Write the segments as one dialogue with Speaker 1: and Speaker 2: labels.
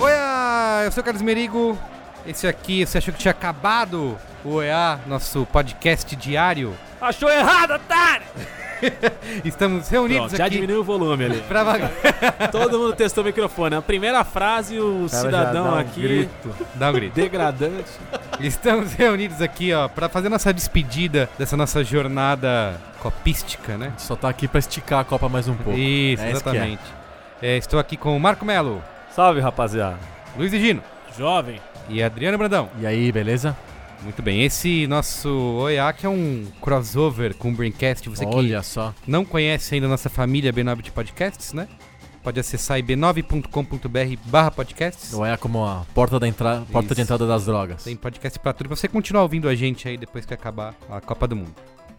Speaker 1: Oi, ah, eu sou o Carlos Merigo. Esse aqui, você achou que tinha acabado o EA, nosso podcast diário?
Speaker 2: Achou errado, otário!
Speaker 1: Estamos reunidos
Speaker 2: Pronto, já
Speaker 1: aqui
Speaker 2: diminuiu o volume ali.
Speaker 1: pra vaga-
Speaker 2: Todo mundo testou o microfone.
Speaker 3: né?
Speaker 2: A primeira frase, o cidadão aqui,
Speaker 1: Dá um grito.
Speaker 2: degradante.
Speaker 1: Estamos reunidos aqui, ó, pra fazer nossa despedida dessa nossa jornada copística, né?
Speaker 4: Só tá aqui pra esticar a Copa mais um pouco.
Speaker 1: Isso,
Speaker 4: É isso que é.
Speaker 1: exatamente. É, estou aqui com o Marco Melo,
Speaker 3: Salve, rapaziada.
Speaker 1: Luiz e Gino
Speaker 2: Jovem.
Speaker 1: e Adriano Brandão.
Speaker 4: E aí, beleza?
Speaker 1: Muito bem, esse nosso OEA que é um crossover com o Braincast. Você que
Speaker 4: Olha só.
Speaker 1: não conhece ainda a nossa família B9 de podcasts, né? Pode acessar b9.com.br barra podcasts.
Speaker 4: Não é como a porta, da entra... porta de
Speaker 1: Isso.
Speaker 4: entrada das drogas.
Speaker 1: Tem podcast pra tudo, pra você continuar ouvindo a gente aí depois que acabar a Copa do Mundo.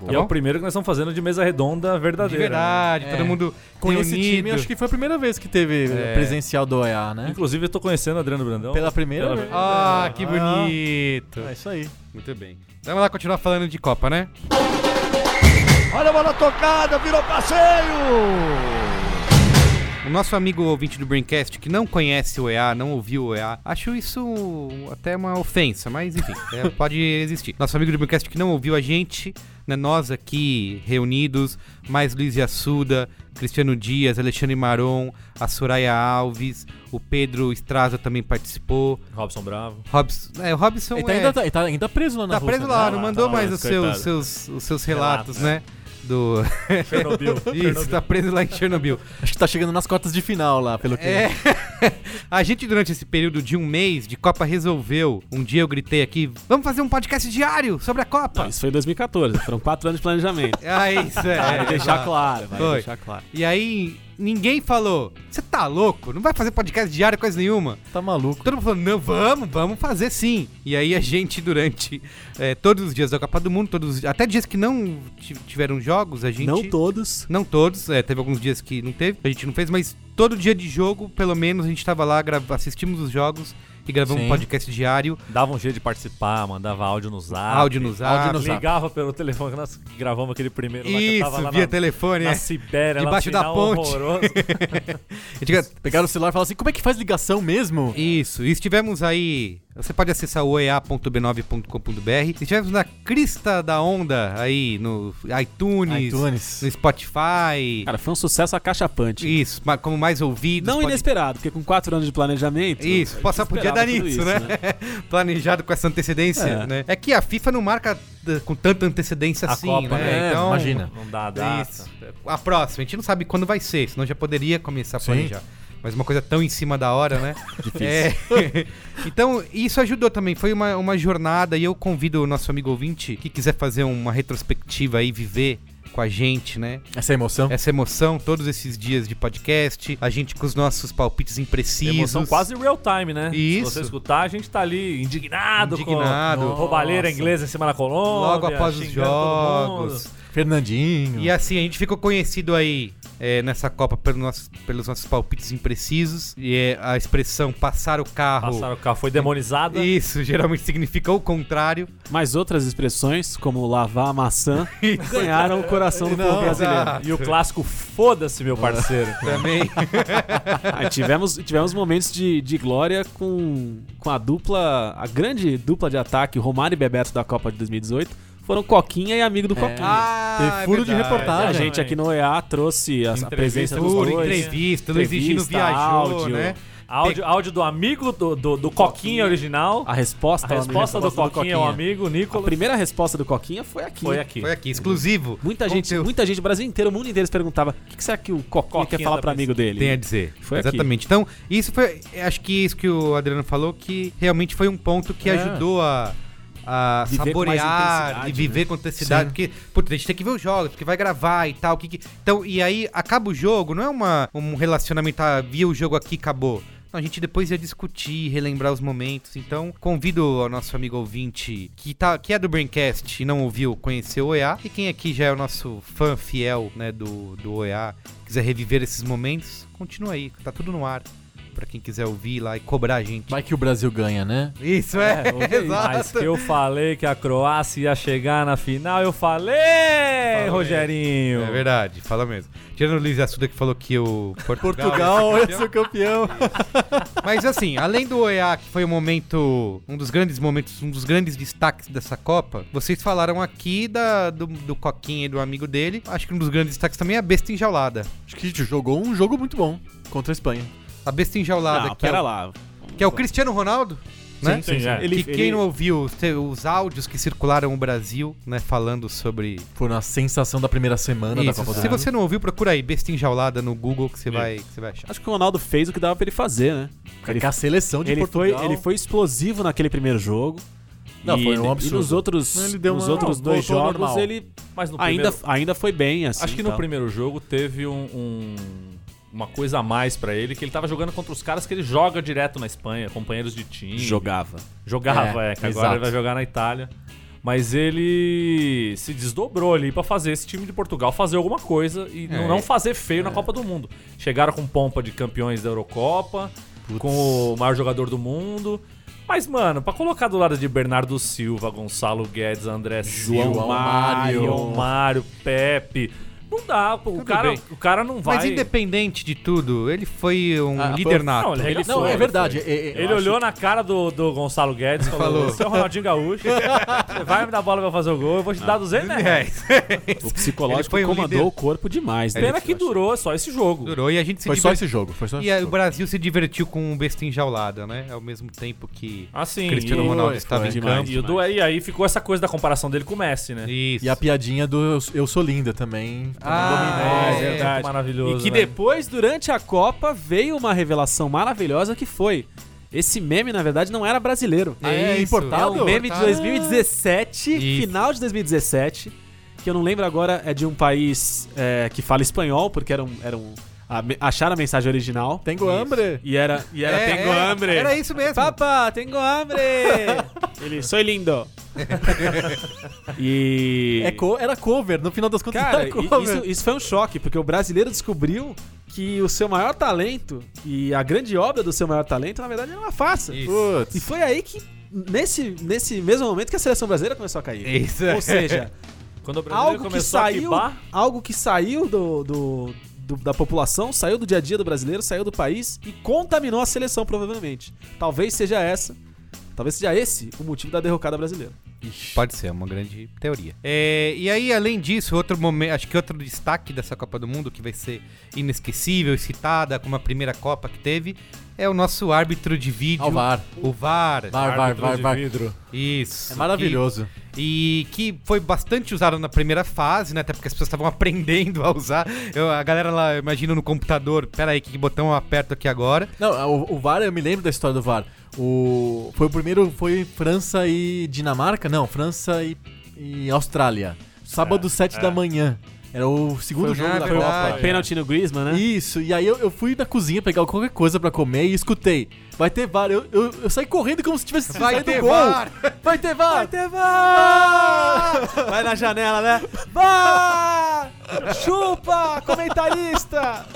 Speaker 1: Tá
Speaker 3: e é o primeiro que nós estamos fazendo de mesa redonda
Speaker 1: De
Speaker 3: verdadeira.
Speaker 1: verdade,
Speaker 4: né?
Speaker 1: todo
Speaker 4: É.
Speaker 1: mundo
Speaker 4: Com esse time,
Speaker 1: reunido.
Speaker 4: acho que foi a primeira vez que teve eh,
Speaker 1: É.
Speaker 4: presencial do OEA,
Speaker 3: né?
Speaker 4: né?
Speaker 3: Inclusive, eu tô conhecendo o Adriano Brandão.
Speaker 4: Pela primeira
Speaker 3: Pela-
Speaker 4: vez.
Speaker 1: Ah, Então que bonito.
Speaker 4: É isso aí.
Speaker 1: Muito bem. Vamos lá continuar falando de Copa, né?
Speaker 5: Olha a bola tocada, virou passeio!
Speaker 1: O nosso amigo ouvinte do Braincast, que não conhece o EA, não ouviu o EA, acho isso até uma ofensa, mas enfim, é, pode existir. Nosso amigo do Braincast que não ouviu a gente, né, nós aqui reunidos, mais Luiz Assuda, Cristiano Dias, Alexandre Maron, a Soraya Alves, o Pedro Estraza também participou,
Speaker 3: Robson Bravo.
Speaker 1: Robson... É, o Robson
Speaker 4: Ele tá,
Speaker 1: é-
Speaker 4: ainda,
Speaker 3: Ah,
Speaker 4: tá, ele tá ainda preso lá na
Speaker 1: tá
Speaker 4: Rússia,
Speaker 1: preso
Speaker 4: né?
Speaker 1: lá,
Speaker 3: Tá
Speaker 1: não
Speaker 3: lá,
Speaker 1: mandou
Speaker 3: tá lá,
Speaker 1: mais os seus,
Speaker 3: coitado.
Speaker 1: seus, os seus relatos, né? Do...
Speaker 3: Chernobyl.
Speaker 1: Isso, tá preso lá em Chernobyl.
Speaker 4: Acho que tá chegando nas cotas de final lá, pelo que...
Speaker 1: É. A gente, durante esse período de um mês de Copa, resolveu. Um dia eu gritei aqui: vamos fazer um podcast diário sobre a Copa.
Speaker 2: Não, isso foi em 2014. Foram quatro anos de planejamento.
Speaker 1: Ah, isso
Speaker 2: Vai
Speaker 1: é.
Speaker 2: deixar claro, vai
Speaker 1: Foi.
Speaker 2: deixar claro.
Speaker 1: E aí, ninguém falou: você tá louco? Não vai fazer podcast diário, coisa nenhuma.
Speaker 4: Tá maluco.
Speaker 1: Todo mundo falou: não, vamos, vamos fazer sim. E aí, a gente, durante eh, todos os dias da Copa do Mundo, todos, os- até dias que não ti- tiveram jogos, a gente.
Speaker 2: Não todos.
Speaker 1: Não todos, é, teve alguns dias que não teve, a gente não fez, mas todo dia de jogo, pelo menos, a gente tava lá, grava- assistimos os jogos e gravamos um
Speaker 4: Sim.
Speaker 1: podcast diário,
Speaker 3: Dava um jeito de participar, mandava áudio no zap.
Speaker 1: áudio no zap.
Speaker 4: áudio no zap.
Speaker 3: Ligava pelo telefone. Nós gravamos aquele primeiro lá que eu tava
Speaker 1: Isso,
Speaker 3: lá
Speaker 1: via
Speaker 3: na,
Speaker 1: telefone,
Speaker 3: na
Speaker 1: é.
Speaker 3: Sibéria.
Speaker 1: Debaixo
Speaker 3: lá,
Speaker 1: da
Speaker 3: final
Speaker 1: ponte.
Speaker 3: horroroso.
Speaker 1: A gente-
Speaker 4: Pegaram o celular e falaram assim, como é que faz ligação mesmo?
Speaker 1: É Isso, e estivemos aí. Você pode acessar o oea.b9.com.br. Estivemos na crista da onda aí no iTunes,
Speaker 4: iTunes.
Speaker 1: no Spotify.
Speaker 2: Cara, foi um sucesso a caixa punch.
Speaker 1: Isso, ma- como mais ouvidos.
Speaker 2: Não
Speaker 1: pode-
Speaker 2: inesperado, porque com quatro anos de planejamento...
Speaker 1: Isso, posso, podia dar
Speaker 2: esperava tudo
Speaker 1: nisso,
Speaker 2: isso,
Speaker 1: né? Planejado com essa antecedência,
Speaker 2: É.
Speaker 1: né? É que a FIFA não marca eh, com tanta antecedência
Speaker 3: A
Speaker 1: assim,
Speaker 3: Copa,
Speaker 1: né?
Speaker 4: né? É, imagina.
Speaker 3: Então, Não dá a
Speaker 1: Isso.
Speaker 3: data.
Speaker 1: A próxima, a gente não sabe quando vai ser, senão já poderia começar a
Speaker 4: Sim.
Speaker 1: planejar. Mas uma coisa tão em cima da hora, né? É. então, isso ajudou também. Foi uma, uma jornada e eu convido o nosso amigo ouvinte que quiser fazer uma retrospectiva aí, viver com a gente, né?
Speaker 4: Essa é emoção.
Speaker 1: Essa emoção, todos esses dias de podcast, a gente com os nossos palpites imprecisos.
Speaker 3: Emoção quase real time, né?
Speaker 1: Isso.
Speaker 3: Se você escutar, a gente tá ali indignado,
Speaker 1: Indignado.
Speaker 3: com a roubalheira inglesa em cima da Colômbia.
Speaker 1: Logo após os
Speaker 3: xingando todo mundo.
Speaker 1: jogos.
Speaker 4: Fernandinho.
Speaker 2: Hum.
Speaker 1: E assim, a gente ficou conhecido aí é, nessa Copa pelo nosso- pelos nossos palpites imprecisos. E é, a expressão passar o carro.
Speaker 3: Passaram o carro, foi demonizada.
Speaker 1: Isso geralmente significa o contrário.
Speaker 2: Mas outras expressões, como lavar a maçã, ganharam o coração do povo
Speaker 4: Não,
Speaker 2: brasileiro.
Speaker 1: exato.
Speaker 3: E o clássico, foda-se, meu parceiro.
Speaker 1: Ah, Também.
Speaker 2: Aí Ah, tivemos, tivemos momentos de, de glória com, com a dupla, a grande dupla de ataque, Romário e Bebeto da Copa de 2018, foram Coquinha e amigo do Coquinha.
Speaker 1: Ah,
Speaker 4: Teve
Speaker 1: é
Speaker 4: furo de
Speaker 2: E a
Speaker 4: reportagem.
Speaker 2: gente aqui no OEA trouxe a, a presença dos
Speaker 1: Tudo,
Speaker 2: dois.
Speaker 1: entrevista, Luiz
Speaker 2: Entrevista,
Speaker 1: Gino viajou,
Speaker 2: áudio.
Speaker 1: né?
Speaker 3: Áudio, áudio do amigo do, do, do Coquinha original.
Speaker 2: A resposta,
Speaker 3: A
Speaker 2: ao Ah, amigo-
Speaker 3: resposta do Coquinha é um amigo, o
Speaker 2: A
Speaker 3: Nicolas.
Speaker 2: primeira resposta do Coquinha foi aqui.
Speaker 3: Foi aqui.
Speaker 1: Foi aqui, exclusivo.
Speaker 2: Muita
Speaker 1: Bom
Speaker 2: gente,
Speaker 1: teu-
Speaker 2: muita gente, o Brasil inteiro, o mundo inteiro se perguntava o que, que será que o Coquinha,
Speaker 3: Coquinha
Speaker 2: quer falar
Speaker 3: tá
Speaker 2: para amigo dele?
Speaker 1: Tem a dizer.
Speaker 2: Foi aqui.
Speaker 1: Exatamente. Então, isso foi. Acho que isso que o Adriano falou, que realmente foi um ponto que
Speaker 4: É.
Speaker 1: ajudou a. a
Speaker 2: Viver com mais
Speaker 1: saborear
Speaker 2: intensidade, né?
Speaker 1: e viver com intensidade. Porque, puta, a gente tem que ver os jogos, porque vai gravar e tal. o que que- Então, e aí acaba o jogo, não é uma, um relacionamento, ah, via o jogo aqui, acabou. Não, Então, A gente depois ia discutir, relembrar os momentos. Então, convido o nosso amigo ouvinte que, tá, que é do Braincast e não ouviu, conhecer o OEA. E quem aqui já é o nosso fã fiel né, do, do OEA, quiser reviver esses momentos, continua aí, tá tudo no ar. Pra quem quiser ouvir lá e cobrar a gente.
Speaker 4: Vai que o Brasil ganha, né?
Speaker 1: Isso é,
Speaker 3: É, ouvi. Mas que
Speaker 1: exato.
Speaker 3: eu falei que a Croácia ia chegar na final, eu falei, Rogerinho.
Speaker 1: É verdade, fala mesmo. Tirando o Luiz Assuda que falou que o Portugal. é
Speaker 4: Portugal, eu sou campeão.
Speaker 1: Mas assim, além do OEA, que foi um momento, um dos grandes momentos, um dos grandes destaques dessa Copa, vocês falaram aqui da, do, do Coquinha e do amigo dele. Acho que um dos grandes destaques também é a besta enjaulada.
Speaker 4: Acho que a gente jogou um jogo muito bom contra a Espanha.
Speaker 1: A besta enjaulada,
Speaker 2: Ah, Não,
Speaker 1: que, é
Speaker 2: pera
Speaker 1: o,
Speaker 2: lá.
Speaker 1: que é o Cristiano Ronaldo, né?
Speaker 3: Sim, sim, é.
Speaker 2: Ele-
Speaker 1: que quem não ouviu os, te- os áudios que circularam o Brasil, né, falando sobre
Speaker 4: Foi uma sensação da primeira semana da
Speaker 1: isso.
Speaker 4: Copa do
Speaker 1: Se
Speaker 4: Mundo.
Speaker 1: você não ouviu, procura aí besta enjaulada no Google que você vai, que você vai achar.
Speaker 2: Acho que o Ronaldo fez o que dava pra ele fazer, né?
Speaker 4: Porque a seleção de
Speaker 2: Ele foi,
Speaker 4: Portugal...
Speaker 2: ele foi explosivo naquele primeiro jogo.
Speaker 4: Não,
Speaker 2: e,
Speaker 4: foi um
Speaker 2: E
Speaker 4: absurdo.
Speaker 2: nos outros,
Speaker 4: Mas ele deu
Speaker 2: nos
Speaker 4: uma-
Speaker 2: outros
Speaker 4: não,
Speaker 2: dois
Speaker 4: voltou ao
Speaker 2: jogos
Speaker 4: normal.
Speaker 2: ele
Speaker 3: Mas no
Speaker 2: ainda,
Speaker 3: primeiro,
Speaker 2: ainda foi bem, assim.
Speaker 3: acho que
Speaker 2: e
Speaker 3: no
Speaker 4: tá.
Speaker 2: tal.
Speaker 3: primeiro jogo teve um, um- uma coisa a mais pra ele, que ele tava jogando contra os caras que ele joga direto na Espanha, companheiros de time.
Speaker 2: Jogava.
Speaker 3: Jogava, é,
Speaker 4: É,
Speaker 3: que agora
Speaker 4: exato.
Speaker 3: ele vai jogar na Itália. Mas ele se desdobrou ali pra fazer esse time de Portugal fazer alguma coisa e
Speaker 4: É.
Speaker 3: não- não fazer feio na Copa do Mundo. Chegaram com pompa de campeões da Eurocopa, com o maior jogador do mundo. Mas, mano, pra colocar do lado de Bernardo Silva, Gonçalo Guedes, André
Speaker 4: João
Speaker 3: Silva,
Speaker 4: Mário.
Speaker 3: Mário, Mário, Pepe, não dá, pô. O
Speaker 1: Tudo
Speaker 3: cara,
Speaker 1: bem.
Speaker 3: o cara não vai.
Speaker 1: Mas independente de tudo, ele foi um
Speaker 4: Ah,
Speaker 1: líder
Speaker 4: foi-
Speaker 1: nato.
Speaker 3: Não, ele, ele
Speaker 4: Não,
Speaker 3: foi,
Speaker 4: é verdade.
Speaker 3: foi.
Speaker 4: é- é- eu
Speaker 3: Ele
Speaker 4: acho
Speaker 3: olhou na cara do, do Gonçalo Guedes e falou:
Speaker 1: falou.
Speaker 3: Você é o Ronaldinho Gaúcho, você vai me dar bola pra eu fazer o gol, eu vou te dar 200
Speaker 1: É,
Speaker 3: reais.
Speaker 2: O
Speaker 1: Ele
Speaker 2: psicológico
Speaker 1: foi um
Speaker 2: comandou
Speaker 1: líder.
Speaker 2: o corpo
Speaker 1: É,
Speaker 2: demais, né?
Speaker 3: Pena que durou só esse jogo.
Speaker 1: assim. Durou e a gente se
Speaker 4: Foi só
Speaker 1: divertiu.
Speaker 4: esse jogo, foi só
Speaker 1: E
Speaker 4: esse
Speaker 1: aí, o
Speaker 4: jogo.
Speaker 1: Brasil se divertiu com um besta enjaulada, né? Ao mesmo tempo que
Speaker 3: Assim,
Speaker 1: Cristiano
Speaker 3: e,
Speaker 1: Ronaldo
Speaker 4: foi,
Speaker 1: estava
Speaker 4: foi
Speaker 1: em
Speaker 2: demais.
Speaker 1: campo.
Speaker 3: e, o do- e aí ficou essa coisa da comparação dele com o Messi, né?
Speaker 1: Isso.
Speaker 4: E a piadinha do Eu, Eu Sou Linda também.
Speaker 1: Ah,
Speaker 3: é,
Speaker 1: é,
Speaker 3: muito maravilhoso.
Speaker 2: E que
Speaker 3: né?
Speaker 2: depois, durante a Copa, veio uma revelação maravilhosa que foi. Esse meme, na verdade, não era brasileiro.
Speaker 4: Ah, é
Speaker 1: Isso.
Speaker 2: É
Speaker 4: importado?
Speaker 2: um meme de 2017,
Speaker 1: Isso.
Speaker 2: final de 2017, que eu não lembro agora, é de um país é, que fala espanhol, porque era um. Era um a, me- acharam a mensagem original.
Speaker 4: Tengo hambre.
Speaker 2: E era, e era
Speaker 1: É,
Speaker 2: Tengo
Speaker 1: é,
Speaker 2: hambre.
Speaker 1: Era isso mesmo.
Speaker 2: Papa, tengo hambre. Ele, sou lindo. e.
Speaker 4: É co- era cover, no final das contas
Speaker 2: Cara,
Speaker 4: era
Speaker 2: i-
Speaker 4: cover.
Speaker 2: isso, isso foi um choque, porque o brasileiro descobriu que o seu maior talento e a grande obra do seu maior talento, na verdade, era uma farsa.
Speaker 1: Isso.
Speaker 4: Putz.
Speaker 2: E foi aí que, nesse, nesse mesmo momento, que a seleção brasileira começou a cair.
Speaker 1: Isso.
Speaker 2: Ou seja,
Speaker 3: Quando o brasileiro
Speaker 2: algo que
Speaker 3: começou
Speaker 2: saiu,
Speaker 3: a pibar,
Speaker 2: algo que saiu do, do- do- da população, saiu do dia a dia do brasileiro, saiu do país e contaminou a seleção, provavelmente. Talvez seja essa. Talvez seja esse o motivo da derrocada brasileira.
Speaker 1: Pode ser, é uma grande teoria. É, e aí, além disso, outro momento, acho que outro destaque dessa Copa do Mundo, que vai ser inesquecível e citada como a primeira Copa que teve, é o nosso árbitro de vídeo.
Speaker 4: Ao VAR.
Speaker 1: O VAR.
Speaker 4: VAR, VAR,
Speaker 3: árbitro
Speaker 4: VAR,
Speaker 3: de
Speaker 4: VAR.
Speaker 3: vidro.
Speaker 1: Isso.
Speaker 4: É maravilhoso.
Speaker 1: E que foi bastante usado na primeira fase, né? Até porque as pessoas estavam aprendendo a usar. Eu- a galera lá, eu imagino no computador, pera aí, que botão eu aperto aqui agora?
Speaker 4: Não, o, o VAR, eu me lembro da história do VAR. O, foi o primeiro, foi França e Dinamarca? Não, França e, e Austrália. Sábado, sete da manhã. Era o segundo
Speaker 1: Foi,
Speaker 4: jogo
Speaker 1: ah,
Speaker 4: da
Speaker 1: verdade.
Speaker 4: Copa.
Speaker 2: Pênalti no Griezmann, né?
Speaker 4: Isso, e aí eu, eu fui na cozinha pegar qualquer coisa pra comer e escutei. Vai ter VAR. Eu, eu, eu saí correndo como se tivesse
Speaker 1: Vai
Speaker 4: saído
Speaker 1: ter
Speaker 4: gol.
Speaker 1: VAR.
Speaker 4: Vai ter VAR.
Speaker 2: Vai ter VAR! Vai na janela, né? VAR! Chupa, comentarista!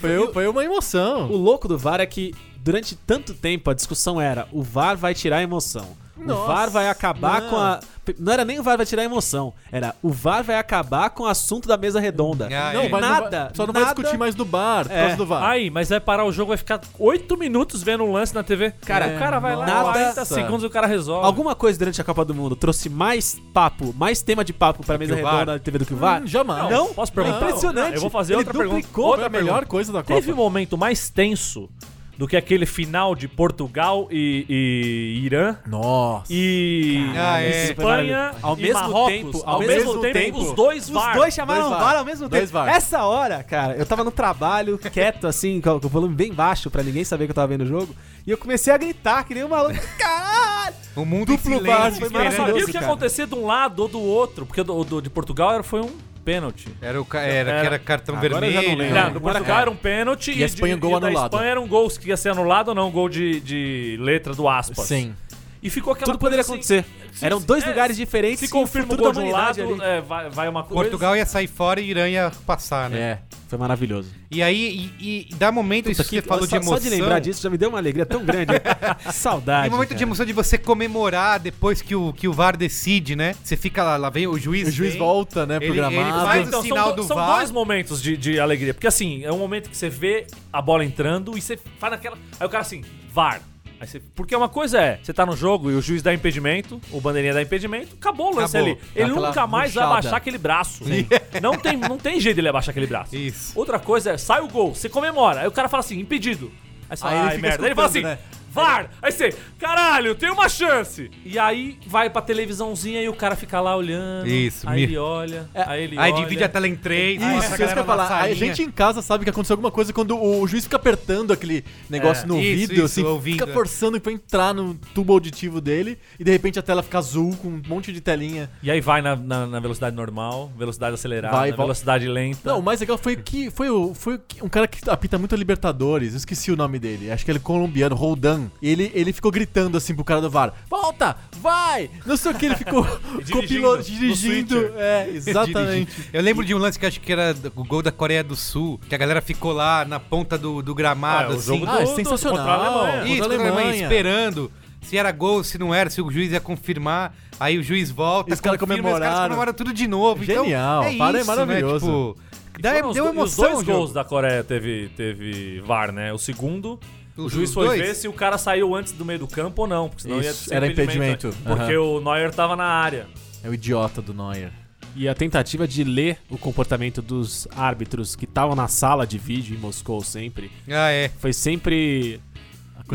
Speaker 4: Foi, foi uma emoção.
Speaker 2: O louco do VAR é que durante tanto tempo a discussão era o VAR vai tirar a emoção. o
Speaker 4: Nossa,
Speaker 2: VAR vai acabar
Speaker 4: não.
Speaker 2: com a. Não era nem o VAR vai tirar a emoção, era o VAR vai acabar com o assunto da mesa redonda.
Speaker 1: Ah,
Speaker 4: Não,
Speaker 1: é.
Speaker 4: vai-
Speaker 2: nada,
Speaker 4: vai- só não vai
Speaker 2: nada.
Speaker 4: discutir mais do bar, por
Speaker 2: É.
Speaker 4: causa do VAR.
Speaker 3: Aí, mas vai parar o jogo, vai ficar 8 minutos vendo um lance na TV.
Speaker 2: Cara,
Speaker 3: o cara vai lá,
Speaker 2: nada-
Speaker 3: 40 segundos o cara resolve.
Speaker 2: Alguma coisa durante a Copa do Mundo trouxe mais papo, mais tema de papo pra mesa
Speaker 1: o VAR?
Speaker 2: redonda da TV do que o VAR?
Speaker 4: Hum, jamais.
Speaker 2: Não?
Speaker 3: Posso perguntar?
Speaker 2: Impressionante.
Speaker 3: Eu vou fazer
Speaker 2: Ele
Speaker 3: outra pergunta.
Speaker 2: duplicou,
Speaker 3: Outra
Speaker 4: foi a melhor
Speaker 3: pergunta.
Speaker 4: coisa da Copa.
Speaker 3: Teve um momento mais tenso do que aquele final de Portugal e, e Irã
Speaker 4: Nossa.
Speaker 3: e
Speaker 1: Ah, é.
Speaker 3: Espanha
Speaker 2: Ao
Speaker 3: e
Speaker 2: mesmo
Speaker 3: Marrocos.
Speaker 2: tempo-
Speaker 3: ao, mesmo, tempo, os dois
Speaker 2: Os
Speaker 3: VAR.
Speaker 2: dois chamaram
Speaker 4: Dois
Speaker 2: VAR.
Speaker 4: VAR.
Speaker 2: ao mesmo
Speaker 4: Dois
Speaker 2: tempo.
Speaker 4: VAR.
Speaker 2: Essa hora, cara, eu tava no trabalho, quieto assim, com com o volume bem baixo pra ninguém saber que eu tava vendo o jogo, e eu comecei a gritar que nem um maluco. Caralho!
Speaker 1: O mundo em
Speaker 4: Duplo
Speaker 1: silêncio,
Speaker 4: VAR foi
Speaker 3: Eu não
Speaker 1: esperando.
Speaker 3: sabia o que ia
Speaker 4: cara.
Speaker 3: acontecer de um lado ou do outro, porque o do, o do- de Portugal era- foi um pênalti.
Speaker 1: Era, o ca- era, que era cartão
Speaker 2: Agora eu já não
Speaker 1: vermelho. né?
Speaker 2: lembro.
Speaker 3: Não, do Portugal era um pênalti
Speaker 4: E a Espanha,
Speaker 3: de,
Speaker 4: gol
Speaker 3: e da
Speaker 4: anulado.
Speaker 3: Espanha era um gol que ia ser anulado ou não, um gol de, de letra do aspas.
Speaker 4: Sim.
Speaker 3: E ficou aquela
Speaker 2: Tudo poderia
Speaker 3: coisa assim,
Speaker 2: acontecer.
Speaker 3: se-
Speaker 2: Eram dois
Speaker 3: é,
Speaker 2: lugares diferentes.
Speaker 3: Se
Speaker 2: e
Speaker 3: confirma o
Speaker 2: futuro
Speaker 3: gol
Speaker 2: da
Speaker 3: de um lado,
Speaker 2: humanidade ali.
Speaker 3: é, vai, vai uma coisa.
Speaker 1: Portugal ia sair fora e Irã ia passar, né?
Speaker 4: É.
Speaker 2: Foi maravilhoso.
Speaker 1: E aí, e, e dá momento, isso que
Speaker 2: Aqui,
Speaker 1: você falou
Speaker 2: só,
Speaker 1: de emoção.
Speaker 2: Só de lembrar
Speaker 4: é
Speaker 2: disso já me deu uma alegria tão grande. Saudade.
Speaker 1: Tem um momento
Speaker 2: cara.
Speaker 1: de emoção de você comemorar depois que o, que o VAR decide, né? Você fica lá, lá vem o juiz.
Speaker 4: O juiz
Speaker 1: vem,
Speaker 4: volta, né,
Speaker 1: Ele-
Speaker 4: pro
Speaker 1: ele
Speaker 4: gramado.
Speaker 1: faz-
Speaker 3: Então,
Speaker 1: o sinal
Speaker 3: são, do
Speaker 1: do
Speaker 3: são
Speaker 1: VAR.
Speaker 3: dois momentos de, de alegria. Porque assim, é um momento que você vê a bola entrando e você faz aquela. Aí o cara assim, VAR. Aí você- porque uma coisa é, você tá no jogo e o juiz dá impedimento, o bandeirinha dá impedimento, acabou o lance
Speaker 1: Acabou.
Speaker 3: ali. Ele
Speaker 4: Aquela
Speaker 3: nunca mais vai
Speaker 4: ruchada.
Speaker 3: abaixar aquele braço. Não tem, não tem jeito ele abaixar aquele braço.
Speaker 1: Isso.
Speaker 3: Outra coisa é, sai o gol, você comemora. Aí o cara fala assim, impedido. Aí você fala,
Speaker 4: Aí ele
Speaker 3: ai,
Speaker 4: fica
Speaker 3: merda. Aí ele fala assim,
Speaker 4: escutando,
Speaker 3: VAR! Aí você, caralho, tem uma chance! E aí vai pra televisãozinha e o cara fica lá olhando.
Speaker 1: Isso,
Speaker 3: aí
Speaker 1: me-
Speaker 3: ele olha,
Speaker 4: É,
Speaker 3: aí ele
Speaker 1: Aí
Speaker 3: olha.
Speaker 1: divide a tela em três.
Speaker 4: Isso,
Speaker 1: mostra a
Speaker 4: isso que eu
Speaker 1: galera
Speaker 4: ia
Speaker 1: na
Speaker 4: falar. A
Speaker 1: salinha.
Speaker 4: gente em casa sabe que aconteceu alguma coisa quando o juiz fica apertando aquele negócio
Speaker 1: É,
Speaker 4: no
Speaker 1: isso,
Speaker 4: ouvido,
Speaker 1: isso,
Speaker 4: assim,
Speaker 1: ouvindo,
Speaker 4: fica
Speaker 1: é.
Speaker 4: forçando pra entrar no tubo auditivo dele e de repente a tela fica azul com um monte de telinha.
Speaker 3: E aí vai na, na- na velocidade normal, velocidade acelerada,
Speaker 4: Vai,
Speaker 3: na
Speaker 4: volta.
Speaker 3: velocidade
Speaker 1: Tá.
Speaker 3: lenta.
Speaker 4: Não, o mais legal foi que foi, o, foi o que- um cara que apita muito a Libertadores, eu esqueci o nome dele, acho que ele é colombiano, Roldan. Ele, ele ficou gritando assim pro cara do VAR: volta, vai! Não sei o que, ele ficou ficou pilo-
Speaker 3: no
Speaker 4: dirigindo.
Speaker 3: switcher.
Speaker 4: É,
Speaker 1: Dirigir.
Speaker 4: exatamente.
Speaker 1: Eu lembro de um lance que acho que era do- o gol da Coreia do Sul, que a galera ficou lá na ponta do, do gramado,
Speaker 3: Ah, é o
Speaker 1: assim. Ah,
Speaker 3: jogo do-
Speaker 4: Ah, é
Speaker 3: Contra a Alemanha.
Speaker 4: sensacional.
Speaker 1: Isso, contra a Alemanha, esperando se era gol, se não era, se o juiz ia confirmar. Aí o juiz volta,
Speaker 4: E os caras
Speaker 1: confirma, e os caras
Speaker 4: comemoraram.
Speaker 1: comemoram tudo de novo.
Speaker 4: Genial,
Speaker 1: então, é
Speaker 4: para, é
Speaker 1: isso,
Speaker 4: maravilhoso.
Speaker 1: Né? Tipo, dá,
Speaker 3: Foram os
Speaker 1: deu
Speaker 3: do- e
Speaker 1: emoção.
Speaker 3: Os dois
Speaker 1: o jogo.
Speaker 3: gols da Coreia teve, teve VAR, né? O segundo, o
Speaker 1: Os-
Speaker 3: juiz
Speaker 1: os
Speaker 3: foi
Speaker 1: dois?
Speaker 3: ver se o cara saiu antes do meio do campo ou não. Porque senão ia
Speaker 4: Isso,
Speaker 3: ser
Speaker 4: era impedimento.
Speaker 3: né? Porque o Neuer tava na área.
Speaker 4: É o idiota do Neuer.
Speaker 2: E a tentativa de ler o comportamento dos árbitros que estavam na sala de vídeo em Moscou sempre
Speaker 1: Ah, é.
Speaker 2: foi sempre
Speaker 4: A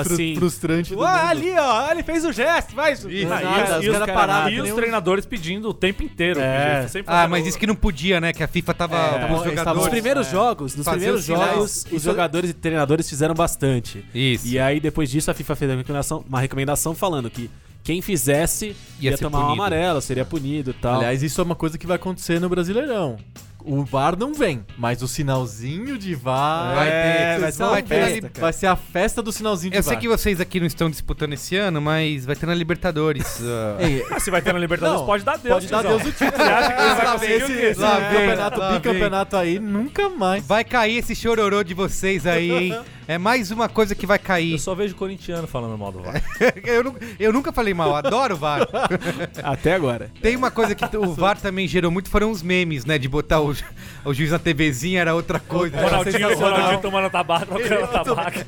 Speaker 4: frustra-
Speaker 2: assim.
Speaker 4: frustrante do
Speaker 2: Ué,
Speaker 4: mundo.
Speaker 2: ali, ó, ele fez o gesto, vai.
Speaker 3: E,
Speaker 4: Nada,
Speaker 3: e os-
Speaker 4: os
Speaker 3: e os,
Speaker 4: cara parado,
Speaker 3: e
Speaker 4: que
Speaker 3: os
Speaker 4: nem um-
Speaker 3: treinadores pedindo o tempo inteiro.
Speaker 2: É.
Speaker 3: pedindo, sempre
Speaker 1: Ah,
Speaker 3: fazendo-
Speaker 1: mas isso que não podia, né? Que a FIFA tava.
Speaker 4: É,
Speaker 1: tava os
Speaker 4: eles
Speaker 1: jogadores.
Speaker 4: tavam-
Speaker 2: Nos primeiros jogos, nos
Speaker 1: Fazer
Speaker 2: primeiros
Speaker 1: os sinais.
Speaker 2: jogos, os jogadores e treinadores fizeram bastante.
Speaker 1: Isso.
Speaker 2: E aí, depois disso, a FIFA fez uma recomendação, uma recomendação falando que quem fizesse ia,
Speaker 1: Ia ser
Speaker 2: tomar um
Speaker 1: punido.
Speaker 2: amarelo, seria punido e tal.
Speaker 4: Aliás, isso é uma coisa que vai acontecer no Brasileirão. O VAR não vem, mas o sinalzinho de VAR.
Speaker 1: Vai ter,
Speaker 2: vai ser uma
Speaker 4: vai, ter-
Speaker 2: festa, cara.
Speaker 4: vai ser a festa do sinalzinho de
Speaker 1: Eu
Speaker 4: VAR.
Speaker 1: sei que vocês aqui não estão disputando esse ano, mas vai ter na Libertadores. ah.
Speaker 4: Ei,
Speaker 3: Ah, se vai ter na Libertadores,
Speaker 4: Não,
Speaker 3: pode dar Deus.
Speaker 4: pode dar
Speaker 3: cuzão.
Speaker 4: Deus o
Speaker 3: Você acha que ele vai
Speaker 4: Lá vem
Speaker 3: conseguir o quê?
Speaker 4: esse,
Speaker 1: Lá
Speaker 4: esse
Speaker 1: vem,
Speaker 4: campeonato,
Speaker 1: lá vem.
Speaker 4: bicampeonato aí, nunca mais.
Speaker 1: Vai cair esse chororô de vocês aí, hein? É mais uma coisa que vai
Speaker 3: Eu
Speaker 1: cair.
Speaker 3: só vejo corintiano falando mal do VAR.
Speaker 4: É.
Speaker 1: Eu, nu- eu nunca falei mal, adoro o VAR.
Speaker 2: Até agora.
Speaker 1: Tem uma coisa que o VAR também gerou muito, foram os memes, né? De botar o, ju- o juiz na TVzinha era outra coisa.
Speaker 3: Ronaldinho,
Speaker 4: sensacional.
Speaker 3: Ronaldinho tomando tabaco, trocando tabaco.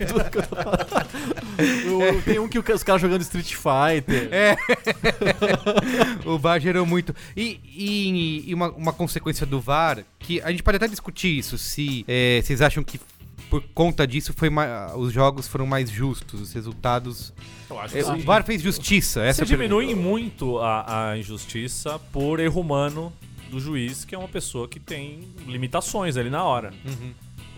Speaker 4: O- tem um que o- os caras jogando Street Fighter.
Speaker 1: O VAR gerou muito. E, e- e uma, uma consequência do VAR, que a gente pode até discutir isso, se é, vocês acham que por conta disso foi ma- os jogos foram mais justos, os resultados.
Speaker 3: Eu acho
Speaker 1: É,
Speaker 3: que
Speaker 1: o
Speaker 3: sim.
Speaker 1: VAR fez justiça, essa
Speaker 3: Você
Speaker 1: é a pergunta.
Speaker 3: diminui muito a, a injustiça por erro humano do juiz, que é uma pessoa que tem limitações ali na hora.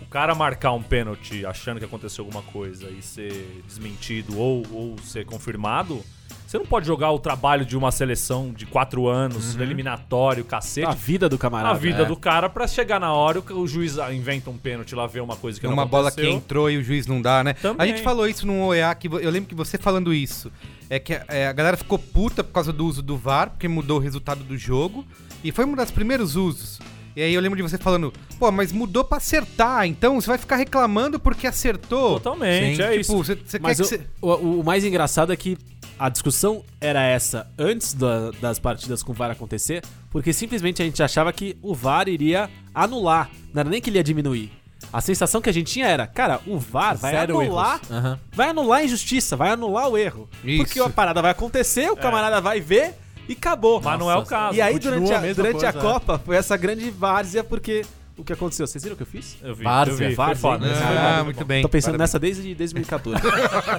Speaker 3: O cara marcar um pênalti achando que aconteceu alguma coisa e ser desmentido ou, ou ser confirmado, você não pode jogar o trabalho de uma seleção de quatro anos, eliminatório, cacete,
Speaker 2: A vida do camarada.
Speaker 3: a vida
Speaker 2: é.
Speaker 3: do cara pra chegar na hora o, o juiz ah, inventa um pênalti lá, vê uma coisa que
Speaker 1: uma
Speaker 3: não
Speaker 1: bola
Speaker 3: aconteceu.
Speaker 1: que entrou e o juiz não dá, né?
Speaker 3: Também.
Speaker 1: A gente falou isso num OEA que vo- eu lembro que você falando isso. É que é, a galera ficou puta por causa do uso do VAR, porque mudou o resultado do jogo. E foi um dos primeiros usos. E aí eu lembro de você falando, pô, mas mudou pra acertar, então você vai ficar reclamando porque acertou.
Speaker 3: Totalmente,
Speaker 1: Sim,
Speaker 3: é
Speaker 1: tipo,
Speaker 3: isso.
Speaker 1: Você, você quer
Speaker 2: Mas
Speaker 1: que
Speaker 2: o,
Speaker 1: você...
Speaker 2: o- o mais engraçado é que a discussão era essa antes da- das partidas com o VAR acontecer, porque simplesmente a gente achava que o VAR iria anular, não era nem que ele ia diminuir. A sensação que a gente tinha era, cara, o VAR vai
Speaker 4: Zero
Speaker 2: anular,
Speaker 4: erros. Aham.
Speaker 2: vai anular a injustiça, vai anular o erro.
Speaker 1: Isso.
Speaker 2: Porque a parada vai acontecer, o camarada vai ver e acabou.
Speaker 3: Mas não é o caso.
Speaker 2: E aí
Speaker 4: Continua
Speaker 2: durante a,
Speaker 4: a mesma
Speaker 2: durante a
Speaker 4: coisa, é.
Speaker 2: Copa foi essa grande várzea porque o que aconteceu, vocês viram o que eu fiz?
Speaker 3: Eu vi,
Speaker 4: Várzea,
Speaker 3: eu vi, foi
Speaker 2: várzea,
Speaker 3: foda.
Speaker 2: né?
Speaker 3: Isso foi
Speaker 2: Caralho.
Speaker 3: foda.
Speaker 1: Ah, muito bem.
Speaker 2: Tô pensando nessa desde 2014.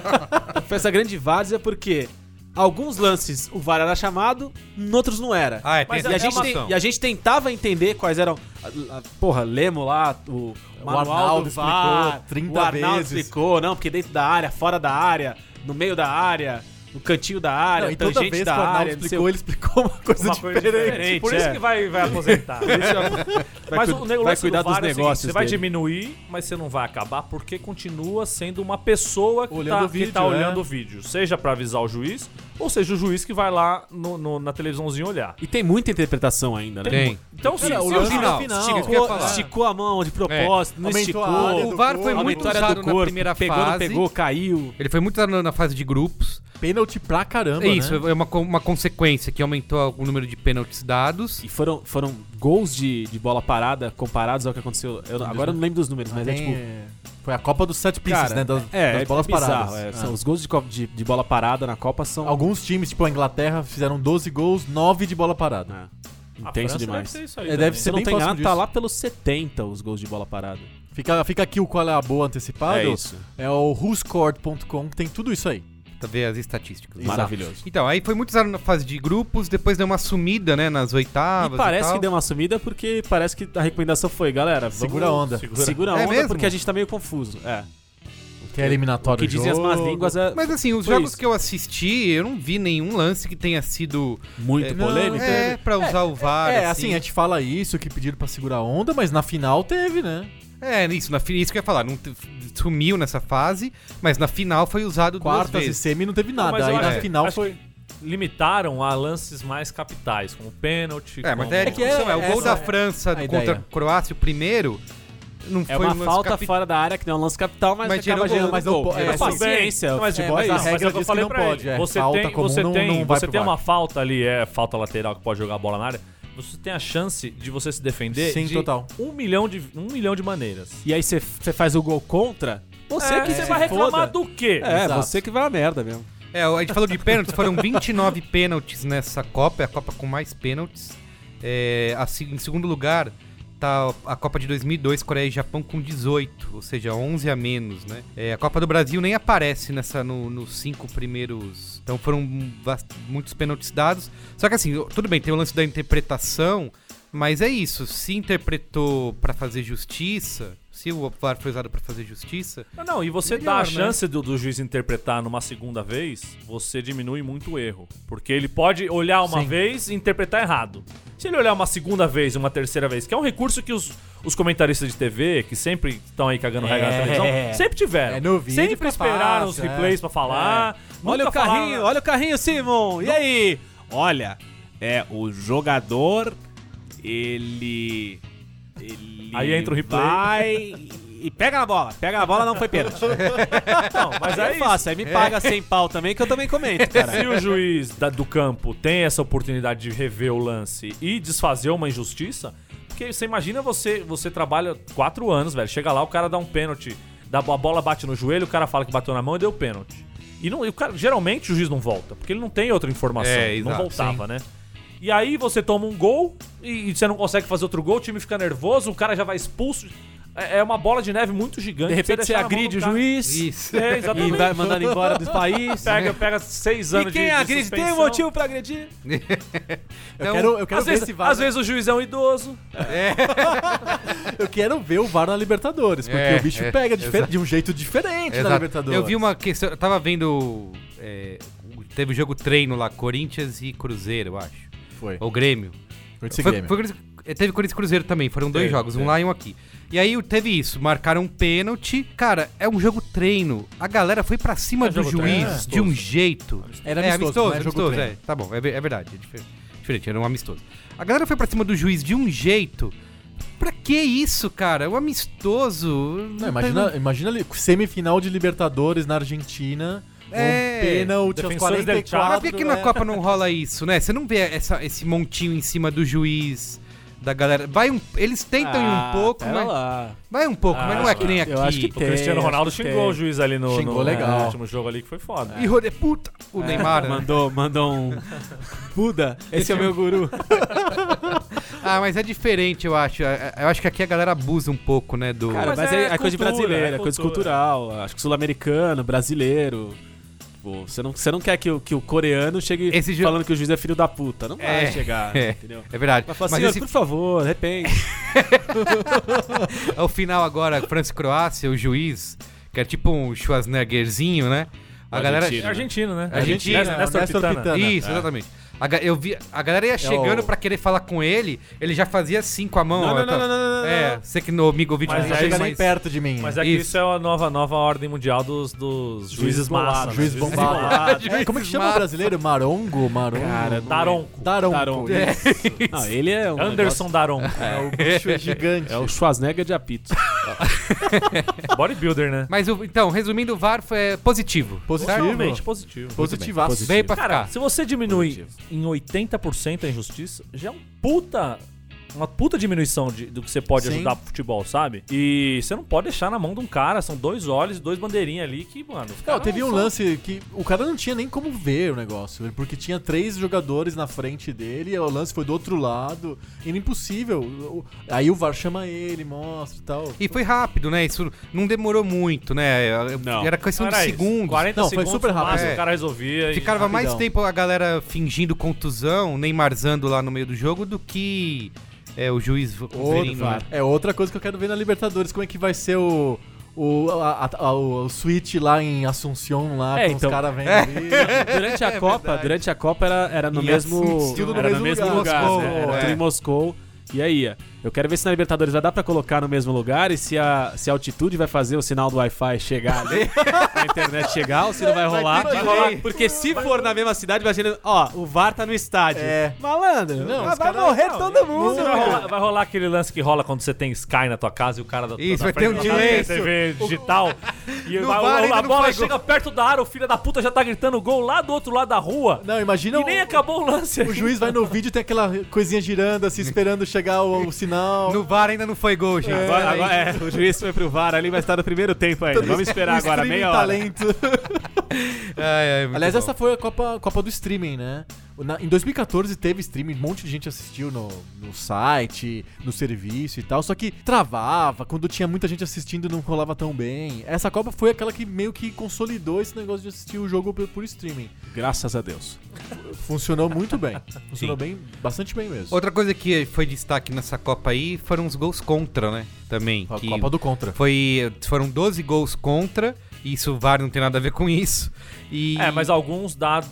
Speaker 2: Foi essa grande várzea porque alguns lances o VAR era chamado, em outros não era.
Speaker 1: Ah, é, tem
Speaker 3: Mas
Speaker 2: e,
Speaker 1: essa
Speaker 2: a gente
Speaker 1: discussão.
Speaker 2: tem- e a gente tentava entender quais eram. a- a- Porra, lemos lá o,
Speaker 4: O
Speaker 2: manual
Speaker 4: Arnaldo
Speaker 2: do VAR,
Speaker 4: explicou 30
Speaker 2: o Arnaldo
Speaker 4: vezes.
Speaker 2: explicou, não, porque dentro da área, fora da área, no meio da área. no cantinho da área,
Speaker 4: Não, e toda
Speaker 2: tangente
Speaker 4: vez que o
Speaker 2: então da
Speaker 4: Arnaldo
Speaker 2: área, não sei
Speaker 4: explicou,
Speaker 2: o-
Speaker 4: ele explicou uma coisa
Speaker 3: uma coisa
Speaker 4: diferente.
Speaker 3: diferente. Por isso
Speaker 2: é.
Speaker 3: que vai, vai aposentar. Por isso que- mas
Speaker 2: cu-
Speaker 3: o negócio
Speaker 2: vai cuidar
Speaker 3: do VAR
Speaker 2: dos
Speaker 3: é o seguinte,
Speaker 2: negócios
Speaker 3: Você vai
Speaker 2: dele.
Speaker 3: diminuir, mas você não vai acabar porque continua sendo uma pessoa que
Speaker 4: Olhando
Speaker 3: tá,
Speaker 4: o
Speaker 3: que
Speaker 4: vídeo,
Speaker 3: tá
Speaker 4: é.
Speaker 3: olhando o vídeo. Seja pra avisar o juiz, ou seja o juiz que vai lá no- no- na televisãozinha olhar.
Speaker 2: E tem muita interpretação ainda, né?
Speaker 1: Tem.
Speaker 3: Então, se,
Speaker 4: Cara,
Speaker 3: se
Speaker 4: o
Speaker 3: o
Speaker 4: lance
Speaker 3: juiz-
Speaker 4: do final.
Speaker 1: Isso que eu ia
Speaker 2: Esticou,
Speaker 1: falar.
Speaker 2: esticou a mão de propósito, não
Speaker 4: Aumentou
Speaker 2: esticou.
Speaker 4: a área
Speaker 1: O VAR foi
Speaker 4: corpo,
Speaker 1: muito
Speaker 2: Aumentou a área
Speaker 1: usado
Speaker 2: do
Speaker 1: na
Speaker 2: corpo,
Speaker 1: primeira
Speaker 2: pegou, não
Speaker 1: fase.
Speaker 2: pegou, caiu.
Speaker 1: Ele foi muito usado na- na fase de grupos.
Speaker 4: Pênalti pra caramba,
Speaker 1: É isso,
Speaker 4: né?
Speaker 1: é uma, co- uma consequência que aumentou o número de pênaltis dados.
Speaker 2: E foram, foram gols de, de bola parada comparados ao que aconteceu. Eu, agora eu não lembro dos números, mas é
Speaker 4: Tem-
Speaker 2: tipo.
Speaker 4: Foi a Copa dos Set Pieces,
Speaker 2: Cara,
Speaker 4: né? Das,
Speaker 2: É,
Speaker 4: das
Speaker 2: é
Speaker 4: bolas
Speaker 2: bizarro,
Speaker 4: paradas.
Speaker 2: é.
Speaker 4: Ah.
Speaker 2: São Os gols de, co- de, de bola parada na Copa são
Speaker 4: Alguns times, tipo a Inglaterra, fizeram 12 gols, 9 de bola parada.
Speaker 2: é,
Speaker 3: A
Speaker 2: intenso
Speaker 3: França
Speaker 2: demais.
Speaker 3: Deve ser isso aí
Speaker 4: É,
Speaker 3: também.
Speaker 4: deve
Speaker 2: Se
Speaker 4: ser
Speaker 2: eu não
Speaker 4: bem
Speaker 2: tem
Speaker 4: próximo
Speaker 2: nada, tá
Speaker 4: disso.
Speaker 2: lá pelos 70 os gols de bola parada.
Speaker 4: Fica, fica aqui o qual é a boa antecipado.
Speaker 2: É isso.
Speaker 4: É o whoscored.com, que tem tudo isso aí.
Speaker 1: Pra ver as estatísticas.
Speaker 2: né?
Speaker 4: Exato.
Speaker 2: Maravilhoso.
Speaker 1: Então, aí foi muito usado na fase de grupos, depois deu uma sumida, né, nas oitavas.
Speaker 2: e parece
Speaker 1: tal.
Speaker 2: que deu uma sumida porque parece que a recomendação foi, galera, vamos-
Speaker 4: Segura a onda.
Speaker 2: Segura, a
Speaker 1: É
Speaker 2: onda
Speaker 1: mesmo?
Speaker 2: porque a gente tá meio confuso. É.
Speaker 4: Que é
Speaker 2: O
Speaker 4: eliminatório
Speaker 2: que dizem as más línguas é
Speaker 1: Mas assim, os
Speaker 2: Foi
Speaker 1: jogos
Speaker 2: isso.
Speaker 1: que eu assisti, eu não vi nenhum lance que tenha sido
Speaker 2: muito
Speaker 1: é,
Speaker 2: polêmico. né?
Speaker 1: É, pra usar o VAR.
Speaker 4: É, assim, a gente fala isso, que pediram pra segurar a onda, mas na final teve, né?
Speaker 1: É, isso, na, fi- isso que eu ia falar. Não te- sumiu nessa fase, mas na final foi usado duas
Speaker 4: Quartas e
Speaker 1: vezes.
Speaker 4: semi não teve nada.
Speaker 3: Mas eu
Speaker 4: aí na
Speaker 3: acho-
Speaker 4: final
Speaker 3: acho
Speaker 4: foi.
Speaker 3: Limitaram a lances mais capitais, como pênalti.
Speaker 1: É, mas
Speaker 3: como-
Speaker 1: é, a
Speaker 4: É que é-
Speaker 1: discussão, é, o gol
Speaker 4: essa
Speaker 1: da França
Speaker 4: a
Speaker 1: contra a
Speaker 4: ideia.
Speaker 1: Croácia, o primeiro, não
Speaker 2: É
Speaker 1: foi
Speaker 2: uma
Speaker 1: um lance
Speaker 2: falta
Speaker 1: capi-
Speaker 2: fora da área que não é um lance capital, mas,
Speaker 1: Mas
Speaker 2: acaba
Speaker 1: gerou
Speaker 2: gerando
Speaker 1: gol,
Speaker 4: mas
Speaker 2: gol.
Speaker 4: não po-
Speaker 2: é,
Speaker 4: é,
Speaker 3: Mas
Speaker 2: paciência.
Speaker 3: Mas de
Speaker 4: é,
Speaker 3: bola,
Speaker 4: mas a
Speaker 3: não, mas é
Speaker 4: regra
Speaker 3: o que eu
Speaker 4: diz
Speaker 3: falei
Speaker 4: que não
Speaker 3: pra
Speaker 4: pode,
Speaker 3: ele.
Speaker 4: é.
Speaker 3: Você
Speaker 4: Falta
Speaker 3: tem,
Speaker 4: comum
Speaker 3: você
Speaker 4: não-
Speaker 3: tem,
Speaker 4: não vai
Speaker 3: você
Speaker 4: pro
Speaker 3: tem
Speaker 4: VAR.
Speaker 3: uma falta ali, é falta lateral que pode jogar a bola na área. Você tem a chance de você se defender
Speaker 4: Sim,
Speaker 3: de
Speaker 4: total.
Speaker 3: Um, milhão de, um milhão de maneiras.
Speaker 2: E aí você você faz o gol contra, você
Speaker 3: É,
Speaker 2: que
Speaker 3: você
Speaker 2: se
Speaker 3: vai reclamar
Speaker 2: foda.
Speaker 3: do quê?
Speaker 2: É,
Speaker 4: Exato.
Speaker 2: você que vai a merda mesmo.
Speaker 1: É, a gente falou de pênaltis, foram 29 pênaltis nessa Copa, é a Copa com mais pênaltis. É, a se- em segundo lugar tá a Copa de 2002, Coreia e Japão com 18, ou seja, 11 a menos, né? É, a Copa do Brasil nem aparece nessa no- nos cinco primeiros. Então foram vas- muitos pênaltis dados. Só que assim, tudo bem, tem o lance da interpretação, mas é isso, se interpretou pra fazer justiça, se o VAR foi usado pra fazer justiça,
Speaker 3: Não, não, e você
Speaker 1: Melhor,
Speaker 3: dá a
Speaker 1: né?
Speaker 3: chance do, do juiz interpretar numa segunda vez, você diminui muito o erro. Porque ele pode olhar uma vez e interpretar errado. Se ele olhar uma segunda vez, uma terceira vez, que é um recurso que os, os comentaristas de TV, que sempre estão aí cagando regra na televisão, sempre tiveram.
Speaker 4: É, no vídeo
Speaker 3: sempre
Speaker 4: fica
Speaker 3: esperaram
Speaker 4: fácil,
Speaker 3: os replays
Speaker 4: é.
Speaker 3: pra
Speaker 2: Ah,
Speaker 3: falar. nunca
Speaker 2: Olha o carrinho,
Speaker 3: falaram-
Speaker 2: olha o carrinho, Simon. E aí? Olha, é o jogador ele ele
Speaker 3: Aí entra o replay.
Speaker 2: Vai e pega na bola. Pega na bola, não foi pênalti.
Speaker 3: Não, mas
Speaker 2: Mas aí
Speaker 3: aí
Speaker 2: é fácil, aí me paga sem pau também que eu também comento,
Speaker 3: Se
Speaker 2: cara.
Speaker 3: o juiz da- do campo tem essa oportunidade de rever o lance e desfazer uma injustiça, porque você imagina você, você trabalha quatro anos, velho. Chega lá, o cara dá um pênalti, dá, a bola bate no joelho, o cara fala que bateu na mão e deu pênalti. E, não, e o cara, geralmente o juiz não volta, porque ele não tem outra informação.
Speaker 1: É,
Speaker 3: não
Speaker 1: exato,
Speaker 3: voltava, né? E aí você toma um gol e, e você não consegue fazer outro gol, o time fica nervoso, o cara já vai expulso. É é uma bola de neve muito gigante.
Speaker 2: De repente você
Speaker 3: deixar na mão
Speaker 2: agride
Speaker 3: do
Speaker 2: o
Speaker 3: cara.
Speaker 2: juiz
Speaker 1: Isso.
Speaker 3: É,
Speaker 2: e
Speaker 3: exatamente.
Speaker 2: vai mandando embora do país.
Speaker 3: Pega, pega seis
Speaker 2: E
Speaker 3: anos de
Speaker 2: quem
Speaker 3: de
Speaker 2: agride tem
Speaker 3: suspensão.
Speaker 2: motivo pra agredir?
Speaker 4: Eu
Speaker 1: Não,
Speaker 4: quero, eu quero
Speaker 3: um Às
Speaker 4: ver
Speaker 3: vezes,
Speaker 4: esse VAR.
Speaker 3: às vezes o juiz é um idoso.
Speaker 4: Eu quero ver o VAR na Libertadores, porque
Speaker 1: É,
Speaker 4: o bicho
Speaker 1: é,
Speaker 4: pega difer-
Speaker 1: exato.
Speaker 4: de um jeito diferente na
Speaker 1: Exato.
Speaker 4: Libertadores.
Speaker 1: Eu vi uma questão. Eu tava vendo. é, o- teve o jogo treino lá, Corinthians e Cruzeiro, eu acho.
Speaker 4: Foi.
Speaker 1: Ou Grêmio.
Speaker 4: Corinthians e
Speaker 1: Foi-
Speaker 4: É. Grêmio.
Speaker 1: foi Corinthians- é, teve Corinthians e Cruzeiro também, foram dois
Speaker 4: Teve,
Speaker 1: jogos, um
Speaker 4: teve.
Speaker 1: lá e um aqui. E aí teve isso, marcaram um pênalti. Cara, é um jogo treino. A galera foi pra cima
Speaker 3: É
Speaker 1: do
Speaker 3: jogo
Speaker 1: juiz
Speaker 3: treino, é.
Speaker 1: de um jeito.
Speaker 4: Era
Speaker 1: é,
Speaker 4: amistoso,
Speaker 1: amistoso,
Speaker 4: não é jogo
Speaker 1: amistoso,
Speaker 4: treino.
Speaker 1: é. Tá bom, é, ve- é verdade, é difer- diferente, era um amistoso. A galera foi pra cima do juiz de um jeito. Pra que isso, cara? O amistoso.
Speaker 4: Não,
Speaker 1: tá-
Speaker 4: imagina, imagina ali, semifinal de Libertadores na Argentina,
Speaker 1: É.
Speaker 4: um pênalti aos
Speaker 3: Defensores del Chaco.
Speaker 4: 44.
Speaker 1: Mas por que que na
Speaker 4: é.
Speaker 1: Copa não rola isso, né? Você não vê essa- esse montinho em cima do juiz da galera. Vai um, eles tentam ir um pouco,
Speaker 2: Ah, pera
Speaker 1: mas
Speaker 2: lá.
Speaker 1: vai um pouco, mas
Speaker 3: Ah,
Speaker 1: não é que nem aqui.
Speaker 2: eu acho que
Speaker 3: O
Speaker 2: Tem,
Speaker 3: Cristiano Ronaldo
Speaker 2: acho que
Speaker 3: xingou
Speaker 2: tem.
Speaker 3: o juiz ali no,
Speaker 4: Xingou
Speaker 3: no-
Speaker 4: legal.
Speaker 3: no último jogo ali, que foi foda.
Speaker 1: Ih, rolê puta,
Speaker 2: É,
Speaker 1: o Neymar. né?
Speaker 2: Ah, Mandou, mandou um Buda, esse é o meu guru.
Speaker 1: Ah, mas é diferente, eu acho. É- é- Eu acho que aqui a galera abusa um pouco, né? Do.
Speaker 2: Cara,
Speaker 3: Mas
Speaker 2: mas,
Speaker 3: é
Speaker 2: é, é coisa de
Speaker 3: cultura,
Speaker 2: brasileiro,
Speaker 3: é
Speaker 2: é coisa
Speaker 3: cultura.
Speaker 2: cultural. Acho que sul-americano, brasileiro. Tipo, você não, você não quer que o, que o coreano chegue
Speaker 1: Esse ju-
Speaker 2: falando que o juiz é filho da puta. Não vai
Speaker 1: É,
Speaker 2: chegar,
Speaker 1: é.
Speaker 2: entendeu?
Speaker 1: é verdade.
Speaker 2: Vai
Speaker 1: Mas,
Speaker 2: falar assim, "Senhor,
Speaker 1: esse,
Speaker 2: por favor, arrepende.
Speaker 1: é o final agora, França e Croácia, o juiz, que é tipo um Schwarzeneggerzinho, né? A galera.
Speaker 3: É argentino, né?
Speaker 1: Argentino,
Speaker 3: Nesta- Nesta
Speaker 4: Nesta
Speaker 3: Pitana.
Speaker 4: Pitana.
Speaker 1: Isso, exatamente. A, ga- eu vi, a galera ia chegando
Speaker 2: É. o-
Speaker 1: pra querer falar com ele, ele já fazia assim com a mão.
Speaker 2: Não,
Speaker 1: ó,
Speaker 2: não, não,
Speaker 1: tá-
Speaker 2: não, não, não, não.
Speaker 1: É, sei que no Amigo Vídeo
Speaker 3: Mas
Speaker 1: não
Speaker 3: aí
Speaker 1: chega
Speaker 3: chega
Speaker 1: mais.
Speaker 4: perto de mim.
Speaker 3: Mas é que
Speaker 1: Isso.
Speaker 3: isso é a nova, nova ordem mundial dos, dos juízes massa. né?
Speaker 4: Juiz bombado.
Speaker 3: bombado.
Speaker 4: É, como é que chama o
Speaker 1: Mata.
Speaker 4: brasileiro? Marongo? Marongo?
Speaker 2: Cara, não-
Speaker 3: Daronco.
Speaker 4: Daronco.
Speaker 2: Daronco.
Speaker 4: É.
Speaker 2: Não, ele é um
Speaker 3: Anderson Daronco.
Speaker 4: É, o bicho é gigante.
Speaker 2: negócio- É o Schwarzenegger de apito.
Speaker 3: Bodybuilder, né?
Speaker 1: Mas o- então, resumindo, o VAR foi é, positivo.
Speaker 3: Realmente
Speaker 4: Positivo.
Speaker 3: positivo.
Speaker 4: Positivaço.
Speaker 2: positivo.
Speaker 1: Veio pra
Speaker 3: Cara,
Speaker 1: ficar.
Speaker 3: se você diminui em 80% a injustiça, já é um puta. Uma puta diminuição de- do que você pode
Speaker 4: Sim.
Speaker 3: ajudar pro futebol, sabe? E você não pode deixar na mão de um cara, são dois olhos e dois bandeirinhas ali que, mano. os
Speaker 4: Não,
Speaker 3: caras
Speaker 4: teve um
Speaker 3: são-
Speaker 4: lance que o cara não tinha nem como ver o negócio, porque tinha três jogadores na frente dele, e o lance foi do outro lado, era impossível. O- o- Aí o VAR chama ele, mostra e tal.
Speaker 1: E foi rápido, né? Isso não demorou muito, né?
Speaker 2: Não.
Speaker 1: Era questão
Speaker 3: Era
Speaker 1: de
Speaker 3: isso,
Speaker 1: segundos.
Speaker 3: 40
Speaker 4: Não, foi
Speaker 3: segundos,
Speaker 4: super rápido.
Speaker 3: máximo,
Speaker 1: É.
Speaker 3: o cara resolvia. e-
Speaker 1: Ficava mais
Speaker 4: rapidão.
Speaker 1: tempo a galera fingindo contusão, Neymarzando lá no meio do jogo, do que é, o juiz conferindo, né?
Speaker 4: É outra coisa que eu quero ver na Libertadores, como é que vai ser o. O, a- a- a- o switch lá em Assunção, lá,
Speaker 2: É,
Speaker 4: com
Speaker 2: então.
Speaker 4: os caras vendo ali.
Speaker 2: Durante a Copa, durante a Copa era, era no
Speaker 1: É E
Speaker 2: mesmo,
Speaker 1: assim, tudo no
Speaker 2: era no
Speaker 4: mesmo
Speaker 2: mesmo
Speaker 4: lugar.
Speaker 2: lugar, né?
Speaker 1: Moscou,
Speaker 2: Era tudo
Speaker 1: é.
Speaker 2: em Moscou. E aí, eu quero ver se na Libertadores vai dar pra colocar no mesmo lugar e se a, se a altitude vai fazer o sinal do Wi-Fi chegar ali, a internet chegar ou se não vai rolar.
Speaker 1: ter
Speaker 2: Vai
Speaker 1: delay.
Speaker 2: rolar, Porque se for na mesma cidade, imagina, ó, o VAR tá no estádio.
Speaker 4: É.
Speaker 2: Malandro,
Speaker 4: Não,
Speaker 2: Ah, vai
Speaker 4: os cara-
Speaker 2: morrer
Speaker 4: não,
Speaker 2: todo mundo.
Speaker 3: Você vai, rolar, vai rolar aquele lance que rola quando você tem Sky na tua casa e o cara da,
Speaker 1: Isso,
Speaker 3: da
Speaker 1: vai ter um
Speaker 3: frente da
Speaker 1: delay.
Speaker 3: TV digital. E
Speaker 1: No
Speaker 3: vai-
Speaker 1: VAR
Speaker 3: a-
Speaker 1: ainda
Speaker 3: a
Speaker 1: não
Speaker 3: bola
Speaker 1: foi
Speaker 3: chega perto da área, o filho da puta já tá gritando gol lá do outro lado da rua.
Speaker 4: Não, imagina
Speaker 3: e nem
Speaker 4: o-
Speaker 3: acabou o lance.
Speaker 4: O
Speaker 3: ainda.
Speaker 4: juiz vai no vídeo e tem aquela coisinha girando, assim, esperando chegar o, o sinal.
Speaker 1: No VAR ainda não foi gol, gente.
Speaker 2: Agora, agora- é, o juiz foi pro VAR ali, vai estar no primeiro tempo ainda. Vamos esperar
Speaker 4: O
Speaker 2: agora,
Speaker 4: streaming
Speaker 2: meia hora.
Speaker 4: talento.
Speaker 1: Ai, ai, muito
Speaker 4: Aliás,
Speaker 1: bom.
Speaker 4: essa foi a Copa, Copa do Streaming, né? Na- em 2014 teve streaming, um monte de gente assistiu no, no site, no serviço e tal, só que travava, quando tinha muita gente assistindo não rolava tão bem. Essa Copa foi aquela que meio que consolidou esse negócio de assistir o jogo por, por streaming.
Speaker 2: Graças a Deus.
Speaker 4: Funcionou muito bem. Funcionou bem, bastante bem mesmo.
Speaker 1: Outra coisa que foi destaque nessa Copa aí foram os gols contra, né? Também.
Speaker 4: a
Speaker 1: que
Speaker 4: Copa do Contra.
Speaker 1: foi, foram 12 gols contra, e isso o VAR não tem nada a ver com isso. E...
Speaker 3: É, mas alguns dados.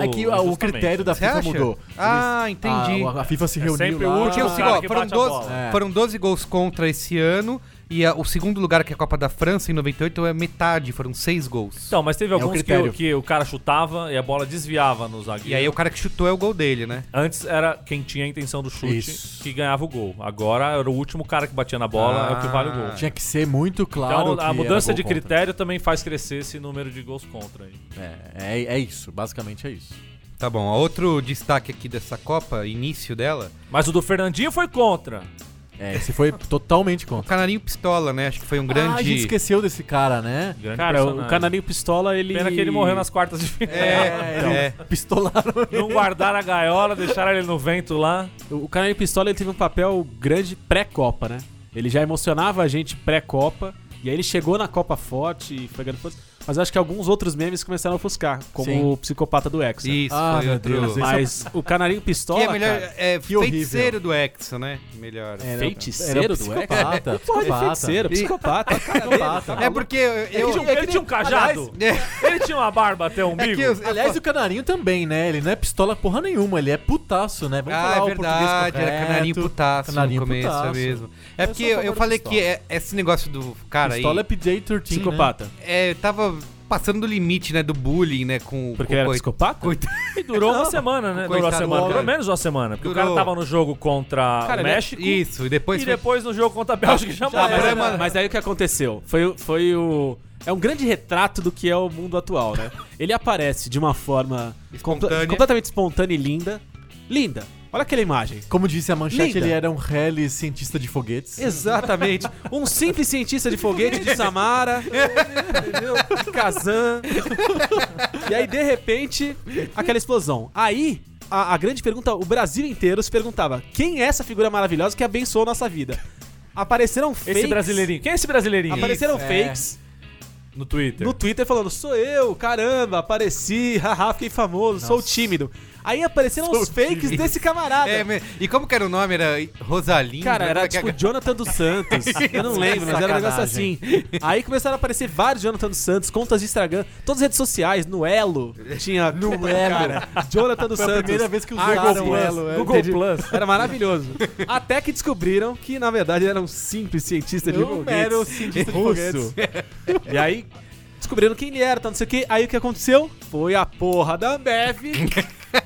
Speaker 4: É que ah, o
Speaker 3: injustamente.
Speaker 4: critério da
Speaker 1: Você
Speaker 4: FIFA
Speaker 1: acha?
Speaker 4: mudou.
Speaker 1: Ah, entendi.
Speaker 4: A, a FIFA se
Speaker 3: É
Speaker 4: reuniu
Speaker 3: sempre
Speaker 4: lá.
Speaker 3: o
Speaker 1: Porque
Speaker 3: último
Speaker 1: o seguinte,
Speaker 3: cara
Speaker 1: ó,
Speaker 3: que
Speaker 1: foram,
Speaker 3: bate a
Speaker 1: 12,
Speaker 3: bola.
Speaker 4: É.
Speaker 1: foram 12 gols contra esse ano, e a- o segundo lugar, que é a Copa da França, em 98, é metade, foram 6 gols.
Speaker 3: Então, mas teve
Speaker 4: É o
Speaker 3: alguns que o
Speaker 4: critério.
Speaker 3: que, o cara chutava e a bola desviava no zagueiro.
Speaker 1: E aí o cara que chutou é o gol dele, né?
Speaker 3: Antes era quem tinha a intenção do chute
Speaker 4: Isso.
Speaker 3: que ganhava o gol. Agora era o último cara que batia na bola, é o que vale o gol.
Speaker 1: Ah.
Speaker 4: Tinha que ser muito claro.
Speaker 3: Então
Speaker 4: que
Speaker 3: a
Speaker 4: era
Speaker 3: mudança
Speaker 4: gol
Speaker 3: de
Speaker 4: contra.
Speaker 3: critério também faz crescer esse número de gols contra aí.
Speaker 4: É, é, é isso, basicamente é isso.
Speaker 1: Tá bom, outro destaque aqui dessa Copa, início dela,
Speaker 3: Mas o do Fernandinho foi contra.
Speaker 4: É, esse foi totalmente
Speaker 1: o
Speaker 4: contra.
Speaker 1: Canarinho Pistola, né? Acho que foi um grande...
Speaker 4: Ah, a gente esqueceu desse cara, né?
Speaker 3: Grande
Speaker 2: Cara, o
Speaker 3: personagem.
Speaker 2: Canarinho Pistola, ele...
Speaker 3: Pena que ele morreu nas quartas de final.
Speaker 1: é,
Speaker 4: Pistolaram.
Speaker 3: Não guardaram a gaiola, deixaram ele no vento lá.
Speaker 2: O Canarinho Pistola ele teve um papel grande pré-Copa, né? Ele já emocionava a gente pré-Copa. E aí ele chegou na Copa forte e foi ganhando força. Mas eu acho que alguns outros memes começaram a ofuscar, como
Speaker 4: Sim.
Speaker 2: o psicopata do Hexa.
Speaker 1: Isso,
Speaker 4: Ah,
Speaker 1: foi
Speaker 4: meu
Speaker 1: outro-
Speaker 4: Deus,
Speaker 2: Mas o Canarinho Pistola.
Speaker 1: Que é melhor.
Speaker 2: cara,
Speaker 1: é
Speaker 4: Que horrível. É,
Speaker 1: feiticeiro do Hexa, né? Melhor.
Speaker 4: Era-
Speaker 2: feiticeiro
Speaker 4: era
Speaker 2: do Hexa?
Speaker 4: Psicopata.
Speaker 2: Porra, de
Speaker 4: psicopata.
Speaker 2: feiticeiro, psicopata.
Speaker 4: Psicopata.
Speaker 1: É porque eu. eu-
Speaker 3: Ele, tinha um cajado. ele tinha uma barba até o
Speaker 1: é
Speaker 3: umbigo.
Speaker 1: que eu-
Speaker 4: Aliás, o canarinho também, né? Ele não é pistola porra nenhuma, ele é putaço, né? Vamos
Speaker 1: ah,
Speaker 4: falar
Speaker 1: é
Speaker 4: o português
Speaker 1: verdade,
Speaker 4: correto.
Speaker 1: era canarinho putaço
Speaker 4: Canarinho
Speaker 1: no começo,
Speaker 4: putaço.
Speaker 1: é mesmo. É
Speaker 4: Eu
Speaker 1: porque
Speaker 4: sou
Speaker 1: eu,
Speaker 4: a favor
Speaker 1: eu
Speaker 4: do
Speaker 1: falei
Speaker 4: pistola.
Speaker 1: que é- esse negócio do cara aí
Speaker 4: Pistola é PJ-13,
Speaker 2: Psicopata.
Speaker 1: é, tava passando do limite, né, do bullying, né, com...
Speaker 2: Porque
Speaker 1: com
Speaker 2: ele era
Speaker 1: coi-
Speaker 2: psicopata?
Speaker 1: coitado.
Speaker 3: E durou uma semana, né? Durou uma
Speaker 1: Coitado,
Speaker 3: semana.
Speaker 1: olha.
Speaker 3: Pelo menos uma semana. Porque o
Speaker 1: Durou.
Speaker 3: cara tava no jogo contra
Speaker 2: Cara,
Speaker 3: o
Speaker 2: ele é-
Speaker 3: México.
Speaker 1: né? Isso, e depois...
Speaker 3: e
Speaker 1: foi-
Speaker 3: depois no jogo contra a Bélgica já
Speaker 2: Ah, mas,
Speaker 3: morreu.
Speaker 4: é
Speaker 1: Brahma-
Speaker 2: mas aí o que aconteceu? Foi, o- foi o. É um grande retrato do que é o mundo atual, né? Ele aparece de uma forma
Speaker 1: Espontânea.
Speaker 2: compl- completamente espontânea e linda. Linda! Olha aquela imagem.
Speaker 4: Como disse a manchete,
Speaker 2: Linda.
Speaker 4: ele era um rally cientista de foguetes.
Speaker 2: Exatamente. Um simples cientista de foguete de Samara, entendeu? De Kazan. E aí, de repente, aquela explosão. Aí, a, a grande pergunta, o Brasil inteiro se perguntava: quem é essa figura maravilhosa que abençoou nossa vida? Apareceram fakes.
Speaker 3: Esse brasileirinho. Quem é esse brasileirinho?
Speaker 2: Apareceram
Speaker 4: Isso, é.
Speaker 2: fakes.
Speaker 3: No Twitter.
Speaker 2: no Twitter falando: sou eu, caramba, apareci, haha, fiquei famoso, sou tímido. Aí apareceram os fakes desse camarada.
Speaker 1: É, mas- e como que era o nome? Era Rosalinda?
Speaker 2: Cara,
Speaker 1: Como
Speaker 2: era
Speaker 1: é que
Speaker 2: tipo Jonathan dos Santos. Eu não lembro, mas era um negócio assim. Aí começaram a aparecer vários Jonathan dos Santos, contas de Instagram, todas as redes sociais, no Elo. Tinha no Elo. Jonathan dos
Speaker 4: Foi a
Speaker 2: Santos.
Speaker 4: primeira vez que usaram
Speaker 2: Arthur
Speaker 4: o
Speaker 2: Elo,
Speaker 4: Elo,
Speaker 2: é,
Speaker 4: é.
Speaker 2: Google
Speaker 4: Entendi.
Speaker 2: Plus. Era maravilhoso. Até que descobriram que, na verdade, ele era um simples cientista de
Speaker 1: um
Speaker 4: Eu
Speaker 2: foguetes.
Speaker 4: era um o cientista de
Speaker 2: russo.
Speaker 4: foguetes.
Speaker 2: E aí descobriram quem ele era, tal, não sei o que. Aí o que aconteceu? Foi a porra da Ambev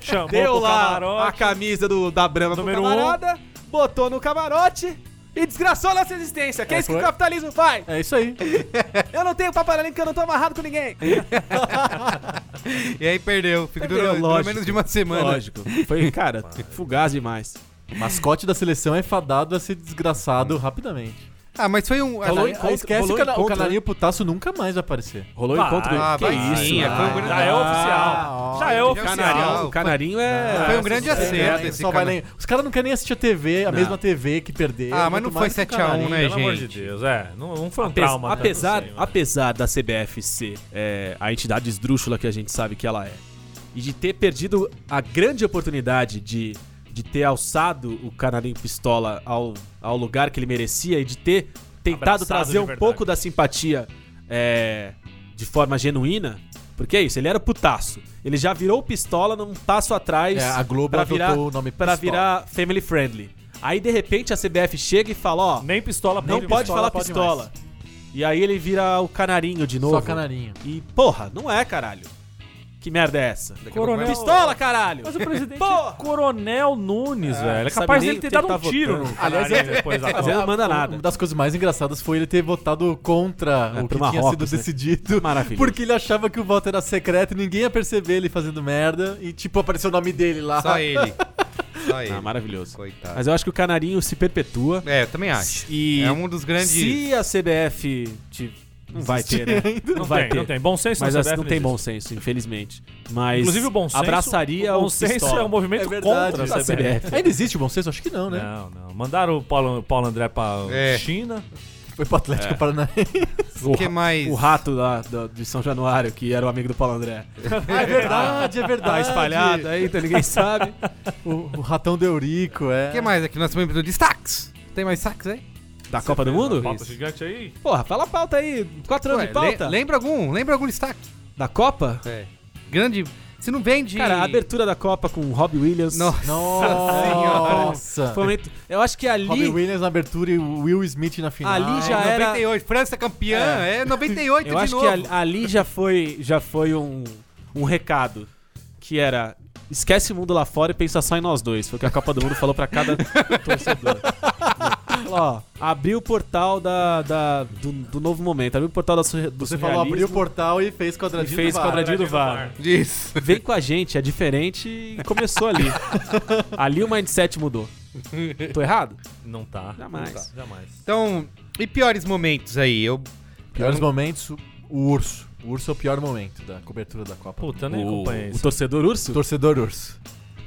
Speaker 3: Chamou
Speaker 2: Deu
Speaker 3: pro
Speaker 2: lá
Speaker 3: camarote.
Speaker 2: a camisa do, da Brahma pro
Speaker 3: Número
Speaker 2: camarada, botou no camarote e desgraçou a nossa existência. Que é, isso que o
Speaker 4: foi.
Speaker 2: capitalismo faz.
Speaker 4: É isso aí.
Speaker 2: Eu não tenho paparalho porque eu não tô amarrado com ninguém.
Speaker 4: tipo
Speaker 1: E aí perdeu. Ficou
Speaker 2: Perdeu,
Speaker 1: durou, durou
Speaker 2: lógico.
Speaker 1: menos de uma semana.
Speaker 2: Foi, cara, fugaz demais.
Speaker 4: O mascote da seleção é fadado a ser desgraçado rapidamente.
Speaker 1: Ah, mas foi um.
Speaker 4: Aí-
Speaker 1: ah,
Speaker 4: aí esquece
Speaker 2: rolou
Speaker 4: o, cana o
Speaker 2: encontro,
Speaker 4: canarinho putaço nunca mais vai aparecer.
Speaker 2: Rolou
Speaker 3: Vai,
Speaker 2: encontro.
Speaker 1: ah,
Speaker 2: que
Speaker 1: vai
Speaker 2: isso?
Speaker 1: sim, é, foi um grande-
Speaker 3: Já é oficial.
Speaker 4: Ah,
Speaker 3: Já é
Speaker 1: ó,
Speaker 3: oficial.
Speaker 1: oficial.
Speaker 2: O canarinho é...
Speaker 1: Foi um grande acerto
Speaker 4: É,
Speaker 1: esse
Speaker 4: só vai
Speaker 1: cara.
Speaker 4: nem- Os caras não querem nem assistir a TV, a
Speaker 2: Não.
Speaker 4: mesma TV que perderam.
Speaker 1: Ah, mas
Speaker 4: muito
Speaker 1: não foi
Speaker 4: mais que o
Speaker 1: 7x1,
Speaker 4: canarinho.
Speaker 1: né,
Speaker 3: Pelo amor de
Speaker 1: gente?
Speaker 3: Deus, é. Não, não foi um
Speaker 2: Apes-
Speaker 3: trauma. né?
Speaker 2: apesar,
Speaker 3: Não sei, mas-
Speaker 2: apesar da CBF ser é, a entidade esdrúxula que a gente sabe que ela é, e de ter perdido a grande oportunidade de, de ter alçado o Canarinho Pistola ao, ao lugar que ele merecia e de ter tentado
Speaker 3: Abraçado
Speaker 2: trazer
Speaker 3: de
Speaker 2: um
Speaker 3: verdade.
Speaker 2: pouco da simpatia é, de forma genuína, porque é isso, ele era putaço. Ele já virou pistola num passo atrás
Speaker 4: É, a Globo
Speaker 2: pra
Speaker 4: adotou
Speaker 2: virar,
Speaker 4: o nome Pistola.
Speaker 2: pra virar family friendly. Aí de repente a CBF chega e fala, ó,
Speaker 3: Nem pistola
Speaker 2: não
Speaker 3: nem
Speaker 2: pode
Speaker 3: pistola.
Speaker 2: falar
Speaker 4: pode
Speaker 2: pistola. E aí ele vira o canarinho de novo.
Speaker 4: Só canarinho.
Speaker 2: E porra, não é, caralho. Que merda é essa?
Speaker 1: Daqui a pouco
Speaker 3: Coronel.
Speaker 1: vai-
Speaker 2: Pistola, caralho!
Speaker 3: Mas o presidente
Speaker 2: Porra!
Speaker 3: é Coronel Nunes, velho. É
Speaker 2: sabe
Speaker 3: capaz
Speaker 2: nem
Speaker 3: dele ter
Speaker 2: quem
Speaker 3: dado
Speaker 2: tá
Speaker 3: um tiro
Speaker 2: votando.
Speaker 3: no canarinho depois da
Speaker 2: Mas ele
Speaker 3: Copa.
Speaker 2: não manda
Speaker 4: Uma
Speaker 2: nada.
Speaker 4: das coisas mais engraçadas foi ele ter votado contra
Speaker 2: É,
Speaker 4: o
Speaker 2: pro
Speaker 4: que tinha sido
Speaker 2: Marrocos, né?
Speaker 4: decidido.
Speaker 2: Maravilhoso.
Speaker 4: Porque ele achava que o voto era secreto e ninguém ia perceber ele fazendo merda. E, tipo, apareceu o nome dele lá.
Speaker 1: Só ele. Só ele.
Speaker 2: Ah, maravilhoso.
Speaker 1: Coitado.
Speaker 2: Mas eu acho que o canarinho se perpetua.
Speaker 1: É, eu também acho.
Speaker 2: E
Speaker 1: É um dos grandes.
Speaker 2: se a CBF te... não vai ter, né? Não,
Speaker 3: Não
Speaker 2: vai
Speaker 3: tem,
Speaker 2: ter.
Speaker 3: não tem. Bom senso
Speaker 2: Mas
Speaker 3: na
Speaker 2: assim,
Speaker 3: CBF
Speaker 2: não tem
Speaker 3: existe.
Speaker 2: bom senso, infelizmente. Mas
Speaker 3: Inclusive o bom senso.
Speaker 2: abraçaria
Speaker 3: o bom
Speaker 2: os
Speaker 3: senso
Speaker 2: pistola.
Speaker 3: é um movimento
Speaker 4: É verdade.
Speaker 3: contra a
Speaker 4: Tá
Speaker 3: CBF.
Speaker 4: Ainda existe o bom senso? Acho que não, né?
Speaker 3: Não, não. Mandaram o Paulo, o Paulo André pra
Speaker 1: É.
Speaker 3: China.
Speaker 4: Foi pro Atlético Paranaense.
Speaker 1: O que mais?
Speaker 2: É. O rato lá da- de São Januário, que era o amigo do Paulo André.
Speaker 4: É verdade, é
Speaker 2: Tá
Speaker 3: Ah,
Speaker 4: verdade.
Speaker 2: espalhado aí, então ninguém sabe.
Speaker 4: O, o ratão de Eurico, é.
Speaker 1: O que mais aqui? Nós também do destaques. Tem mais saques aí?
Speaker 2: Da Copa do Mundo?
Speaker 3: Papo gigante aí.
Speaker 2: Porra, fala a pauta aí. Quatro anos
Speaker 1: Ué,
Speaker 2: de pauta.
Speaker 1: le- lembra algum? Lembra algum destaque?
Speaker 2: Da Copa?
Speaker 1: É. Grande. Se não vende.
Speaker 2: Cara, a abertura da Copa com o Robbie Williams.
Speaker 1: Nossa.
Speaker 4: Nossa.
Speaker 2: Foi um momento- Eu acho que ali.
Speaker 4: Robbie Williams na abertura e o Will Smith na final.
Speaker 2: Ali já
Speaker 1: É
Speaker 2: era-
Speaker 1: 98. França campeã. É, 98
Speaker 2: eu
Speaker 1: de
Speaker 2: acho
Speaker 1: novo.
Speaker 2: que ali, ali já foi, já foi um, um recado. Que era. Esquece o mundo lá fora e pensa só em nós dois. Foi o que a Copa do Mundo falou pra cada torcedor. Falou, Ó, abriu o portal da, da- do, do novo momento. Abriu o portal da, surre- do
Speaker 4: Você falou, abriu o
Speaker 2: surrealismo
Speaker 4: portal e fez
Speaker 2: e
Speaker 4: quadradinho
Speaker 2: fez
Speaker 4: do VAR.
Speaker 2: quadradinho do VAR.
Speaker 1: Isso.
Speaker 2: Vem com a gente, é diferente e começou ali. ali o mindset mudou. Tô errado?
Speaker 3: Não tá.
Speaker 2: Jamais.
Speaker 3: Não tá, Jamais.
Speaker 1: Então, e piores momentos aí? Eu.
Speaker 4: Piores momentos, o urso. O urso é o pior momento da cobertura da Copa.
Speaker 3: Puta, eu nem
Speaker 2: o,
Speaker 3: acompanhei
Speaker 2: o
Speaker 3: isso.
Speaker 2: torcedor urso?
Speaker 4: Torcedor urso.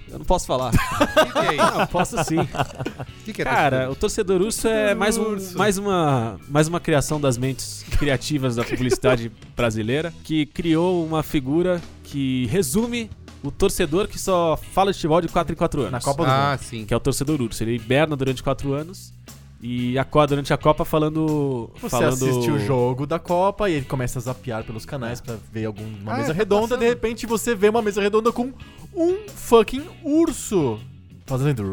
Speaker 2: Eu não posso falar.
Speaker 1: O que, que é isso?
Speaker 2: Não, posso sim.
Speaker 1: O que, que é
Speaker 2: Cara, o torcedor urso é mais, um,
Speaker 4: urso.
Speaker 2: mais, uma, mais uma criação das mentes criativas da publicidade brasileira que criou uma figura que resume o torcedor que só fala de futebol de 4 em 4 anos.
Speaker 4: Na Copa do Mundo.
Speaker 1: Ah, sim.
Speaker 2: que é o torcedor urso. Ele hiberna durante 4 anos e acorda durante a Copa falando.
Speaker 4: Você
Speaker 2: falando...
Speaker 4: assiste o jogo da Copa e ele começa a zapear pelos canais pra ver alguma
Speaker 1: Ah,
Speaker 4: mesa
Speaker 1: tá
Speaker 4: redonda.
Speaker 1: passando.
Speaker 4: De repente você vê uma mesa redonda com um fucking urso fazendo.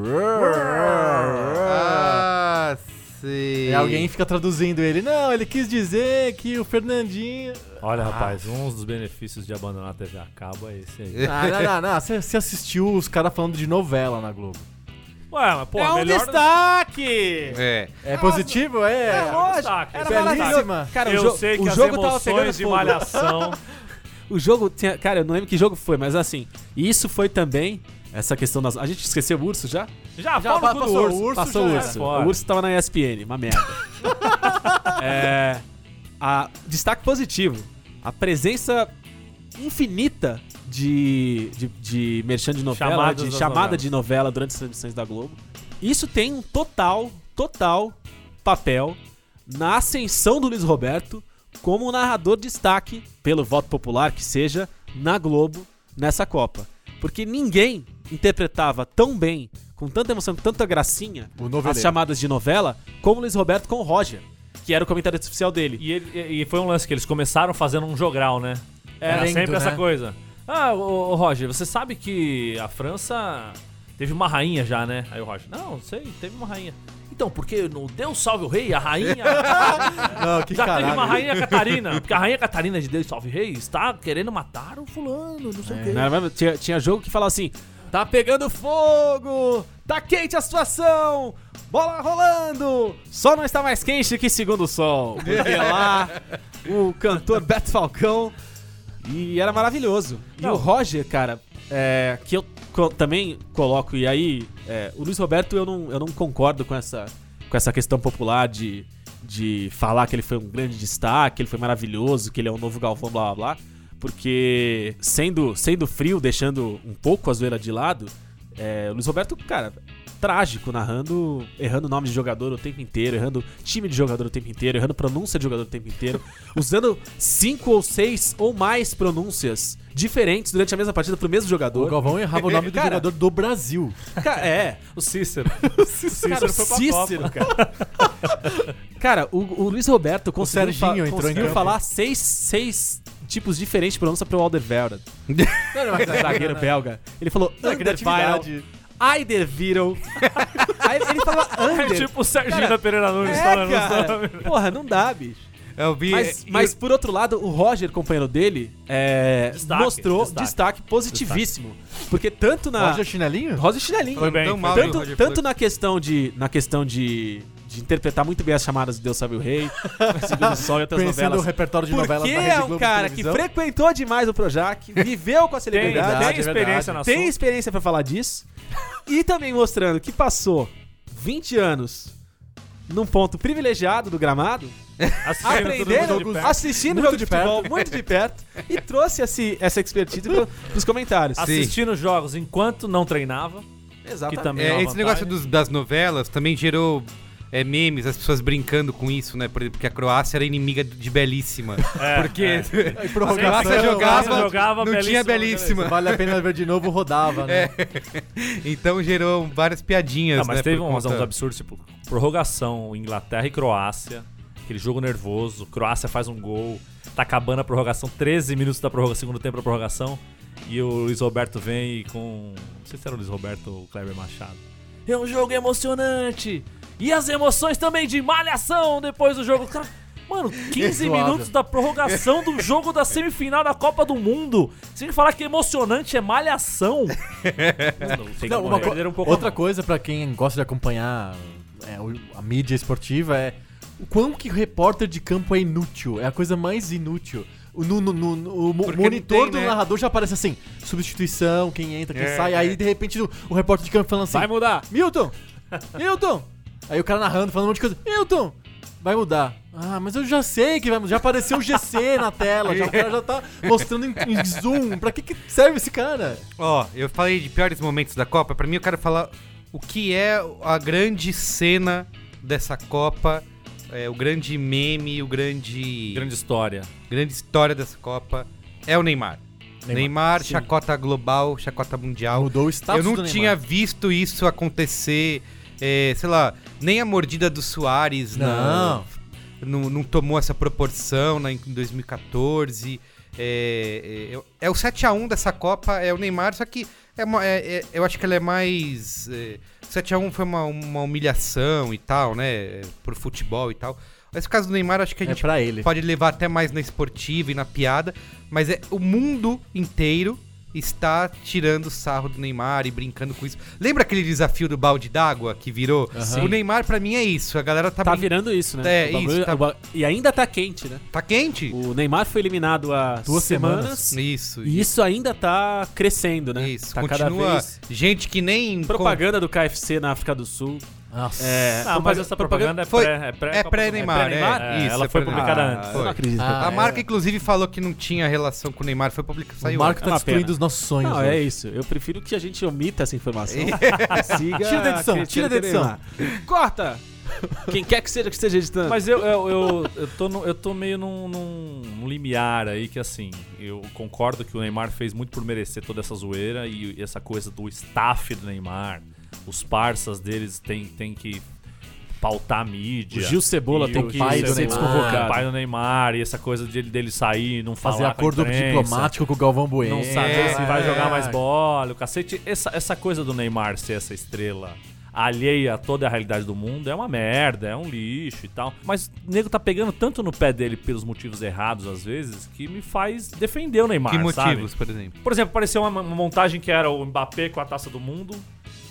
Speaker 1: Ah, sim.
Speaker 4: E É alguém fica traduzindo ele. Não, ele quis dizer que o Fernandinho.
Speaker 2: Ah.
Speaker 3: Olha, rapaz, um dos benefícios de abandonar a TV a cabo é esse aí.
Speaker 4: Ah, não, não, não. Você você assistiu os caras falando de novela na Globo.
Speaker 3: Ué, mas pô,
Speaker 2: é um
Speaker 3: melhor...
Speaker 2: destaque!
Speaker 1: É.
Speaker 4: É positivo? É.
Speaker 2: É lógico,
Speaker 3: destaque,
Speaker 2: era
Speaker 3: esse é o
Speaker 2: maravilhoso.
Speaker 4: destaque.
Speaker 2: Cara, o,
Speaker 3: eu
Speaker 2: jo-
Speaker 3: sei que
Speaker 2: o
Speaker 3: as
Speaker 2: jogo tava pegando
Speaker 3: emoções de
Speaker 2: fogo.
Speaker 3: malhação...
Speaker 2: O jogo tinha, cara, eu não lembro que jogo foi, mas assim, isso foi também essa questão das a gente esqueceu o urso já?
Speaker 3: Já,
Speaker 4: Já
Speaker 3: fala
Speaker 4: passou
Speaker 3: do urso.
Speaker 4: o urso,
Speaker 2: Passou
Speaker 4: já
Speaker 2: o
Speaker 4: era
Speaker 2: urso.
Speaker 3: fora.
Speaker 2: O urso tava na ESPN, uma merda. é, a- destaque positivo. A presença infinita de, de, de merchan de novela,
Speaker 3: Chamadas
Speaker 2: de
Speaker 3: das
Speaker 2: chamada
Speaker 3: novelas.
Speaker 2: de novela durante as transmissões da Globo. Isso tem um total, total papel na ascensão do Luiz Roberto como um narrador de destaque, pelo voto popular que seja, na Globo nessa Copa. Porque ninguém interpretava tão bem, com tanta emoção, com tanta gracinha,
Speaker 4: O noveleiro.
Speaker 2: as chamadas de novela, como Luiz Roberto com o Roger, que era o comentarista oficial dele.
Speaker 3: E, ele- e- e foi um lance que eles começaram fazendo um jogral, né? Era
Speaker 4: Lento,
Speaker 3: sempre essa
Speaker 4: né?
Speaker 3: coisa. Ah, ô, ô, Roger, você sabe que a França teve uma rainha já, né? Aí o Roger, não, sei, teve uma rainha. Então, porque no Deus salve o rei, a rainha
Speaker 4: Não, que
Speaker 3: já teve
Speaker 4: caralho.
Speaker 3: uma rainha Catarina. Porque a rainha Catarina de Deus salve o rei está querendo matar o fulano, não sei o quê.
Speaker 2: Não era mesmo? Tinha, tinha jogo que falava assim: tá pegando fogo, tá quente a situação, bola rolando, só não está mais quente que segundo o sol. Porque lá o cantor Beto Falcão e era maravilhoso. E
Speaker 3: Não.
Speaker 2: o Roger, cara, é, que eu co- também coloco, e aí é, o Luiz Roberto eu não, eu não concordo com essa, com essa questão popular de, de falar que ele foi um grande destaque, que ele foi maravilhoso, que ele é um novo Galvão, blá blá blá. Porque sendo, sendo frio, deixando um pouco a zoeira de lado, é, o Luiz Roberto, cara, trágico, narrando, errando nome de jogador o tempo inteiro, errando time de jogador o tempo inteiro, errando pronúncia de jogador o tempo inteiro, usando cinco ou seis ou mais pronúncias diferentes durante a mesma partida pro mesmo
Speaker 4: O
Speaker 2: jogador.
Speaker 4: Galvão errava o nome do
Speaker 2: Cara.
Speaker 4: jogador do Brasil.
Speaker 2: Cara, é,
Speaker 3: O Cícero.
Speaker 2: Cícero cara, o
Speaker 3: foi pra
Speaker 2: Cícero, cara. cara, o, o Luiz Roberto conseguiu,
Speaker 4: Serginho
Speaker 2: fa-
Speaker 4: entrou em
Speaker 2: conseguiu
Speaker 4: campo.
Speaker 2: falar seis, seis tipos diferentes de pronúncia pro Alderweireld. zagueiro belga. Ele falou Underweireld,
Speaker 4: Criatividade.
Speaker 2: Eiderweireld. Aí ele falava
Speaker 3: É
Speaker 2: Under.
Speaker 3: tipo o Serginho
Speaker 2: Cara,
Speaker 3: da Pereira Nunes falando.
Speaker 2: É, cara. Porra, não dá, bicho.
Speaker 1: Eu vi.
Speaker 2: Mas,
Speaker 1: e-
Speaker 2: mas por outro lado, o Roger, companheiro dele, é,
Speaker 3: Destaque,
Speaker 2: mostrou
Speaker 3: destaque.
Speaker 2: destaque, positivíssimo. Porque tanto na.
Speaker 4: Roger Chinelinho?
Speaker 2: Roger Chinelinho.
Speaker 3: Foi bem,
Speaker 1: tão
Speaker 3: foi
Speaker 1: mal, hein,
Speaker 2: Tanto,
Speaker 1: Roger
Speaker 2: tanto
Speaker 1: Federer?
Speaker 2: na questão de. Na questão de. De interpretar muito bem as chamadas de Deus Sabe o Rei, Segundo o Sol e outras
Speaker 4: Conhecendo o
Speaker 2: novelas.
Speaker 4: repertório de novelas
Speaker 2: Porque
Speaker 4: da Rede
Speaker 2: é
Speaker 4: Globo
Speaker 2: um
Speaker 4: de
Speaker 2: cara que
Speaker 4: televisão.
Speaker 2: frequentou demais o Projac, viveu com a
Speaker 3: Tem, tem
Speaker 2: celebridade,
Speaker 4: verdade, é
Speaker 3: experiência na
Speaker 2: tem experiência pra falar disso. E também mostrando que passou 20 anos num ponto privilegiado do gramado, aprendendo, assistindo o jogo de futebol muito de perto e trouxe esse, essa expertise pro, pros comentários.
Speaker 1: Sim.
Speaker 3: assistindo os jogos enquanto não treinava.
Speaker 2: Exatamente.
Speaker 3: que também-
Speaker 1: É,
Speaker 3: Não,
Speaker 1: esse
Speaker 3: vantagem.
Speaker 1: negócio dos- das novelas também gerou é, memes, as pessoas brincando com isso, né? Por exemplo, que a Croácia era inimiga de Belíssima.
Speaker 3: É,
Speaker 1: porque
Speaker 4: Aí,
Speaker 1: a
Speaker 4: prorrogação,
Speaker 1: Croácia jogava,
Speaker 3: jogava,
Speaker 1: não tinha
Speaker 3: Belíssima,
Speaker 1: Belíssima.
Speaker 4: Vale a pena ver de novo, rodava,
Speaker 2: É.
Speaker 4: né?
Speaker 1: Então gerou várias piadinhas,
Speaker 3: Ah, mas
Speaker 1: né?
Speaker 3: teve
Speaker 1: por
Speaker 3: um- uns
Speaker 1: conta-
Speaker 3: absurdos, tipo, prorrogação, Inglaterra e Croácia. Aquele jogo nervoso, Croácia faz um gol, tá acabando a prorrogação, 13 minutos da prorrogação, segundo tempo da prorrogação. E o Luiz Roberto vem e com. Não sei se era o Luiz Roberto ou o Kleber Machado. É um jogo emocionante! E as emoções também de malhação depois do jogo. Cara, mano, 15
Speaker 4: É Zoado.
Speaker 3: minutos da prorrogação do jogo da semifinal da Copa do Mundo. Sem falar que emocionante é malhação. Mano, tem que
Speaker 4: Não, uma co-
Speaker 3: perder um pouco a
Speaker 4: outra
Speaker 3: mão.
Speaker 4: coisa pra quem gosta de acompanhar é, o- a mídia esportiva é o quão que repórter de campo é inútil. É a coisa mais inútil. O, no, no- no- no- o mo-
Speaker 1: Porque não
Speaker 4: monitor
Speaker 1: tem,
Speaker 4: do
Speaker 1: né?
Speaker 4: narrador já aparece assim: substituição, quem entra, quem
Speaker 1: É,
Speaker 4: sai.
Speaker 1: é.
Speaker 4: Aí de repente o, o repórter de campo falando assim:
Speaker 2: Vai mudar.
Speaker 4: Milton! Milton! Aí o cara narrando, falando um monte de coisa. Milton! Vai mudar. Ah, mas eu já sei que vai mudar. Já apareceu o GC na tela. Já, o cara já tá mostrando em, em zoom. Pra que, que serve esse cara?
Speaker 1: Ó, eu falei de piores momentos da Copa. Pra mim, eu quero falar o que é a grande cena dessa Copa, é, o grande meme, o grande,
Speaker 3: Grande história.
Speaker 1: grande história dessa Copa é o Neymar. Neymar, chacota global, chacota mundial.
Speaker 4: Mudou o status
Speaker 1: Eu não
Speaker 4: do Neymar.
Speaker 1: tinha visto isso acontecer, é, sei lá, nem a mordida do Soares na- não, não tomou essa proporção na, em 2014. É, é, é o 7x1 dessa Copa, é o Neymar, só que é uma- é- é- eu acho que ela é mais. É, 7x1 foi uma, uma humilhação e tal, né? Pro futebol e tal. Mas no caso do Neymar, acho que a
Speaker 4: É
Speaker 1: gente
Speaker 4: pra ele.
Speaker 1: pode levar até mais na esportiva e na piada, mas é o mundo inteiro está tirando sarro do Neymar e brincando com isso. Lembra aquele desafio do balde d'água que virou?
Speaker 4: Aham.
Speaker 1: O Neymar pra mim é isso, a galera tá,
Speaker 2: Tá
Speaker 1: brin-
Speaker 2: virando isso, né?
Speaker 1: É,
Speaker 2: O bagulho-
Speaker 1: isso, tá-
Speaker 2: o ba- E ainda tá quente, né?
Speaker 1: tá quente.
Speaker 2: O Neymar foi eliminado há
Speaker 4: Duas
Speaker 2: duas
Speaker 4: semanas.
Speaker 2: semanas.
Speaker 1: Isso.
Speaker 2: E isso ainda tá crescendo, né?
Speaker 1: Isso,
Speaker 2: Tá cada
Speaker 1: continua
Speaker 2: vez.
Speaker 1: gente que nem
Speaker 2: Propaganda do KFC na África do Sul.
Speaker 4: Nossa.
Speaker 2: É,
Speaker 3: Ah, mas essa propaganda,
Speaker 1: foi-
Speaker 3: é pré, é pré,
Speaker 1: é pré-Neymar,
Speaker 3: é
Speaker 1: é, isso,
Speaker 3: ela
Speaker 1: é
Speaker 3: foi
Speaker 1: pré-Neymar.
Speaker 3: publicada
Speaker 1: Ah,
Speaker 3: antes.
Speaker 1: foi.
Speaker 2: Não acredito.
Speaker 4: Ah,
Speaker 1: a
Speaker 4: é.
Speaker 1: marca inclusive falou que não tinha relação com o Neymar, foi publicar
Speaker 4: O
Speaker 1: saiu.
Speaker 4: Marco
Speaker 2: É
Speaker 4: tá
Speaker 2: uma
Speaker 4: destruindo
Speaker 2: pena.
Speaker 4: os nossos sonhos. né?
Speaker 2: Não,
Speaker 4: hoje.
Speaker 2: é isso. Eu prefiro que a gente omita essa informação. Siga
Speaker 4: Tira da edição,
Speaker 2: a Cristiane
Speaker 4: tira da edição.
Speaker 2: Neymar. Corta! Quem quer que seja que esteja editando.
Speaker 3: Mas eu, eu, eu, eu tô, no- eu tô meio num, num limiar aí que, assim, eu concordo que o Neymar fez muito por merecer toda essa zoeira e essa coisa do staff do Neymar. Os parças deles têm tem que pautar a mídia.
Speaker 2: O Gil Cebola
Speaker 3: E
Speaker 2: tem
Speaker 3: o
Speaker 2: que
Speaker 3: Gil
Speaker 2: ser
Speaker 3: Cebola,
Speaker 2: desconvocado.
Speaker 3: O pai do Neymar e essa coisa dele, dele sair e não falar
Speaker 4: Fazer
Speaker 3: com a
Speaker 4: acordo
Speaker 3: imprensa.
Speaker 4: diplomático com o Galvão Bueno.
Speaker 3: Não saber se vai
Speaker 4: é.
Speaker 3: jogar mais bola, o cacete. Essa, essa coisa do Neymar ser essa estrela alheia a toda a realidade do mundo é uma merda, é um lixo e tal. Mas o nego tá pegando tanto no pé dele pelos motivos errados, às vezes, que me faz defender o Neymar,
Speaker 1: Que
Speaker 3: sabe?
Speaker 1: motivos, por exemplo?
Speaker 3: Por exemplo, apareceu uma, uma montagem que era o Mbappé com a taça do mundo.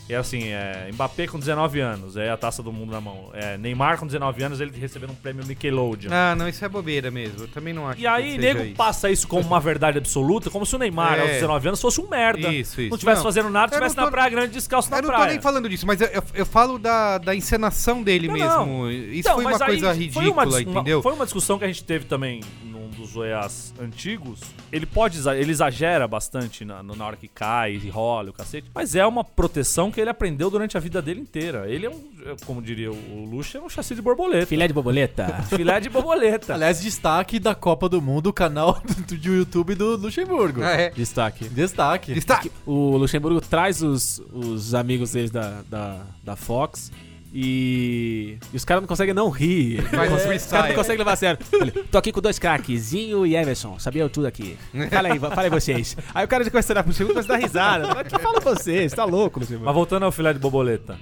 Speaker 3: E assim, é, Mbappé com 19 anos, é a taça do mundo na mão. É, Neymar com 19 anos, ele recebendo um prêmio Nickelodeon.
Speaker 1: Ah, não, isso é bobeira mesmo. Eu também não acho.
Speaker 3: E aí,
Speaker 1: que seja
Speaker 3: nego
Speaker 1: isso.
Speaker 3: passa isso como uma verdade absoluta, como se o Neymar,
Speaker 1: É.
Speaker 3: aos 19 anos, fosse um merda.
Speaker 1: Isso, isso.
Speaker 3: Não tivesse
Speaker 1: Não.
Speaker 3: fazendo nada,
Speaker 1: Eu não
Speaker 3: estivesse
Speaker 1: tô-
Speaker 3: na praia grande, descalço na
Speaker 1: Eu não tô
Speaker 3: praia.
Speaker 1: nem falando disso, mas eu, eu, eu falo da, da encenação dele
Speaker 3: Não,
Speaker 1: mesmo.
Speaker 3: não.
Speaker 1: Isso
Speaker 3: Então,
Speaker 1: foi uma
Speaker 3: mas aí
Speaker 1: coisa
Speaker 3: foi uma
Speaker 1: ridícula,
Speaker 3: dis- uma-
Speaker 1: entendeu?
Speaker 3: Foi uma discussão que a gente teve também num dos OEAs antigos. Ele pode, exa- ele exagera bastante na, na hora que cai e rola o cacete, mas é uma proteção que ele aprendeu durante a vida dele inteira. Ele é um, como diria o Lucha, é um chassi de borboleta.
Speaker 2: Filé de borboleta.
Speaker 3: Filé de borboleta.
Speaker 4: Aliás, destaque da Copa do Mundo, o canal do, do YouTube do Luxemburgo.
Speaker 1: Ah, é.
Speaker 2: Destaque.
Speaker 4: Destaque.
Speaker 1: Está.
Speaker 2: O Luxemburgo traz os, os amigos deles da, da, da Fox e, e os caras não conseguem não rir.
Speaker 1: Faz um
Speaker 2: Os caras
Speaker 1: freestyle.
Speaker 2: não conseguem levar a sério. Ele, Tô aqui com dois craques, Zinho e Emerson. Sabia tudo aqui. Fala aí, fala aí vocês. Aí o cara já começa a olhar pro Luxemburgo e começa a dar risada. Mas que fala vocês? Tá louco,
Speaker 3: Mas
Speaker 2: Luxemburgo.
Speaker 3: voltando ao filé de borboleta.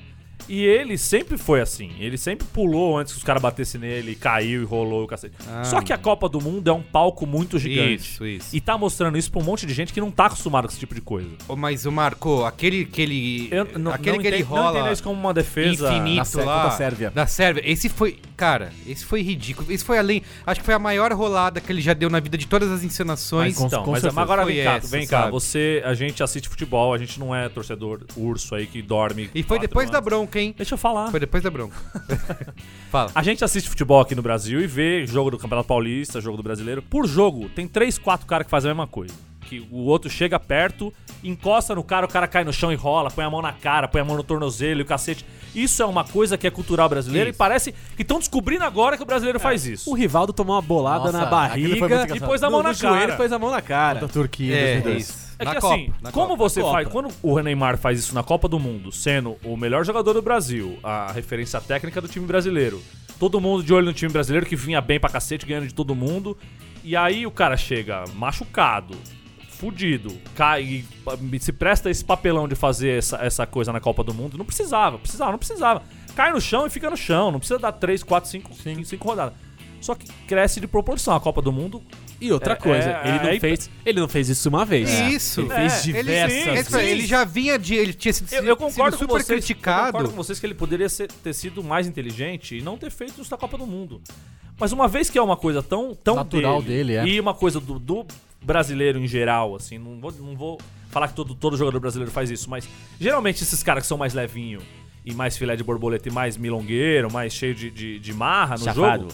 Speaker 3: E ele sempre foi assim. Ele sempre pulou antes que os caras batessem nele, caiu e rolou o cacete.
Speaker 1: Ah.
Speaker 3: Só que a Copa do Mundo é um palco muito gigante.
Speaker 1: Isso, isso.
Speaker 3: E tá mostrando isso pra um monte de gente que não tá acostumado com esse tipo de coisa.
Speaker 1: Ô, Mas o Marco, aquele que ele.
Speaker 3: Eu não,
Speaker 1: aquele
Speaker 3: não
Speaker 1: que ele
Speaker 3: entendo- não
Speaker 1: rola.
Speaker 3: entendo isso como uma defesa.
Speaker 4: na
Speaker 1: Infinito
Speaker 4: Sé-
Speaker 1: lá.
Speaker 4: contra a Sérvia.
Speaker 1: Da Sérvia. Esse foi. Cara, esse foi ridículo. Esse foi além. Acho que foi a maior rolada que ele já deu na vida de todas as encenações.
Speaker 4: Mas com-
Speaker 3: Então, mas, mas
Speaker 4: certeza.
Speaker 3: agora
Speaker 1: Foi
Speaker 3: vem cá,
Speaker 1: essa,
Speaker 3: vem cá.
Speaker 1: sabe?
Speaker 3: Você, a gente assiste futebol, a gente não é torcedor urso aí que dorme.
Speaker 1: E foi
Speaker 3: quatro
Speaker 1: depois da
Speaker 3: anos.
Speaker 1: bronca, hein?
Speaker 3: Deixa eu falar.
Speaker 1: Foi depois da bronca. Fala.
Speaker 3: A gente assiste futebol aqui no Brasil e vê jogo do Campeonato Paulista, jogo do Brasileiro. Por jogo, tem três, quatro caras que fazem a mesma coisa. Que o outro chega perto, encosta no cara, o cara cai no chão e rola, põe a mão na cara, põe a mão no tornozelo e o cacete. Isso é uma coisa que é cultural brasileira e parece que estão descobrindo agora que o brasileiro faz isso.
Speaker 2: O Rivaldo tomou uma bolada
Speaker 4: Nossa,
Speaker 2: na
Speaker 4: aquilo foi muito
Speaker 2: barriga
Speaker 4: engraçado.
Speaker 3: E pôs a mão
Speaker 2: no,
Speaker 3: na
Speaker 2: no joelho
Speaker 3: cara.
Speaker 2: e pôs a mão na
Speaker 4: Da
Speaker 2: cara.
Speaker 4: Turquia em
Speaker 1: É,
Speaker 4: 2002.
Speaker 1: isso.
Speaker 3: É
Speaker 1: na
Speaker 3: que
Speaker 1: Copa,
Speaker 3: assim,
Speaker 1: na
Speaker 3: como
Speaker 1: Copa.
Speaker 3: você
Speaker 4: Na
Speaker 3: faz.
Speaker 4: Copa.
Speaker 3: Quando o Neymar faz isso na Copa do Mundo, sendo o melhor jogador do Brasil, a referência técnica do time brasileiro, todo mundo de olho no time brasileiro que vinha bem pra cacete, ganhando de todo mundo, e aí o cara chega machucado, fudido, cai e pa- se presta esse papelão de fazer essa, essa coisa na Copa do Mundo, não precisava, precisava, não precisava. Cai no chão e fica no chão, não precisa dar 3, 4, 5, 5 rodadas. Só que cresce de proporção. A Copa do Mundo
Speaker 2: E outra
Speaker 3: É,
Speaker 2: coisa,
Speaker 3: é,
Speaker 2: ele, não
Speaker 3: aí-
Speaker 2: fez, ele não fez isso uma vez.
Speaker 1: Isso.
Speaker 2: Ele fez
Speaker 3: É, ele-
Speaker 2: diversas
Speaker 3: sim,
Speaker 1: Mas,
Speaker 2: vezes.
Speaker 1: peraí, ele já vinha de. Ele tinha sido,
Speaker 3: Eu, eu concordo
Speaker 1: sido
Speaker 3: com
Speaker 1: super
Speaker 3: vocês, Eu
Speaker 1: criticado.
Speaker 3: concordo com vocês que ele poderia ser- ter sido mais inteligente e não ter feito isso na Copa do Mundo. Mas uma vez que é uma coisa tão, tão
Speaker 4: Natural dele, é.
Speaker 3: e uma coisa do, do brasileiro em geral, assim, não vou, não vou falar que todo, todo jogador brasileiro faz isso, mas geralmente esses caras que são mais levinho e mais filé de borboleta e mais milongueiro, mais cheio de, de, de marra no
Speaker 2: Chafado.
Speaker 3: jogo,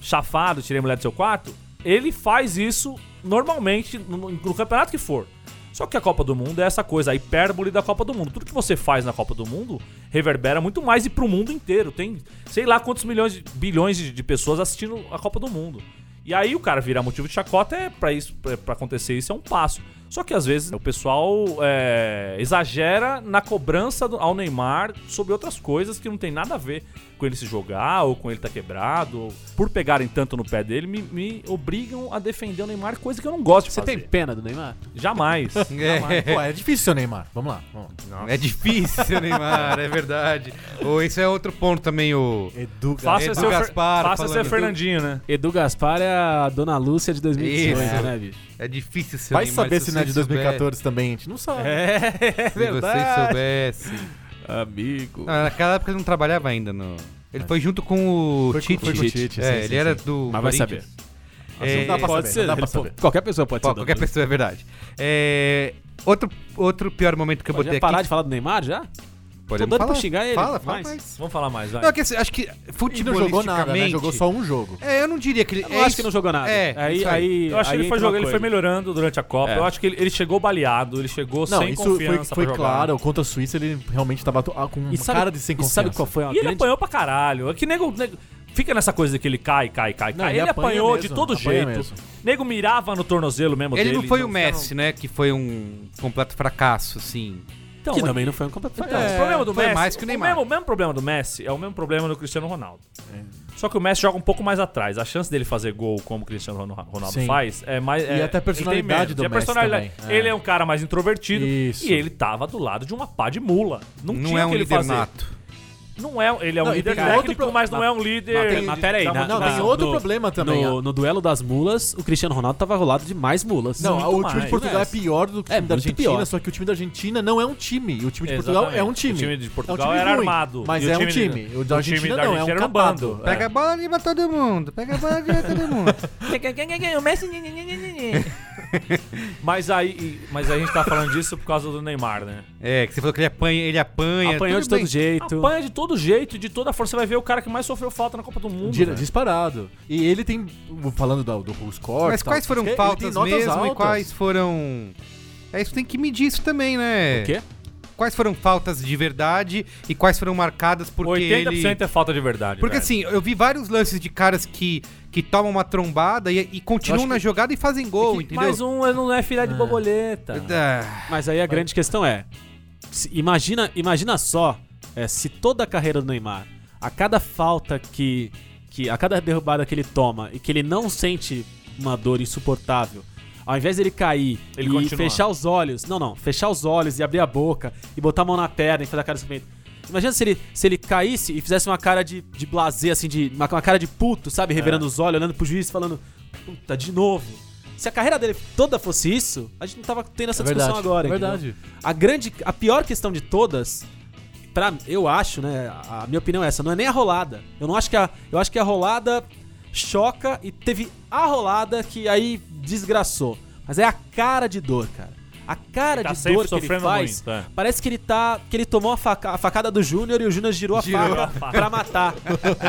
Speaker 3: chafado, tirei a mulher do seu quarto, ele faz isso normalmente no, no campeonato que for. Só que a Copa do Mundo é essa coisa, a hipérbole da Copa do Mundo. Tudo que você faz na Copa do Mundo reverbera muito mais e pro mundo inteiro. Tem sei lá quantos milhões, de- bilhões de, de pessoas assistindo a Copa do Mundo. E aí o cara virar motivo de chacota é para isso, pra- pra acontecer isso é um passo. Só que às vezes o pessoal é, exagera na cobrança do- ao Neymar sobre outras coisas que não tem nada a ver com ele se jogar ou com ele tá quebrado. ou- por pegarem tanto no pé dele, me, me obrigam a defender o Neymar, coisa que eu não gosto de
Speaker 2: Você tem
Speaker 3: fazer.
Speaker 2: pena do Neymar?
Speaker 3: Jamais.
Speaker 1: É.
Speaker 4: Pô, é difícil, seu Neymar. Vamos lá. Vamos lá.
Speaker 1: É difícil, Neymar, é verdade. Ou esse é outro ponto também, o.
Speaker 4: Educa.
Speaker 3: Faça
Speaker 1: Edu
Speaker 3: seu, Fer-
Speaker 1: Gaspar
Speaker 3: faça
Speaker 1: falando
Speaker 3: seu
Speaker 1: do-
Speaker 3: Fernandinho, né?
Speaker 2: Edu Gaspar é a Dona Lúcia de 2018,
Speaker 1: Isso.
Speaker 2: né, bicho?
Speaker 1: É difícil seu
Speaker 4: Vai
Speaker 1: Neymar.
Speaker 4: saber
Speaker 1: se
Speaker 4: se não é
Speaker 1: você
Speaker 4: de 2014 também, a gente não sabe.
Speaker 2: É,
Speaker 1: souber- Se vocês soubessem.
Speaker 2: Amigo.
Speaker 1: Não, naquela época ele não trabalhava ainda no. Ele foi junto com o
Speaker 4: Foi com-
Speaker 1: Tite.
Speaker 4: foi com o Tite,
Speaker 1: é,
Speaker 4: sim,
Speaker 1: ele
Speaker 4: sim,
Speaker 1: era
Speaker 4: sim.
Speaker 1: do.
Speaker 2: Mas vai
Speaker 1: Corinthians.
Speaker 2: saber.
Speaker 1: É,
Speaker 4: Não dá pra
Speaker 2: pode
Speaker 4: saber,
Speaker 2: ser,
Speaker 4: não dá pra
Speaker 2: ele po-
Speaker 4: saber.
Speaker 2: qualquer pessoa pode
Speaker 1: Pô,
Speaker 2: ser.
Speaker 1: qualquer pessoa é verdade. É, outro, outro pior momento que eu
Speaker 2: Pode
Speaker 1: botei
Speaker 2: parar
Speaker 1: aqui.
Speaker 2: de falar do Neymar já?
Speaker 1: Podemos
Speaker 2: doido pra
Speaker 1: falar.
Speaker 2: xingar ele,
Speaker 1: Fala, fala
Speaker 2: mas-
Speaker 1: mais.
Speaker 3: Vamos falar mais, vai.
Speaker 1: Não, é que, assim, acho que
Speaker 4: E não jogou nada, né?
Speaker 1: futebolisticamente...
Speaker 4: Jogou só um jogo.
Speaker 1: É, eu não diria que ele...
Speaker 2: Eu acho que não jogou nada.
Speaker 1: É,
Speaker 2: aí,
Speaker 1: isso aí.
Speaker 2: aí,
Speaker 3: Eu acho que
Speaker 2: aí
Speaker 3: ele foi,
Speaker 2: entra uma
Speaker 3: jogando, ele foi
Speaker 2: coisa.
Speaker 3: melhorando durante a Copa.
Speaker 2: É.
Speaker 3: Eu acho que ele, ele chegou baleado, ele chegou
Speaker 4: Não,
Speaker 3: sem
Speaker 4: isso foi,
Speaker 3: confiança
Speaker 4: foi
Speaker 3: pra jogar.
Speaker 4: claro. Contra a Suíça, ele realmente tava to- ah, com uma
Speaker 2: E sabe,
Speaker 4: cara de sem
Speaker 2: e
Speaker 4: confiança.
Speaker 2: sabe qual foi
Speaker 3: E
Speaker 2: a
Speaker 3: ele
Speaker 2: grande...
Speaker 3: apanhou pra caralho. É que nego, nego- Fica nessa coisa que ele cai, cai, cai,
Speaker 4: Não,
Speaker 3: cai.
Speaker 4: ele
Speaker 3: Ele,
Speaker 4: apanha
Speaker 3: apanhou
Speaker 4: mesmo,
Speaker 3: de todo
Speaker 4: apanha
Speaker 3: jeito.
Speaker 4: mesmo.
Speaker 3: Nego mirava no tornozelo mesmo
Speaker 1: Ele
Speaker 3: dele.
Speaker 1: não foi o
Speaker 3: então-
Speaker 1: Messi, né? Que foi um completo fracasso, assim.
Speaker 3: Então,
Speaker 2: Que também não foi um completo
Speaker 3: Então, o problema do
Speaker 1: foi
Speaker 3: Messi.
Speaker 1: mais que o Neymar.
Speaker 3: mesmo, o mesmo problema do Messi é o mesmo problema do Cristiano Ronaldo. Só que o Messi joga um pouco mais atrás. A chance dele fazer gol como o Cristiano Ron- Ronaldo
Speaker 4: Sim.
Speaker 3: faz é mais.
Speaker 4: E
Speaker 3: é-
Speaker 4: até a personalidade
Speaker 3: ele tem menos.
Speaker 4: do
Speaker 3: E a
Speaker 4: Messi
Speaker 3: personalidade.
Speaker 4: também, é.
Speaker 3: Ele é um cara mais introvertido.
Speaker 4: Isso.
Speaker 3: E ele tava do lado de uma pá de mula. Não,
Speaker 1: Não,
Speaker 3: tinha
Speaker 1: é
Speaker 3: o
Speaker 1: um
Speaker 3: que ele
Speaker 1: líder
Speaker 3: fazer.
Speaker 1: nato.
Speaker 3: Não é. um- Ele é um
Speaker 4: Não, e
Speaker 3: líder
Speaker 4: tem
Speaker 3: técnico,
Speaker 4: outro pro-
Speaker 3: mas não
Speaker 2: na-
Speaker 3: é um líder.
Speaker 2: tem- mas peraí,
Speaker 3: da-
Speaker 2: na-
Speaker 4: Não,
Speaker 3: da-
Speaker 4: tem outro
Speaker 2: no-
Speaker 4: problema também.
Speaker 2: No, no duelo das mulas, o Cristiano Ronaldo tava rolado de mais mulas.
Speaker 4: Não,
Speaker 3: muito
Speaker 4: o time
Speaker 3: mais,
Speaker 4: de Portugal é
Speaker 2: né?
Speaker 4: pior do que o
Speaker 2: É
Speaker 4: time da
Speaker 2: muito
Speaker 4: Argentina,
Speaker 2: pior.
Speaker 4: só que o time da Argentina não é um time. E o time de Portugal é um
Speaker 3: Exatamente.
Speaker 4: time.
Speaker 3: O time de Portugal
Speaker 4: é um time
Speaker 3: era
Speaker 4: ruim,
Speaker 3: armado.
Speaker 4: Mas
Speaker 3: E o
Speaker 4: é um
Speaker 3: time de-
Speaker 4: time. O da
Speaker 3: o time
Speaker 4: Argentina
Speaker 3: da
Speaker 4: não, é um
Speaker 3: Argentina era um
Speaker 4: capado.
Speaker 3: bando.
Speaker 1: Pega a bola e leva todo mundo. Pega a bola e leva todo mundo.
Speaker 6: O Messi.
Speaker 3: Mas aí, e- mas aí a gente tá falando disso por causa do Neymar, né?
Speaker 1: É, que você falou que ele apanha, ele apanha.
Speaker 2: Apanhou
Speaker 1: tudo
Speaker 2: de todo
Speaker 1: bem.
Speaker 2: jeito.
Speaker 3: Apanha de todo jeito, de toda força. Você vai ver o cara que mais sofreu falta na Copa do Mundo.
Speaker 4: Di-
Speaker 3: velho.
Speaker 4: Disparado. E ele tem. Falando do, do score.
Speaker 1: Mas quais foram faltas mesmo e quais foram... É, isso tem que medir isso também, né?
Speaker 2: O quê?
Speaker 1: Quais foram faltas de verdade e quais foram marcadas porque
Speaker 3: 80%
Speaker 1: ele...
Speaker 3: é falta de verdade.
Speaker 1: Porque
Speaker 3: velho.
Speaker 1: assim, eu vi vários lances de caras que, que tomam uma trombada e, e continuam
Speaker 4: Eu acho
Speaker 1: na jogada e fazem gol, entendeu?
Speaker 3: Mais um não é filé de borboleta.
Speaker 2: tá
Speaker 1: Ah,
Speaker 2: Mas aí a grande questão é: se- imagina, imagina só é, se toda a carreira do Neymar, a cada falta que, que. a cada derrubada que ele toma e que ele não sente uma dor insuportável. Ao invés dele cair
Speaker 3: Ele
Speaker 2: e
Speaker 3: continua.
Speaker 2: fechar os olhos. Não, não. Fechar os olhos e abrir a boca e botar a mão na perna e fazer a cara de sofrimento. Imagina se ele, se ele caísse e fizesse uma cara de, de blazer, assim, de. Uma, uma cara de puto, sabe? Revirando
Speaker 3: É.
Speaker 2: os olhos, olhando pro juiz e falando. Puta, de novo. Se a carreira dele toda fosse isso, a gente não tava tendo essa
Speaker 4: É
Speaker 2: discussão
Speaker 4: verdade,
Speaker 2: agora.
Speaker 4: é
Speaker 2: entendeu?
Speaker 4: verdade.
Speaker 2: A grande, a pior questão de todas, para eu acho, né, a a minha opinião é essa, não é nem a rolada. Eu não acho que a, eu acho que a rolada choca e teve a rolada que aí desgraçou. Mas é a cara de dor, cara. A cara
Speaker 3: Ele tá
Speaker 2: de
Speaker 3: sempre
Speaker 2: dor que ele
Speaker 3: sofrendo
Speaker 2: faz,
Speaker 3: muito, é.
Speaker 2: parece que ele tá, que ele tomou a, faca- a facada do Júnior e o Júnior girou a faca pra matar,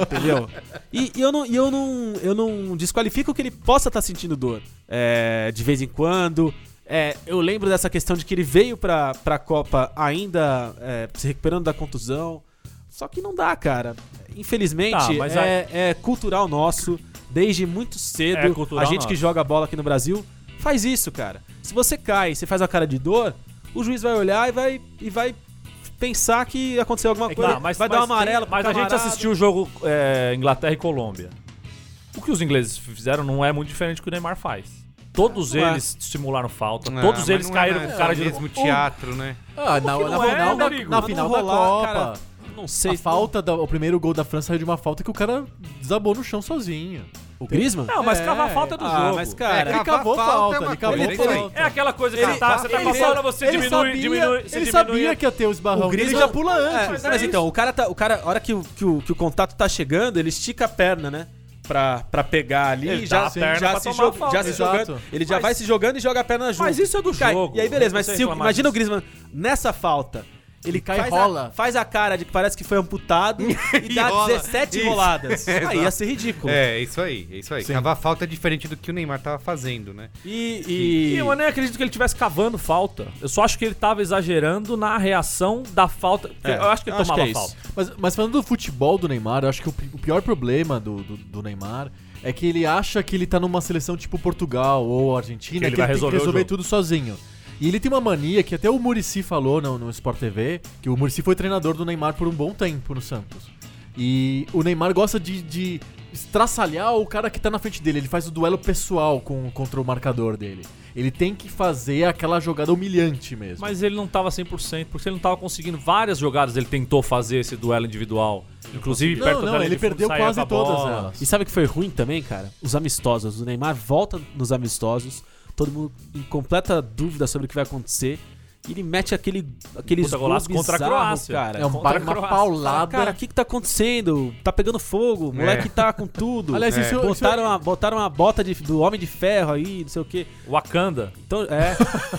Speaker 2: entendeu? E, e eu não, e eu não, eu não desqualifico que ele possa estar sentindo dor é, de vez em quando. É, eu lembro dessa questão de que ele veio pra, pra Copa ainda é, se recuperando da contusão. Só que não dá, cara. Infelizmente,
Speaker 3: Tá, mas
Speaker 2: é, é cultural nosso. Desde muito cedo,
Speaker 3: É cultural
Speaker 2: a gente que
Speaker 3: nosso.
Speaker 2: joga bola aqui no Brasil faz isso, cara. Se você cai, você faz a cara de dor, o juiz vai olhar e vai, e vai pensar que aconteceu alguma
Speaker 3: Tá,
Speaker 2: coisa. vai dar uma
Speaker 3: tem-
Speaker 2: amarela pro
Speaker 3: Mas a gente
Speaker 2: camarada.
Speaker 3: assistiu o jogo é, Inglaterra e Colômbia. O que os ingleses fizeram não é muito diferente do que o Neymar faz. Todos
Speaker 2: Não é.
Speaker 3: eles simularam falta,
Speaker 1: não,
Speaker 3: todos
Speaker 1: mas
Speaker 3: eles
Speaker 1: não
Speaker 3: caíram
Speaker 1: é,
Speaker 3: com cara de.
Speaker 1: mesmo teatro, né?
Speaker 4: Ah, na,
Speaker 3: não
Speaker 4: na
Speaker 3: é,
Speaker 4: final, da-
Speaker 3: amigo? Mas
Speaker 4: na
Speaker 3: não
Speaker 4: final da
Speaker 2: rolar,
Speaker 4: Copa.
Speaker 2: cara, não sei.
Speaker 4: a falta, da- o primeiro gol da França saiu de uma falta que o cara desabou no chão sozinho.
Speaker 2: O Griezmann?
Speaker 3: Não, mas
Speaker 4: É.
Speaker 3: cavar a falta é do
Speaker 2: Ah,
Speaker 3: jogo.
Speaker 2: mas cara,
Speaker 4: ele cavou
Speaker 1: falta
Speaker 4: falta,
Speaker 1: é uma
Speaker 4: ele cavou
Speaker 1: coisa, é isso aí.
Speaker 4: falta.
Speaker 3: É aquela coisa que
Speaker 2: Ele-
Speaker 3: você tá, você tá
Speaker 4: ele-
Speaker 3: passando, você
Speaker 4: ele
Speaker 3: diminui,
Speaker 4: sabia-
Speaker 3: diminui, você
Speaker 4: Ele
Speaker 3: diminui.
Speaker 4: sabia que ia ter o esbarrão.
Speaker 2: O
Speaker 4: ele
Speaker 2: Griezmann-
Speaker 4: já pula
Speaker 2: É,
Speaker 4: antes.
Speaker 2: mas então, o cara tá. O cara, a hora que o, que o, que o contato tá chegando, ele estica a perna, né? Pra, pra pegar ali
Speaker 3: Ele
Speaker 2: e
Speaker 3: dá
Speaker 2: já,
Speaker 3: a perna
Speaker 2: já,
Speaker 3: pra
Speaker 2: se,
Speaker 3: tomar a
Speaker 2: joga-
Speaker 3: falta,
Speaker 2: já se
Speaker 4: exato.
Speaker 2: jogando. Ele já
Speaker 3: Mas-
Speaker 2: vai se jogando e joga a perna junto.
Speaker 3: Mas isso é do
Speaker 2: Cai.
Speaker 3: jogo.
Speaker 2: E aí, beleza,
Speaker 3: Não
Speaker 2: mas
Speaker 3: sei
Speaker 2: se, o-
Speaker 3: reclamar
Speaker 2: imagina
Speaker 3: disso.
Speaker 2: o Griezmann nessa falta. Ele
Speaker 4: cai e
Speaker 2: faz
Speaker 4: rola.
Speaker 2: A, faz a cara de que parece que foi amputado e, dá
Speaker 1: rola.
Speaker 2: 17
Speaker 1: Isso.
Speaker 2: roladas. aí ia
Speaker 1: Exato.
Speaker 2: ser ridículo.
Speaker 1: É, isso aí, é isso aí. Cavar falta é diferente do que o Neymar tava fazendo, né?
Speaker 2: E,
Speaker 3: E
Speaker 2: e-
Speaker 3: eu nem acredito que ele estivesse cavando falta. Eu só acho que ele tava exagerando na reação da falta. porque
Speaker 2: É,
Speaker 3: eu acho que ele
Speaker 2: eu acho
Speaker 3: tomava
Speaker 2: que é
Speaker 3: falta.
Speaker 2: isso.
Speaker 4: Mas, mas falando do futebol do Neymar, eu acho que o, pi- o pior problema do, do, do Neymar é que ele acha que ele tá numa seleção tipo Portugal ou
Speaker 3: Que
Speaker 4: Argentina, que
Speaker 3: ele
Speaker 4: ele,
Speaker 3: vai
Speaker 4: tem que
Speaker 3: resolver o
Speaker 4: resolver
Speaker 3: jogo.
Speaker 4: tudo sozinho. E ele tem uma mania que até o Murici falou no, no Sport TV, que o Murici foi treinador do Neymar por um bom tempo no Santos. E o Neymar gosta de, de estraçalhar o cara que tá na frente dele. Ele faz o duelo pessoal com, contra o marcador dele. Ele tem que fazer aquela jogada humilhante mesmo.
Speaker 3: Mas ele não tava 100%, porque ele não tava conseguindo várias jogadas. Ele tentou fazer esse duelo individual. Inclusive, perto
Speaker 4: não,
Speaker 3: da
Speaker 4: não,
Speaker 3: linha
Speaker 4: ele
Speaker 3: de fundo,
Speaker 4: perdeu
Speaker 3: saía com
Speaker 4: quase
Speaker 3: a
Speaker 4: todas
Speaker 3: bola.
Speaker 4: elas.
Speaker 2: E sabe o que foi ruim também, cara? Os amistosos. O Neymar volta nos amistosos, todo mundo em completa dúvida sobre o que vai acontecer. E ele mete aquele, aquele
Speaker 3: Puta, golaço
Speaker 2: gol
Speaker 3: contra a
Speaker 2: bizarro,
Speaker 3: Croácia.
Speaker 2: Cara.
Speaker 4: É um
Speaker 3: Contra
Speaker 4: pa-
Speaker 3: a
Speaker 4: uma
Speaker 3: Croácia.
Speaker 4: paulada.
Speaker 2: Tá Cara, o que que tá acontecendo? Tá pegando fogo, o moleque tá com tudo.
Speaker 4: Aliás,
Speaker 1: É.
Speaker 4: isso, isso-
Speaker 2: botaram, uma, botaram uma bota de- do Homem de Ferro aí, não sei o quê.
Speaker 3: Wakanda.
Speaker 2: Então, é.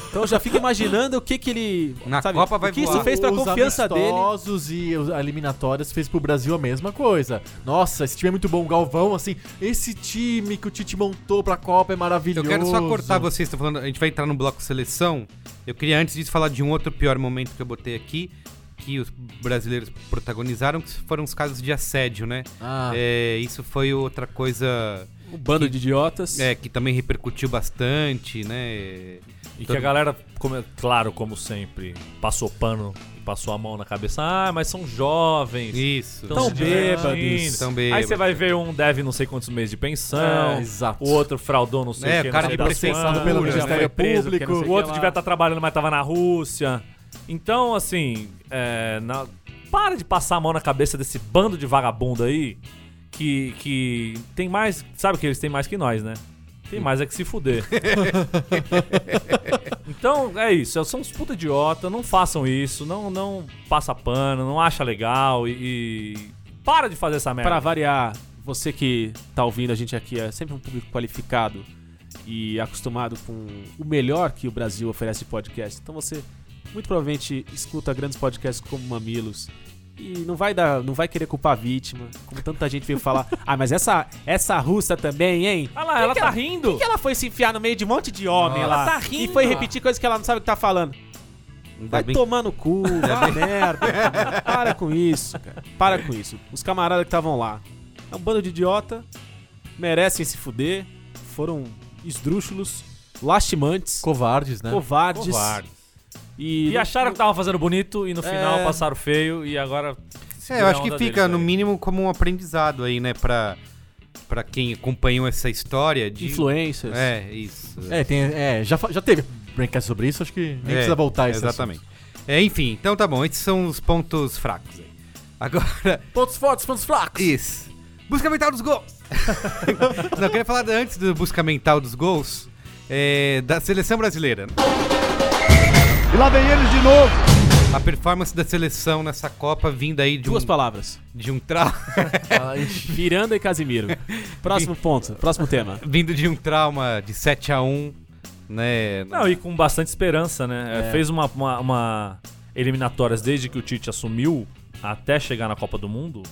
Speaker 2: então eu já fico imaginando o que que ele.
Speaker 1: Na Copa vai
Speaker 2: O que
Speaker 1: voar.
Speaker 2: isso fez pra
Speaker 4: os
Speaker 2: confiança dele.
Speaker 4: amistosos e os eliminatórias fez pro Brasil a mesma coisa. Nossa, esse time é muito bom, o Galvão, assim, esse time que o Tite montou pra Copa é
Speaker 1: Eu
Speaker 4: maravilhoso.
Speaker 1: quero só cortar vocês, estão falando, a gente vai entrar no bloco seleção. Eu queria antes disso falar de um outro pior momento que eu botei aqui, que os brasileiros protagonizaram, que foram os casos de assédio, né?
Speaker 4: Ah,
Speaker 1: É, isso foi outra coisa
Speaker 2: Um bando de idiotas.
Speaker 1: é, que também repercutiu bastante, né?
Speaker 3: E
Speaker 1: Todo-
Speaker 3: que a galera, como- claro, como sempre, passou pano e passou a mão na cabeça. Ah, mas são jovens.
Speaker 1: Isso.
Speaker 3: tão
Speaker 2: Tão
Speaker 3: se divertindo.
Speaker 2: bêbados.
Speaker 1: Tão
Speaker 3: Aí
Speaker 1: bêbados.
Speaker 3: você vai ver um deve não sei quantos meses de
Speaker 4: é,
Speaker 3: pensão.
Speaker 4: exato.
Speaker 3: o outro fraudou não sei
Speaker 1: É,
Speaker 3: o que.
Speaker 1: o cara
Speaker 3: não sei
Speaker 1: de
Speaker 3: das
Speaker 1: prefeitura,
Speaker 3: quantas,
Speaker 4: pelo
Speaker 3: já
Speaker 4: Ministério
Speaker 3: né? foi preso,
Speaker 4: Público.
Speaker 3: que não sei
Speaker 4: O
Speaker 3: O
Speaker 4: outro
Speaker 3: outro
Speaker 4: devia
Speaker 3: devia
Speaker 4: tá
Speaker 3: estar trabalhando, mas tava na Rússia. Então, assim, é, na- para de passar a mão na cabeça desse bando de vagabundo aí que, que tem mais. Sabe que eles têm mais que nós, né? Tem mais é que se fuder. então, é isso. São uns puta idiota. Não façam isso. Não, não passa pano. Não acha legal. E, e para de fazer essa merda.
Speaker 2: Pra variar, você que tá ouvindo a gente aqui é sempre um público qualificado e acostumado com o melhor que o Brasil oferece de podcast. Então você muito provavelmente escuta grandes podcasts como Mamilos e não vai dar, não vai querer culpar a vítima, como tanta gente veio falar. ah, mas essa essa russa também, hein?
Speaker 3: Olha lá, ela tá rindo.
Speaker 2: Por que é? ela foi se enfiar no meio de um monte de homem
Speaker 1: Nossa.
Speaker 2: lá?
Speaker 3: Ela tá rindo.
Speaker 2: E foi repetir coisas que ela não sabe o que tá falando.
Speaker 1: Ainda
Speaker 2: Vai
Speaker 1: bem-
Speaker 2: tomar no cu, vai merda. Para com isso, cara. Para com isso. Os camaradas que estavam lá. É um bando de idiota. Merecem se fuder. Foram esdrúxulos, lastimantes,
Speaker 4: Covardes, né?
Speaker 2: covardes.
Speaker 3: Covarde.
Speaker 2: E,
Speaker 3: E acharam que estavam fazendo bonito e no final
Speaker 2: É.
Speaker 3: passaram feio e agora.
Speaker 1: É, eu acho que fica, no mínimo, como um aprendizado aí, né? Pra, pra quem acompanhou essa história de.
Speaker 2: influencers.
Speaker 1: É, isso.
Speaker 4: É, tem, é já, fa- já teve Braincast sobre isso, acho que
Speaker 1: É,
Speaker 4: nem precisa voltar a tá, esse
Speaker 1: Exatamente. É, enfim, então tá bom. Esses são os pontos fracos aí. Agora,
Speaker 4: assunto. Pontos fortes, pontos fracos.
Speaker 1: isso. Busca mental dos gols! Não, eu queria falar da- antes do busca mental dos gols, é, da seleção brasileira. né?
Speaker 5: E lá vem eles de novo.
Speaker 1: A performance da seleção nessa Copa vinda aí de um,
Speaker 2: Duas palavras.
Speaker 1: de um trauma.
Speaker 4: Ai,
Speaker 2: Miranda e Casimiro. Próximo ponto, próximo tema.
Speaker 1: vindo de um trauma de 7 a 1 né?
Speaker 3: Não, e com bastante esperança, né?
Speaker 4: É.
Speaker 3: Fez uma, uma, uma eliminatórias desde que o Tite assumiu até chegar na Copa do Mundo.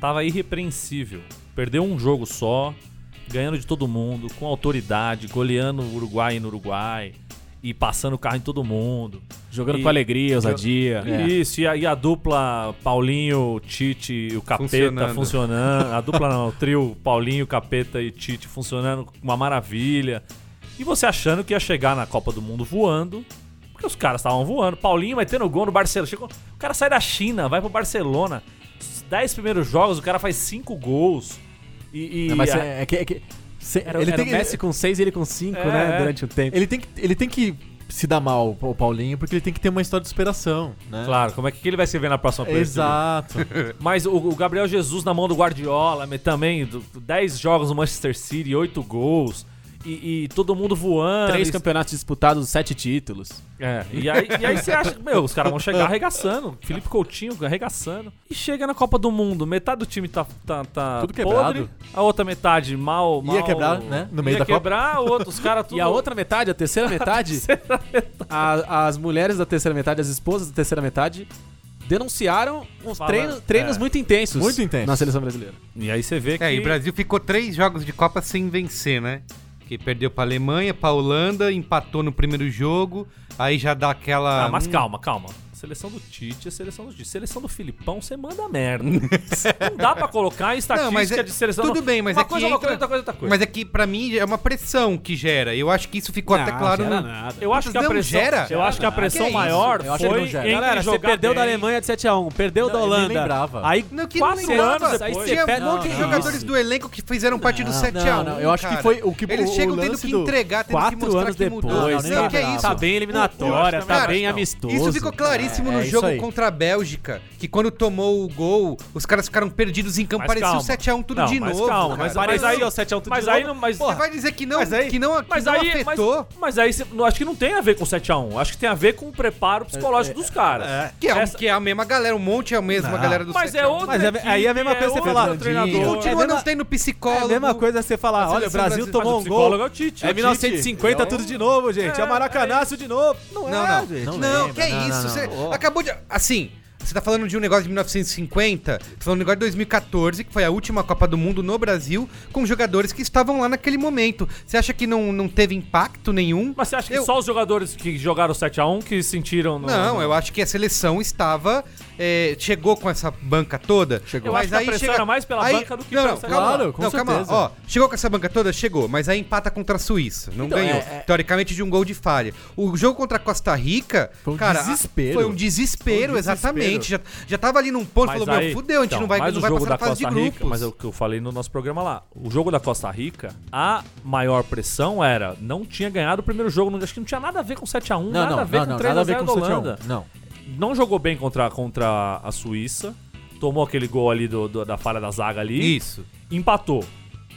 Speaker 3: Tava irrepreensível. Perdeu um jogo só, ganhando de todo mundo, com autoridade, goleando o Uruguai no Uruguai e passando o carro em todo mundo.
Speaker 2: Jogando
Speaker 3: E-
Speaker 2: com alegria, ousadia.
Speaker 4: É.
Speaker 3: Isso, e a, e a dupla Paulinho, Tite e o Capeta
Speaker 1: Funcionando.
Speaker 3: funcionando. A dupla não, o trio Paulinho, Capeta e Tite funcionando com uma maravilha. E você achando que ia chegar na Copa do Mundo voando, porque os caras estavam voando. Paulinho vai tendo gol no Barcelona. Chegou, o cara sai da China, vai pro Barcelona. Os 10 primeiros jogos, o cara faz cinco gols. E, e
Speaker 4: mas
Speaker 3: a-
Speaker 4: é, é que... É que cê-
Speaker 2: Era,
Speaker 4: ele
Speaker 2: era
Speaker 4: tem,
Speaker 2: o Messi com seis e ele com cinco,
Speaker 3: É,
Speaker 2: né?
Speaker 3: é.
Speaker 2: Durante o tempo.
Speaker 4: ele, tem que, ele tem que se dar mal, o Paulinho, porque ele tem que ter uma história de superação, né?
Speaker 3: Claro, como é que ele vai se ver na próxima Players Tour?
Speaker 4: Exato.
Speaker 3: Mas o, o Gabriel Jesus na mão do Guardiola mas também, do- 10 jogos no Manchester City, 8 gols. E, e todo mundo voando.
Speaker 2: Três
Speaker 3: e-
Speaker 2: campeonatos disputados, sete títulos.
Speaker 3: é, e, aí, e aí você acha que, meu, os caras vão chegar arregaçando. Felipe Coutinho arregaçando. E chega na Copa do Mundo, metade do time tá, tá, tá
Speaker 4: Tudo
Speaker 3: podre,
Speaker 4: quebrado.
Speaker 3: a outra metade mal, mal...
Speaker 4: Ia quebrar, né? No meio
Speaker 3: ia
Speaker 4: da Copa.
Speaker 3: quebrar, o outro, os caras tudo...
Speaker 2: E a outra metade, a terceira metade, a- as mulheres da terceira metade, as esposas da terceira metade, denunciaram uns
Speaker 3: Falando,
Speaker 2: treinos, treinos
Speaker 3: é.
Speaker 2: muito intensos.
Speaker 4: Muito intensos.
Speaker 2: Na seleção brasileira.
Speaker 3: E aí você vê que...
Speaker 1: É, e o Brasil ficou três jogos de Copa sem vencer, né? Que perdeu pra Alemanha, pra Holanda, empatou no primeiro jogo, aí já dá aquela.
Speaker 3: Ah, mas
Speaker 1: hum,
Speaker 3: calma, calma. Seleção do Tite é seleção do Tite. Seleção do Filipão, você manda merda. não dá pra colocar em estatística
Speaker 1: mas é-
Speaker 3: de seleção
Speaker 1: tudo
Speaker 3: do...
Speaker 1: bem, mas
Speaker 3: uma
Speaker 1: é que
Speaker 3: coisa, é uma
Speaker 1: entra-
Speaker 3: coisa, outra coisa, outra coisa.
Speaker 1: Mas é que pra mim é uma pressão que gera. Eu acho que isso ficou
Speaker 2: Ah,
Speaker 1: até claro. né?
Speaker 2: né?
Speaker 1: no-
Speaker 3: Eu acho que a
Speaker 1: Não
Speaker 3: pressão,
Speaker 1: gera?
Speaker 3: eu acho que a pressão
Speaker 1: Que isso?
Speaker 3: maior
Speaker 4: Eu acho que
Speaker 3: foi
Speaker 4: não gera.
Speaker 3: entre
Speaker 2: Galera, você
Speaker 3: jogar
Speaker 2: perdeu da
Speaker 3: bem.
Speaker 2: Alemania de 7x1, perdeu da
Speaker 4: Não, ele nem
Speaker 2: Holanda.
Speaker 4: lembrava.
Speaker 2: aí
Speaker 1: Não, que
Speaker 2: quatro
Speaker 3: nem lembrava.
Speaker 2: anos, aí
Speaker 3: Depois.
Speaker 2: você
Speaker 1: Tinha
Speaker 2: perde.
Speaker 1: um monte de
Speaker 2: Não, não,
Speaker 1: jogadores
Speaker 2: isso.
Speaker 1: do elenco que fizeram partido do 7 a 1
Speaker 4: não, não, eu acho que foi o que-
Speaker 1: Eles
Speaker 4: o-
Speaker 1: chegam
Speaker 4: o
Speaker 1: tendo
Speaker 4: lance
Speaker 1: que
Speaker 4: do-
Speaker 1: entregar, tendo que
Speaker 2: Quatro
Speaker 1: mostrar
Speaker 2: anos
Speaker 1: que mudou.
Speaker 2: depois,
Speaker 4: Não, não, nem
Speaker 1: que é
Speaker 4: lembrava.
Speaker 1: isso.
Speaker 2: Tá bem
Speaker 1: Eu acho
Speaker 2: eliminatória,
Speaker 1: também,
Speaker 2: tá
Speaker 1: cara,
Speaker 2: bem
Speaker 1: não.
Speaker 2: amistoso.
Speaker 1: Isso ficou claríssimo máximo no
Speaker 4: é isso
Speaker 1: jogo
Speaker 4: aí.
Speaker 1: contra a Bélgica, que quando tomou o gol, os caras ficaram perdidos em campo.
Speaker 3: Mas
Speaker 1: parecia
Speaker 3: calma.
Speaker 1: o 7x1 tudo
Speaker 3: Não,
Speaker 1: de
Speaker 3: mas
Speaker 1: novo.
Speaker 3: calma,
Speaker 1: cara.
Speaker 3: mas-
Speaker 2: Parecia
Speaker 3: aí-
Speaker 2: o 7 a 1 tudo
Speaker 3: Mas
Speaker 2: de
Speaker 3: aí
Speaker 2: novo.
Speaker 3: não. Mas,
Speaker 1: Você vai dizer que não,
Speaker 3: Mas aí-
Speaker 1: que não, que
Speaker 3: mas
Speaker 1: não
Speaker 3: aí. mas-
Speaker 1: afetou.
Speaker 3: Mas, aí você- não, acho que não tem a ver com 7x1. Acho que tem a ver com o
Speaker 4: É,
Speaker 3: preparo psicológico dos caras.
Speaker 1: Que é, um-
Speaker 3: Essa-
Speaker 1: que é a mesma galera, um monte é a mesma galera do
Speaker 3: Mas
Speaker 1: 7
Speaker 3: é
Speaker 1: a 1.
Speaker 3: outro.
Speaker 2: Mas é- aí é a mesma coisa você falar,
Speaker 3: treinador.
Speaker 2: Dinho.
Speaker 1: Continua não
Speaker 2: é mesma-
Speaker 1: tendo
Speaker 2: É
Speaker 1: psicólogo.
Speaker 2: a mesma coisa você falar, olha, o
Speaker 1: seleção
Speaker 2: Brasil
Speaker 1: brasileira-
Speaker 3: Mas
Speaker 2: tomou
Speaker 3: o
Speaker 2: um gol.
Speaker 3: psicólogo é o Tite.
Speaker 2: É 1950
Speaker 4: Tite.
Speaker 2: tudo de novo, gente. É,
Speaker 3: É,
Speaker 2: o Maracanaço de novo. Não,
Speaker 1: Não,
Speaker 2: é,
Speaker 1: não.
Speaker 2: gente.
Speaker 4: Não
Speaker 1: Não,
Speaker 4: lembra,
Speaker 1: que
Speaker 4: não,
Speaker 1: isso?
Speaker 4: não,
Speaker 1: Você
Speaker 4: não.
Speaker 1: acabou de. Assim, você tá falando de um negócio de 1950, tá falando de um negócio de 2014, que foi a última Copa do Mundo no Brasil, com jogadores que estavam lá naquele momento. Você acha que não, não teve impacto nenhum?
Speaker 3: Mas você acha que
Speaker 1: Eu-
Speaker 3: só os jogadores que jogaram 7x1 que sentiram. no-
Speaker 1: Não, eu acho que a seleção estava. é, chegou com essa banca toda. Chegou.
Speaker 3: Eu acho que a pressão era mais pela banca do que
Speaker 1: não,
Speaker 3: pela
Speaker 1: não,
Speaker 3: seleção.
Speaker 1: calma lá,
Speaker 4: Claro, com
Speaker 1: não, calma lá.
Speaker 4: certeza.
Speaker 1: Ó, chegou com essa banca toda? Chegou, mas aí empata contra a Suíça. Não
Speaker 4: Então, é,
Speaker 1: ganhou. Teoricamente de um gol de falha. O jogo contra a Costa Rica,
Speaker 4: Foi um
Speaker 1: cara,
Speaker 4: desespero.
Speaker 1: foi um desespero,
Speaker 4: Foi um
Speaker 1: exatamente. Já, já tava ali num ponto,
Speaker 3: Mas
Speaker 1: falou,
Speaker 3: aí-
Speaker 1: meu, fudeu, a gente
Speaker 3: então,
Speaker 1: não vai,
Speaker 3: mas
Speaker 1: não
Speaker 3: o
Speaker 1: vai
Speaker 3: jogo
Speaker 1: passar na
Speaker 3: da
Speaker 1: fase de
Speaker 3: Costa
Speaker 1: grupos.
Speaker 3: Rica, mas é o que eu falei no nosso programa lá. O jogo da Costa Rica, a maior pressão era não tinha ganhado o primeiro jogo, não- acho que não tinha nada a ver com 7 a 1,
Speaker 4: Não,
Speaker 3: nada a
Speaker 4: não,
Speaker 3: ver
Speaker 4: não,
Speaker 3: com
Speaker 4: não,
Speaker 3: 3
Speaker 4: nada
Speaker 3: a
Speaker 4: a um. ver
Speaker 3: 0
Speaker 4: com
Speaker 3: da
Speaker 4: 7x1.
Speaker 3: Holanda.
Speaker 4: Não.
Speaker 3: Não jogou bem contra, contra a Suíça, tomou aquele gol ali do, do- da falha da zaga ali,
Speaker 1: Isso.
Speaker 3: empatou.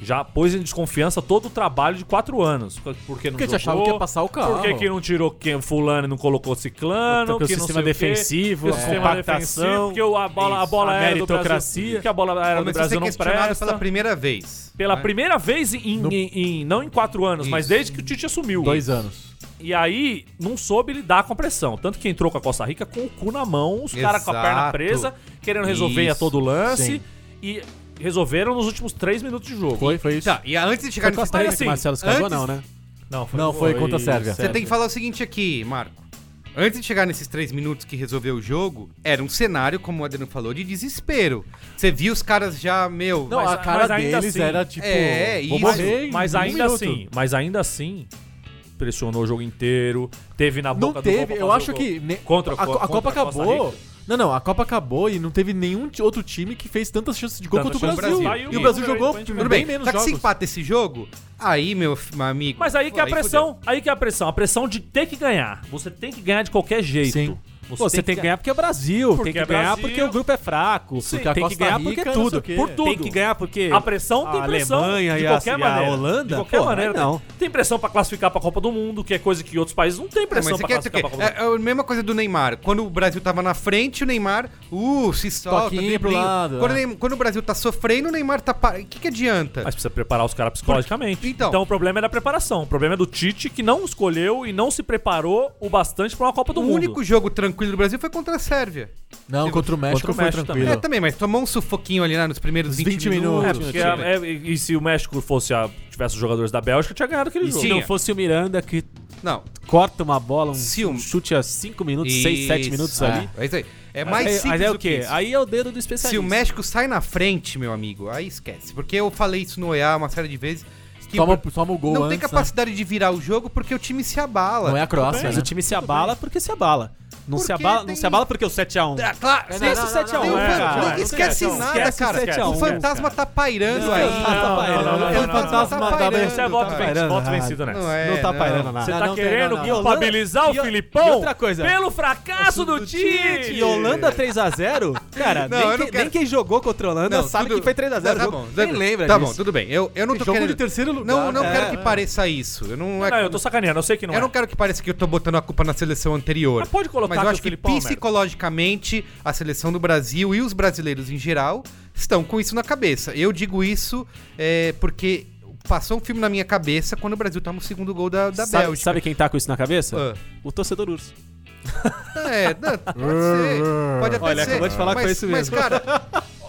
Speaker 3: Já pôs em desconfiança todo o trabalho de 4 anos. Porque não
Speaker 4: Porque a gente
Speaker 3: jogou,
Speaker 4: achava que ia passar o carro.
Speaker 3: Por que, que não tirou quem, fulano e não colocou ciclano?
Speaker 2: Porque o
Speaker 3: que não
Speaker 2: Tá sistema
Speaker 3: sei o quê,
Speaker 2: defensivo,
Speaker 3: que o
Speaker 2: a
Speaker 3: sistema
Speaker 2: compactação,
Speaker 3: defensivo, Porque o- a bola, a
Speaker 2: isso,
Speaker 3: bola
Speaker 2: a
Speaker 3: era do
Speaker 2: meritocracia.
Speaker 3: Brasil. Que a bola era do
Speaker 1: Começou a
Speaker 3: Brasil
Speaker 1: ser
Speaker 3: não
Speaker 1: questionado
Speaker 3: presta.
Speaker 1: pela primeira vez.
Speaker 3: Pela
Speaker 1: né?
Speaker 3: primeira vez em, em- em- não em quatro anos, mas
Speaker 1: Isso.
Speaker 3: desde que o Tite assumiu.
Speaker 4: Dois anos.
Speaker 3: E aí, não soube lidar com a pressão. Tanto que entrou com a Costa Rica com o cu na mão, os caras com a perna
Speaker 1: Exato.
Speaker 3: presa, querendo resolver
Speaker 1: Isso,
Speaker 3: a todo lance.
Speaker 4: sim.
Speaker 3: E resolveram nos últimos três minutos de jogo.
Speaker 4: Foi, foi isso.
Speaker 1: Tá, e antes de chegar
Speaker 2: Foi
Speaker 1: nesse
Speaker 2: Costa
Speaker 3: Mas
Speaker 1: ponto,
Speaker 2: Rica
Speaker 3: assim,
Speaker 2: que o Marcelo escapou,
Speaker 1: antes-
Speaker 2: não, né?
Speaker 3: foi,
Speaker 4: Não, foi contra a Sérvia.
Speaker 1: Você tem que falar o seguinte aqui, Marco. Antes de chegar nesses três minutos que resolveu o jogo, era um cenário, como o Adriano falou, de desespero. Você viu os caras já, meu.
Speaker 4: Não,
Speaker 3: Mas-
Speaker 4: a cara
Speaker 3: mas ainda
Speaker 4: deles
Speaker 3: assim-
Speaker 4: era tipo.
Speaker 1: É,
Speaker 4: vou
Speaker 1: isso.
Speaker 4: morrer em
Speaker 3: Mas
Speaker 4: um
Speaker 3: ainda
Speaker 4: minuto.
Speaker 3: assim, mas ainda assim, pressionou o jogo inteiro, teve na boca
Speaker 4: Não
Speaker 3: do gol pra
Speaker 4: teve, eu
Speaker 3: fazer
Speaker 4: acho
Speaker 3: o gol.
Speaker 4: que. ne-
Speaker 3: Contra-
Speaker 4: a, a
Speaker 3: contra
Speaker 4: Copa
Speaker 3: a Costa
Speaker 4: acabou.
Speaker 3: Rica.
Speaker 4: Não, não, a Copa acabou e não teve nenhum ti- outro time que fez tantas chances de gol
Speaker 3: Tantas
Speaker 4: quanto o
Speaker 3: chances
Speaker 4: Brasil.
Speaker 3: de gol.
Speaker 4: E o Brasil
Speaker 3: Tá, e o
Speaker 4: jogou
Speaker 3: número aí,
Speaker 4: bem
Speaker 1: Tudo bem,
Speaker 4: menos
Speaker 1: só que se
Speaker 4: jogos.
Speaker 1: empata esse jogo, aí, meu, f- meu amigo.
Speaker 3: Mas aí que é a pressão, aí que é a pressão, a pressão de ter que ganhar. Você tem que ganhar de qualquer jeito.
Speaker 4: Sim.
Speaker 3: Você,
Speaker 2: Pô, você tem que ganhar porque é Brasil.
Speaker 3: Porque
Speaker 2: tem
Speaker 3: é
Speaker 2: que ganhar
Speaker 3: Brasil.
Speaker 2: porque o grupo é fraco.
Speaker 3: Sim.
Speaker 2: tem que
Speaker 4: Costa
Speaker 2: ganhar
Speaker 4: Rica,
Speaker 2: porque é
Speaker 4: não sei
Speaker 2: tudo.
Speaker 4: o quê.
Speaker 2: Por tudo.
Speaker 3: Tem que
Speaker 2: ganhar porque.
Speaker 3: A pressão tem
Speaker 2: a
Speaker 3: pressão.
Speaker 2: Alemanha
Speaker 3: de
Speaker 2: e a-
Speaker 3: qualquer
Speaker 2: e a
Speaker 3: maneira.
Speaker 2: Holanda?
Speaker 3: De qualquer
Speaker 2: Pô,
Speaker 3: maneira.
Speaker 2: mas não.
Speaker 3: Tem, tem pressão pra classificar pra Copa do Mundo, que é coisa que outros países não
Speaker 1: É,
Speaker 3: têm
Speaker 1: mas
Speaker 3: pressão
Speaker 1: você
Speaker 3: pra
Speaker 1: quer ter o
Speaker 3: classificar
Speaker 1: quê?
Speaker 3: pra Copa do Mundo.
Speaker 1: É, é a mesma coisa do Neymar. Quando o Brasil tava na frente, o Neymar, uh, se solta.
Speaker 4: Toquinho pro
Speaker 1: driblinho.
Speaker 4: lado,
Speaker 1: Quando, o
Speaker 4: é.
Speaker 1: Neymar- quando o Brasil tá sofrendo, o Neymar tá. pa- O que, que adianta?
Speaker 3: Mas precisa preparar os caras psicologicamente.
Speaker 1: Por- então.
Speaker 3: Então. o problema é da preparação. O problema é do Tite que não escolheu e não se preparou o bastante pra uma Copa do
Speaker 1: o
Speaker 3: Mundo.
Speaker 1: único jogo tranquilo do Brasil foi contra a Sérvia.
Speaker 4: Não, contra o México
Speaker 3: Contra o
Speaker 4: foi
Speaker 3: México
Speaker 4: tranquilo.
Speaker 1: É, também, mas tomou um sufoquinho ali né, nos primeiros
Speaker 4: Uns
Speaker 1: 20,
Speaker 4: 20
Speaker 1: minutos.
Speaker 3: É,
Speaker 4: minutos.
Speaker 3: porque é- é- e se o México fosse a, tivesse os jogadores da Bélgica, tinha ganhado aquele
Speaker 2: E
Speaker 3: jogo.
Speaker 2: se não fosse o Miranda que
Speaker 1: Não.
Speaker 2: corta uma bola, um,
Speaker 1: Se o-
Speaker 2: um chute a 5 minutos, 6, 7
Speaker 1: Isso,
Speaker 2: minutos
Speaker 1: é.
Speaker 2: ali.
Speaker 1: É isso aí. É mais
Speaker 2: Ah. aí,
Speaker 1: simples
Speaker 2: Mas é o
Speaker 1: do que
Speaker 2: quê?
Speaker 1: isso.
Speaker 2: Aí é o dedo do especialista.
Speaker 1: Se o México sai na frente, meu amigo, aí esquece. Porque eu falei isso no EA uma série de vezes. Que
Speaker 4: Toma,
Speaker 1: o-
Speaker 4: toma o gol
Speaker 1: não tem
Speaker 4: antes. né?
Speaker 1: capacidade de virar o jogo porque o time se abala.
Speaker 4: Não é a Croácia,
Speaker 2: Mas
Speaker 4: né?
Speaker 2: o time se abala porque É, se abala. Não
Speaker 1: Porque
Speaker 2: se abala,
Speaker 1: tem-
Speaker 2: não se abala porque o 7x1.
Speaker 1: Ah, claro,
Speaker 2: Esquece
Speaker 1: esquece-
Speaker 2: o 7x1,
Speaker 1: tem um
Speaker 2: cara.
Speaker 1: fan-
Speaker 2: Não,
Speaker 1: ninguém
Speaker 2: não
Speaker 1: esquece
Speaker 2: esquece,
Speaker 1: nada,
Speaker 2: esquece o
Speaker 1: cara.
Speaker 2: 7x1,
Speaker 1: o fantasma tá pairando
Speaker 2: Não,
Speaker 1: aí.
Speaker 3: Não,
Speaker 2: não,
Speaker 3: não, não, não,
Speaker 2: É um
Speaker 3: não,
Speaker 2: fantasma
Speaker 3: não, não.
Speaker 1: pairando,
Speaker 3: Isso é voto
Speaker 1: tá
Speaker 3: ven-
Speaker 2: pairando,
Speaker 3: voto
Speaker 2: errado.
Speaker 3: vencido nessa.
Speaker 1: Não é,
Speaker 2: não tá
Speaker 1: não.
Speaker 2: pairando nada.
Speaker 3: Você
Speaker 4: Não,
Speaker 3: tá
Speaker 4: não tem,
Speaker 3: querendo
Speaker 4: não, não.
Speaker 3: culpabilizar
Speaker 2: E o-
Speaker 3: o Filipão
Speaker 2: e outra coisa.
Speaker 3: pelo fracasso do Tite?
Speaker 2: E Holanda 3x0? Cara,
Speaker 1: Não,
Speaker 2: nem,
Speaker 1: eu
Speaker 2: que-
Speaker 1: não quero-
Speaker 2: nem quem jogou contra a Holanda sabe
Speaker 1: tudo-
Speaker 2: que foi 3x0.
Speaker 1: Não, Tá bom,
Speaker 2: nem
Speaker 1: tá-
Speaker 2: lembra
Speaker 1: Tá
Speaker 2: disso.
Speaker 1: bom, tudo bem. Eu, eu não tô
Speaker 4: Jogo
Speaker 1: querendo...
Speaker 4: de terceiro lugar.
Speaker 1: Não, não
Speaker 4: né?
Speaker 1: quero
Speaker 2: É.
Speaker 1: que pareça isso. Eu não, é
Speaker 3: Não, eu tô sacaneando, eu sei que não
Speaker 1: eu
Speaker 3: é.
Speaker 1: não quero que pareça que eu tô botando a culpa na seleção anterior.
Speaker 3: Mas pode
Speaker 1: Mas
Speaker 3: colocar
Speaker 1: eu
Speaker 3: que
Speaker 1: acho
Speaker 3: o
Speaker 1: que
Speaker 3: Filipão é um merda.
Speaker 1: psicologicamente a seleção do Brasil e os brasileiros em geral estão com isso na cabeça. Eu digo isso é, porque passou um filme na minha cabeça quando o Brasil toma o segundo gol da, da
Speaker 2: sabe,
Speaker 1: Bélgica.
Speaker 2: sabe quem tá com isso na cabeça?
Speaker 1: Ah.
Speaker 2: O torcedor urso.
Speaker 1: É, não, pode ser. Pode até
Speaker 2: Olha,
Speaker 1: ser.
Speaker 2: acabou de falar que
Speaker 1: mas,
Speaker 2: foi isso
Speaker 1: Mas,
Speaker 2: mesmo.
Speaker 1: cara,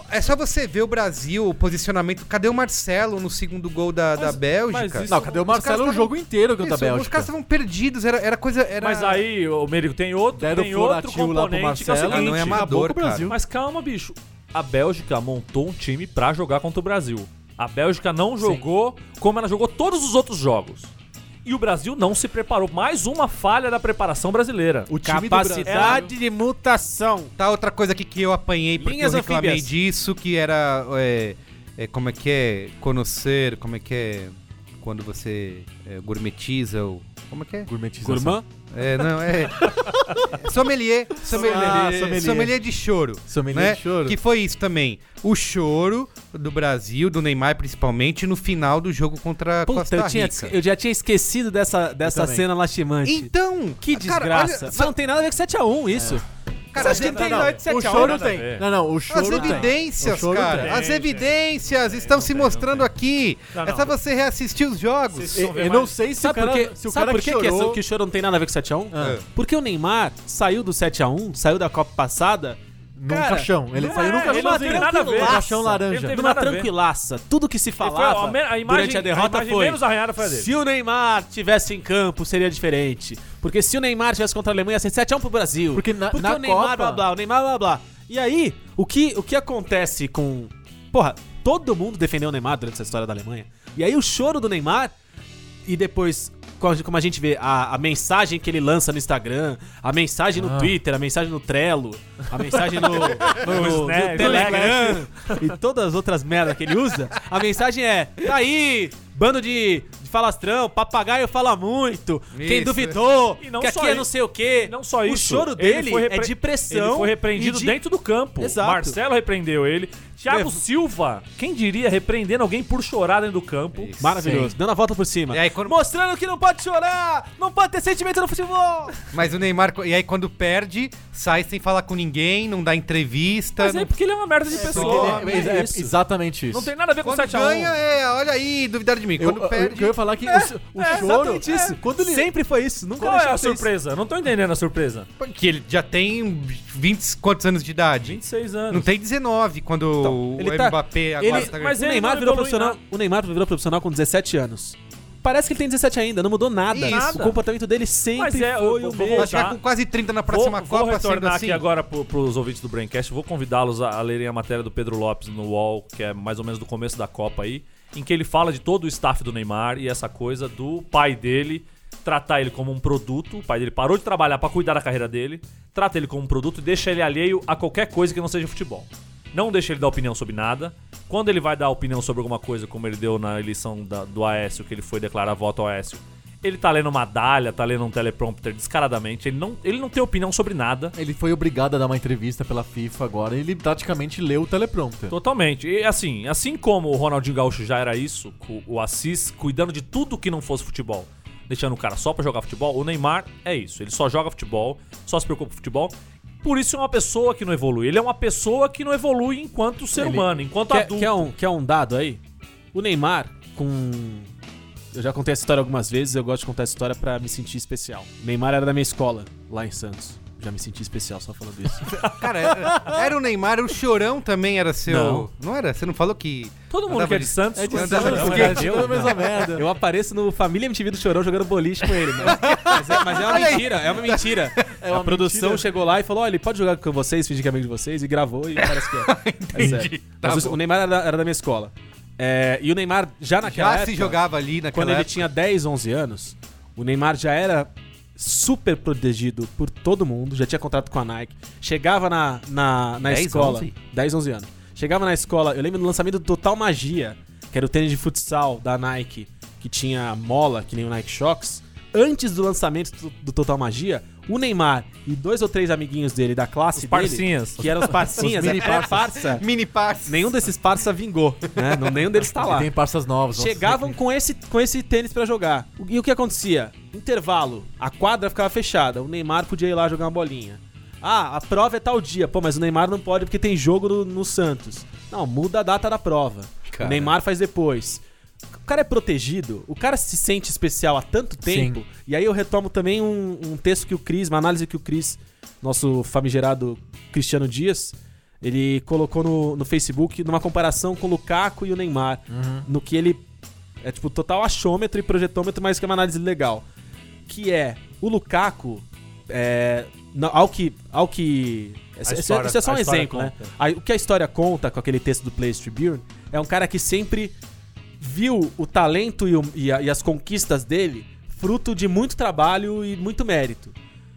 Speaker 1: é só você ver o Brasil, o posicionamento. Cadê o Marcelo no segundo gol da, da Bélgica?
Speaker 3: mas isso-
Speaker 4: Não, cadê o
Speaker 1: Os caras
Speaker 4: Marcelo o
Speaker 1: tavam-
Speaker 4: jogo inteiro contra a
Speaker 1: Isso, Os
Speaker 4: Bélgica?
Speaker 1: caras estavam perdidos, era, era coisa. Era...
Speaker 3: Mas aí, o Merigo, tem outro,
Speaker 4: Deram
Speaker 3: tem
Speaker 4: flor
Speaker 3: outro
Speaker 4: atil lá pro
Speaker 3: componente que é o
Speaker 4: Marcelo.
Speaker 3: seguinte.
Speaker 1: Ah, não é
Speaker 4: acabou
Speaker 1: amador,
Speaker 4: com o Brasil.
Speaker 1: cara.
Speaker 3: Mas calma, bicho. A Bélgica montou um time pra jogar contra o Brasil. A Bélgica não jogou como ela jogou todos os outros jogos. E o Brasil não se preparou. Mais uma falha da preparação brasileira.
Speaker 4: O time do
Speaker 2: Capacidade de mutação.
Speaker 1: Tá, outra coisa aqui que eu apanhei porque
Speaker 2: Linhas
Speaker 1: eu reclamei
Speaker 2: anfíbias.
Speaker 1: disso, que era. É, é, como é que é? Conhecer, como é que é? Quando você é, gourmetiza ou. Como é que é?
Speaker 4: Gourmetização.
Speaker 2: Gourmand?
Speaker 1: É, não, é. sommelier, sommelier,
Speaker 4: Ah,
Speaker 1: sommelier.
Speaker 4: sommelier.
Speaker 1: de choro.
Speaker 4: Sommelier
Speaker 1: né?
Speaker 4: de choro.
Speaker 1: Que foi isso também. O choro do Brasil, do Neymar principalmente, no final do jogo contra a
Speaker 2: Puta,
Speaker 1: Costa
Speaker 2: eu,
Speaker 1: Rica.
Speaker 2: tinha, eu já tinha esquecido dessa, dessa
Speaker 4: também.
Speaker 2: cena lastimante.
Speaker 1: Então,
Speaker 2: que
Speaker 1: cara,
Speaker 2: desgraça.
Speaker 1: olha-
Speaker 2: Mas não tem nada a ver com 7x1 isso.
Speaker 1: Cara,
Speaker 4: Você acha que
Speaker 1: tem
Speaker 4: não,
Speaker 1: nada
Speaker 4: não.
Speaker 1: de sete
Speaker 4: O
Speaker 1: a
Speaker 4: choro
Speaker 1: um?
Speaker 3: nada a ver.
Speaker 4: tem. Não, não, o choro
Speaker 1: As
Speaker 4: tem. O
Speaker 1: evidências,
Speaker 4: choro
Speaker 1: cara.
Speaker 4: tem.
Speaker 1: as
Speaker 3: Tem,
Speaker 1: evidências estão se mostrando aqui.
Speaker 3: Não,
Speaker 1: É
Speaker 3: não.
Speaker 1: só você reassistir os jogos.
Speaker 3: Vocês-
Speaker 4: Eu, eu não sei se
Speaker 2: Sabe
Speaker 4: o
Speaker 2: por,
Speaker 4: cara,
Speaker 2: quê?
Speaker 4: se o
Speaker 2: Sabe
Speaker 4: cara
Speaker 2: por
Speaker 4: que
Speaker 2: quê que, essa-
Speaker 4: chorou...
Speaker 2: que o choro não tem nada a um? ver com 7x1?
Speaker 4: Ah.
Speaker 2: Porque o Neymar saiu do 7x1, saiu da Copa passada.
Speaker 4: Num
Speaker 2: cara,
Speaker 4: caixão. Ele
Speaker 3: não
Speaker 4: saiu
Speaker 3: é,
Speaker 4: num
Speaker 3: ele não
Speaker 4: caixãozinho.
Speaker 3: tem nada a ver.
Speaker 4: Um caixão
Speaker 2: Ele
Speaker 3: Ele
Speaker 4: laranja.
Speaker 3: teve
Speaker 2: numa
Speaker 3: nada a ver.
Speaker 2: tranquilaça. Tudo que se
Speaker 3: a
Speaker 2: falava
Speaker 3: me- a imagem-
Speaker 2: durante a
Speaker 3: a
Speaker 2: derrota
Speaker 3: imagem
Speaker 2: foi.
Speaker 3: menos arranhada foi a dele.
Speaker 2: Se o Neymar tivesse em campo, seria diferente. Porque se o Neymar tivesse contra a Alemanha, ia ser 7x1 pro Brasil.
Speaker 4: Porque na-
Speaker 2: Porque
Speaker 4: na
Speaker 2: o Neymar,
Speaker 4: Copa-
Speaker 2: blá blá, o Neymar, blá blá. E aí, o que, o que acontece com. Porra, todo mundo defendeu o Neymar durante essa história da Alemanha. E aí o choro do Neymar e depois, co- como a gente vê, a, a mensagem que ele lança no Instagram, a mensagem
Speaker 4: Ah.
Speaker 2: no Twitter, a mensagem no Trello, a mensagem no, no- no
Speaker 3: Snap,
Speaker 2: Telegram e todas as outras merdas que ele usa, a mensagem é: tá aí, bando de, de falastrão, papagaio fala muito, quem
Speaker 1: Isso.
Speaker 2: duvidou,
Speaker 3: E não
Speaker 2: que aqui
Speaker 3: só
Speaker 2: é
Speaker 3: isso.
Speaker 2: não sei o quê.
Speaker 3: E não só
Speaker 2: O
Speaker 3: isso.
Speaker 2: choro
Speaker 3: ele
Speaker 2: dele
Speaker 3: foi
Speaker 2: é
Speaker 3: repre-
Speaker 2: de pressão.
Speaker 3: Ele foi repreendido
Speaker 2: e de-
Speaker 3: dentro do campo.
Speaker 2: Exato.
Speaker 3: Marcelo repreendeu ele. Thiago
Speaker 2: Levo-
Speaker 3: Silva, quem diria, repreendendo alguém por chorar dentro do campo.
Speaker 2: É
Speaker 1: Isso.
Speaker 2: Maravilhoso, dando a volta por cima.
Speaker 1: E aí, quando-
Speaker 2: Mostrando que não pode chorar, não pode ter sentimento no futebol.
Speaker 1: Mas o Neymar, e aí quando perde, sai sem falar com ninguém, não dá entrevista.
Speaker 3: Mas
Speaker 1: não-
Speaker 3: é porque ele é uma merda de pessoa.
Speaker 4: Porque ele-
Speaker 2: é
Speaker 4: é
Speaker 2: isso.
Speaker 4: exatamente isso.
Speaker 3: Não tem nada a um. ver com
Speaker 1: Quando
Speaker 3: 7x1.
Speaker 1: ganha, é, olha aí, duvidar de mim.
Speaker 4: Eu,
Speaker 1: Quando
Speaker 4: eu-
Speaker 1: perde.
Speaker 4: eu ia falar que o, o
Speaker 3: é,
Speaker 4: choro...
Speaker 3: exatamente isso.
Speaker 4: É, Quando ele...
Speaker 2: Sempre foi isso, nunca
Speaker 3: Qual é
Speaker 2: deixou
Speaker 3: a
Speaker 2: de ser isso.
Speaker 3: surpresa? Não tô entendendo a surpresa.
Speaker 1: Porque ele já tem 20 e quantos anos de idade?
Speaker 3: 26
Speaker 1: Não
Speaker 3: anos.
Speaker 1: tem 19 quando
Speaker 2: ele
Speaker 1: o
Speaker 2: tá-
Speaker 1: Mbappé agora
Speaker 2: ele-
Speaker 1: tá
Speaker 3: mas
Speaker 1: ganhando.
Speaker 2: o
Speaker 3: ele
Speaker 2: Neymar
Speaker 3: não
Speaker 2: virou
Speaker 3: evolui
Speaker 2: profissional. O Neymar virou profissional com 17 anos. Parece que ele tem 17 ainda, não mudou nada.
Speaker 1: Isso.
Speaker 2: O comportamento dele sempre
Speaker 3: Mas é, eu
Speaker 2: foi
Speaker 3: vou
Speaker 2: o mesmo.
Speaker 1: Vai chegar
Speaker 3: tá.
Speaker 1: com quase 30 na próxima
Speaker 3: vou, vou
Speaker 1: Copa sendo
Speaker 3: retornar
Speaker 1: assim.
Speaker 3: aqui agora pro, pros ouvintes do Braincast. Vou convidá-los a, a lerem a matéria do Pedro Lopes no UOL, que é mais ou menos do começo da Copa aí, em que ele fala de todo o staff do Neymar e essa coisa do pai dele tratar ele como um produto. O pai dele parou de trabalhar pra cuidar da carreira dele, trata ele como um produto e deixa ele alheio a qualquer coisa que não seja futebol. Não deixa ele dar opinião sobre nada. Quando ele vai dar opinião sobre alguma coisa, como ele deu na eleição da- do Aécio, que ele foi declarar voto ao Aécio, ele tá lendo uma dália, tá lendo um teleprompter descaradamente. Ele não, ele não tem opinião sobre nada.
Speaker 4: Ele foi obrigado a dar uma entrevista pela FIFA agora e ele praticamente leu o teleprompter.
Speaker 3: Totalmente. E assim, assim como o Ronaldinho Gaúcho já era isso, com o Assis cuidando de tudo que não fosse futebol, deixando o cara só pra jogar futebol, o Neymar é isso. Ele só joga futebol, só se preocupa com futebol. Por isso é uma pessoa que não evolui. Ele é uma pessoa que não evolui enquanto ser humano, enquanto
Speaker 2: Quer,
Speaker 3: adulto.
Speaker 2: quer um, quer um dado aí? O Neymar, com. Eu já contei essa história algumas vezes, eu gosto de contar essa história pra me sentir especial. O Neymar era da minha escola, lá em Santos. Já me senti especial só falando isso.
Speaker 1: Cara, era, era o Neymar, o Chorão também era seu.
Speaker 3: Não.
Speaker 1: Não, era? Você não falou que.
Speaker 3: Todo mundo
Speaker 1: Andava
Speaker 3: que é
Speaker 1: de-
Speaker 3: de Santos,
Speaker 1: é de
Speaker 3: conhece
Speaker 1: Santos,
Speaker 3: o Neymar,
Speaker 1: porque-
Speaker 3: né? Eu-
Speaker 4: merda.
Speaker 2: Eu apareço no Família MTV do Chorão jogando boliche com ele, mano. Mas é, mas é uma
Speaker 1: Olha aí.
Speaker 2: mentira, é uma mentira. a produção chegou lá e falou: olha, ele pode jogar com vocês, fingir que é amigo de vocês, e gravou e parece que é. É sério.
Speaker 1: Tá
Speaker 2: mas o-
Speaker 1: bom.
Speaker 2: o Neymar era, da- era da minha escola. É, e o Neymar já naquela
Speaker 1: Já
Speaker 2: época,
Speaker 1: se jogava ali naquela
Speaker 2: quando ele
Speaker 1: época.
Speaker 2: tinha 10, 11 anos, o Neymar já era super protegido por todo mundo, já tinha contrato com a Nike. Chegava na, na, na
Speaker 1: 10,
Speaker 2: escola.
Speaker 1: 11?
Speaker 2: 10, 11 anos. Chegava na escola, eu lembro do lançamento do Total Magia, que era o tênis de futsal da Nike, que tinha mola, que nem o Nike Shox. Antes do lançamento do, do Total Magia, o Neymar e dois ou três amiguinhos dele da classe dele,
Speaker 3: parcinhas.
Speaker 2: que eram os parcinhas,
Speaker 4: Os
Speaker 2: era,
Speaker 4: mini
Speaker 2: era parça.
Speaker 1: Mini passe.
Speaker 2: Nenhum desses parça vingou, né? Não, nenhum deles tá
Speaker 4: E
Speaker 2: lá.
Speaker 4: tem parças novas. vamos
Speaker 2: Chegavam com esse, com esse tênis pra jogar. O- E o que acontecia? Intervalo. A quadra ficava fechada. O Neymar podia ir lá jogar uma bolinha. Ah, a prova é tal dia. Pô, mas o Neymar não pode porque tem jogo no, no Santos. Não, muda a data da prova. O
Speaker 1: Cara.
Speaker 2: Neymar faz depois. O cara é protegido, o cara se sente especial há tanto tempo. E aí eu retomo também um, um texto que o Cris, uma análise que o Cris, nosso famigerado Cristiano Dias, ele colocou no, no Facebook numa comparação com o Lukaku e o Neymar.
Speaker 3: Uhum.
Speaker 2: No que ele é tipo total achômetro e projetômetro, mas que é uma análise legal. Que é o Lukaku. É, na- ao que. Ao que isso, isso é-
Speaker 3: história-
Speaker 2: isso é só
Speaker 3: a
Speaker 2: um
Speaker 3: história
Speaker 2: exemplo, né?
Speaker 3: conta.
Speaker 2: Aí, o que a história conta com aquele texto do Players Tribune é um cara que sempre viu o talento e, o- e a- e as conquistas dele fruto de muito trabalho e muito mérito.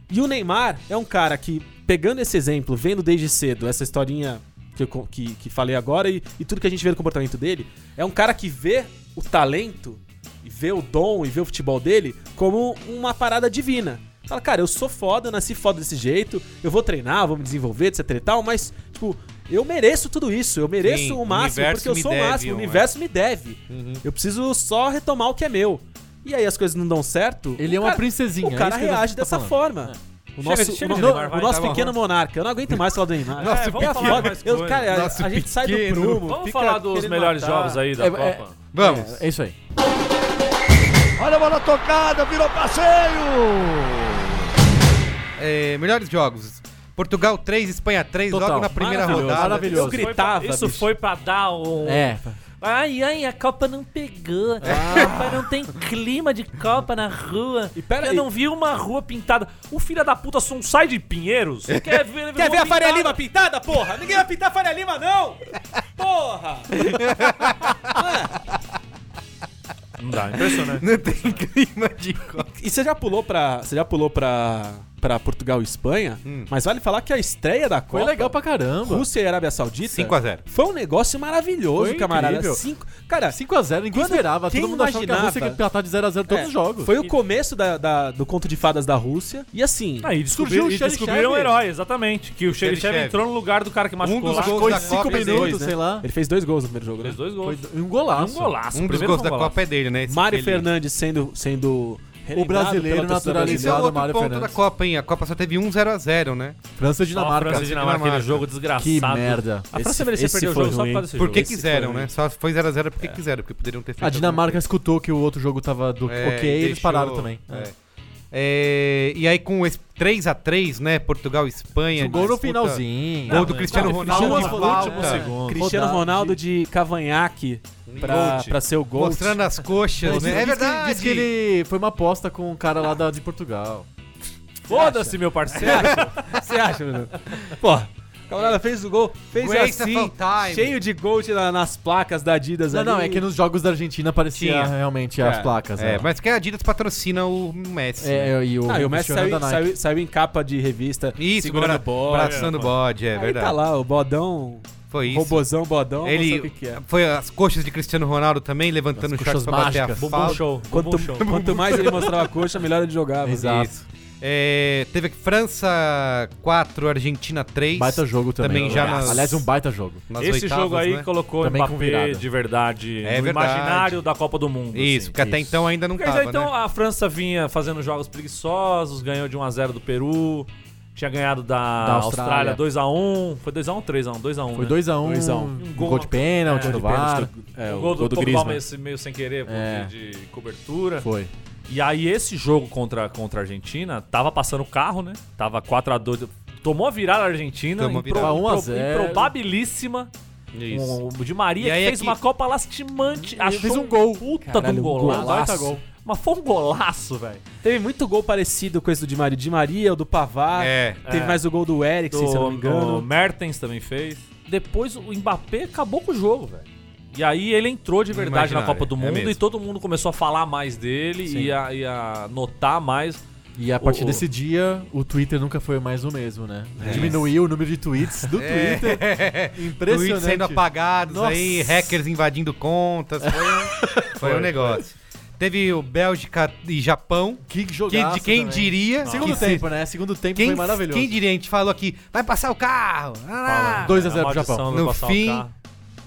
Speaker 2: E o Neymar é um cara que, pegando esse exemplo, vendo desde cedo essa historinha que, eu co- que, que falei agora e, e tudo que a gente vê do comportamento dele, é um cara que vê o talento, e vê o dom e vê o futebol dele como uma parada divina. Fala, cara, eu sou foda, eu nasci foda desse jeito, eu vou treinar, vou me desenvolver, etc e tal, mas, tipo, eu mereço tudo isso, eu mereço
Speaker 1: Sim,
Speaker 2: o
Speaker 1: o
Speaker 2: máximo,
Speaker 1: universo
Speaker 2: porque eu
Speaker 1: me
Speaker 2: sou o
Speaker 1: deve, Uhum.
Speaker 2: máximo, o
Speaker 1: um, é.
Speaker 2: universo me deve. Eu preciso só retomar o que é meu. E aí as coisas não dão certo.
Speaker 4: Ele
Speaker 2: o
Speaker 4: é uma
Speaker 2: cara-
Speaker 4: princesinha.
Speaker 2: O cara
Speaker 4: é isso que ele
Speaker 2: reage
Speaker 4: tá
Speaker 2: dessa
Speaker 4: falando.
Speaker 2: forma. O nosso,
Speaker 3: chega
Speaker 2: o
Speaker 3: de
Speaker 2: no-
Speaker 3: Neymar, vai,
Speaker 2: o nosso
Speaker 3: tá bom.
Speaker 2: pequeno monarca. Eu não aguento mais falar do Neymar.
Speaker 3: Nossa, vamos
Speaker 2: é
Speaker 3: falar
Speaker 2: foda.
Speaker 3: mais
Speaker 2: Eu-
Speaker 3: coisa.
Speaker 2: cara, a-
Speaker 1: Nosso
Speaker 2: a, gente sai do
Speaker 1: pequeno.
Speaker 2: prumo.
Speaker 3: Vamos
Speaker 2: fica
Speaker 3: falar dos
Speaker 2: querendo
Speaker 3: melhores
Speaker 2: matar.
Speaker 3: jogos aí da
Speaker 4: É, é-
Speaker 3: Copa.
Speaker 1: Vamos.
Speaker 4: É, é isso aí.
Speaker 5: Olha a bola tocada, virou passeio!
Speaker 1: É, melhores jogos. Portugal 3, Espanha 3,
Speaker 4: Total.
Speaker 1: logo na primeira
Speaker 4: Maravilhoso,
Speaker 1: rodada.
Speaker 4: maravilhoso.
Speaker 3: Isso foi
Speaker 2: gritava,
Speaker 3: pra- Isso
Speaker 2: bicho.
Speaker 3: foi pra dar um.
Speaker 4: É.
Speaker 6: Ai, ai, a Copa não
Speaker 3: Ah.
Speaker 6: pegou. A Copa não tem clima de Copa na rua.
Speaker 2: E pera
Speaker 6: Eu
Speaker 2: aí.
Speaker 6: não vi uma rua pintada.
Speaker 3: O filho da puta só um sai de Pinheiros? Quer ver,
Speaker 2: Quer ver a Faria
Speaker 3: pintada?
Speaker 2: Lima pintada, porra? Ninguém vai pintar a Faria Lima, não! Porra!
Speaker 3: Não dá, impressionante.
Speaker 1: Não tem clima de Copa.
Speaker 2: E você já pulou pra. Você já pulou pra. pra Portugal e Espanha,
Speaker 3: Hum.
Speaker 2: mas vale falar que a estreia da
Speaker 4: Foi
Speaker 2: Copa.
Speaker 4: legal pra caramba.
Speaker 2: Rússia e Arábia Saudita.
Speaker 1: 5x0.
Speaker 2: Foi um negócio maravilhoso,
Speaker 4: Foi
Speaker 2: camarada.
Speaker 4: incrível.
Speaker 2: Cinco, cara,
Speaker 4: 5x0, ninguém
Speaker 2: Quando-
Speaker 4: esperava.
Speaker 2: quem
Speaker 4: Todo mundo achava que a Rússia ia
Speaker 2: imaginava?
Speaker 4: empatar de 0x0 todos
Speaker 2: é,
Speaker 4: os jogos.
Speaker 2: Foi o começo da- da- do conto de fadas da Rússia. E assim.
Speaker 3: Aí
Speaker 4: Surgiu
Speaker 3: descobriram,
Speaker 4: o
Speaker 3: e
Speaker 4: Xerichev.
Speaker 3: descobriram um herói, exatamente. Que o Xerichev
Speaker 1: Xerichev.
Speaker 3: entrou no lugar do cara que machucou
Speaker 1: Um dos
Speaker 3: lá.
Speaker 1: gols
Speaker 4: Foi
Speaker 1: da
Speaker 4: 5
Speaker 1: Copa,
Speaker 4: minutos,
Speaker 1: dois, né?
Speaker 4: sei lá.
Speaker 2: Ele fez dois gols no primeiro jogo, né?
Speaker 3: Fez dois
Speaker 4: Foi
Speaker 3: gols.
Speaker 4: um
Speaker 3: Um
Speaker 4: golaço.
Speaker 3: golaço.
Speaker 1: Um dos
Speaker 3: primeiro
Speaker 1: gols
Speaker 3: foi
Speaker 1: da
Speaker 3: um golaço.
Speaker 1: Copa é dele, né? Esse
Speaker 2: Mário
Speaker 1: que ele-
Speaker 2: Fernandes sendo. sendo relembrado
Speaker 4: brasileiro
Speaker 2: pela torcida
Speaker 4: naturalizado.
Speaker 1: Esse é
Speaker 2: brasileira.
Speaker 4: Obrigado,
Speaker 1: outro
Speaker 4: Mário
Speaker 1: ponto
Speaker 4: Fernandes.
Speaker 1: da Copa, hein? A Copa só teve 1-0 a 0, né?
Speaker 3: Só
Speaker 4: França e
Speaker 3: a
Speaker 4: Dinamarca.
Speaker 3: França e Dinamarca, aquele
Speaker 1: Dinamarca.
Speaker 3: jogo desgraçado.
Speaker 4: Que merda.
Speaker 3: A França
Speaker 2: Esse-
Speaker 3: merecia
Speaker 2: esse
Speaker 3: perder o
Speaker 2: foi
Speaker 3: jogo só por
Speaker 2: ruim.
Speaker 3: causa desse
Speaker 1: Porque
Speaker 3: jogo.
Speaker 2: esse
Speaker 1: quiseram,
Speaker 2: foi-
Speaker 1: né? Só foi 0x0 porque quiseram, porque poderiam ter feito.
Speaker 4: A
Speaker 1: alguma
Speaker 4: Dinamarca
Speaker 1: coisa.
Speaker 4: escutou que o outro jogo tava do
Speaker 1: É,
Speaker 4: ok, eles
Speaker 1: deixou-
Speaker 4: pararam também. né?
Speaker 1: é. É, e aí com esse 3x3, né? Portugal e Espanha.
Speaker 4: O gol no
Speaker 1: disputa-
Speaker 4: finalzinho. Ah,
Speaker 1: Gol do Cristiano
Speaker 4: não,
Speaker 1: Ronaldo.
Speaker 4: Cristiano
Speaker 1: na falta.
Speaker 4: Ronaldo, último segundo.
Speaker 2: Cristiano
Speaker 4: Rodar,
Speaker 2: Ronaldo de cavanhaque
Speaker 3: Um
Speaker 2: pra,
Speaker 1: Gold.
Speaker 2: pra ser o gol.
Speaker 1: Mostrando as
Speaker 4: Não,
Speaker 1: coxas,
Speaker 4: diz-
Speaker 1: né? É
Speaker 4: diz que-
Speaker 1: verdade.
Speaker 4: Diz que ele foi uma aposta com um cara lá da- de Portugal.
Speaker 3: Foda-se, meu parceiro.
Speaker 2: Você acha, Bruno? Porra. o Camarada fez o gol, fez
Speaker 1: Grace
Speaker 2: assim,
Speaker 1: of all time.
Speaker 2: cheio de gold na- nas placas da Adidas
Speaker 4: Não,
Speaker 2: ali.
Speaker 4: não, é que nos jogos da Argentina aparecia
Speaker 1: Tinha.
Speaker 4: realmente
Speaker 2: É,
Speaker 4: as placas.
Speaker 1: É,
Speaker 4: né?
Speaker 1: mas que a Adidas patrocina o Messi. né?
Speaker 4: É, e o,
Speaker 2: Ah, e o Messi
Speaker 4: Cristiano um
Speaker 2: saiu,
Speaker 4: da Nike.
Speaker 2: saiu, saiu em capa de revista,
Speaker 1: Isso,
Speaker 2: segurando
Speaker 1: bra-
Speaker 2: o bode.
Speaker 1: Braçando o bode, é
Speaker 2: Aí
Speaker 1: verdade.
Speaker 2: tá lá, o bodão,
Speaker 1: Foi isso.
Speaker 2: robozão bodão, não
Speaker 1: Ele
Speaker 2: sei o que que é.
Speaker 1: foi as coxas de Cristiano Ronaldo também, levantando
Speaker 4: As
Speaker 1: o short
Speaker 4: coxas
Speaker 1: pra bater a
Speaker 4: mágicas. um
Speaker 3: Bumbum
Speaker 1: falta.
Speaker 3: show. Bumbum show.
Speaker 2: Quanto, quanto mais ele mostrava a coxa, melhor ele jogava.
Speaker 4: Exato.
Speaker 1: Isso. Tá. É, teve aqui França 4, Argentina 3.
Speaker 4: Baita jogo também.
Speaker 1: Também já nas-
Speaker 4: Aliás, um baita jogo.
Speaker 1: nas
Speaker 3: Esse
Speaker 1: oitavas,
Speaker 3: jogo aí
Speaker 1: né?
Speaker 3: colocou o
Speaker 4: Também com
Speaker 3: Mbappé
Speaker 4: virada.
Speaker 3: de verdade
Speaker 1: É
Speaker 3: no
Speaker 1: verdade.
Speaker 3: imaginário da Copa do Mundo.
Speaker 1: Isso,
Speaker 3: assim.
Speaker 1: porque até
Speaker 4: isso.
Speaker 1: então ainda não
Speaker 3: Porque
Speaker 1: tava,
Speaker 3: então
Speaker 1: né?
Speaker 3: a França vinha fazendo jogos preguiçosos, ganhou de 1x0 do Peru, tinha ganhado da,
Speaker 4: Austrália.
Speaker 3: Austrália 2x1, foi 2x1, 3x1, 2x1.
Speaker 4: Foi
Speaker 3: né?
Speaker 4: 2x1,
Speaker 2: Dois a um.
Speaker 4: um,
Speaker 3: Um gol
Speaker 4: gol de
Speaker 3: na-
Speaker 4: pênalti,
Speaker 3: é,
Speaker 4: do
Speaker 3: de
Speaker 4: VAR.
Speaker 2: É,
Speaker 3: o gol do, Portugal
Speaker 2: Griezmann.
Speaker 3: meio, se- meio sem querer, por
Speaker 4: É.
Speaker 3: de, de cobertura.
Speaker 4: Foi.
Speaker 3: E aí esse jogo contra, contra a Argentina, tava passando o carro, né? Tava 4x2, tomou a virada a Argentina,
Speaker 1: Tomou a
Speaker 3: impro-
Speaker 4: virada.
Speaker 3: impro-
Speaker 4: 1 a 0.
Speaker 3: improbabilíssima. Um, o Di Maria
Speaker 1: E aí
Speaker 3: que fez
Speaker 1: aqui-
Speaker 3: uma Copa lastimante, achou
Speaker 4: fez um gol.
Speaker 3: puta de
Speaker 2: Caralho,
Speaker 3: um
Speaker 2: um
Speaker 3: golaço.
Speaker 2: baita gol.
Speaker 3: Mas foi um golaço, velho.
Speaker 2: Teve muito gol parecido com esse do Di Maria. Di Maria, o do Pavar.
Speaker 1: É.
Speaker 2: Teve
Speaker 3: É.
Speaker 2: mais o gol do Eriksen, se eu não me engano.
Speaker 3: O Mertens também fez. Depois o Mbappé acabou com o jogo, velho. E aí ele entrou de verdade na
Speaker 1: Imaginário,
Speaker 3: Copa do
Speaker 1: é
Speaker 3: Mundo
Speaker 1: mesmo.
Speaker 3: e todo mundo começou a falar mais dele e a, e a notar mais.
Speaker 4: E a partir
Speaker 3: O- o-
Speaker 4: desse dia, o Twitter nunca foi mais o mesmo, né? Diminuiu o número de tweets do Twitter. Impressionante.
Speaker 1: Tweets sendo apagados
Speaker 4: Nossa.
Speaker 1: aí, hackers invadindo contas. Foi um, foi um negócio. Teve o Bélgica e Japão.
Speaker 4: Que
Speaker 1: Que,
Speaker 4: jogaço
Speaker 1: de quem
Speaker 4: também.
Speaker 1: diria.
Speaker 4: Segundo
Speaker 1: que se-
Speaker 4: tempo, né? Segundo tempo
Speaker 1: Quem,
Speaker 4: foi maravilhoso.
Speaker 1: quem diria? A gente falou aqui, vai passar o carro. Ah, lá.
Speaker 4: 2 a 0
Speaker 3: A
Speaker 4: pro Japão.
Speaker 3: maldição vai
Speaker 1: No
Speaker 3: passar o
Speaker 1: fim,
Speaker 3: carro.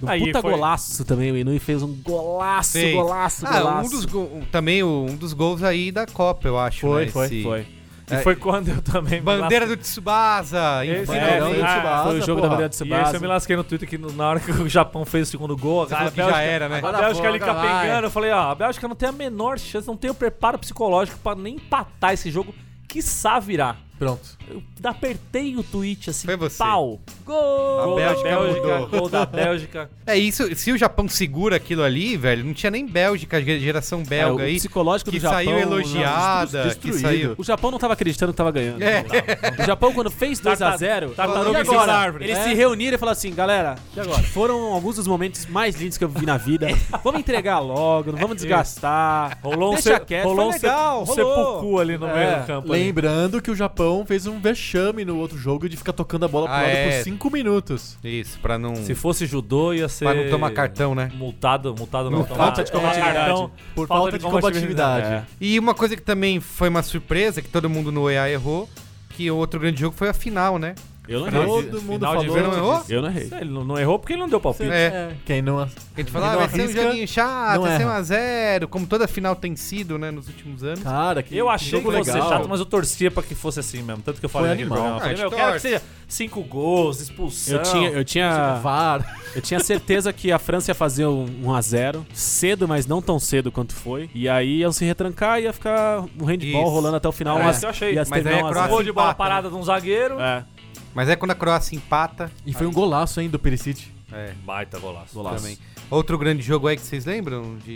Speaker 2: Um
Speaker 3: Aí
Speaker 2: puta
Speaker 3: foi-
Speaker 2: golaço também, o Inui fez um golaço,
Speaker 1: Fez.
Speaker 2: golaço,
Speaker 1: Ah,
Speaker 2: golaço.
Speaker 1: um dos go- também o- um dos gols aí da Copa, eu acho.
Speaker 4: Foi,
Speaker 1: né?
Speaker 4: foi,
Speaker 1: Esse-
Speaker 3: Foi. E
Speaker 1: É.
Speaker 3: foi quando eu também. me
Speaker 1: Bandeira
Speaker 3: lasquei.
Speaker 1: do Tsubasa.
Speaker 3: Esse
Speaker 1: enfim.
Speaker 3: não,
Speaker 4: Bandeirão
Speaker 3: esse-
Speaker 4: do
Speaker 3: ah,
Speaker 4: Tsubasa,
Speaker 2: Foi é o jogo
Speaker 4: porra.
Speaker 2: da Maria
Speaker 3: E
Speaker 2: de
Speaker 3: esse
Speaker 2: Tsubasa.
Speaker 3: eu me lasquei no Twitter que na hora que o Japão fez o segundo gol, a
Speaker 1: falou que já era, né?
Speaker 3: A
Speaker 4: Agora
Speaker 3: Bélgica
Speaker 4: foi,
Speaker 3: ali
Speaker 4: agora vai.
Speaker 3: capengando, eu falei, ó, a Bélgica não tem a menor chance, não tem o preparo psicológico pra nem empatar esse jogo, quiçá virar.
Speaker 4: Pronto.
Speaker 3: Eu apertei o tweet assim,
Speaker 1: Foi você.
Speaker 3: pau. Gol!
Speaker 1: A
Speaker 3: Gol da
Speaker 1: Bélgica mudou.
Speaker 3: Gol da Bélgica.
Speaker 1: É isso, se o Japão segura aquilo ali, velho, não tinha nem Bélgica, ge- geração belga
Speaker 2: É, o
Speaker 1: aí,
Speaker 2: psicológico
Speaker 1: que
Speaker 2: do Japão. né,
Speaker 1: saiu elogiada,
Speaker 4: não, destru-
Speaker 1: que saiu...
Speaker 2: O Japão não tava acreditando que tava ganhando.
Speaker 1: É.
Speaker 2: Não tava. né? O Japão, quando fez 2x0,
Speaker 3: Tartaruga
Speaker 2: e
Speaker 3: em cima da
Speaker 2: agora?
Speaker 3: árvore.
Speaker 2: Eles
Speaker 3: É.
Speaker 2: né? se reuniram e falaram assim, galera, e agora? Foram alguns dos momentos mais lindos que eu vi na vida. Vamos entregar logo, não vamos desgastar.
Speaker 3: Rolou um,
Speaker 2: Deixa
Speaker 3: se-
Speaker 2: quieto,
Speaker 3: rolou
Speaker 2: foi
Speaker 3: um se-
Speaker 2: legal,
Speaker 3: um
Speaker 2: rolou.
Speaker 3: seppuku ali no
Speaker 2: É,
Speaker 3: meio do campo. né? ali.
Speaker 4: Lembrando que o Japão Filipão fez um vexame no outro jogo de ficar tocando a bola pro
Speaker 1: Ah,
Speaker 4: lado
Speaker 1: é.
Speaker 4: por 5 minutos.
Speaker 1: Isso, pra não.
Speaker 3: Se fosse judô, ia ser.
Speaker 1: Pra não tomar cartão, né?
Speaker 3: Multado, multado não.
Speaker 1: Não,
Speaker 3: tomar-
Speaker 4: falta de combatividade.
Speaker 3: cartão
Speaker 4: Por falta de combatividade.
Speaker 1: E uma coisa que também foi uma surpresa, que todo mundo no EA errou, que o outro grande jogo foi a final, né?
Speaker 3: Eu não errei.
Speaker 4: Todo mundo
Speaker 3: Final de
Speaker 1: Você
Speaker 4: falou.
Speaker 1: não errou?
Speaker 2: Eu não errei.
Speaker 3: Ele não, não errou porque ele não deu palpite.
Speaker 1: É.
Speaker 4: Quem não. ass-
Speaker 1: A gente falava,
Speaker 4: Não
Speaker 1: vai ser um
Speaker 4: arrisca,
Speaker 1: joguinho chato,
Speaker 4: não
Speaker 1: vai ser
Speaker 4: erra.
Speaker 1: 1x0, como toda final tem sido, né, nos últimos anos.
Speaker 2: Tá.
Speaker 4: Cara, que
Speaker 3: Eu achei que
Speaker 4: jogo
Speaker 3: fosse
Speaker 4: legal.
Speaker 3: chato, mas eu torcia pra que fosse assim mesmo. Tanto que eu falei
Speaker 4: Foi
Speaker 3: naquele
Speaker 4: animal.
Speaker 3: programa. Eu falei,
Speaker 1: Ah,
Speaker 3: meu, eu
Speaker 1: torce.
Speaker 3: quero que seja cinco gols, expulsão.
Speaker 2: Eu tinha, eu, tinha,
Speaker 4: VAR.
Speaker 2: eu tinha certeza que a França ia fazer um 1x0, cedo, mas não tão cedo quanto foi. E aí iam se retrancar e ia ficar um handball
Speaker 1: Isso.
Speaker 2: rolando até o final.
Speaker 3: É,
Speaker 2: mas
Speaker 3: isso eu achei.
Speaker 2: Ia
Speaker 3: Mas
Speaker 2: se terminar
Speaker 1: aí a
Speaker 2: um a
Speaker 3: Um
Speaker 1: Croácia-
Speaker 2: zero.
Speaker 3: gol de bola
Speaker 1: empata,
Speaker 3: parada de um zagueiro.
Speaker 2: É.
Speaker 1: Mas é quando a Croácia empata.
Speaker 4: E
Speaker 3: Ah.
Speaker 4: foi um golaço, hein, do Perisic.
Speaker 1: É,
Speaker 3: Baita golaço.
Speaker 1: também. Outro grande jogo aí que vocês lembram de,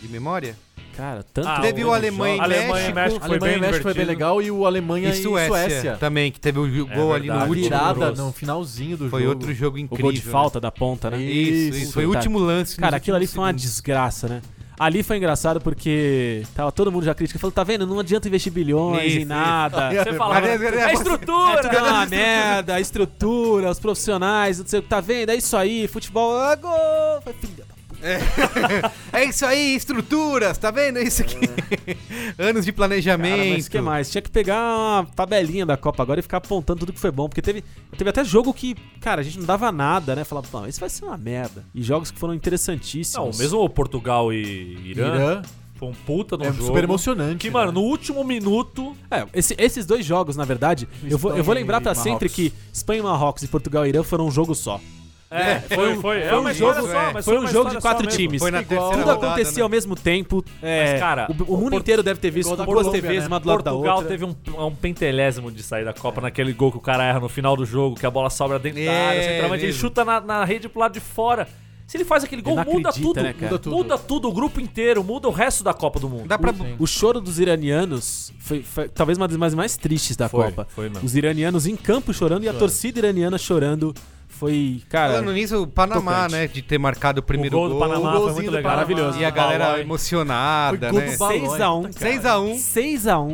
Speaker 1: de memória?
Speaker 2: Cara, tanto.
Speaker 3: Ah,
Speaker 1: Teve o Alemanha e
Speaker 3: Alemanha e
Speaker 1: México.
Speaker 3: México, foi
Speaker 4: Alemanha
Speaker 3: bem
Speaker 4: e México foi bem
Speaker 3: divertido.
Speaker 4: legal e o Alemanha e Suécia.
Speaker 1: Também, que teve o ju-
Speaker 3: É
Speaker 1: gol ali Tá no
Speaker 3: verdade.
Speaker 4: A
Speaker 1: último.
Speaker 4: virada
Speaker 3: grosso.
Speaker 4: no finalzinho do
Speaker 1: Foi
Speaker 4: jogo.
Speaker 1: outro jogo
Speaker 2: o
Speaker 1: incrível.
Speaker 2: gol de falta da ponta, né?
Speaker 1: né? Isso,
Speaker 4: Isso,
Speaker 1: isso. Foi o
Speaker 2: verdade.
Speaker 1: último lance.
Speaker 2: Cara,
Speaker 1: nos
Speaker 2: aquilo ali
Speaker 1: últimos
Speaker 2: foi uma
Speaker 1: segundos.
Speaker 2: desgraça, né? Ali foi engraçado porque tava todo mundo já criticando. Falou, tá vendo? Não adianta investir bilhões
Speaker 1: Isso,
Speaker 2: em
Speaker 1: isso.
Speaker 2: nada.
Speaker 3: Você falava,
Speaker 1: Aliás, aliás,
Speaker 3: é
Speaker 1: você-
Speaker 2: É, tudo é
Speaker 3: estrutura!
Speaker 2: uma merda, a estrutura, os profissionais, não sei o que, tá vendo? É isso aí, futebol, é gol! Foi filha da-
Speaker 1: É isso aí, estruturas, tá vendo? É isso aqui. Anos de planejamento.
Speaker 2: É. Cara, mas o que mais? Tinha que pegar uma tabelinha da Copa agora e ficar apontando tudo que foi bom, porque teve, teve até jogo que, cara, a gente não dava nada, né? Falava, não, isso vai ser uma merda. E jogos que foram
Speaker 3: Não,
Speaker 2: interessantíssimos.
Speaker 3: mesmo o Portugal e Irã,
Speaker 4: Irã.
Speaker 3: foi um puta no
Speaker 4: É
Speaker 3: jogo.
Speaker 4: super emocionante.
Speaker 3: Que,
Speaker 4: né?
Speaker 3: mano, no último minuto,
Speaker 2: É, esse- esses dois jogos, na verdade, eu vou, eu vou
Speaker 4: Espanha
Speaker 2: lembrar pra
Speaker 4: e
Speaker 2: sempre
Speaker 4: Marrocos.
Speaker 2: que Espanha e Marrocos e Portugal e Irã foram um jogo só.
Speaker 3: É, foi, foi. É uma
Speaker 1: um
Speaker 3: história
Speaker 1: jogo-
Speaker 3: só,
Speaker 1: é,
Speaker 3: mas
Speaker 2: Foi
Speaker 3: uma
Speaker 2: um jogo
Speaker 3: história
Speaker 2: de
Speaker 3: só
Speaker 2: quatro
Speaker 3: mesmo.
Speaker 2: times.
Speaker 1: Foi na terceira
Speaker 2: é Tudo
Speaker 1: rodada,
Speaker 2: aconteceu
Speaker 1: né?
Speaker 2: ao mesmo tempo. é,
Speaker 3: Mas, cara,
Speaker 2: o, o
Speaker 3: o
Speaker 2: mundo
Speaker 3: Port-
Speaker 2: inteiro deve ter visto
Speaker 4: Igual da
Speaker 2: duas
Speaker 4: Colômbia,
Speaker 2: TVs
Speaker 4: né?
Speaker 2: uma do lado da outra.
Speaker 3: Portugal teve um, um pentelésimo de sair da Copa naquele gol que o cara erra no final do jogo, que a bola sobra dentro da
Speaker 1: É,
Speaker 3: área, centralmente ele
Speaker 1: mesmo.
Speaker 3: chuta na, na rede pro lado de fora. Se ele faz aquele gol,
Speaker 2: não
Speaker 3: muda,
Speaker 2: acredita,
Speaker 3: tudo,
Speaker 2: né, cara?
Speaker 3: muda tudo. Muda tudo, o grupo inteiro, muda o resto da Copa do Mundo.
Speaker 1: Dá pra...
Speaker 2: O choro dos iranianos foi, foi talvez uma das mais, mais tristes da
Speaker 3: Foi,
Speaker 2: Copa.
Speaker 3: foi mesmo.
Speaker 2: Os iranianos em campo chorando e a torcida iraniana chorando. Foi, cara.
Speaker 1: Falando nisso, o Panamá,
Speaker 2: É. Tocante.
Speaker 1: né? De ter marcado o
Speaker 3: O
Speaker 1: primeiro
Speaker 3: gol
Speaker 1: gol.
Speaker 3: do Panamá foi
Speaker 4: golzinho
Speaker 3: muito
Speaker 4: do
Speaker 3: legal.
Speaker 4: Panamá.
Speaker 3: Maravilhoso.
Speaker 1: E a galera
Speaker 3: Balói.
Speaker 1: emocionada,
Speaker 4: Foi gol
Speaker 1: né?
Speaker 4: do Balói.
Speaker 2: 6x1.
Speaker 1: 6x1.
Speaker 2: 6x1.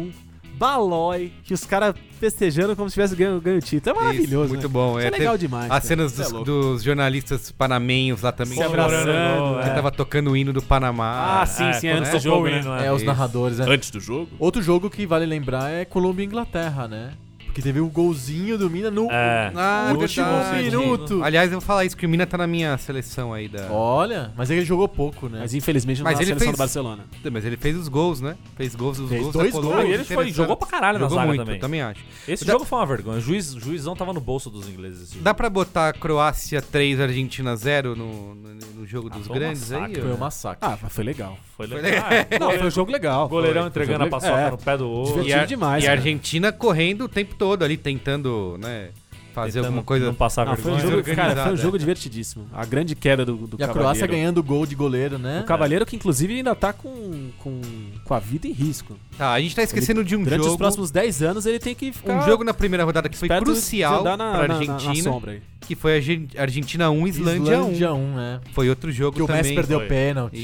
Speaker 2: Balói. Que os caras festejando como se tivesse ganho, ganho o título. É maravilhoso.
Speaker 1: Isso, muito
Speaker 2: né?
Speaker 1: bom.
Speaker 2: Isso é
Speaker 1: teve
Speaker 2: legal demais.
Speaker 1: As
Speaker 2: cara.
Speaker 1: cenas dos, dos jornalistas panamenhos lá também.
Speaker 2: Se
Speaker 1: que-
Speaker 2: abraçando.
Speaker 3: comemorando,
Speaker 1: Que
Speaker 3: é.
Speaker 1: tava tocando o hino do Panamá.
Speaker 2: Ah, sim, sim,
Speaker 3: é,
Speaker 2: antes do
Speaker 3: quando
Speaker 2: jogo,
Speaker 3: tocou o
Speaker 2: né?
Speaker 3: hino,
Speaker 4: É, os
Speaker 1: Isso.
Speaker 4: narradores, né?
Speaker 3: Antes do jogo?
Speaker 4: Outro jogo que vale lembrar é Colômbia e Inglaterra, né? Porque teve o golzinho do Mina no
Speaker 3: É.
Speaker 1: Ah,
Speaker 4: no último
Speaker 1: verdade.
Speaker 4: minuto.
Speaker 1: Aliás, eu vou falar isso, que o Mina tá na minha seleção aí da.
Speaker 4: Olha, mas ele jogou pouco, né?
Speaker 2: Mas infelizmente não
Speaker 1: Mas
Speaker 2: tá na
Speaker 1: ele
Speaker 2: seleção
Speaker 1: fez-
Speaker 2: do Barcelona.
Speaker 1: Mas ele fez os gols, né? Fez gols, os
Speaker 4: Fez
Speaker 1: gols
Speaker 4: dois
Speaker 1: da
Speaker 4: gols.
Speaker 3: Ah,
Speaker 1: Colômbia.
Speaker 3: e ele foi,
Speaker 1: interessante.
Speaker 3: jogou pra caralho na
Speaker 1: Jogou
Speaker 3: zaga
Speaker 1: muito,
Speaker 3: também.
Speaker 1: eu também acho.
Speaker 3: Esse
Speaker 1: Dá-
Speaker 3: jogo foi uma vergonha. O juiz, o juizão tava no bolso dos ingleses. esse
Speaker 1: Dá pra botar Croácia 3, Argentina 0 no, no, no jogo dos
Speaker 3: foi um
Speaker 1: grandes
Speaker 3: massacre,
Speaker 1: aí?
Speaker 3: né?
Speaker 4: Foi
Speaker 1: ó?
Speaker 4: um massacre.
Speaker 2: Ah, mas foi legal.
Speaker 3: jogo. Foi legal. Ah, é.
Speaker 2: Não, foi um jogo legal.
Speaker 3: Goleirão
Speaker 2: Foi.
Speaker 3: entregando a
Speaker 2: Foi um jogo-
Speaker 3: paçoca
Speaker 2: é.
Speaker 3: no pé do outro.
Speaker 2: Divertido.
Speaker 1: E a,
Speaker 2: demais,
Speaker 1: e a
Speaker 2: cara.
Speaker 1: Argentina correndo o tempo todo ali, tentando, né? Fazer
Speaker 3: Tentando
Speaker 1: alguma coisa.
Speaker 3: Não passar
Speaker 2: Não, foi um
Speaker 3: vergonha.
Speaker 2: jogo, cara, foi um
Speaker 1: Desorganizada.
Speaker 2: jogo divertidíssimo. A grande queda do, do
Speaker 4: E a
Speaker 2: Cavaleiro.
Speaker 4: Croácia ganhando gol de goleiro, né?
Speaker 2: O Cavaleiro que inclusive ainda tá com, com, com a vida em risco.
Speaker 1: Tá, a gente tá esquecendo de um
Speaker 2: Durante
Speaker 1: jogo.
Speaker 2: os próximos 10 anos ele tem que ficar
Speaker 1: Um jogo na primeira rodada que foi
Speaker 2: perto de- de
Speaker 1: crucial pra
Speaker 2: andar na, na- na- na
Speaker 1: Argentina,
Speaker 2: sombra aí.
Speaker 1: que foi a Gen- Argentina 1, Islândia,
Speaker 4: Islândia 1, é.
Speaker 1: 1. Foi outro jogo
Speaker 4: Que o
Speaker 1: também.
Speaker 4: Messi perdeu
Speaker 3: foi.
Speaker 4: o pênalti.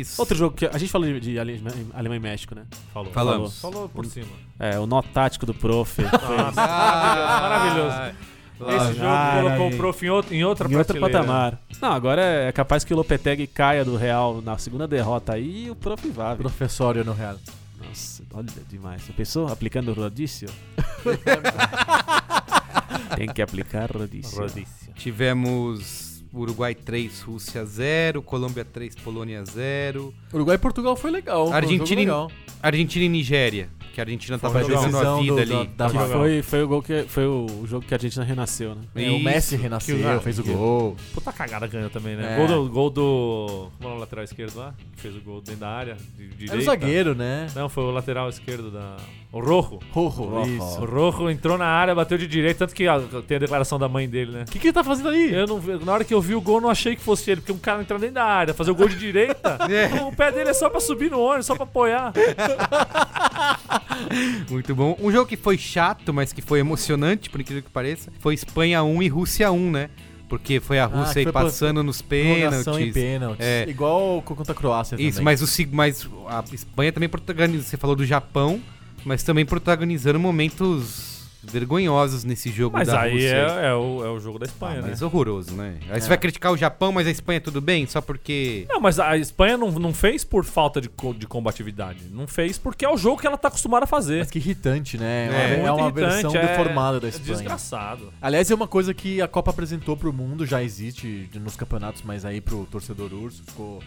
Speaker 1: Isso.
Speaker 2: Outro jogo que a gente falou de, de Ale- Alemanha, e México, né?
Speaker 3: Falou.
Speaker 1: Falamos.
Speaker 3: Falou por cima.
Speaker 2: É, o nó tático do prof.
Speaker 1: Ah,
Speaker 3: Maravilhoso. Esse jogo
Speaker 2: Ai,
Speaker 3: colocou
Speaker 2: ai.
Speaker 3: o prof em, outro, em outra
Speaker 2: em outro
Speaker 3: prateleira.
Speaker 2: patamar. Não, agora é capaz que o Lopetegui caia do Real na segunda derrota aí e o prof vá. velho.
Speaker 4: Professório no Real.
Speaker 2: Nossa, olha demais. Você pensou aplicando o rodízio? tem que aplicar rodízio.
Speaker 3: Rodízio.
Speaker 1: Tivemos Uruguai 3, Rússia 0, Colômbia 3, Polônia 0.
Speaker 4: Uruguai e Portugal foi legal. foi um
Speaker 1: Argentina
Speaker 4: jogo
Speaker 1: e-
Speaker 4: legal.
Speaker 1: Argentina e Nigéria, que a Argentina
Speaker 4: Foi
Speaker 1: tava
Speaker 4: uma
Speaker 1: jogando a
Speaker 4: decisão
Speaker 1: vida
Speaker 4: do-
Speaker 1: ali.
Speaker 4: da- da-
Speaker 2: Que foi, foi o gol que foi o jogo que a Argentina renasceu, né?
Speaker 4: É, o Messi
Speaker 1: Isso.
Speaker 4: renasceu, fez o gol.
Speaker 3: Puta cagada ganhou também, né?
Speaker 4: É.
Speaker 3: Gol do. Gol do. Como é o lateral esquerdo lá? Que fez o gol dentro da área. De, direita.
Speaker 4: Era o zagueiro, né?
Speaker 3: Não, foi o lateral esquerdo da. O Rojo.
Speaker 4: Rojo,
Speaker 3: O
Speaker 4: isso.
Speaker 3: Rojo entrou na área, bateu de direita, tanto que a- tem a declaração da mãe dele, né?
Speaker 4: O que, que ele tá fazendo ali?
Speaker 3: Eu não, vi- na hora que eu vi o gol, eu não achei que fosse ele, porque um cara entrando dentro da área, fazer o gol de direita, o pé dele é só pra subir no ônibus, só pra apoiar.
Speaker 1: Muito bom. Um jogo que foi chato, mas que foi emocionante, por incrível que pareça, foi Espanha 1 e Rússia 1, né? Porque foi a Rússia
Speaker 4: Ah, que
Speaker 1: aí
Speaker 4: foi pra-
Speaker 1: passando nos
Speaker 4: Prorrogação e
Speaker 1: pênaltis.
Speaker 4: pênaltis.
Speaker 1: É.
Speaker 4: Igual contra a Croácia
Speaker 1: Isso,
Speaker 4: também.
Speaker 1: mas, o, sig- mas a Espanha também protagoniza. Você falou do Japão, mas também protagonizando momentos vergonhosos nesse jogo
Speaker 3: Mas
Speaker 1: da
Speaker 3: aí
Speaker 1: Rússia.
Speaker 3: é, é o, é o jogo da
Speaker 1: Ah,
Speaker 3: Espanha, né?
Speaker 1: mas horroroso, né? Aí
Speaker 4: É.
Speaker 1: você vai criticar o Japão, mas a Espanha tudo bem? Só porque...
Speaker 3: Não, mas a Espanha não, não fez por falta de, co- de combatividade. Não fez porque é o jogo que ela tá acostumada a fazer.
Speaker 4: Mas que irritante, né?
Speaker 1: É,
Speaker 4: É, uma, é uma
Speaker 3: irritante,
Speaker 4: versão
Speaker 3: é
Speaker 4: deformada da Espanha.
Speaker 3: Desgraçado.
Speaker 4: Aliás, é uma coisa que a Copa apresentou pro mundo, já existe de- nos campeonatos, mas aí pro torcedor urso ficou,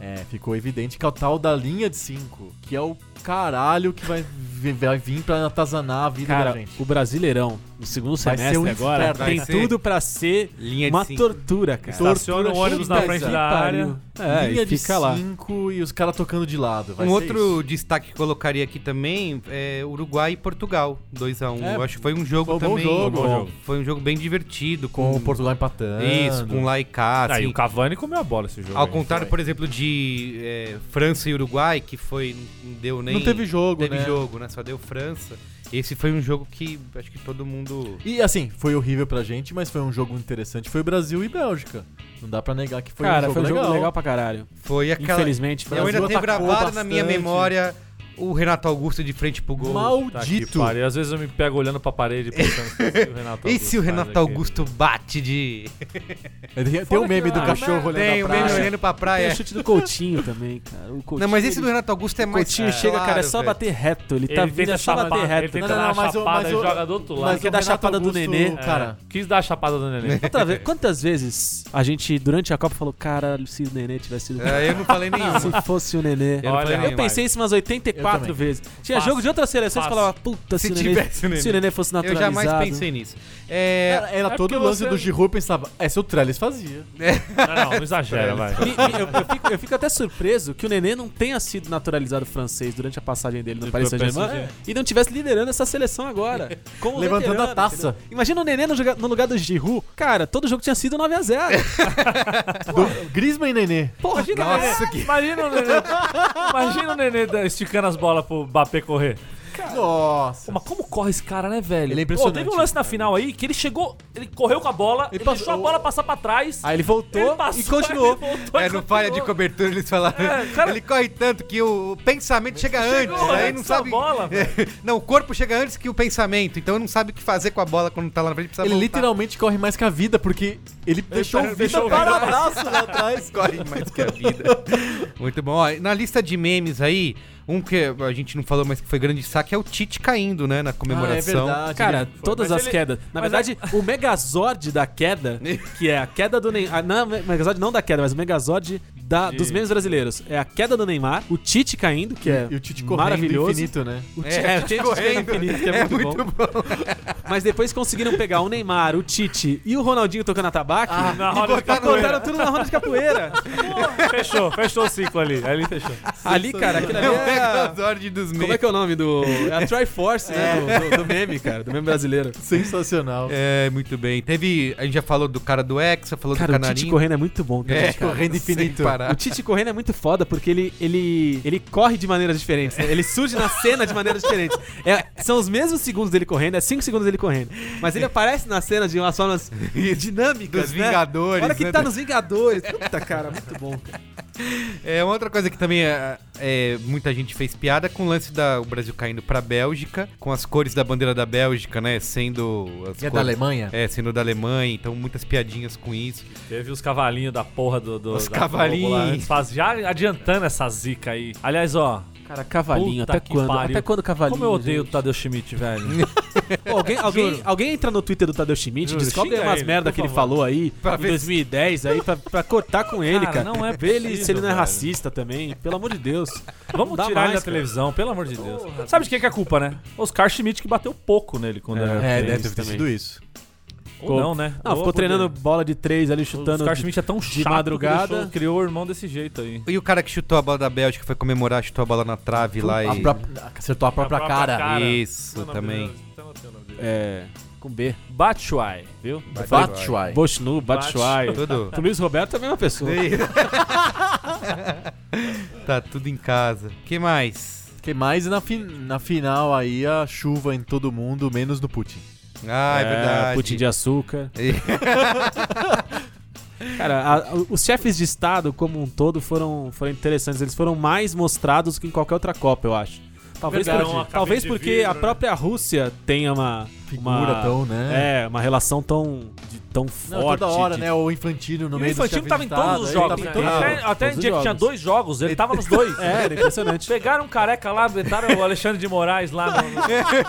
Speaker 4: é, ficou evidente que é o tal da linha de 5, que é o caralho que vai, vi- vai vir pra atazanar a vida
Speaker 2: Cara,
Speaker 4: da gente.
Speaker 2: o Brasileirão, no segundo
Speaker 4: Vai ser
Speaker 2: semestre
Speaker 4: um
Speaker 2: agora,
Speaker 4: inferno.
Speaker 1: Vai
Speaker 2: tem
Speaker 1: ser.
Speaker 2: tudo pra ser
Speaker 1: Linha
Speaker 2: uma
Speaker 1: de cinco.
Speaker 2: tortura, cara.
Speaker 3: Estaciona o
Speaker 4: Tortura
Speaker 3: ônibus na
Speaker 4: cheia,
Speaker 3: frente
Speaker 4: que
Speaker 3: da área.
Speaker 2: É,
Speaker 4: linha
Speaker 2: e fica lá.
Speaker 4: de 5 e os caras tocando de lado. Vai
Speaker 1: Um
Speaker 4: ser
Speaker 1: outro
Speaker 4: é isso.
Speaker 1: destaque que colocaria aqui também é Uruguai e Portugal, 2x1.
Speaker 4: É,
Speaker 1: Eu acho que foi um jogo
Speaker 4: foi um bom
Speaker 1: também.
Speaker 4: jogo.
Speaker 1: bom jogo. Foi um jogo bem divertido, com,
Speaker 4: Com o Portugal empatando.
Speaker 1: Isso, com lá e cá.
Speaker 3: Aí
Speaker 1: assim.
Speaker 3: o Cavani comeu a bola esse jogo.
Speaker 1: Ao
Speaker 3: aí.
Speaker 1: contrário,
Speaker 4: foi.
Speaker 1: por exemplo, de é, França e Uruguai, que foi. Não deu nem.
Speaker 4: Não teve jogo,
Speaker 1: teve
Speaker 4: né?
Speaker 1: jogo, né? Só deu França. Esse foi um jogo que acho que todo mundo.
Speaker 4: E assim, foi horrível pra gente, mas foi um jogo interessante. Foi Brasil e Bélgica. Não dá pra negar que foi
Speaker 2: cara,
Speaker 4: um jogo
Speaker 2: foi um
Speaker 4: legal.
Speaker 2: jogo legal pra caralho.
Speaker 1: Foi aquela.
Speaker 2: Infelizmente,
Speaker 1: Eu ainda
Speaker 4: Brasil
Speaker 1: tenho
Speaker 4: atacou
Speaker 1: gravado na minha
Speaker 4: bastante.
Speaker 1: memória o Renato Augusto de frente pro gol.
Speaker 3: Tá que
Speaker 4: Maldito.
Speaker 3: pariu. Às vezes eu me pego olhando pra parede pensando se o Renato
Speaker 1: E se é o
Speaker 3: faz
Speaker 1: Renato
Speaker 3: aquele-
Speaker 1: Augusto bate de.
Speaker 4: Tem tem um meme do
Speaker 3: Ah,
Speaker 4: cachorro olhando
Speaker 1: Tem o
Speaker 4: pra
Speaker 1: meme
Speaker 4: praia.
Speaker 1: olhando pra
Speaker 2: Tem
Speaker 1: praia.
Speaker 2: o chute do Coutinho também, cara. O Coutinho,
Speaker 1: Ah, é. Não, mas esse do
Speaker 2: ele-
Speaker 1: Renato Augusto é
Speaker 2: o
Speaker 1: mais.
Speaker 2: Coutinho
Speaker 1: é,
Speaker 2: chega, cara, é
Speaker 1: claro,
Speaker 2: só
Speaker 1: velho.
Speaker 2: bater reto. Ele,
Speaker 3: Ele
Speaker 2: tá
Speaker 3: tenta
Speaker 2: vindo é só
Speaker 3: chapar-
Speaker 2: bater
Speaker 3: Ele
Speaker 2: reto.
Speaker 3: tenta
Speaker 4: Não, não,
Speaker 3: dar
Speaker 4: não,
Speaker 3: uma
Speaker 4: mas o-
Speaker 3: chapada
Speaker 4: mas
Speaker 3: e
Speaker 4: o-
Speaker 3: joga do outro lado.
Speaker 4: mas
Speaker 2: quer
Speaker 4: o
Speaker 2: dar
Speaker 4: Renato
Speaker 2: chapada do
Speaker 4: Augusto,
Speaker 3: É.
Speaker 2: Nenê.
Speaker 4: Cara,
Speaker 3: Quis dar a chapada do Nenê.
Speaker 2: Outra vez, quantas vezes a gente, durante a Copa, falou: caralho, se o Nenê tivesse sido.
Speaker 1: É, eu não falei nenhuma.
Speaker 2: Se fosse o
Speaker 1: Eu
Speaker 2: Nenê.
Speaker 1: não falei
Speaker 3: Olha,
Speaker 2: Eu
Speaker 1: nenhuma.
Speaker 2: pensei isso umas
Speaker 4: Eu
Speaker 2: 84
Speaker 4: também.
Speaker 2: vezes. Tinha
Speaker 3: Fácil.
Speaker 2: jogo de outras seleções que
Speaker 3: Fácil.
Speaker 2: falava, puta, se,
Speaker 1: Se
Speaker 2: o Nenê,
Speaker 1: tivesse o Nenê.
Speaker 2: se o Nenê fosse
Speaker 1: Eu
Speaker 2: naturalizado.
Speaker 1: jamais pensei nisso. É,
Speaker 4: Era, era
Speaker 3: É
Speaker 4: todo o
Speaker 3: porque
Speaker 4: lance
Speaker 3: você-
Speaker 4: do Giroud pensava, é seu Trellis fazia.
Speaker 3: Não, não, não exagera, vai.
Speaker 2: E- e eu, eu fico, eu fico até surpreso que o Nenê não tenha sido naturalizado francês durante a passagem dele no
Speaker 3: Do
Speaker 2: Paris
Speaker 3: Paris
Speaker 2: Saint-Germain e não tivesse liderando essa seleção agora. Como
Speaker 4: Levantando
Speaker 2: veterano,
Speaker 4: a taça.
Speaker 2: entendeu? Imagina o Nenê no, joga- no lugar do Giroud. Cara, todo jogo tinha sido 9x0.
Speaker 4: Do Griezmann e Nenê.
Speaker 2: Porra,
Speaker 1: nossa, que.
Speaker 3: Imagina o Nenê. Imagina o Nenê da- esticando as bolas pro Mbappé correr. Pô,
Speaker 4: Nossa.
Speaker 3: mas como corre esse cara, né, velho?
Speaker 4: Ele é
Speaker 3: Pô,
Speaker 4: impressionante.
Speaker 3: teve um lance na final aí que ele chegou, ele correu com a bola, ele,
Speaker 4: passou-
Speaker 3: deixou a bola passar pra trás.
Speaker 4: Aí ele voltou
Speaker 3: ele passou,
Speaker 4: e continuou.
Speaker 3: aí ele voltou
Speaker 1: É,
Speaker 3: e
Speaker 1: no falha de
Speaker 3: continuou.
Speaker 1: cobertura eles falaram.
Speaker 3: É, cara-
Speaker 1: ele corre tanto que o pensamento chega antes.
Speaker 2: é
Speaker 3: Chegou
Speaker 1: Aí
Speaker 3: antes
Speaker 1: não
Speaker 3: da
Speaker 1: sabe. É,
Speaker 3: bola, velho.
Speaker 1: não, o corpo chega antes que o pensamento. Então não sabe o que fazer com a bola quando tá lá na frente. Precisa
Speaker 4: Ele
Speaker 1: voltar.
Speaker 4: literalmente corre mais que a vida, porque ele deixou o
Speaker 3: deixou
Speaker 4: Vida
Speaker 3: o Vida
Speaker 4: para abraço lá atrás.
Speaker 1: corre mais que a vida. Muito bom. Ó, na lista de memes aí, um que a gente não falou, mas que foi grande saque é o Tite caindo,
Speaker 2: Ah,
Speaker 1: né? Na
Speaker 4: Então,
Speaker 1: comemoração.
Speaker 3: né?
Speaker 2: Cara, todas
Speaker 3: Mas
Speaker 2: as
Speaker 3: ele-
Speaker 2: quedas. Na
Speaker 3: mas
Speaker 2: verdade, o Megazord da queda, que é a queda do Neymar. Não, o Megazord não da queda, mas o Megazord da, dos memes brasileiros. É a queda do Neymar, o Tite caindo, que é
Speaker 4: E o Tite correndo
Speaker 2: maravilhoso.
Speaker 4: infinito, né?
Speaker 2: O Tite,
Speaker 1: É,
Speaker 2: é, o Tite
Speaker 1: correndo.
Speaker 2: infinito, que é, muito, bom. Mas depois conseguiram pegar o Neymar, o Tite e o Ronaldinho tocando atabaque.
Speaker 3: Na roda de
Speaker 2: e botaram
Speaker 3: capoeira.
Speaker 2: tudo na roda de capoeira.
Speaker 3: Fechou, fechou o ciclo ali. Aí ele fechou.
Speaker 2: ali, cara, aquilo ali
Speaker 1: É o
Speaker 2: é... a-
Speaker 1: Megazord dos memes.
Speaker 2: Como é que é o nome do... É a Triforce, né? Do, do- do meme, cara. Do meme brasileiro.
Speaker 4: Sensacional.
Speaker 1: É, muito bem. Teve. A gente já falou do cara do Hexa, falou do
Speaker 2: Cara, o Tite
Speaker 1: Canarinho.
Speaker 2: correndo é muito bom também,
Speaker 1: É,
Speaker 2: cara.
Speaker 4: correndo infinito.
Speaker 1: Sem parar.
Speaker 2: O Tite correndo é muito foda porque ele, ele, ele corre de maneiras diferentes. né? Ele surge na cena de maneiras diferentes. É, são os mesmos segundos dele correndo, é 5 segundos dele correndo. Mas ele aparece na cena de umas formas dinâmicas.
Speaker 1: Dos
Speaker 2: né?
Speaker 1: Vingadores,
Speaker 2: Olha que
Speaker 1: né?
Speaker 2: tá nos Vingadores. Puta, cara, muito bom. cara.
Speaker 1: É, uma outra coisa que também é, é, muita gente fez piada com o lance da o Brasil caindo pra Bélgica, com as cores da bandeira da Bélgica, né? Sendo. As
Speaker 4: É
Speaker 1: cores-
Speaker 4: da Alemanha?
Speaker 1: É, sendo da Alemanha, então muitas piadinhas com isso.
Speaker 3: Teve os cavalinhos da porra do. do
Speaker 1: Os
Speaker 3: da Globo lá
Speaker 1: cavalinhos.
Speaker 3: antes. Faz- Já adiantando essa zica aí. Aliás, ó.
Speaker 2: Cara, cavalinho,
Speaker 3: Puta
Speaker 2: até
Speaker 3: que
Speaker 2: quando?
Speaker 3: pariu.
Speaker 2: Até quando cavalinho?
Speaker 3: Como eu odeio o
Speaker 2: gente?
Speaker 3: Tadeu Schmidt, velho.
Speaker 2: Pô, alguém, alguém, alguém entra no Twitter do Tadeu Schmidt,
Speaker 3: Juro,
Speaker 2: descobre
Speaker 3: xinga
Speaker 2: umas
Speaker 3: ele,
Speaker 2: merda
Speaker 3: por
Speaker 2: que ele
Speaker 3: favor.
Speaker 2: falou aí
Speaker 1: Pra
Speaker 2: em
Speaker 1: ver se-
Speaker 2: 2010 aí pra, pra cortar com ele,
Speaker 3: Cara,
Speaker 2: cara.
Speaker 3: não é
Speaker 2: Vê ele se
Speaker 3: possível,
Speaker 2: ele não é
Speaker 3: velho.
Speaker 2: racista também, pelo amor de Deus.
Speaker 3: Vamos
Speaker 2: Não dá
Speaker 3: tirar ele
Speaker 2: mais,
Speaker 3: da
Speaker 2: cara.
Speaker 3: televisão, pelo amor de Deus. Sabe de quem que é a culpa, né? Oscar Schmidt que bateu pouco nele quando era.
Speaker 4: É,
Speaker 3: criança.
Speaker 4: deve ter sido isso.
Speaker 3: Ou não, né?
Speaker 2: Não,
Speaker 3: Ou
Speaker 2: ficou
Speaker 3: poder.
Speaker 2: treinando bola de três ali,
Speaker 3: O
Speaker 2: chutando.
Speaker 3: Oscar
Speaker 2: de-
Speaker 3: Schmidt é tão chato que
Speaker 2: madrugada.
Speaker 3: deixou- criou o irmão desse jeito aí.
Speaker 1: E o cara que chutou a bola da Bélgica foi comemorar, chutou a bola na trave lá
Speaker 4: A
Speaker 1: e.
Speaker 4: própria- Acertou a própria, cara.
Speaker 1: Isso
Speaker 3: Tá
Speaker 1: também.
Speaker 2: É. Com B.
Speaker 3: Batshuayi, viu?
Speaker 4: Batshuayi.
Speaker 2: Bochnu, Batshuayi.
Speaker 1: Tudo.
Speaker 2: O Luiz Roberto é a mesma pessoa.
Speaker 1: tá tudo em casa. que mais?
Speaker 4: Que mais E na, fin- na final aí a chuva em todo mundo, menos no Putin.
Speaker 1: Ah, é, verdade.
Speaker 2: Putin de açúcar. Cara, a- a- os chefes de Estado como um todo foram, foram interessantes. Eles foram mais mostrados que em qualquer outra Copa, eu acho. Talvez,
Speaker 3: Verdade.
Speaker 2: por-
Speaker 3: Não, a cabine
Speaker 2: talvez
Speaker 3: de
Speaker 2: porque
Speaker 3: vidro,
Speaker 2: a
Speaker 3: né?
Speaker 2: própria Rússia tenha uma,
Speaker 4: Figura tão, né?
Speaker 2: É, uma relação tão, de- tão
Speaker 4: Não,
Speaker 2: forte.
Speaker 4: toda hora,
Speaker 2: de-
Speaker 4: né? O Infantino
Speaker 3: E
Speaker 4: no
Speaker 3: o
Speaker 4: meio do
Speaker 3: Infantino
Speaker 4: chefe
Speaker 3: tava
Speaker 4: de
Speaker 3: em todos os
Speaker 4: Estado,
Speaker 3: jogos.
Speaker 4: ele
Speaker 3: né?
Speaker 4: tava em todos.
Speaker 3: Até, até
Speaker 2: todos
Speaker 3: um dia
Speaker 2: os
Speaker 3: que tinha
Speaker 2: jogos.
Speaker 3: dois jogos, ele tava nos dois.
Speaker 2: É, era impressionante.
Speaker 3: Pegaram um careca lá, botaram o Alexandre de Moraes lá, no, no,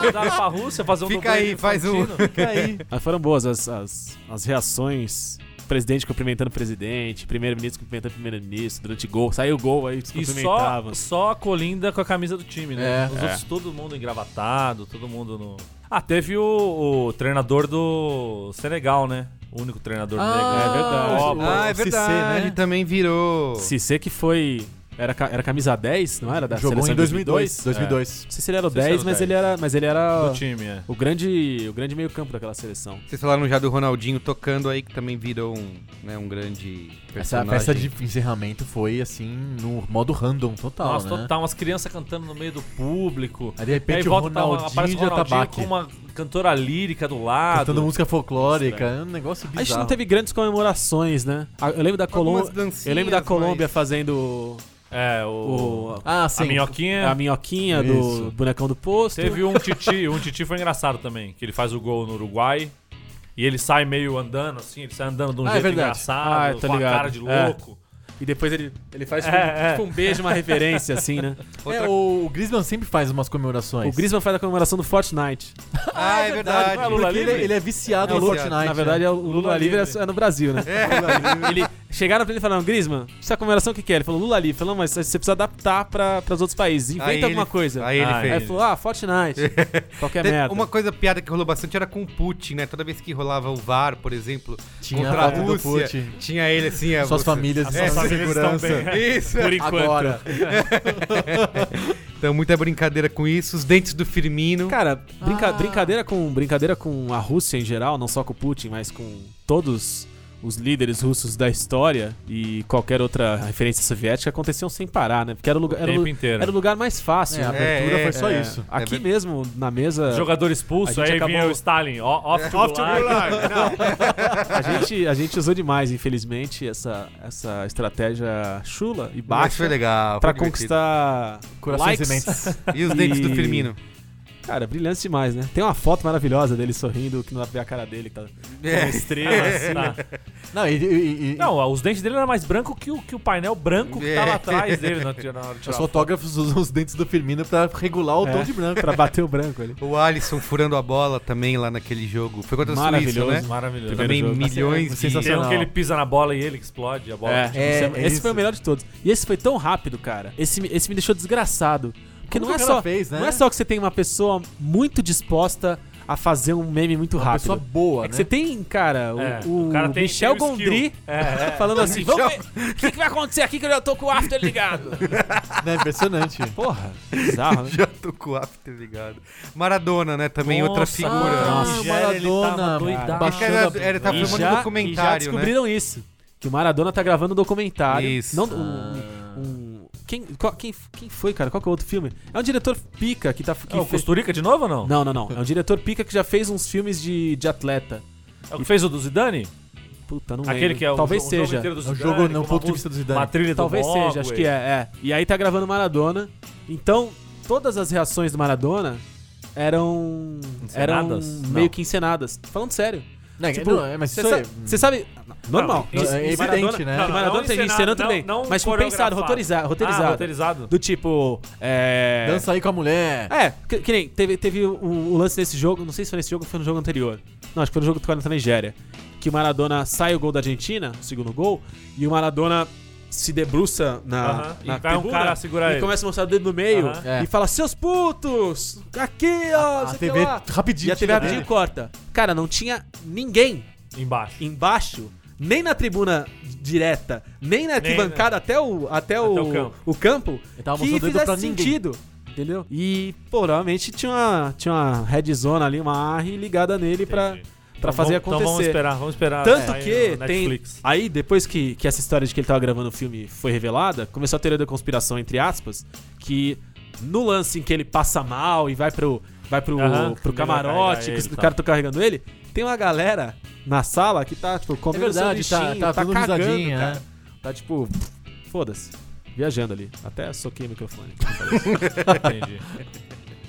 Speaker 3: mandaram pra Rússia fazer um
Speaker 1: Fica
Speaker 3: dublê
Speaker 1: aí,
Speaker 3: do
Speaker 1: faz um.
Speaker 3: Infantino.
Speaker 4: Fica aí.
Speaker 2: Mas foram boas as, as, as reações. Presidente cumprimentando o presidente, primeiro-ministro cumprimentando o primeiro-ministro, durante gol, saiu o gol aí, se
Speaker 3: E só,
Speaker 2: cumprimentavam.
Speaker 3: só a Colinda com a camisa do time, né?
Speaker 4: É.
Speaker 3: Os outros, todo mundo engravatado, todo mundo no. Ah, teve o, o treinador do Senegal, né? O único treinador
Speaker 4: Ah,
Speaker 3: do Senegal.
Speaker 2: verdade.
Speaker 3: Ó,
Speaker 4: o-
Speaker 1: Ah, é
Speaker 4: o Cissé,
Speaker 1: verdade.
Speaker 4: né?
Speaker 1: Também virou.
Speaker 2: Cissé que foi. Era, ca- era camisa 10, não era? Da
Speaker 4: Jogou
Speaker 2: seleção
Speaker 4: em 2002.
Speaker 2: 2002. É.
Speaker 4: 2002.
Speaker 2: Não sei se ele era o
Speaker 3: Não sei se
Speaker 2: 10,
Speaker 3: era o 10.
Speaker 2: mas ele era. Mas ele era
Speaker 3: do time, é.
Speaker 2: o grande, o grande meio-campo daquela seleção.
Speaker 1: Vocês falaram já do Ronaldinho tocando aí, que também virou um, né, um grande
Speaker 2: É.
Speaker 4: Essa
Speaker 1: personagem.
Speaker 4: festa de encerramento foi, assim, no modo random total,
Speaker 3: Nossa,
Speaker 4: né?
Speaker 3: total, umas crianças cantando no meio do público.
Speaker 4: Aí, de
Speaker 3: E aí
Speaker 4: repente, o
Speaker 3: volta, tá,
Speaker 4: Ronaldinho
Speaker 3: aparece
Speaker 4: de
Speaker 3: o Ronaldinho com
Speaker 4: Atabaque. Tá
Speaker 3: uma cantora lírica do lado.
Speaker 4: Cantando música folclórica. É um negócio
Speaker 2: A
Speaker 4: bizarro.
Speaker 2: gente não teve grandes comemorações, né? Ah, Eu lembro da
Speaker 1: Algumas
Speaker 2: Colômbia.
Speaker 1: dancinhas,
Speaker 2: Eu lembro da
Speaker 1: mas-
Speaker 2: Colômbia fazendo
Speaker 3: É, o.
Speaker 2: o,
Speaker 4: Ah,
Speaker 3: a
Speaker 4: sim.
Speaker 3: minhoquinha.
Speaker 2: a minhoquinha
Speaker 4: Isso.
Speaker 2: do bonecão do posto.
Speaker 3: É. Teve um Titi, um Titi foi engraçado também, que ele faz o gol no Uruguai. E ele sai meio andando, assim, ele sai andando de um
Speaker 4: Ah, é
Speaker 3: jeito
Speaker 4: verdade.
Speaker 3: engraçado,
Speaker 2: Ah, tô
Speaker 3: com a
Speaker 2: ligado.
Speaker 3: cara de
Speaker 2: É.
Speaker 3: louco.
Speaker 2: E depois ele, ele faz tipo,
Speaker 3: É, é.
Speaker 2: tipo um beijo, uma referência, assim, né?
Speaker 4: É, o o Griezmann sempre faz umas comemorações.
Speaker 2: O Griezmann faz a comemoração do Fortnite.
Speaker 1: Ah, é verdade.
Speaker 3: não é Lula
Speaker 4: Porque ele,
Speaker 3: livre?
Speaker 4: ele é viciado
Speaker 1: É
Speaker 4: no
Speaker 1: viciado.
Speaker 4: Fortnite. né?
Speaker 2: Na verdade, é o Lula, Livre
Speaker 3: livre.
Speaker 2: é no Brasil, né? Ele, chegaram pra ele e falaram, Griezmann, essa comemoração o que que é? Ele falou Lula Livre. Falou, mas você precisa adaptar pra, pros outros países. Inventa
Speaker 1: Aí
Speaker 2: alguma
Speaker 1: ele-
Speaker 2: coisa.
Speaker 1: Aí ele
Speaker 3: Ah,
Speaker 1: fez.
Speaker 2: Aí ele falou, ah, Fortnite. Qualquer
Speaker 1: Teve
Speaker 2: merda.
Speaker 1: Uma coisa piada que rolou bastante era com o Putin, né? Toda vez que rolava o VAR, por exemplo,
Speaker 4: Tinha
Speaker 1: contra
Speaker 4: a
Speaker 1: a
Speaker 4: foto do
Speaker 1: Rússia,
Speaker 4: Putin.
Speaker 1: tinha ele assim... é,
Speaker 4: é, Suas
Speaker 1: você-
Speaker 4: famílias
Speaker 3: As
Speaker 4: estão em
Speaker 3: famílias estão
Speaker 4: segurança.
Speaker 3: bem.
Speaker 1: Isso.
Speaker 3: Por enquanto.
Speaker 4: Agora.
Speaker 1: Então, muita brincadeira com isso. Os dentes do Firmino.
Speaker 2: Cara, brinca- brincadeira, com, brincadeira com a Rússia em geral, não só com o Putin, mas com todos os líderes russos da história e qualquer outra referência soviética aconteciam sem parar, né? Porque era o lugar, era o
Speaker 3: tempo
Speaker 2: lu-
Speaker 3: inteiro.
Speaker 2: era o lugar mais fácil.
Speaker 4: É, a
Speaker 2: né?
Speaker 4: abertura
Speaker 1: É,
Speaker 4: foi
Speaker 1: é,
Speaker 4: só
Speaker 1: é.
Speaker 4: isso.
Speaker 2: Aqui
Speaker 1: ver-
Speaker 2: mesmo, na mesa,
Speaker 3: Jogador
Speaker 2: A
Speaker 3: expulso,
Speaker 2: gente
Speaker 3: aí vinha
Speaker 2: acabou-
Speaker 3: o Stalin, ó, off, to
Speaker 1: É, Off
Speaker 3: off
Speaker 1: to
Speaker 2: a gente, a gente usou demais, infelizmente, essa, essa estratégia chula e
Speaker 1: Mas
Speaker 2: baixa
Speaker 1: foi legal.
Speaker 2: é pra
Speaker 1: foi divertido.
Speaker 2: conquistar
Speaker 4: Corações
Speaker 2: likes.
Speaker 4: sementes.
Speaker 1: E os dentes do
Speaker 2: E-
Speaker 1: Firmino.
Speaker 2: Cara, brilhante demais, né? Tem uma foto maravilhosa dele sorrindo, que não dá pra ver a cara dele, que tá
Speaker 1: É.
Speaker 3: Estrela, tá.
Speaker 4: Não, e, e- e-
Speaker 3: Não, ó, os dentes dele eram mais branco que o, que o painel branco que
Speaker 1: É.
Speaker 3: tava atrás dele na, na hora de
Speaker 4: os
Speaker 3: tirar.
Speaker 4: fotógrafos usam os dentes do Firmino pra regular o
Speaker 2: É.
Speaker 4: tom de branco.
Speaker 2: pra bater o branco ali.
Speaker 1: O Alisson furando a bola também lá naquele jogo. Foi contra a Suíça,
Speaker 2: Maravilhoso.
Speaker 1: né?
Speaker 3: Maravilhoso.
Speaker 2: Primeiro
Speaker 1: Também
Speaker 2: jogo.
Speaker 1: milhões de...
Speaker 3: Tem
Speaker 4: sensacional.
Speaker 3: um que ele pisa na bola e ele que explode a bola.
Speaker 2: É,
Speaker 3: Tipo,
Speaker 4: É,
Speaker 2: esse
Speaker 4: é isso.
Speaker 2: foi o melhor de todos. E esse foi tão rápido, cara. Esse, me- esse me deixou desgraçado. Porque
Speaker 4: Como
Speaker 2: não é,
Speaker 4: que o cara
Speaker 2: só,
Speaker 4: fez, né?
Speaker 2: não é só que você tem uma pessoa muito disposta a fazer um meme muito
Speaker 4: Uma
Speaker 2: rápido.
Speaker 4: pessoa boa,
Speaker 2: É que
Speaker 4: né?
Speaker 2: você tem, cara, o,
Speaker 3: É,
Speaker 2: o
Speaker 3: o cara tem-
Speaker 2: Michel
Speaker 3: tem o skill. É.
Speaker 2: Gondry falando assim: vamos ver o que, que vai acontecer aqui que eu já tô com o after ligado. é
Speaker 4: Né, impressionante.
Speaker 2: Porra, bizarro, né?
Speaker 1: Já tô com o after ligado. Maradona, né? Também outra
Speaker 3: Nossa,
Speaker 1: figura.
Speaker 3: ah,
Speaker 4: Nossa.
Speaker 3: Nigéria, ele tava
Speaker 4: Maradona,
Speaker 3: doidaço.
Speaker 4: cara.
Speaker 1: Esse cara
Speaker 4: Baixando a-
Speaker 1: ele tá
Speaker 3: E
Speaker 1: filmando um
Speaker 2: e já
Speaker 1: documentário, né?
Speaker 2: descobriram isso. Que o Maradona tá gravando um documentário.
Speaker 1: Isso.
Speaker 2: Não, um- um- quem, qual- quem, quem foi, cara? Qual que é o outro filme? É um diretor pica que tá. Que
Speaker 3: É o
Speaker 2: fez-
Speaker 3: Costurica de novo ou não?
Speaker 2: Não, não, não. É um diretor pica que já fez uns filmes de, de atleta.
Speaker 3: É o que fez o do Zidane?
Speaker 2: Puta, não
Speaker 3: Aquele
Speaker 2: lembro.
Speaker 3: que é o
Speaker 2: Talvez
Speaker 3: jo- o jogo
Speaker 2: seja.
Speaker 3: inteiro do
Speaker 4: É um
Speaker 3: Zidane.
Speaker 4: jogo
Speaker 3: com
Speaker 4: no
Speaker 3: uma
Speaker 4: ponto de
Speaker 3: música-
Speaker 4: vista do
Speaker 3: Uma
Speaker 4: Zidane.
Speaker 3: trilha do
Speaker 2: Talvez
Speaker 3: Mogwai.
Speaker 2: seja, acho que é, é. E aí tá gravando Maradona. Então, todas as reações do Maradona eram.
Speaker 3: Encenadas?
Speaker 2: Eram
Speaker 3: Não.
Speaker 2: meio que encenadas. Tô Falando sério.
Speaker 4: Não,
Speaker 2: Tipo,
Speaker 4: não, é, mas
Speaker 2: Você
Speaker 4: isso aí-
Speaker 2: sabe, você sabe- Normal.
Speaker 3: Não,
Speaker 4: isso- é
Speaker 2: Isso-
Speaker 4: evidente,
Speaker 2: Maradona-
Speaker 4: né?
Speaker 2: que Maradona teve
Speaker 3: encenado,
Speaker 2: encenando também.
Speaker 3: não- não
Speaker 2: mas tipo, pensado,
Speaker 3: coreografado.
Speaker 2: rotoriza-
Speaker 3: Ah,
Speaker 2: roteirizado.
Speaker 3: roteirizado.
Speaker 2: Do tipo. É.
Speaker 4: Dança aí com a mulher. Ah,
Speaker 2: É, que, que nem teve, teve o, o lance nesse jogo, não sei se foi nesse jogo ou foi no jogo anterior. Não, acho que foi no jogo contra a Nigéria. Que o Maradona sai o gol da Argentina, o segundo gol, e o Maradona se debruça na,
Speaker 3: Aham, e
Speaker 2: na
Speaker 3: vai um
Speaker 2: tribuna
Speaker 3: cara segurar
Speaker 2: e
Speaker 3: ele.
Speaker 2: começa a mostrar o dedo no meio
Speaker 3: Aham.
Speaker 4: É.
Speaker 2: e fala, seus putos! Aqui, ó!
Speaker 4: A
Speaker 2: sei
Speaker 4: TV
Speaker 2: lá."
Speaker 4: rapidinho. né? É
Speaker 2: E a TV
Speaker 4: tira
Speaker 2: rapidinho
Speaker 4: dele.
Speaker 2: corta. Cara, não tinha ninguém
Speaker 3: Embaixo.
Speaker 2: embaixo, nem na tribuna direta, nem na arquibancada até o até, o,
Speaker 3: o campo.
Speaker 2: o campo,
Speaker 4: Ele tava mostrando
Speaker 2: que
Speaker 4: o dedo
Speaker 2: fizesse
Speaker 4: pra ninguém.
Speaker 2: sentido. Entendeu? E, pô, realmente tinha uma, tinha uma red zone ali, uma AR ligada nele pra, pra
Speaker 3: Entendi.
Speaker 2: fazer
Speaker 3: vamos, Então vamos
Speaker 2: acontecer.
Speaker 3: esperar, vamos esperar.
Speaker 2: Tanto
Speaker 3: sair
Speaker 2: que
Speaker 3: no
Speaker 2: tem.
Speaker 3: é, Netflix.
Speaker 2: Aí, depois que, que essa história de que ele tava gravando o filme foi revelada, começou a teoria da conspiração, entre aspas, que no lance em que ele passa mal e vai pro, vai pro,
Speaker 3: Aham,
Speaker 2: pro
Speaker 3: que
Speaker 2: camarote,
Speaker 3: ele vai carregar
Speaker 2: que
Speaker 3: ele,
Speaker 2: o
Speaker 3: tá.
Speaker 2: cara tá carregando ele, tem uma galera na sala que tá, tipo,
Speaker 4: É
Speaker 2: comendo
Speaker 4: verdade, tá,
Speaker 2: sanduichinho,
Speaker 4: tá,
Speaker 2: tá
Speaker 4: tudo
Speaker 2: cagando,
Speaker 4: risadinha,
Speaker 2: cara.
Speaker 4: né?
Speaker 2: Tá tipo, foda-se. Viajando ali. Até soquei o microfone.
Speaker 3: Entendi.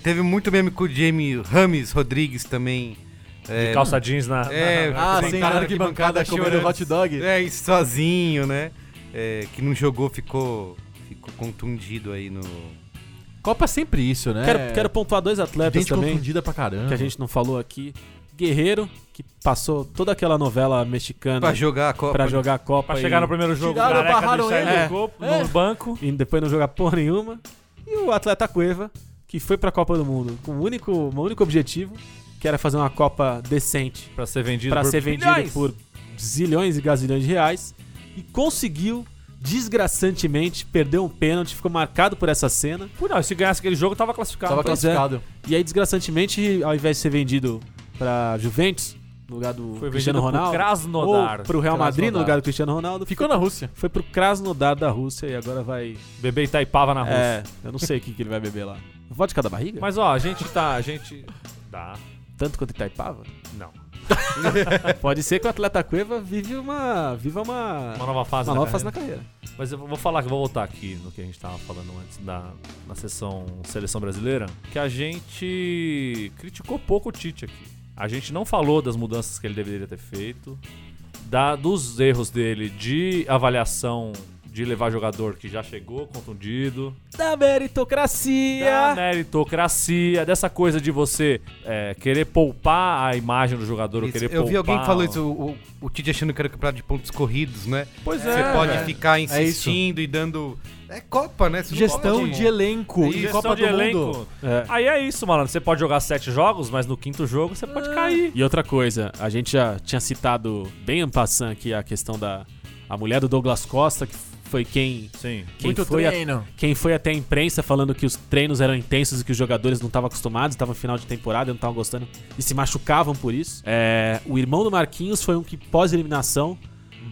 Speaker 1: Teve muito meme com o Jamie Rames Rodrigues também.
Speaker 2: É.
Speaker 3: De calça jeans na. na-
Speaker 1: É,
Speaker 3: na-
Speaker 4: Ah,
Speaker 1: Tem
Speaker 4: sem
Speaker 1: cara na
Speaker 4: na arquibancada
Speaker 1: arquibancada
Speaker 4: comendo
Speaker 2: né?
Speaker 1: chorando.
Speaker 4: hot dog?
Speaker 1: É, e sozinho, né? É, que não jogou, ficou, ficou contundido aí no.
Speaker 4: Copa é sempre isso, né?
Speaker 2: Quero, quero pontuar dois atletas
Speaker 4: Gente
Speaker 2: também
Speaker 4: confundida pra caramba.
Speaker 2: que a gente não falou aqui. Guerreiro, que passou toda aquela novela mexicana
Speaker 1: Pra jogar a Copa.
Speaker 2: pra jogar a Copa.
Speaker 3: Pra
Speaker 2: e-
Speaker 3: chegar no primeiro jogo,
Speaker 4: Tiraram,
Speaker 3: careca,
Speaker 4: barraram
Speaker 3: deixar
Speaker 4: ele.
Speaker 3: no, corpo,
Speaker 4: É.
Speaker 3: no banco.
Speaker 2: e depois não jogar porra nenhuma. E o atleta Cueva, que foi pra Copa do Mundo com o único, um único objetivo, que era fazer uma Copa decente
Speaker 3: Pra ser vendido
Speaker 2: pra
Speaker 3: por
Speaker 2: ser vendido
Speaker 3: bilhões.
Speaker 2: por zilhões e gazilhões de reais. E conseguiu, desgraçantemente, perder um pênalti, ficou marcado por essa cena.
Speaker 3: Pô, não, se ganhasse aquele jogo, tava classificado.
Speaker 4: Tava
Speaker 2: Pois é.
Speaker 4: classificado.
Speaker 2: E aí, desgraçantemente, ao invés de ser vendido pra Juventus, no lugar do
Speaker 3: Foi
Speaker 2: Cristiano
Speaker 3: vendido pro
Speaker 2: Ronaldo,
Speaker 3: Krasnodar.
Speaker 2: ou pro Real Madrid, no
Speaker 4: Krasnodar.
Speaker 2: lugar do Cristiano Ronaldo,
Speaker 4: Ficou na Rússia.
Speaker 2: foi pro Krasnodar da Rússia e agora vai...
Speaker 3: Bebê Itaipava na Rússia.
Speaker 2: É, eu não sei o que, que ele vai beber lá. Vodka da barriga?
Speaker 3: Mas ó, a gente tá. A gente. Dá.
Speaker 2: Tanto quanto Itaipava?
Speaker 3: Não.
Speaker 2: Pode ser que o atleta Cueva vive uma, viva uma,
Speaker 3: Uma nova fase
Speaker 2: uma
Speaker 3: na
Speaker 2: nova fase
Speaker 1: né?
Speaker 3: carreira.
Speaker 2: na carreira.
Speaker 3: Mas eu vou falar que vou voltar aqui no que a gente tava falando antes da na sessão seleção brasileira, que a gente criticou pouco o Tite aqui. A gente não falou das mudanças que ele deveria ter feito, da dos erros dele de avaliação de levar jogador que já chegou contundido,
Speaker 2: Da meritocracia!
Speaker 3: da meritocracia, dessa coisa de você é, querer poupar a imagem do jogador, ou
Speaker 1: Isso,
Speaker 3: querer
Speaker 1: eu
Speaker 3: poupar. um-
Speaker 1: vi alguém que falou isso, o, o, o Tite achando que era campeonato de pontos corridos, né?
Speaker 3: Pois é.
Speaker 1: Você pode
Speaker 3: velho.
Speaker 1: ficar
Speaker 4: isso.
Speaker 1: insistindo e dando. É Copa, né? Você não
Speaker 4: Gestão
Speaker 1: pode-
Speaker 4: de elenco
Speaker 1: É
Speaker 4: e
Speaker 1: isso.
Speaker 3: Gestão
Speaker 4: Copa
Speaker 3: de
Speaker 4: do
Speaker 3: elenco.
Speaker 4: Mundo.
Speaker 2: É.
Speaker 3: Aí é isso, malandro. Você pode jogar sete jogos, mas no quinto jogo você
Speaker 2: Ah.
Speaker 3: pode cair.
Speaker 2: E outra coisa, a gente já tinha citado bem en passant aqui a questão da a mulher do Douglas Costa, que foi quem,
Speaker 3: Sim.
Speaker 2: quem, foi, a-
Speaker 4: treino.
Speaker 2: quem foi até a imprensa falando que os treinos eram intensos e que os jogadores não estavam acostumados, estavam em final de temporada, não estavam gostando e se machucavam por isso. É, o irmão do Marquinhos foi um que, pós-eliminação,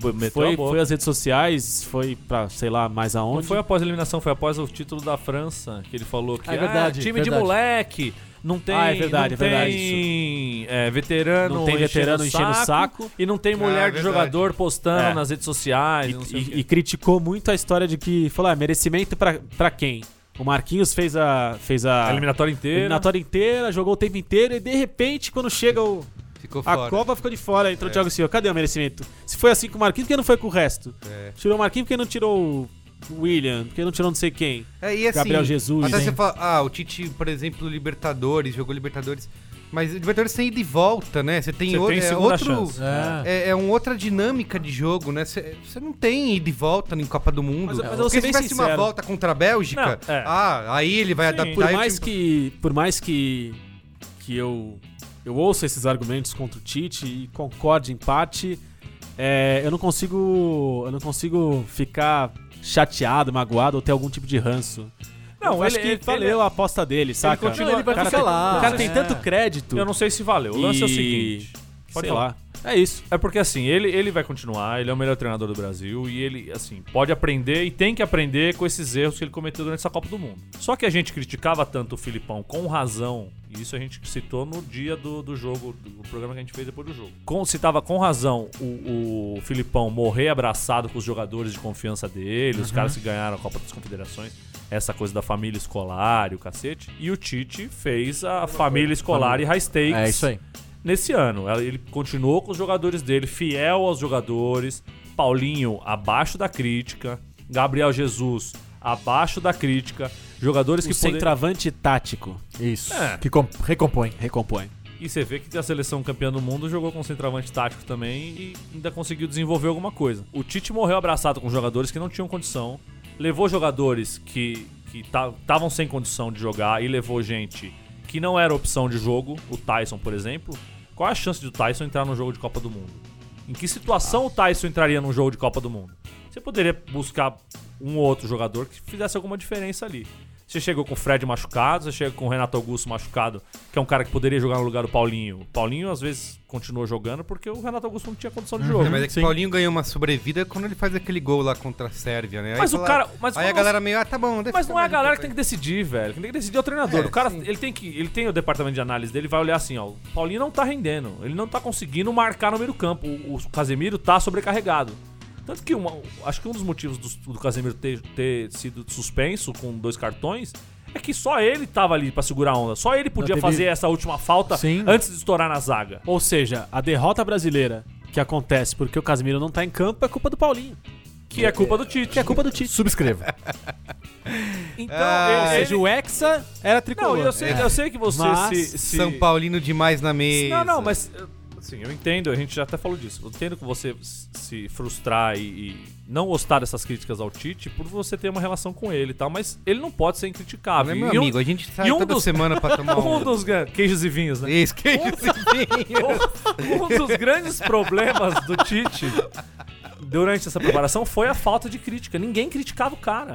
Speaker 3: Meteu
Speaker 2: foi,
Speaker 3: a boca.
Speaker 2: foi às redes sociais, foi pra sei lá mais aonde.
Speaker 3: Não foi após a eliminação, foi após o título da França, que ele falou que
Speaker 4: É verdade,
Speaker 3: "Ah, time
Speaker 4: verdade.
Speaker 3: de moleque, não tem,
Speaker 2: Ah, é verdade,
Speaker 3: não
Speaker 2: é verdade
Speaker 3: tem é, veterano,
Speaker 2: Não tem veterano enchendo o saco. Ah,
Speaker 3: e não tem mulher
Speaker 1: verdade.
Speaker 3: de jogador postando
Speaker 2: É.
Speaker 3: nas redes sociais, não
Speaker 2: E,
Speaker 3: sei o quê.
Speaker 2: e- e criticou muito a história de que falou, ah, merecimento pra, pra quem? O Marquinhos fez a fez a
Speaker 3: a eliminatória inteira.
Speaker 2: eliminatória inteira, jogou o tempo inteiro e de repente quando chega o,
Speaker 1: Ficou
Speaker 2: a
Speaker 1: fora. É.
Speaker 2: Copa ficou de fora, entrou o Thiago Silva, cadê o merecimento? Se foi assim com o Marquinhos, por que não foi com o resto?
Speaker 1: É.
Speaker 2: Tirou o Marquinhos, por que não tirou o William? Por que não tirou não sei quem?
Speaker 1: É, e assim,
Speaker 2: Gabriel Jesus,
Speaker 1: Até
Speaker 2: hein?
Speaker 1: você fala, ah, o Tite, por exemplo, Libertadores, jogou Libertadores. Mas Libertadores tem ida e volta, né? Você tem,
Speaker 3: Você
Speaker 1: o-
Speaker 3: tem
Speaker 1: é
Speaker 3: segunda
Speaker 1: outro.
Speaker 3: chance.
Speaker 4: É.
Speaker 1: É, é uma outra dinâmica de jogo, né? Você você não tem ida e volta em Copa do Mundo.
Speaker 2: Mas eu- mas eu vou ser
Speaker 1: Porque se
Speaker 2: bem
Speaker 1: tivesse uma
Speaker 2: sincero.
Speaker 1: volta contra a Bélgica,
Speaker 3: Não, é.
Speaker 1: ah, aí ele vai
Speaker 3: Sim.
Speaker 1: adaptar.
Speaker 2: por
Speaker 1: e o
Speaker 2: mais
Speaker 1: time-
Speaker 2: que por mais que que eu eu ouça esses argumentos contra o Tite e concorde em parte é, eu não consigo eu não consigo ficar chateado magoado ou ter algum tipo de ranço
Speaker 3: Não,
Speaker 2: eu acho
Speaker 3: ele- é-
Speaker 2: que
Speaker 3: ele-
Speaker 2: valeu a aposta dele saca
Speaker 3: continua- Não, ele vai
Speaker 2: O cara
Speaker 3: ficar É.
Speaker 2: tem-
Speaker 4: lá,
Speaker 2: o cara tem
Speaker 4: né?
Speaker 2: tanto crédito
Speaker 3: Eu não sei se valeu. O lance é o
Speaker 2: E-
Speaker 3: seguinte. Pode
Speaker 2: sei
Speaker 3: falar.
Speaker 2: lá é isso
Speaker 3: É porque assim, ele, ele vai continuar, ele é o melhor treinador do Brasil e ele, assim, pode aprender e tem que aprender com esses erros que ele cometeu durante essa Copa do Mundo. Só que a gente criticava tanto o Filipão com razão, e isso a gente citou no dia do, do jogo, do programa que a gente fez depois do jogo. Com, citava com razão o, o Filipão morrer abraçado com os jogadores de confiança dele,
Speaker 4: Uhum.
Speaker 3: os caras que ganharam a Copa das Confederações. Essa coisa da família escolar e o cacete. E o Tite fez a família escolar e high stakes
Speaker 4: É isso aí.
Speaker 3: nesse ano. Ela- Ele continuou com os jogadores dele, fiel aos jogadores. Paulinho abaixo da crítica. Gabriel Jesus abaixo da crítica. Jogadores
Speaker 2: o
Speaker 3: que poder...
Speaker 2: centroavante tático
Speaker 4: Isso.
Speaker 3: É.
Speaker 4: Que com- recompõe.
Speaker 2: recompõe
Speaker 3: E você vê que a seleção campeã do mundo jogou com um centroavante tático também e ainda conseguiu desenvolver alguma coisa. O Tite morreu abraçado com jogadores que não tinham condição, levou jogadores que estavam sem condição de jogar e levou gente que não era opção de jogo, o Tyson, por exemplo. Qual é a chance do Tyson entrar num jogo de Copa do Mundo? Em que situação o Tyson entraria num jogo de Copa do Mundo? Você poderia buscar um ou outro jogador que fizesse alguma diferença ali. Você chegou com o Fred machucado, você chega com o Renato Augusto machucado, que é um cara que poderia jogar no lugar do Paulinho. O Paulinho, às vezes, continuou jogando porque o Renato Augusto não tinha condição de jogo.
Speaker 1: É, mas é que o Paulinho ganhou uma sobrevida quando ele faz aquele gol lá contra a Sérvia, né? Aí
Speaker 3: Mas o
Speaker 1: fala-
Speaker 3: cara- mas
Speaker 1: aí a
Speaker 3: quando
Speaker 1: galera meio, ah, tá bom, deixa
Speaker 3: Mas não é a
Speaker 1: também,
Speaker 3: galera
Speaker 1: tá
Speaker 3: que tem
Speaker 1: bem.
Speaker 3: que decidir, velho. Quem tem que decidir é o treinador.
Speaker 1: É,
Speaker 3: o cara,
Speaker 1: sim.
Speaker 3: ele tem que, ele tem o departamento de análise dele, vai olhar assim, ó, o Paulinho não tá rendendo, ele não tá conseguindo marcar no meio do campo. O, o Casemiro tá sobrecarregado. Tanto que uma- acho que um dos motivos do, do Casemiro ter, ter sido suspenso com dois cartões é que só ele tava ali pra segurar a onda. Só ele podia
Speaker 2: teve-
Speaker 3: fazer essa última falta
Speaker 4: Sim.
Speaker 3: antes de estourar na zaga.
Speaker 2: Ou seja, a derrota brasileira que acontece porque o Casemiro não tá em campo é culpa do Paulinho.
Speaker 3: Que é culpa do Tite.
Speaker 2: Que é culpa do Tite.
Speaker 4: Subscreva.
Speaker 3: Então,
Speaker 2: Ou
Speaker 1: Ah,
Speaker 3: ele-
Speaker 2: É, seja, o Hexa era tricolor.
Speaker 3: Não, eu sei, eu sei que você
Speaker 2: Mas
Speaker 3: se, se-
Speaker 1: São Paulino demais na mesa.
Speaker 3: Não, não, mas. eh, Assim, eu entendo, a gente já até falou disso. Eu entendo que você s- se frustrar e, e não gostar dessas críticas ao Tite por você ter uma relação com ele e tal, mas ele não pode ser
Speaker 1: Não
Speaker 3: incriticável.
Speaker 1: é meu
Speaker 3: E um-
Speaker 1: amigo, a gente sai
Speaker 3: e um
Speaker 1: toda
Speaker 3: dos-
Speaker 1: semana pra tomar
Speaker 3: um
Speaker 1: um...
Speaker 3: dos gran- queijos e vinhos, né?
Speaker 1: Isso, que isso, enfim.
Speaker 3: um dos grandes problemas do Tite durante essa preparação foi a falta de crítica. Ninguém criticava o cara.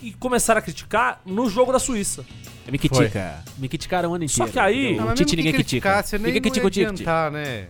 Speaker 3: E começaram a criticar no jogo da Suíça.
Speaker 2: É me critica. Me criticaram o ano
Speaker 3: Só
Speaker 2: inteiro.
Speaker 3: que aí-
Speaker 2: entendeu?
Speaker 3: Não,
Speaker 2: O
Speaker 1: mas
Speaker 2: Tite
Speaker 1: mesmo que
Speaker 2: ninguém critica.
Speaker 1: criticasse, nem
Speaker 2: Ninguém critica
Speaker 1: não
Speaker 2: o
Speaker 1: ia
Speaker 2: Tite.
Speaker 1: adiantar, né?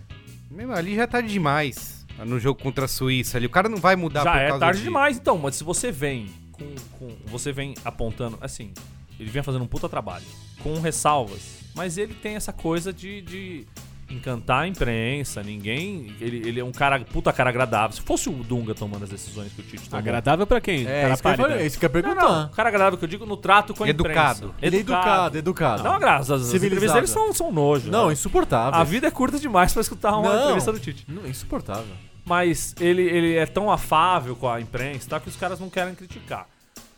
Speaker 1: Mesmo ali já é tarde demais. ah, No jogo contra a Suíça ali. O cara não vai mudar
Speaker 3: Já
Speaker 1: Tá, por
Speaker 3: é
Speaker 1: causa
Speaker 3: tarde
Speaker 1: de-
Speaker 3: demais, então. Mas se você vem com, com- Você vem apontando. Assim, ele vem fazendo um puta trabalho. Com ressalvas. Mas ele tem essa coisa de. de encantar a imprensa, ninguém. Ele, ele é um cara, puta cara agradável. Se fosse o Dunga tomando as decisões que o Tite tomou.
Speaker 2: Agradável pra quem?
Speaker 4: É, isso
Speaker 2: Cara
Speaker 4: que, eu
Speaker 2: pálida.
Speaker 4: falei, isso que eu ia
Speaker 3: Não,
Speaker 4: perguntar.
Speaker 3: não. O cara agradável que eu digo no trato com a
Speaker 1: Educado.
Speaker 3: imprensa.
Speaker 4: Ele é educado, educado.
Speaker 3: Não, graças. As entrevistas
Speaker 4: Civilizado.
Speaker 3: deles são, são nojo.
Speaker 4: Não,
Speaker 3: né?
Speaker 4: insuportável.
Speaker 3: A vida é curta demais pra escutar uma
Speaker 4: Não.
Speaker 3: entrevista do Tite.
Speaker 4: Não, insuportável.
Speaker 3: Mas ele, ele é tão afável com a imprensa e tal que os caras não querem criticar.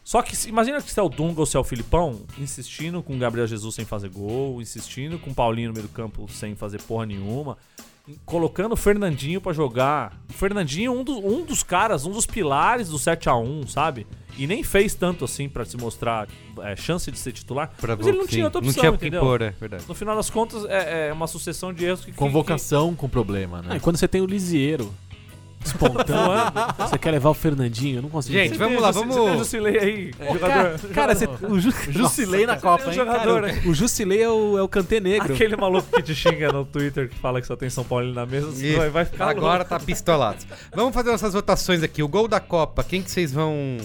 Speaker 3: Só que se- imagina que se é o Dunga ou se é o Filipão insistindo com o Gabriel Jesus sem fazer gol, insistindo com o Paulinho no meio do campo sem fazer porra nenhuma, e colocando o Fernandinho pra jogar. O Fernandinho, um, do- um dos caras, um dos pilares do 7x1, sabe? E nem fez tanto assim pra se mostrar é, chance de ser titular.
Speaker 1: Pra
Speaker 3: mas ele não
Speaker 1: sim.
Speaker 3: tinha outra opção,
Speaker 1: Não tinha o que
Speaker 3: entendeu?
Speaker 1: impor, é verdade.
Speaker 3: No final das contas, é, é uma sucessão de erros que. que-
Speaker 4: Convocação com problema,
Speaker 2: Ah,
Speaker 4: né?
Speaker 2: e quando você tem o Lisieiro
Speaker 3: um
Speaker 2: espontando, você quer levar o Fernandinho? Eu não consigo.
Speaker 1: Gente,
Speaker 3: que-
Speaker 2: entender.
Speaker 1: Vamos lá,
Speaker 3: Você-
Speaker 1: vamos- É.
Speaker 3: você tem o Jusilei aí, jogador.
Speaker 2: cara, você, o, Ju, um
Speaker 4: Jusilei na Copa, hein?
Speaker 3: jogador, né?
Speaker 2: o, o Jusilei é o, é o Kantê Negro.
Speaker 3: Aquele maluco que te xinga no Twitter que fala que só tem São Paulo na mesa, você
Speaker 1: Isso.
Speaker 3: vai, vai ficar
Speaker 1: Agora
Speaker 3: louco.
Speaker 1: tá pistolado. Vamos fazer nossas votações aqui. O gol da Copa, quem que vocês vão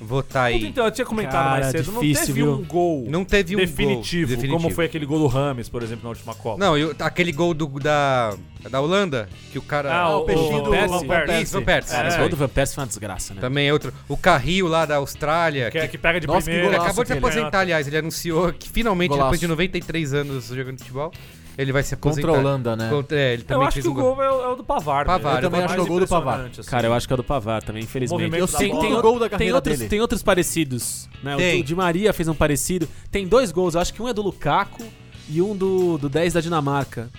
Speaker 1: votar
Speaker 3: Puta,
Speaker 1: aí?
Speaker 3: Então, eu tinha comentado
Speaker 2: Cara,
Speaker 3: mais cedo, não
Speaker 2: difícil,
Speaker 3: teve
Speaker 2: viu?
Speaker 3: um gol
Speaker 1: Não teve um gol
Speaker 3: definitivo, como foi aquele gol do Rames, por exemplo, na última Copa.
Speaker 1: Não, eu- aquele gol do, da, da Holanda, que é, o cara.
Speaker 3: Ah,
Speaker 4: o peixinho do-
Speaker 3: Van
Speaker 4: Van
Speaker 3: Persie.
Speaker 1: Isso, Van Persie.
Speaker 2: Cara,
Speaker 3: É.
Speaker 2: esse gol do Van Persie foi uma desgraça, né?
Speaker 1: Também é outro. O Carril lá da Austrália.
Speaker 3: Que, é,
Speaker 1: Que,
Speaker 3: que pega de
Speaker 4: Nossa, que
Speaker 3: primeira.
Speaker 1: ele
Speaker 4: golaço
Speaker 1: acabou de
Speaker 4: aquele.
Speaker 1: aposentar, aliás. Ele anunciou que finalmente,
Speaker 4: Golaço.
Speaker 1: depois de 93 anos jogando futebol, ele vai se aposentar.
Speaker 4: Contra a Holanda, né?
Speaker 1: Contra- é, ele também
Speaker 3: Eu acho
Speaker 1: fez
Speaker 3: que
Speaker 1: um
Speaker 3: o
Speaker 1: gol.
Speaker 3: gol é o, é o do Pavar.
Speaker 1: Pavar,
Speaker 4: eu também acho que é o gol do Pavar.
Speaker 3: assim.
Speaker 2: Cara, eu acho que é o do Pavar também, infelizmente.
Speaker 3: Movimento
Speaker 4: Eu
Speaker 3: da
Speaker 4: sei que
Speaker 3: bola.
Speaker 4: tem o gol da
Speaker 2: Tem
Speaker 4: carreira
Speaker 2: outros,
Speaker 4: dele.
Speaker 2: tem outros parecidos, né? O
Speaker 1: Tem.
Speaker 2: do Di Maria fez um parecido. Tem dois gols, eu acho que um é do Lukaku e um do, do 10 da Dinamarca.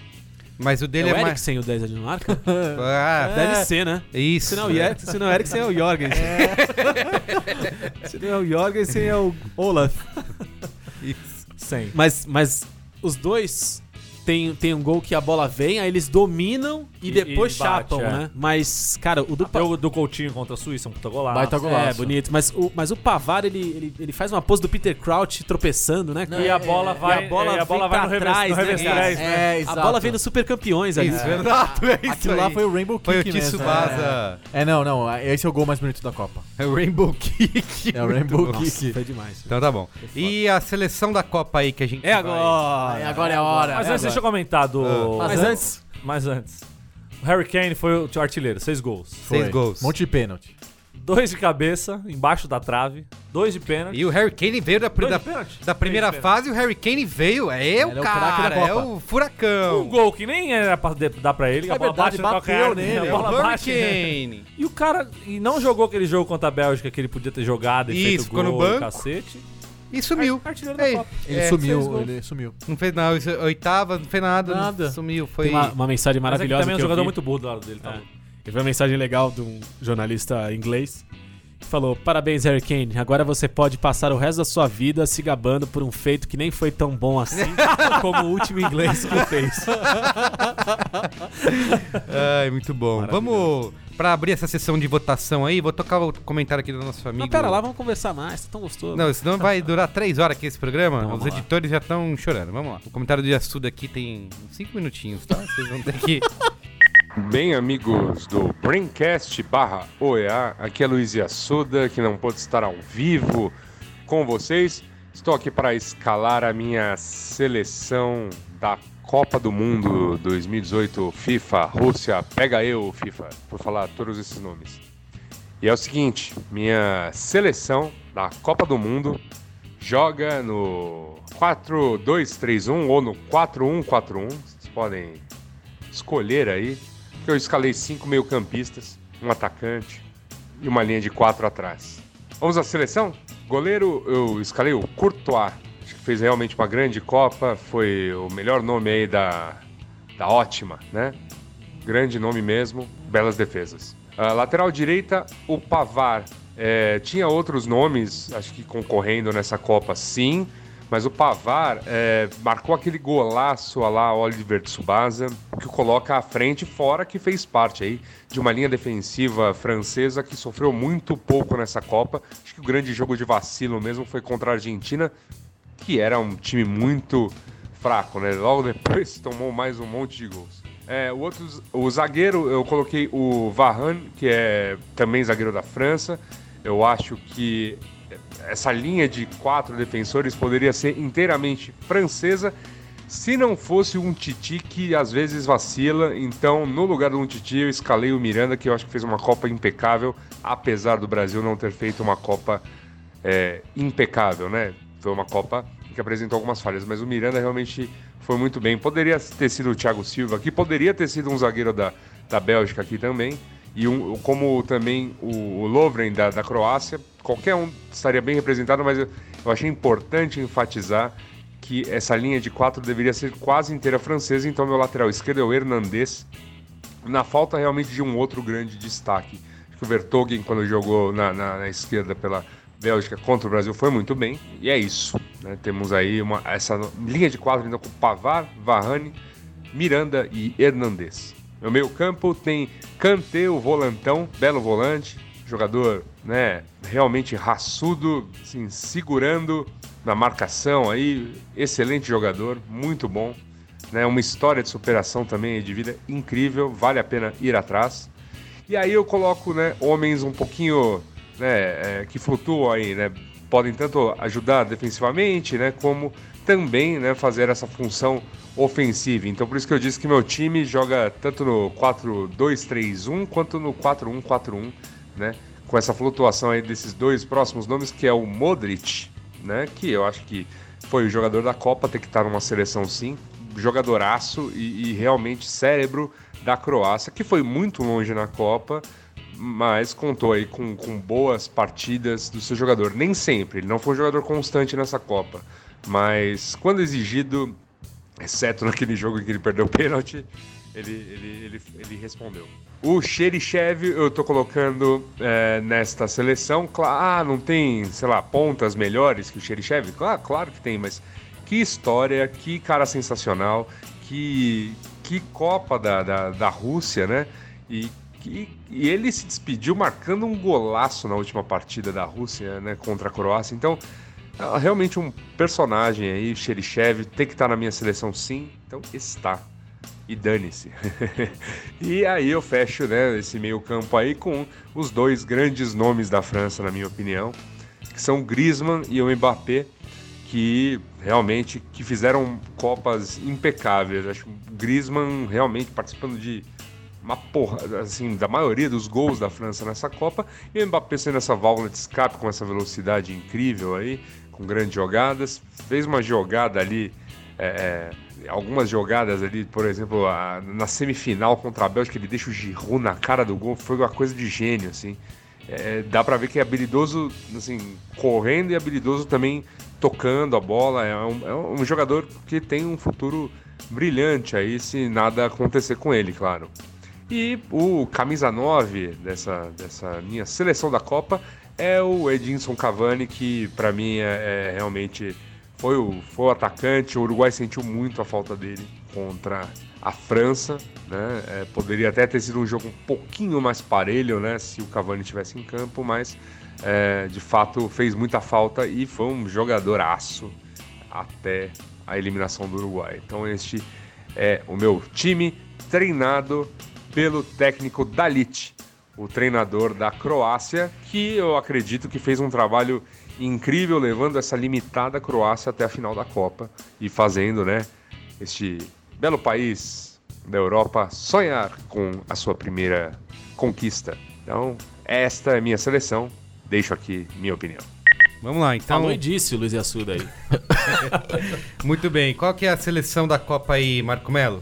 Speaker 1: Mas o dele
Speaker 2: é
Speaker 1: é,
Speaker 2: o
Speaker 1: mais.
Speaker 2: Eriksen, o 10 da Dinamarca?
Speaker 1: Ah,
Speaker 2: Deve ser, né?
Speaker 1: Isso.
Speaker 2: Se não, é, se não é Eriksen, é o Jorgensen. se não é o Jorgensen, é o Olaf.
Speaker 1: Isso.
Speaker 2: Mas, mas os dois tem, tem um gol que a bola vem, aí eles dominam e,
Speaker 3: E-
Speaker 2: depois
Speaker 3: e bate,
Speaker 2: chapam,
Speaker 3: é.
Speaker 2: né? Mas, cara, o do
Speaker 3: O jogo do Coutinho contra a Suíça, um puta golaço.
Speaker 4: Baita golaço.
Speaker 2: É, bonito. Mas o, mas o Pavar, ele, ele, ele faz uma pose do Peter Crouch tropeçando, né?
Speaker 3: E a bola vai,
Speaker 2: E a bola
Speaker 3: e a bola vai
Speaker 2: vem pra
Speaker 3: no revés,
Speaker 2: trás,
Speaker 3: no
Speaker 2: né,
Speaker 3: revés
Speaker 2: cara?
Speaker 3: trás, né?
Speaker 4: É,
Speaker 2: a
Speaker 4: exato.
Speaker 2: bola vem dos super campeões ali.
Speaker 1: Isso, verdade. É isso
Speaker 4: Aquilo lá
Speaker 1: aí.
Speaker 4: foi o Rainbow Kick
Speaker 1: Foi o
Speaker 4: mesmo.
Speaker 1: Tsubasa.
Speaker 4: É. É, não, não. Esse é o gol mais bonito da Copa.
Speaker 1: É o Rainbow Kick.
Speaker 4: É o Rainbow
Speaker 1: Muito bom.
Speaker 2: Nossa,
Speaker 4: Kick.
Speaker 2: foi demais.
Speaker 1: Então tá bom. E a seleção da Copa aí que a gente.
Speaker 2: É
Speaker 1: vai-
Speaker 2: agora.
Speaker 4: É, agora é a hora.
Speaker 3: Mas
Speaker 4: é
Speaker 3: antes, deixa eu comentar do...
Speaker 1: Ah.
Speaker 2: Mas antes,
Speaker 3: Mas antes. O Harry Kane foi o artilheiro, seis gols.
Speaker 1: Seis gols.
Speaker 4: Monte de pênalti.
Speaker 3: Dois de cabeça, embaixo da trave. Dois de pênalti.
Speaker 1: E o Harry Kane veio da,
Speaker 3: Dois
Speaker 1: da,
Speaker 3: de pênalti.
Speaker 1: da primeira
Speaker 3: Dois de
Speaker 1: fase, o Harry Kane veio. É
Speaker 4: Era
Speaker 1: o
Speaker 4: o craque da
Speaker 1: cara, é
Speaker 4: Copa.
Speaker 1: o furacão.
Speaker 3: Um gol que nem era pra de- dar pra ele. que
Speaker 4: É
Speaker 3: a bola
Speaker 4: verdade,
Speaker 3: bate no
Speaker 4: bateu
Speaker 3: calcanhar
Speaker 4: nele,
Speaker 3: dele,
Speaker 1: É
Speaker 3: A
Speaker 1: o
Speaker 3: bola
Speaker 1: Harry
Speaker 3: bate. né?
Speaker 1: Kane.
Speaker 3: E o cara e não jogou aquele jogo contra a Bélgica que ele podia ter jogado e
Speaker 1: Isso,
Speaker 3: feito
Speaker 1: ficou
Speaker 3: gol,
Speaker 1: no banco.
Speaker 3: cacete. é
Speaker 1: E sumiu.
Speaker 3: Ar- Artilheiro
Speaker 1: Ei,
Speaker 3: da Copa.
Speaker 4: Ele
Speaker 1: é, seis
Speaker 4: sumiu,
Speaker 1: gols.
Speaker 4: ele sumiu.
Speaker 1: Não fez nada, isso é oitava, não fez nada,
Speaker 4: Nada.
Speaker 1: Não sumiu. Foi.
Speaker 2: tem uma, uma mensagem
Speaker 3: Mas é que
Speaker 2: maravilhosa
Speaker 3: também é um
Speaker 2: que eu
Speaker 3: jogador
Speaker 2: vi.
Speaker 3: muito burro do lado dele. Tá
Speaker 2: É.
Speaker 3: louco.
Speaker 2: Eu vi uma mensagem legal de um jornalista inglês que falou: Parabéns, Harry Kane. Agora você pode passar o resto da sua vida se gabando por um feito que nem foi tão bom assim como o último inglês que fez.
Speaker 1: Ai, muito bom. Vamos pra abrir essa sessão de votação aí, vou tocar o comentário aqui do nosso amigo.
Speaker 2: Mas pera lá, vamos conversar mais. Tá tão gostoso.
Speaker 1: Não, senão vai durar três horas aqui esse programa.
Speaker 2: Então,
Speaker 1: Os
Speaker 2: vamos lá.
Speaker 1: editores já estão chorando. Vamos lá. O comentário do Yasuda aqui tem cinco minutinhos, tá? Vocês vão ter que.
Speaker 7: Bem, amigos do Braincast barra OEA, aqui é Luiz Assuda, que não pôde estar ao vivo com vocês. Estou aqui para escalar a minha seleção da Copa do Mundo 2018 FIFA, Rússia, pega eu, FIFA, por falar todos esses nomes. E é o seguinte, minha seleção da Copa do Mundo joga no 4-2-3-1 ou no 4-1-4-1. Vocês podem escolher aí. Porque eu escalei cinco meio-campistas, um atacante e uma linha de quatro atrás. Vamos à seleção? Goleiro, eu escalei o Courtois. Acho que fez realmente uma grande Copa. Foi o melhor nome aí da, da ótima, né? Grande nome mesmo, belas defesas. A lateral direita, o Pavar. É, tinha outros nomes, acho que concorrendo nessa Copa, sim. Mas o Pavar é, marcou aquele golaço lá, Oliver Tsubasa, que o coloca à frente fora, que fez parte aí de uma linha defensiva francesa que sofreu muito pouco nessa Copa. Acho que o grande jogo de vacilo mesmo foi contra a Argentina, que era um time muito fraco, né? Logo depois tomou mais um monte de gols. É, o, outro, o zagueiro, eu coloquei o Varane, que é também zagueiro da França. Eu acho que essa linha de quatro defensores poderia ser inteiramente francesa se não fosse um Titi que às vezes vacila. Então, no lugar de um Titi, eu escalei o Miranda, que eu acho que fez uma Copa impecável, apesar do Brasil não ter feito uma Copa é, impecável, né? Foi uma Copa que apresentou algumas falhas, mas o Miranda realmente foi muito bem. Poderia ter sido o Thiago Silva aqui, poderia ter sido um zagueiro da, da Bélgica aqui também, e um, como também o, o Lovren da, da Croácia, qualquer um estaria bem representado, mas eu, eu achei importante enfatizar que essa linha de quatro deveria ser quase inteira francesa, então meu lateral esquerdo é o Hernandez, na falta realmente de um outro grande destaque. Acho que o Vertogen, quando jogou na, na, na esquerda pela, Bélgica contra o Brasil foi muito bem. E é isso. Né? Temos aí uma, essa linha de quadro ainda com Pavar, Varane, Miranda e Hernandes. No meio campo tem Kanté, o volantão, belo volante, jogador né, realmente raçudo, assim, segurando na marcação aí, excelente jogador, muito bom. Né? Uma história de superação também de vida incrível, vale a pena ir atrás. E aí eu coloco né, homens um pouquinho né, é, que flutuam aí, né, podem tanto ajudar defensivamente, né, como também né, fazer essa função ofensiva. Então por isso que eu disse que meu time joga tanto no 4-2-3-1 quanto no 4-1-4-1, né, com essa flutuação aí desses dois próximos nomes que é o Modric, né, que eu acho que foi o jogador da Copa, tem que estar numa seleção sim, jogadoraço e, e realmente cérebro da Croácia, que foi muito longe na Copa, mas contou aí com, com, boas partidas do seu jogador. Nem sempre, ele não foi um jogador constante nessa Copa, mas quando exigido, exceto naquele jogo em que ele perdeu o pênalti, ele, ele, ele, ele respondeu. O Xerichev eu tô colocando é, nesta seleção. Ah, não tem, sei lá, pontas melhores que o Xerichev? Claro, claro que tem, mas que história, que cara sensacional, que, que Copa da, da, da Rússia, né? E e, e, ele se despediu marcando um golaço na última partida da Rússia né, contra a Croácia. Então, é realmente um personagem aí, Xerichev, tem que estar na minha seleção sim. Então, está. E dane-se. e aí eu fecho né, esse meio campo aí com os dois grandes nomes da França, na minha opinião, que são Griezmann e o Mbappé, que realmente que fizeram copas impecáveis. Acho que o Griezmann realmente participando de uma porra, assim, da maioria dos gols da França nessa Copa. E o Mbappé sendo essa válvula de escape com essa velocidade incrível aí, com grandes jogadas. Fez uma jogada ali, é, algumas jogadas ali, por exemplo, a, na semifinal contra a Bélgica, ele deixa o Giroud na cara do gol, foi uma coisa de gênio, assim. É, dá para ver que é habilidoso, assim, correndo e habilidoso também tocando a bola. É um, é um jogador que tem um futuro brilhante aí, se nada acontecer com ele, claro. E o camisa 9 dessa, dessa minha seleção da Copa é o Edinson Cavani, que para mim é, é, realmente foi o, foi o atacante. O Uruguai sentiu muito a falta dele contra a França. Né? É, poderia até ter sido um jogo um pouquinho mais parelho né? se o Cavani estivesse em campo, mas é, de fato fez muita falta e foi um jogadoraço até a eliminação do Uruguai. Então este é o meu time treinado pelo técnico Dalit, o treinador da Croácia, que eu acredito que fez um trabalho incrível levando essa limitada Croácia até a final da Copa e fazendo, né, este belo país da Europa sonhar com a sua primeira conquista. Então, esta é minha seleção. Deixo aqui minha opinião.
Speaker 1: Vamos lá, então.
Speaker 2: Falou e disse, Luiz Assuda aí.
Speaker 1: Muito bem. Qual que é a seleção da Copa aí, Marco Melo?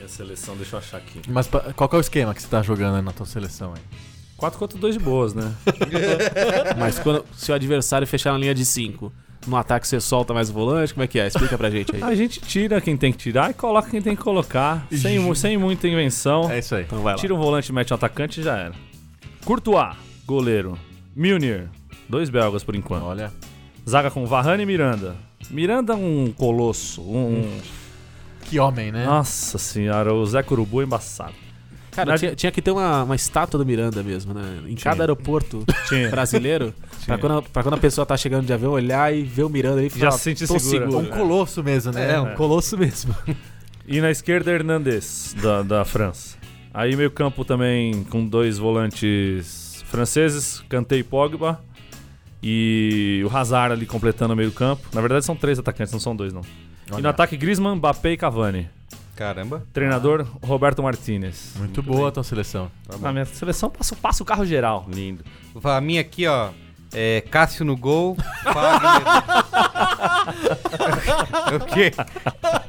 Speaker 3: E a seleção, deixa eu achar aqui.
Speaker 4: Mas pa- qual que é o esquema que você tá jogando aí na tua seleção aí?
Speaker 3: 4 contra 2 de boas, né?
Speaker 2: Mas quando, se o adversário fechar na linha de 5, no ataque você solta mais o volante, como é que é? Explica pra gente aí.
Speaker 3: A gente tira quem tem que tirar e coloca quem tem que colocar. Sem, mu- sem muita invenção.
Speaker 4: É isso aí.
Speaker 2: Então vai lá.
Speaker 3: Tira um volante, mete um atacante e já era. Courtois, goleiro. Milner, dois belgas por enquanto.
Speaker 4: Olha.
Speaker 3: Zaga com Varane e Miranda. Miranda é um colosso, um...
Speaker 4: Que homem, né?
Speaker 3: Nossa senhora, o Zé Curubu é embaçado.
Speaker 2: Cara,
Speaker 3: Na-
Speaker 2: tinha, tinha que ter uma, uma estátua do Miranda mesmo, né? Em cada aeroporto
Speaker 3: Tinha.
Speaker 2: brasileiro, pra quando, a- pra quando a pessoa tá chegando de avião, olhar e ver o Miranda ali e
Speaker 3: Já se
Speaker 2: falar,
Speaker 3: sente
Speaker 2: tô
Speaker 3: segura.
Speaker 4: Um colosso mesmo, né?
Speaker 2: É, um colosso mesmo.
Speaker 3: E na esquerda, Hernandes, da, da França. Aí meio campo também com dois volantes franceses, Kanté e Pogba. E o Hazard ali completando o meio campo. Na verdade são três atacantes, não são dois não. E no ataque, Griezmann, Mbappé e Cavani.
Speaker 1: Caramba.
Speaker 3: Treinador, Roberto Martinez.
Speaker 4: Muito boa a tua seleção.
Speaker 3: Na minha seleção passa, passa o carro geral. Lindo.
Speaker 1: A minha aqui, ó. É Cássio no gol. Fagner. o quê?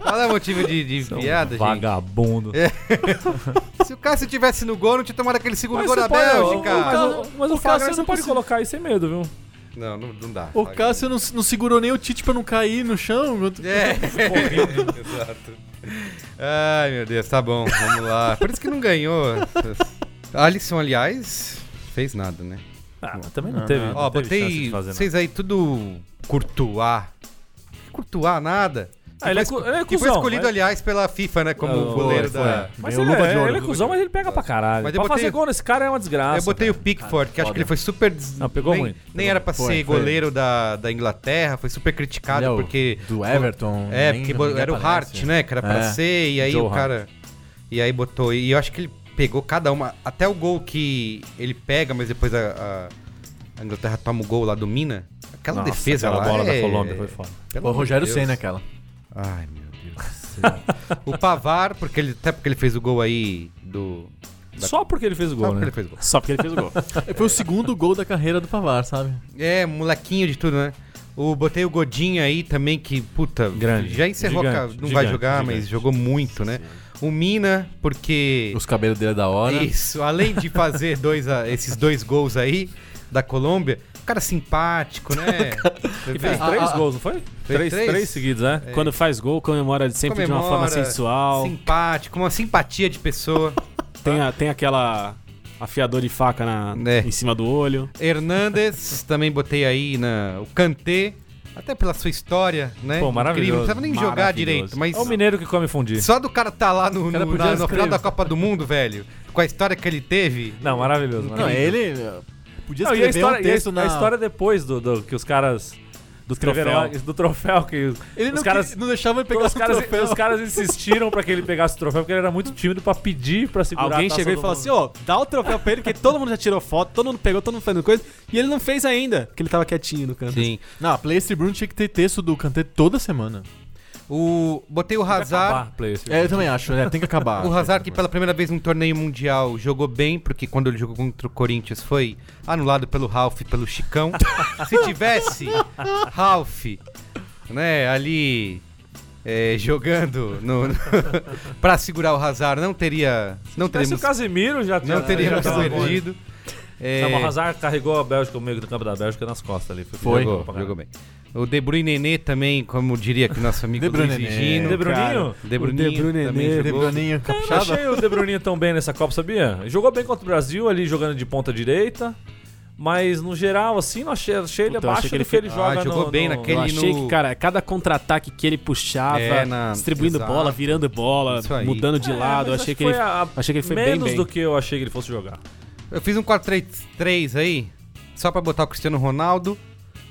Speaker 1: Qual é o motivo de, de piada, gente?
Speaker 3: Vagabundo.
Speaker 1: Se o Cássio tivesse no gol, não tinha tomado aquele segundo gol da
Speaker 3: você pode-
Speaker 1: Bélgica.
Speaker 2: tá
Speaker 3: o- mas o, mas o Cássio não pode colocar aí sem medo, viu?
Speaker 1: Não, não, não dá.
Speaker 4: O
Speaker 1: Fagner.
Speaker 4: Cássio não, não segurou nem o Tite pra não cair no chão. meu-
Speaker 1: É, exato. Ai, meu Deus, tá bom, vamos lá. Por isso que não ganhou. Alisson, aliás, fez nada, né?
Speaker 3: Ah, mas também não teve. não
Speaker 1: Ó,
Speaker 3: teve chance
Speaker 1: botei
Speaker 3: de fazer nada.
Speaker 1: vocês aí tudo Courtois. Que Courtois nada.
Speaker 3: Ah, ele é, cu- ele é
Speaker 1: Que foi
Speaker 3: cuzão,
Speaker 1: escolhido,
Speaker 3: mas-
Speaker 1: aliás, pela FIFA, né? Como
Speaker 3: Ah,
Speaker 1: o goleiro
Speaker 3: foi,
Speaker 1: da...
Speaker 3: Mas
Speaker 4: Ganhou
Speaker 3: ele,
Speaker 4: luva
Speaker 3: é,
Speaker 4: de ouro.
Speaker 3: ele é cuzão, mas ele pega pra caralho.
Speaker 1: Mas eu
Speaker 3: pra
Speaker 1: botei-
Speaker 3: fazer gol nesse cara é uma desgraça.
Speaker 1: Eu botei o Pickford, que acho que ele foi super. des-
Speaker 3: Não, pegou
Speaker 1: nem,
Speaker 3: ruim.
Speaker 1: Nem era pra
Speaker 4: Foi,
Speaker 1: ser
Speaker 4: foi.
Speaker 1: goleiro da, da Inglaterra, foi super criticado
Speaker 4: Ele é o
Speaker 1: porque.
Speaker 4: Do Everton.
Speaker 1: É,
Speaker 4: nem-
Speaker 1: porque bo-
Speaker 4: ninguém
Speaker 1: era o
Speaker 4: aparece.
Speaker 1: Hart, né? Que era pra
Speaker 4: É.
Speaker 1: ser, e aí
Speaker 3: Joe
Speaker 1: o cara. E aí botou. E eu acho que ele pegou cada uma. Até o gol que ele pega, mas depois a, a- a Inglaterra toma o gol lá do Mina. Aquela
Speaker 3: Nossa,
Speaker 1: defesa
Speaker 3: aquela
Speaker 1: lá.
Speaker 3: bola
Speaker 1: é-
Speaker 3: da Colômbia foi foda.
Speaker 1: Pelo
Speaker 4: O
Speaker 1: amor de
Speaker 4: Rogério
Speaker 1: Deus.
Speaker 4: Senna, aquela.
Speaker 1: Ai, meu Deus do céu. o Pavar, porque ele, até porque ele fez o gol aí do.
Speaker 3: Só porque ele fez o
Speaker 1: Só
Speaker 3: gol,
Speaker 1: porque
Speaker 3: né?
Speaker 1: ele fez o gol.
Speaker 2: Só porque ele fez o gol.
Speaker 4: É, Foi o segundo gol da carreira do Pavar, sabe?
Speaker 1: É, molequinho de tudo, né? O, botei o Godinho aí também, que, puta,
Speaker 3: Grande.
Speaker 1: já encerrou, a
Speaker 3: Gigante,
Speaker 1: ca- não
Speaker 3: gigante,
Speaker 1: vai jogar,
Speaker 3: gigante.
Speaker 1: mas jogou muito, né? O Mina, porque.
Speaker 4: Os cabelos dele é da hora.
Speaker 1: Isso, além de fazer dois, a- esses dois gols aí da Colômbia, cara simpático, né?
Speaker 3: E fez três gols, não foi? Três,
Speaker 1: três?
Speaker 3: três seguidos, né?
Speaker 2: Quando faz gol, comemora sempre de uma forma
Speaker 1: Comemora,
Speaker 2: sensual.
Speaker 1: Simpático, uma simpatia de pessoa.
Speaker 2: Tem, a- tem aquela afiador de faca na,
Speaker 1: É.
Speaker 2: em cima do olho.
Speaker 1: Hernandes, também botei aí na, o Kanté, até pela sua história, né?
Speaker 3: Pô, maravilhoso,
Speaker 1: Não precisava nem jogar
Speaker 2: maravilhoso.
Speaker 1: direito, mas
Speaker 3: É o mineiro que come fundir.
Speaker 1: só do cara tá lá no,
Speaker 4: cara
Speaker 1: no,
Speaker 4: podia
Speaker 1: na- no final
Speaker 4: escrever.
Speaker 1: da Copa do Mundo, velho, com a história que ele teve.
Speaker 3: Não, maravilhoso.
Speaker 4: Não,
Speaker 3: maravilhoso.
Speaker 4: ele eh, podia
Speaker 3: Não, e a
Speaker 4: escrever
Speaker 3: história,
Speaker 4: um
Speaker 3: e a-
Speaker 4: texto
Speaker 3: a
Speaker 4: na...
Speaker 3: história depois do, do- que os caras do troféu,
Speaker 2: troféu.
Speaker 3: do troféu que os,
Speaker 4: Ele
Speaker 3: os
Speaker 4: não,
Speaker 3: caras
Speaker 4: quis- não deixava ele pegar
Speaker 3: Os
Speaker 4: os
Speaker 3: caras,
Speaker 4: troféu.
Speaker 3: os caras insistiram pra que ele pegasse o troféu, porque ele era muito tímido pra pedir pra segurar
Speaker 2: Alguém
Speaker 3: a taça
Speaker 2: chegou e
Speaker 3: do
Speaker 2: falou
Speaker 3: mundo.
Speaker 2: assim: ô, dá o troféu pra ele, porque todo mundo já tirou foto, todo mundo pegou, todo mundo fazendo coisa. E ele não fez ainda, porque ele tava quietinho no canto.
Speaker 1: Sim.
Speaker 4: Não, a Players Tribune tinha que ter texto do Kanté toda semana.
Speaker 1: O, botei o Hazard,
Speaker 3: Acabar, player,
Speaker 4: É, eu também acho, né? Tem que acabar.
Speaker 3: Ah,
Speaker 1: O Hazard que pela primeira vez num torneio mundial jogou bem, porque quando ele jogou contra o Corinthians foi anulado pelo Ralph e pelo Chicão. Se tivesse Ralph, né, ali é, jogando no, para segurar o Hazard, não teria não
Speaker 3: Mas se o
Speaker 1: teríamos
Speaker 3: Casemiro já
Speaker 1: não teríamos
Speaker 3: já tava bom, né?
Speaker 1: perdido. É,
Speaker 3: Não, mas o Hazard carregou a Bélgica, o meio do campo da Bélgica nas costas ali. Foi,
Speaker 1: jogou, jogou bem. O De Bruyne também, como diria que nosso amigo
Speaker 4: De Bruyne.
Speaker 1: Luiz Gino,
Speaker 3: De Bruninho?
Speaker 1: De Bruyne,
Speaker 2: De Bruyne
Speaker 1: também
Speaker 4: De
Speaker 1: jogou.
Speaker 4: Bruninho
Speaker 3: Eu não
Speaker 4: Capixaba.
Speaker 3: achei o De Bruninho tão bem nessa Copa, sabia? Jogou bem contra o Brasil, ali jogando de ponta direita. Mas no geral, assim, não achei, achei ele
Speaker 2: Puta, eu
Speaker 3: abaixo
Speaker 2: achei que
Speaker 3: do
Speaker 2: ele
Speaker 3: que ele
Speaker 1: foi-
Speaker 3: joga
Speaker 1: Ah, jogou
Speaker 3: no-
Speaker 1: bem
Speaker 3: no-
Speaker 1: naquele-
Speaker 2: Eu
Speaker 1: Ele
Speaker 2: achei
Speaker 1: no-
Speaker 2: que, cara, cada contra-ataque que ele puxava,
Speaker 1: É, na-
Speaker 2: distribuindo
Speaker 1: exato.
Speaker 2: bola, virando bola,
Speaker 1: Isso aí.
Speaker 2: mudando de
Speaker 3: É,
Speaker 2: lado, eu
Speaker 3: mas
Speaker 2: achei
Speaker 3: acho
Speaker 2: que, ele,
Speaker 3: foi a-
Speaker 2: achei que ele foi bem
Speaker 3: menos
Speaker 2: bem.
Speaker 3: do que eu achei que ele fosse jogar.
Speaker 1: Eu fiz um 4-3-3 aí, só pra botar o Cristiano Ronaldo,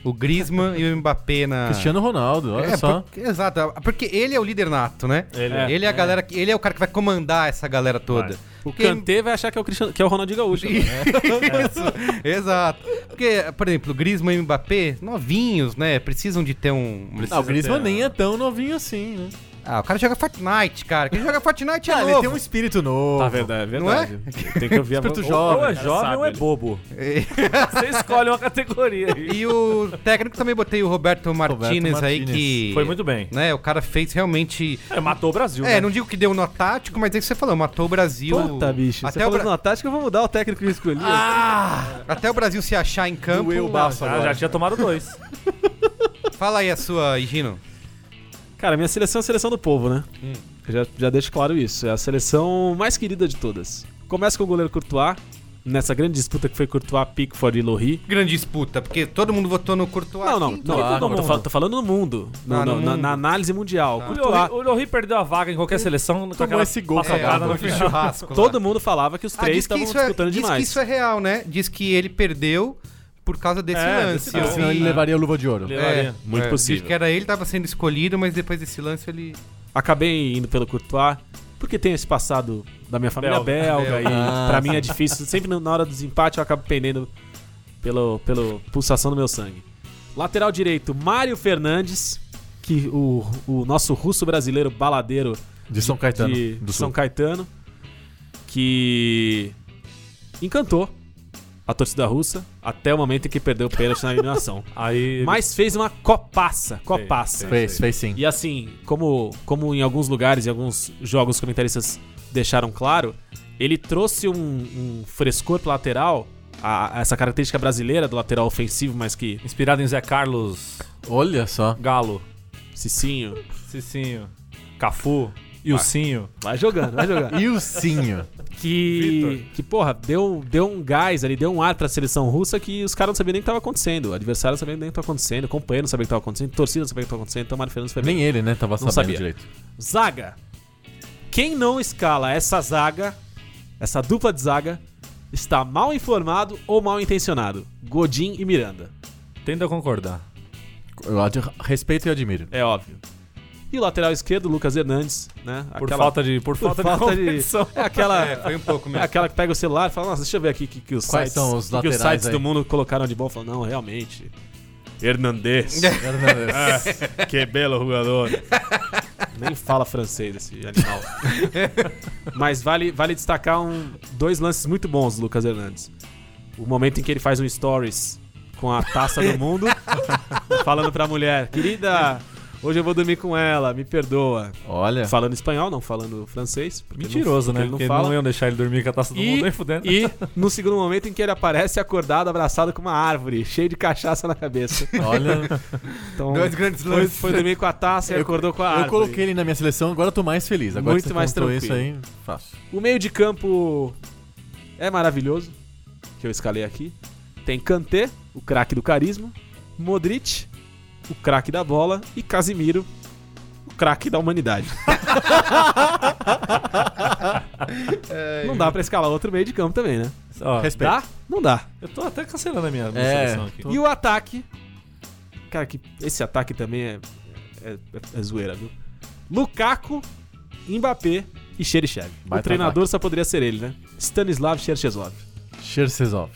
Speaker 1: o Griezmann e o Mbappé na...
Speaker 4: Cristiano Ronaldo, olha
Speaker 1: é,
Speaker 4: só.
Speaker 1: porque- exato, porque ele é o líder nato, né?
Speaker 3: Ele
Speaker 1: é,
Speaker 3: é.
Speaker 1: a galera, que- ele é o cara que vai comandar essa galera toda.
Speaker 3: Vai.
Speaker 2: O
Speaker 1: Porque-
Speaker 2: Kanté vai achar que é o, Cristiano, que é o Ronaldinho Gaúcho. agora, né?
Speaker 1: Isso, exato. Porque, por exemplo, o Griezmann e o Mbappé, novinhos, né? Precisam de ter um...
Speaker 4: Ah, o
Speaker 3: Precisa
Speaker 4: Griezmann
Speaker 3: ter-
Speaker 4: nem é tão novinho assim, né?
Speaker 1: Ah, o cara joga Fortnite, cara. Quem joga Fortnite é
Speaker 4: Ah, ele
Speaker 1: novo.
Speaker 4: tem um espírito novo.
Speaker 8: Tá verdade, é
Speaker 1: Não é?
Speaker 8: verdade. Tem que ouvir a
Speaker 4: Espírito
Speaker 8: voz-
Speaker 4: jovem,
Speaker 3: Ou é
Speaker 8: cara
Speaker 3: jovem
Speaker 8: sabe,
Speaker 3: ou é
Speaker 8: né?
Speaker 3: bobo. Você escolhe uma categoria aí.
Speaker 1: E o técnico também botei o Roberto Martinez aí,
Speaker 4: Martinez.
Speaker 1: que.
Speaker 3: Foi muito bem.
Speaker 1: Né, o cara fez realmente.
Speaker 3: É, matou o Brasil,
Speaker 1: É,
Speaker 3: né?
Speaker 1: não digo que deu nó tático, mas é que você falou, matou o Brasil.
Speaker 2: Puta, bicho.
Speaker 1: Até,
Speaker 2: você
Speaker 1: o,
Speaker 2: falou
Speaker 1: Bra-
Speaker 2: na tática, eu vou mudar o técnico que eu escolhi.
Speaker 1: até o Brasil se achar em campo.
Speaker 4: Doeu o baço
Speaker 3: Ah,
Speaker 4: agora.
Speaker 3: já tinha tomado dois.
Speaker 1: Fala aí a sua, Higino.
Speaker 2: Cara, minha seleção é a seleção do povo, né? Eu Já, já deixo claro isso. É a seleção mais querida de todas. Começa com o goleiro Courtois. Nessa grande disputa que foi Courtois, Pickford e Lohri.
Speaker 1: Grande disputa, porque todo mundo votou no Courtois.
Speaker 2: Não, não,
Speaker 1: Quem-
Speaker 2: não.
Speaker 3: todo
Speaker 2: não tô,
Speaker 3: mundo.
Speaker 2: fal- tô falando no mundo. Ah. No-
Speaker 1: Ah,
Speaker 2: no-
Speaker 1: no
Speaker 2: na,
Speaker 1: mundo.
Speaker 2: na análise mundial.
Speaker 3: O
Speaker 2: Courtois-
Speaker 3: Lohri- O Lohri perdeu a vaga em qualquer seleção. com aquela
Speaker 4: esse gol,
Speaker 1: É,
Speaker 3: paçocada
Speaker 1: o
Speaker 3: no final.
Speaker 1: churrasco. lá.
Speaker 2: tá Todo mundo falava que os
Speaker 1: Ah,
Speaker 2: três
Speaker 1: diz que,
Speaker 2: estavam
Speaker 1: isso é,
Speaker 2: disputando
Speaker 1: diz que
Speaker 2: demais.
Speaker 1: isso é real, né? Diz que ele perdeu por causa desse
Speaker 3: É,
Speaker 1: lance.
Speaker 3: desse lance.
Speaker 1: eu
Speaker 4: Senão
Speaker 1: vi.
Speaker 4: ele levaria a luva de ouro.
Speaker 3: Ele-
Speaker 1: É,
Speaker 2: Muito
Speaker 1: é,
Speaker 2: possível.
Speaker 1: Diz que era ele que tava sendo escolhido, mas depois desse lance ele.
Speaker 2: Acabei indo pelo Courtois, porque tem esse passado da minha família belga,
Speaker 1: Belga.
Speaker 2: e pra
Speaker 4: Ah.
Speaker 2: mim é difícil. Sempre na hora dos empates eu acabo pendendo pelo, pelo pulsação do meu sangue. Lateral direito, Mário Fernandes, que o, o nosso russo brasileiro baladeiro
Speaker 4: De São Caetano.
Speaker 2: de
Speaker 4: do
Speaker 2: São
Speaker 4: Sul.
Speaker 2: Caetano, que encantou a torcida russa até o momento em que perdeu o pênalti na eliminação.
Speaker 3: Aí.
Speaker 2: É, Mas fez uma copaça, copaça.
Speaker 4: Fez, fez sim.
Speaker 2: E assim, como, como em alguns lugares e alguns jogos os comentaristas deixaram claro, ele trouxe um, um frescor pro lateral, a- a essa característica brasileira do lateral ofensivo, mas que
Speaker 3: Inspirado em Zé Carlos
Speaker 4: Olha só.
Speaker 3: Galo,
Speaker 2: Cicinho.
Speaker 3: Cicinho, Cafu, Ilcinho.
Speaker 2: Vai jogando, vai jogando.
Speaker 4: E o Sinho.
Speaker 2: que, que, porra, deu, deu um gás ali, deu um ar pra seleção russa que os caras não sabiam nem o que tava acontecendo. O adversário não sabia nem o que tava acontecendo, o companheiro não sabia o que tava acontecendo, a torcida não sabia o que tava acontecendo, então o Mário Fernandes foi bem.
Speaker 4: Nem ele, né? Tava sabendo
Speaker 2: sabia.
Speaker 4: direito.
Speaker 2: Zaga. Quem não escala essa zaga, essa dupla de zaga, está mal informado ou mal intencionado. Godin e Miranda.
Speaker 3: Tendo a concordar.
Speaker 4: Eu ad- respeito e admiro.
Speaker 2: É óbvio. E o lateral esquerdo, Lucas Hernandes, né?
Speaker 3: Por
Speaker 2: Aquela-
Speaker 3: falta de. Por
Speaker 2: por
Speaker 3: falta, de. competição.
Speaker 2: É aquela,
Speaker 1: Foi um pouco
Speaker 2: é
Speaker 1: mesmo.
Speaker 2: aquela que pega o celular e fala, nossa, deixa eu ver aqui o que, que os
Speaker 4: Quais
Speaker 2: sites,
Speaker 4: são os
Speaker 2: que que os
Speaker 4: laterais
Speaker 2: sites
Speaker 4: aí?
Speaker 2: do mundo colocaram de bom. Fala, não, realmente. Hernandes. Que belo jogador. Nem fala francês esse animal. Mas vale, vale destacar um, dois lances muito bons do Lucas Hernandes. O momento em que ele faz um stories com a taça do mundo, falando pra mulher, querida, hoje eu vou dormir com ela, me perdoa.
Speaker 4: Olha.
Speaker 2: Falando espanhol, não falando francês. porque não-
Speaker 3: Mentiroso, né?
Speaker 2: Ele não
Speaker 3: Porque
Speaker 2: fala.
Speaker 3: não iam deixar ele dormir com a taça do mundo nem fudendo.
Speaker 2: E, e no segundo momento em que ele aparece acordado, abraçado com uma árvore, cheio de cachaça na cabeça.
Speaker 4: Olha,
Speaker 2: Então,
Speaker 1: Dois grandes
Speaker 2: foi,
Speaker 1: lances.
Speaker 2: foi dormir com a taça e acordou com a árvore.
Speaker 4: eu coloquei ele na minha seleção, agora eu tô mais feliz. Agora
Speaker 2: Muito
Speaker 4: que você
Speaker 2: mais
Speaker 4: contou
Speaker 2: tranquilo.
Speaker 4: isso aí, fácil.
Speaker 2: O meio de campo é maravilhoso, que eu escalei aqui. Tem Kanté, o craque do carisma, Modric, o craque da bola, e Casimiro, o craque da humanidade. Não dá pra escalar outro meio de campo também, né?
Speaker 3: Ó,
Speaker 4: Respeito.
Speaker 2: Dá? Não dá.
Speaker 3: eu tô até cancelando a minha, minha
Speaker 4: É,
Speaker 3: seleção aqui.
Speaker 2: E o ataque. Cara, que esse ataque também é, é, é zoeira, viu? Lukaku, Mbappé e Xerichev. O
Speaker 4: Baita
Speaker 2: treinador só poderia ser ele, né? Stanislav Xerxesov.
Speaker 4: Xerxesov.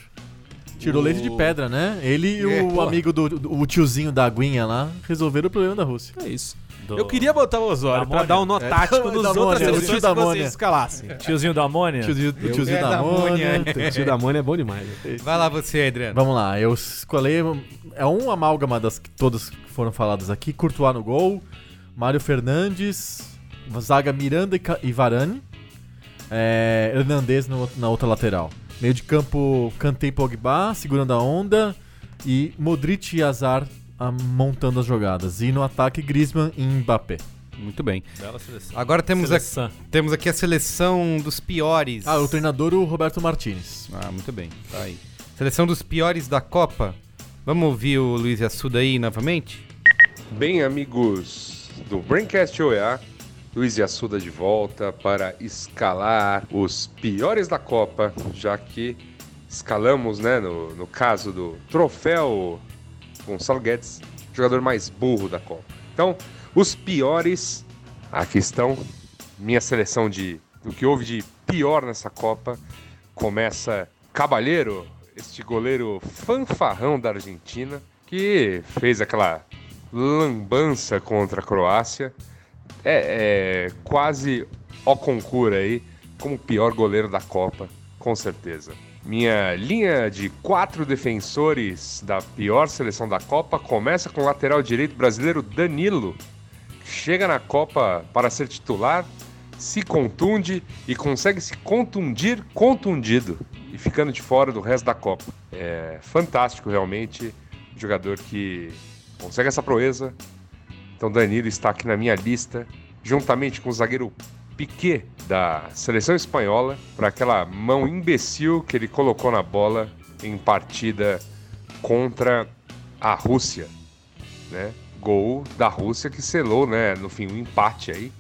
Speaker 4: Tirou
Speaker 2: O-
Speaker 4: leite de pedra, né? Ele e
Speaker 1: É,
Speaker 4: o
Speaker 1: porra.
Speaker 4: amigo do, do- o tiozinho da aguinha lá resolveram o problema da Rússia.
Speaker 2: É isso.
Speaker 3: Do-
Speaker 2: Eu queria botar o Osório pra
Speaker 3: Damônia.
Speaker 2: dar um nó
Speaker 4: É,
Speaker 2: tático
Speaker 4: mas
Speaker 2: nos
Speaker 4: Damônia,
Speaker 2: outras
Speaker 4: o tio
Speaker 2: seleções que
Speaker 4: Damônia.
Speaker 2: vocês escalassem.
Speaker 3: Tiozinho da Amônia.
Speaker 4: Tiozinho, o tiozinho
Speaker 1: é
Speaker 4: da,
Speaker 1: da
Speaker 4: Mônia. né?
Speaker 1: Mônia.
Speaker 2: O tio da Mônia é bom demais. né?
Speaker 1: Vai lá você, Adriano.
Speaker 4: Vamos lá, eu escolhi. É um amálgama das que todas que foram faladas aqui: Courtois no gol, Mário Fernandes, zaga Miranda e Ca- e Varane, é, Hernandes no- na outra lateral. Meio de campo, Kanté e Pogba, segurando a onda, e Modric e Azar ah, montando as jogadas. E no ataque, Griezmann e Mbappé.
Speaker 1: Muito bem.
Speaker 3: Bela seleção.
Speaker 1: Agora temos, a-
Speaker 3: Seleção.
Speaker 1: temos aqui a seleção dos piores.
Speaker 4: Ah, o treinador, o Roberto Martinez.
Speaker 1: Ah, muito bem. Tá aí. Seleção dos piores da Copa. Vamos ouvir o Luiz Assuda aí novamente?
Speaker 7: Bem, amigos do Braincast OEA, Luiz Assuda de volta para escalar os piores da Copa, já que escalamos, né, no, no caso do troféu Gonçalo Guedes, jogador mais burro da Copa. Então, os piores, aqui estão. Minha seleção de do que houve de pior nessa Copa começa Cabalheiro, este goleiro fanfarrão da Argentina, que fez aquela lambança contra a Croácia, é, é quase ó concura aí como o pior goleiro da Copa, com certeza. Minha linha de quatro defensores da pior seleção da Copa começa com o lateral direito brasileiro Danilo, que chega na Copa para ser titular, se contunde e consegue se contundir contundido e ficando de fora do resto da Copa. É fantástico realmente, um jogador que consegue essa proeza. Então Danilo está aqui na minha lista, juntamente com o zagueiro Piquet da seleção espanhola para aquela mão imbecil que ele colocou na bola em partida contra a Rússia, né? Gol da Rússia que selou, né, no fim, o um empate aí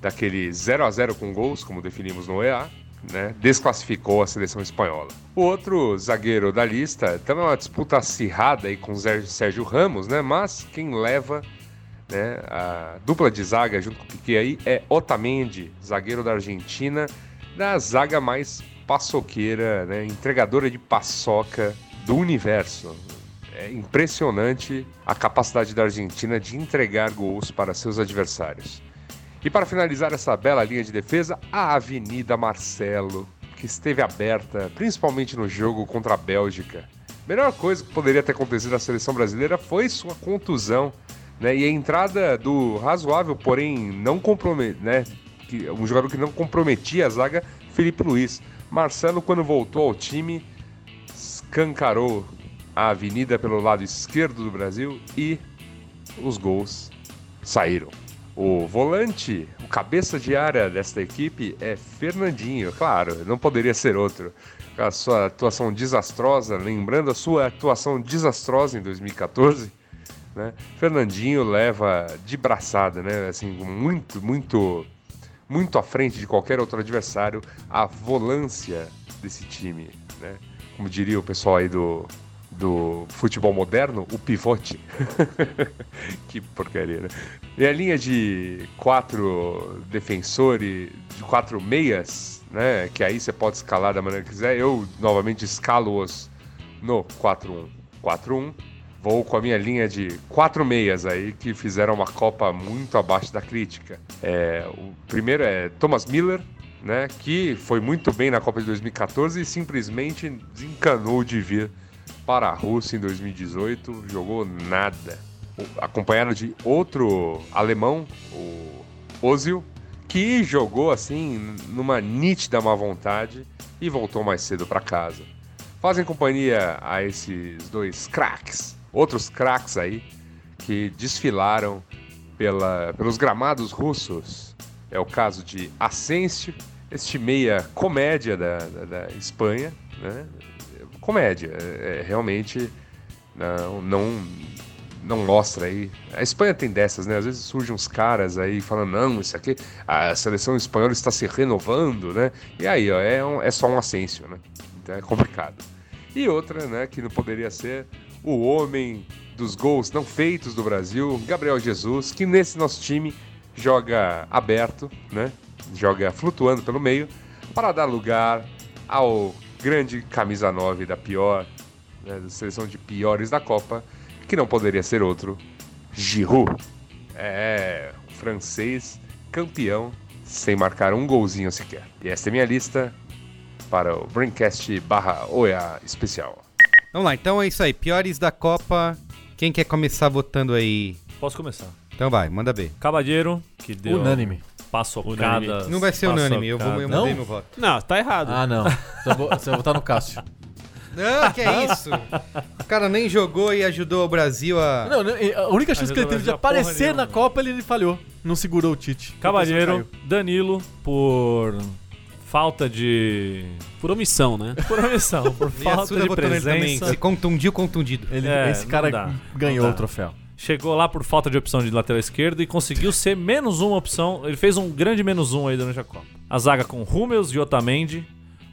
Speaker 7: daquele 0 a 0 com gols, como definimos no EA, né? Desclassificou a seleção espanhola. O outro zagueiro da lista também é uma disputa acirrada aí com o Sérgio Ramos, né? Mas quem leva né? A dupla de zaga junto com o Piquet aí é Otamendi, zagueiro da Argentina, da zaga mais paçoqueira, né? Entregadora de paçoca do universo. É impressionante a capacidade da Argentina de entregar gols para seus adversários. E para finalizar essa bela linha de defesa, a Avenida Marcelo, que esteve aberta principalmente no jogo contra a Bélgica. A melhor coisa que poderia ter acontecido à seleção brasileira foi sua contusão né, e a entrada do razoável, porém não compromete, né, um jogador que não comprometia a zaga, Felipe Luiz. Marcelo, quando voltou ao time, escancarou a avenida pelo lado esquerdo do Brasil e os gols saíram. O volante, o cabeça de área desta equipe é Fernandinho, claro, não poderia ser outro. A sua atuação desastrosa, lembrando a sua atuação desastrosa em 2014, né? Fernandinho leva de braçada, né? Assim, muito, muito, muito à frente de qualquer outro adversário a volância desse time, né? Como diria o pessoal aí do, do futebol moderno, o pivote. que porcaria, né? E a linha de quatro defensores, de quatro meias, né? Que aí você pode escalar da maneira que quiser. Eu, novamente, escalo-os no 4-1. 4-1 vou com a minha linha de quatro meias aí que fizeram uma Copa muito abaixo da crítica. É, o primeiro é Thomas Miller, né, que foi muito bem na Copa de 2014 e simplesmente desencanou de vir para a Rússia em 2018, jogou nada. Acompanhado de outro alemão, o Ozil, que jogou assim numa nítida má vontade e voltou mais cedo para casa. Fazem companhia a esses dois craques outros craques aí que desfilaram pela, pelos gramados russos. É o caso de Asensio, este meia comédia da, da, da Espanha, né? Comédia, é, realmente não, não, não mostra aí. A Espanha tem dessas, né? Às vezes surgem uns caras aí falando, não, isso aqui, a seleção espanhola está se renovando, né? E aí, ó, é, um, é só um Asensio, né? Então é complicado. E outra, né, que não poderia ser o homem dos gols não feitos do Brasil, Gabriel Jesus, que nesse nosso time joga aberto, né? Joga flutuando pelo meio para dar lugar ao grande camisa 9 da pior, né, da seleção de piores da Copa, que não poderia ser outro, Giroud. É, o francês campeão sem marcar um golzinho sequer. E esta é minha lista para o Braincast barra OEA especial.
Speaker 1: Vamos lá, então é isso aí. Piores da Copa. Quem quer começar votando aí?
Speaker 3: Posso começar.
Speaker 1: Então vai, manda ver.
Speaker 3: Cabadeiro, que deu.
Speaker 4: Unânime.
Speaker 3: Paçocadas.
Speaker 1: Não vai ser unânime, eu, vou, eu
Speaker 4: Não?
Speaker 1: mudei meu voto.
Speaker 9: Não, tá errado.
Speaker 4: Ah, não. Então vou- Você vai votar no Cássio.
Speaker 1: Não, que é isso? O cara nem jogou e ajudou o Brasil a.
Speaker 4: Ah, Não, não, a única chance que ele teve de
Speaker 3: Brasil, porra
Speaker 4: aparecer
Speaker 3: nenhuma.
Speaker 4: na Copa, ele falhou. Não segurou o Tite.
Speaker 3: Cavalheiro, Danilo, por falta de.
Speaker 9: Por omissão, né?
Speaker 3: Por omissão, por
Speaker 1: E a
Speaker 3: falta
Speaker 1: Suda
Speaker 3: de
Speaker 1: votou nele também.
Speaker 3: presença.
Speaker 1: Se contundiu, contundido.
Speaker 4: Ele,
Speaker 3: É,
Speaker 4: esse
Speaker 3: não
Speaker 4: cara
Speaker 3: dá.
Speaker 4: ganhou
Speaker 3: Não
Speaker 4: o
Speaker 3: dá.
Speaker 4: É troféu.
Speaker 3: Chegou lá por falta de opção de lateral esquerdo e conseguiu ser menos uma opção. Ele fez um grande menos um aí durante a Copa. A zaga com Rúmeus e Otamendi.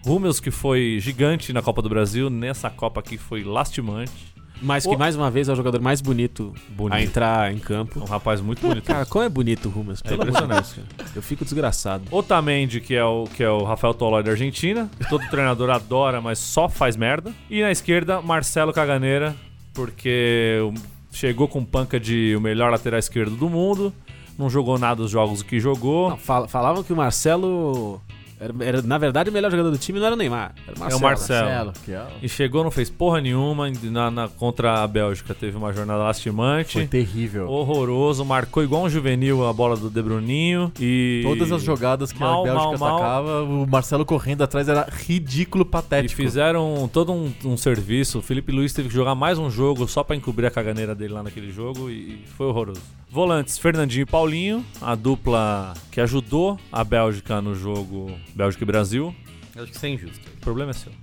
Speaker 3: Rúmeus que foi gigante na Copa do Brasil, nessa Copa aqui foi lastimante.
Speaker 9: Mas que
Speaker 3: O-
Speaker 9: mais uma vez é o jogador mais bonito,
Speaker 3: Bonito.
Speaker 9: a entrar em
Speaker 3: Um
Speaker 9: campo.
Speaker 3: rapaz muito bonito.
Speaker 9: Cara, como é bonito o Rumas, pelo amor de Deus, cara. Eu fico desgraçado.
Speaker 3: Otamendi, que é o, que é o Rafael Tolói da Argentina. Todo treinador adora, mas só faz merda. E na esquerda, Marcelo Caganeira, porque o- chegou com panca de o melhor lateral esquerdo do mundo. não jogou nada os jogos que jogou.
Speaker 2: Não, fal- falavam que o Marcelo. Era, era, na verdade, o melhor jogador do time não era o Neymar. Era o
Speaker 3: é
Speaker 2: Marcelo.
Speaker 3: o Marcelo.
Speaker 4: que é o-
Speaker 3: E chegou, não fez porra nenhuma e na, na- contra a Bélgica. Teve uma jornada lastimante.
Speaker 4: Foi terrível.
Speaker 3: Horroroso, marcou igual um juvenil a bola do De Bruninho e.
Speaker 4: Todas as jogadas que
Speaker 3: Mal,
Speaker 4: a Bélgica
Speaker 3: mal, mal.
Speaker 4: sacava, o Marcelo correndo atrás era ridículo,
Speaker 3: E
Speaker 4: patético.
Speaker 3: fizeram todo um, um serviço. O Felipe Luiz teve que jogar mais um jogo só pra encobrir a caganeira dele lá naquele jogo e foi horroroso. Volantes, Fernandinho e Paulinho, a dupla que ajudou a Bélgica no jogo Bélgica e Brasil.
Speaker 9: Eu acho que isso é injusto.
Speaker 3: O problema é seu.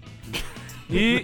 Speaker 3: E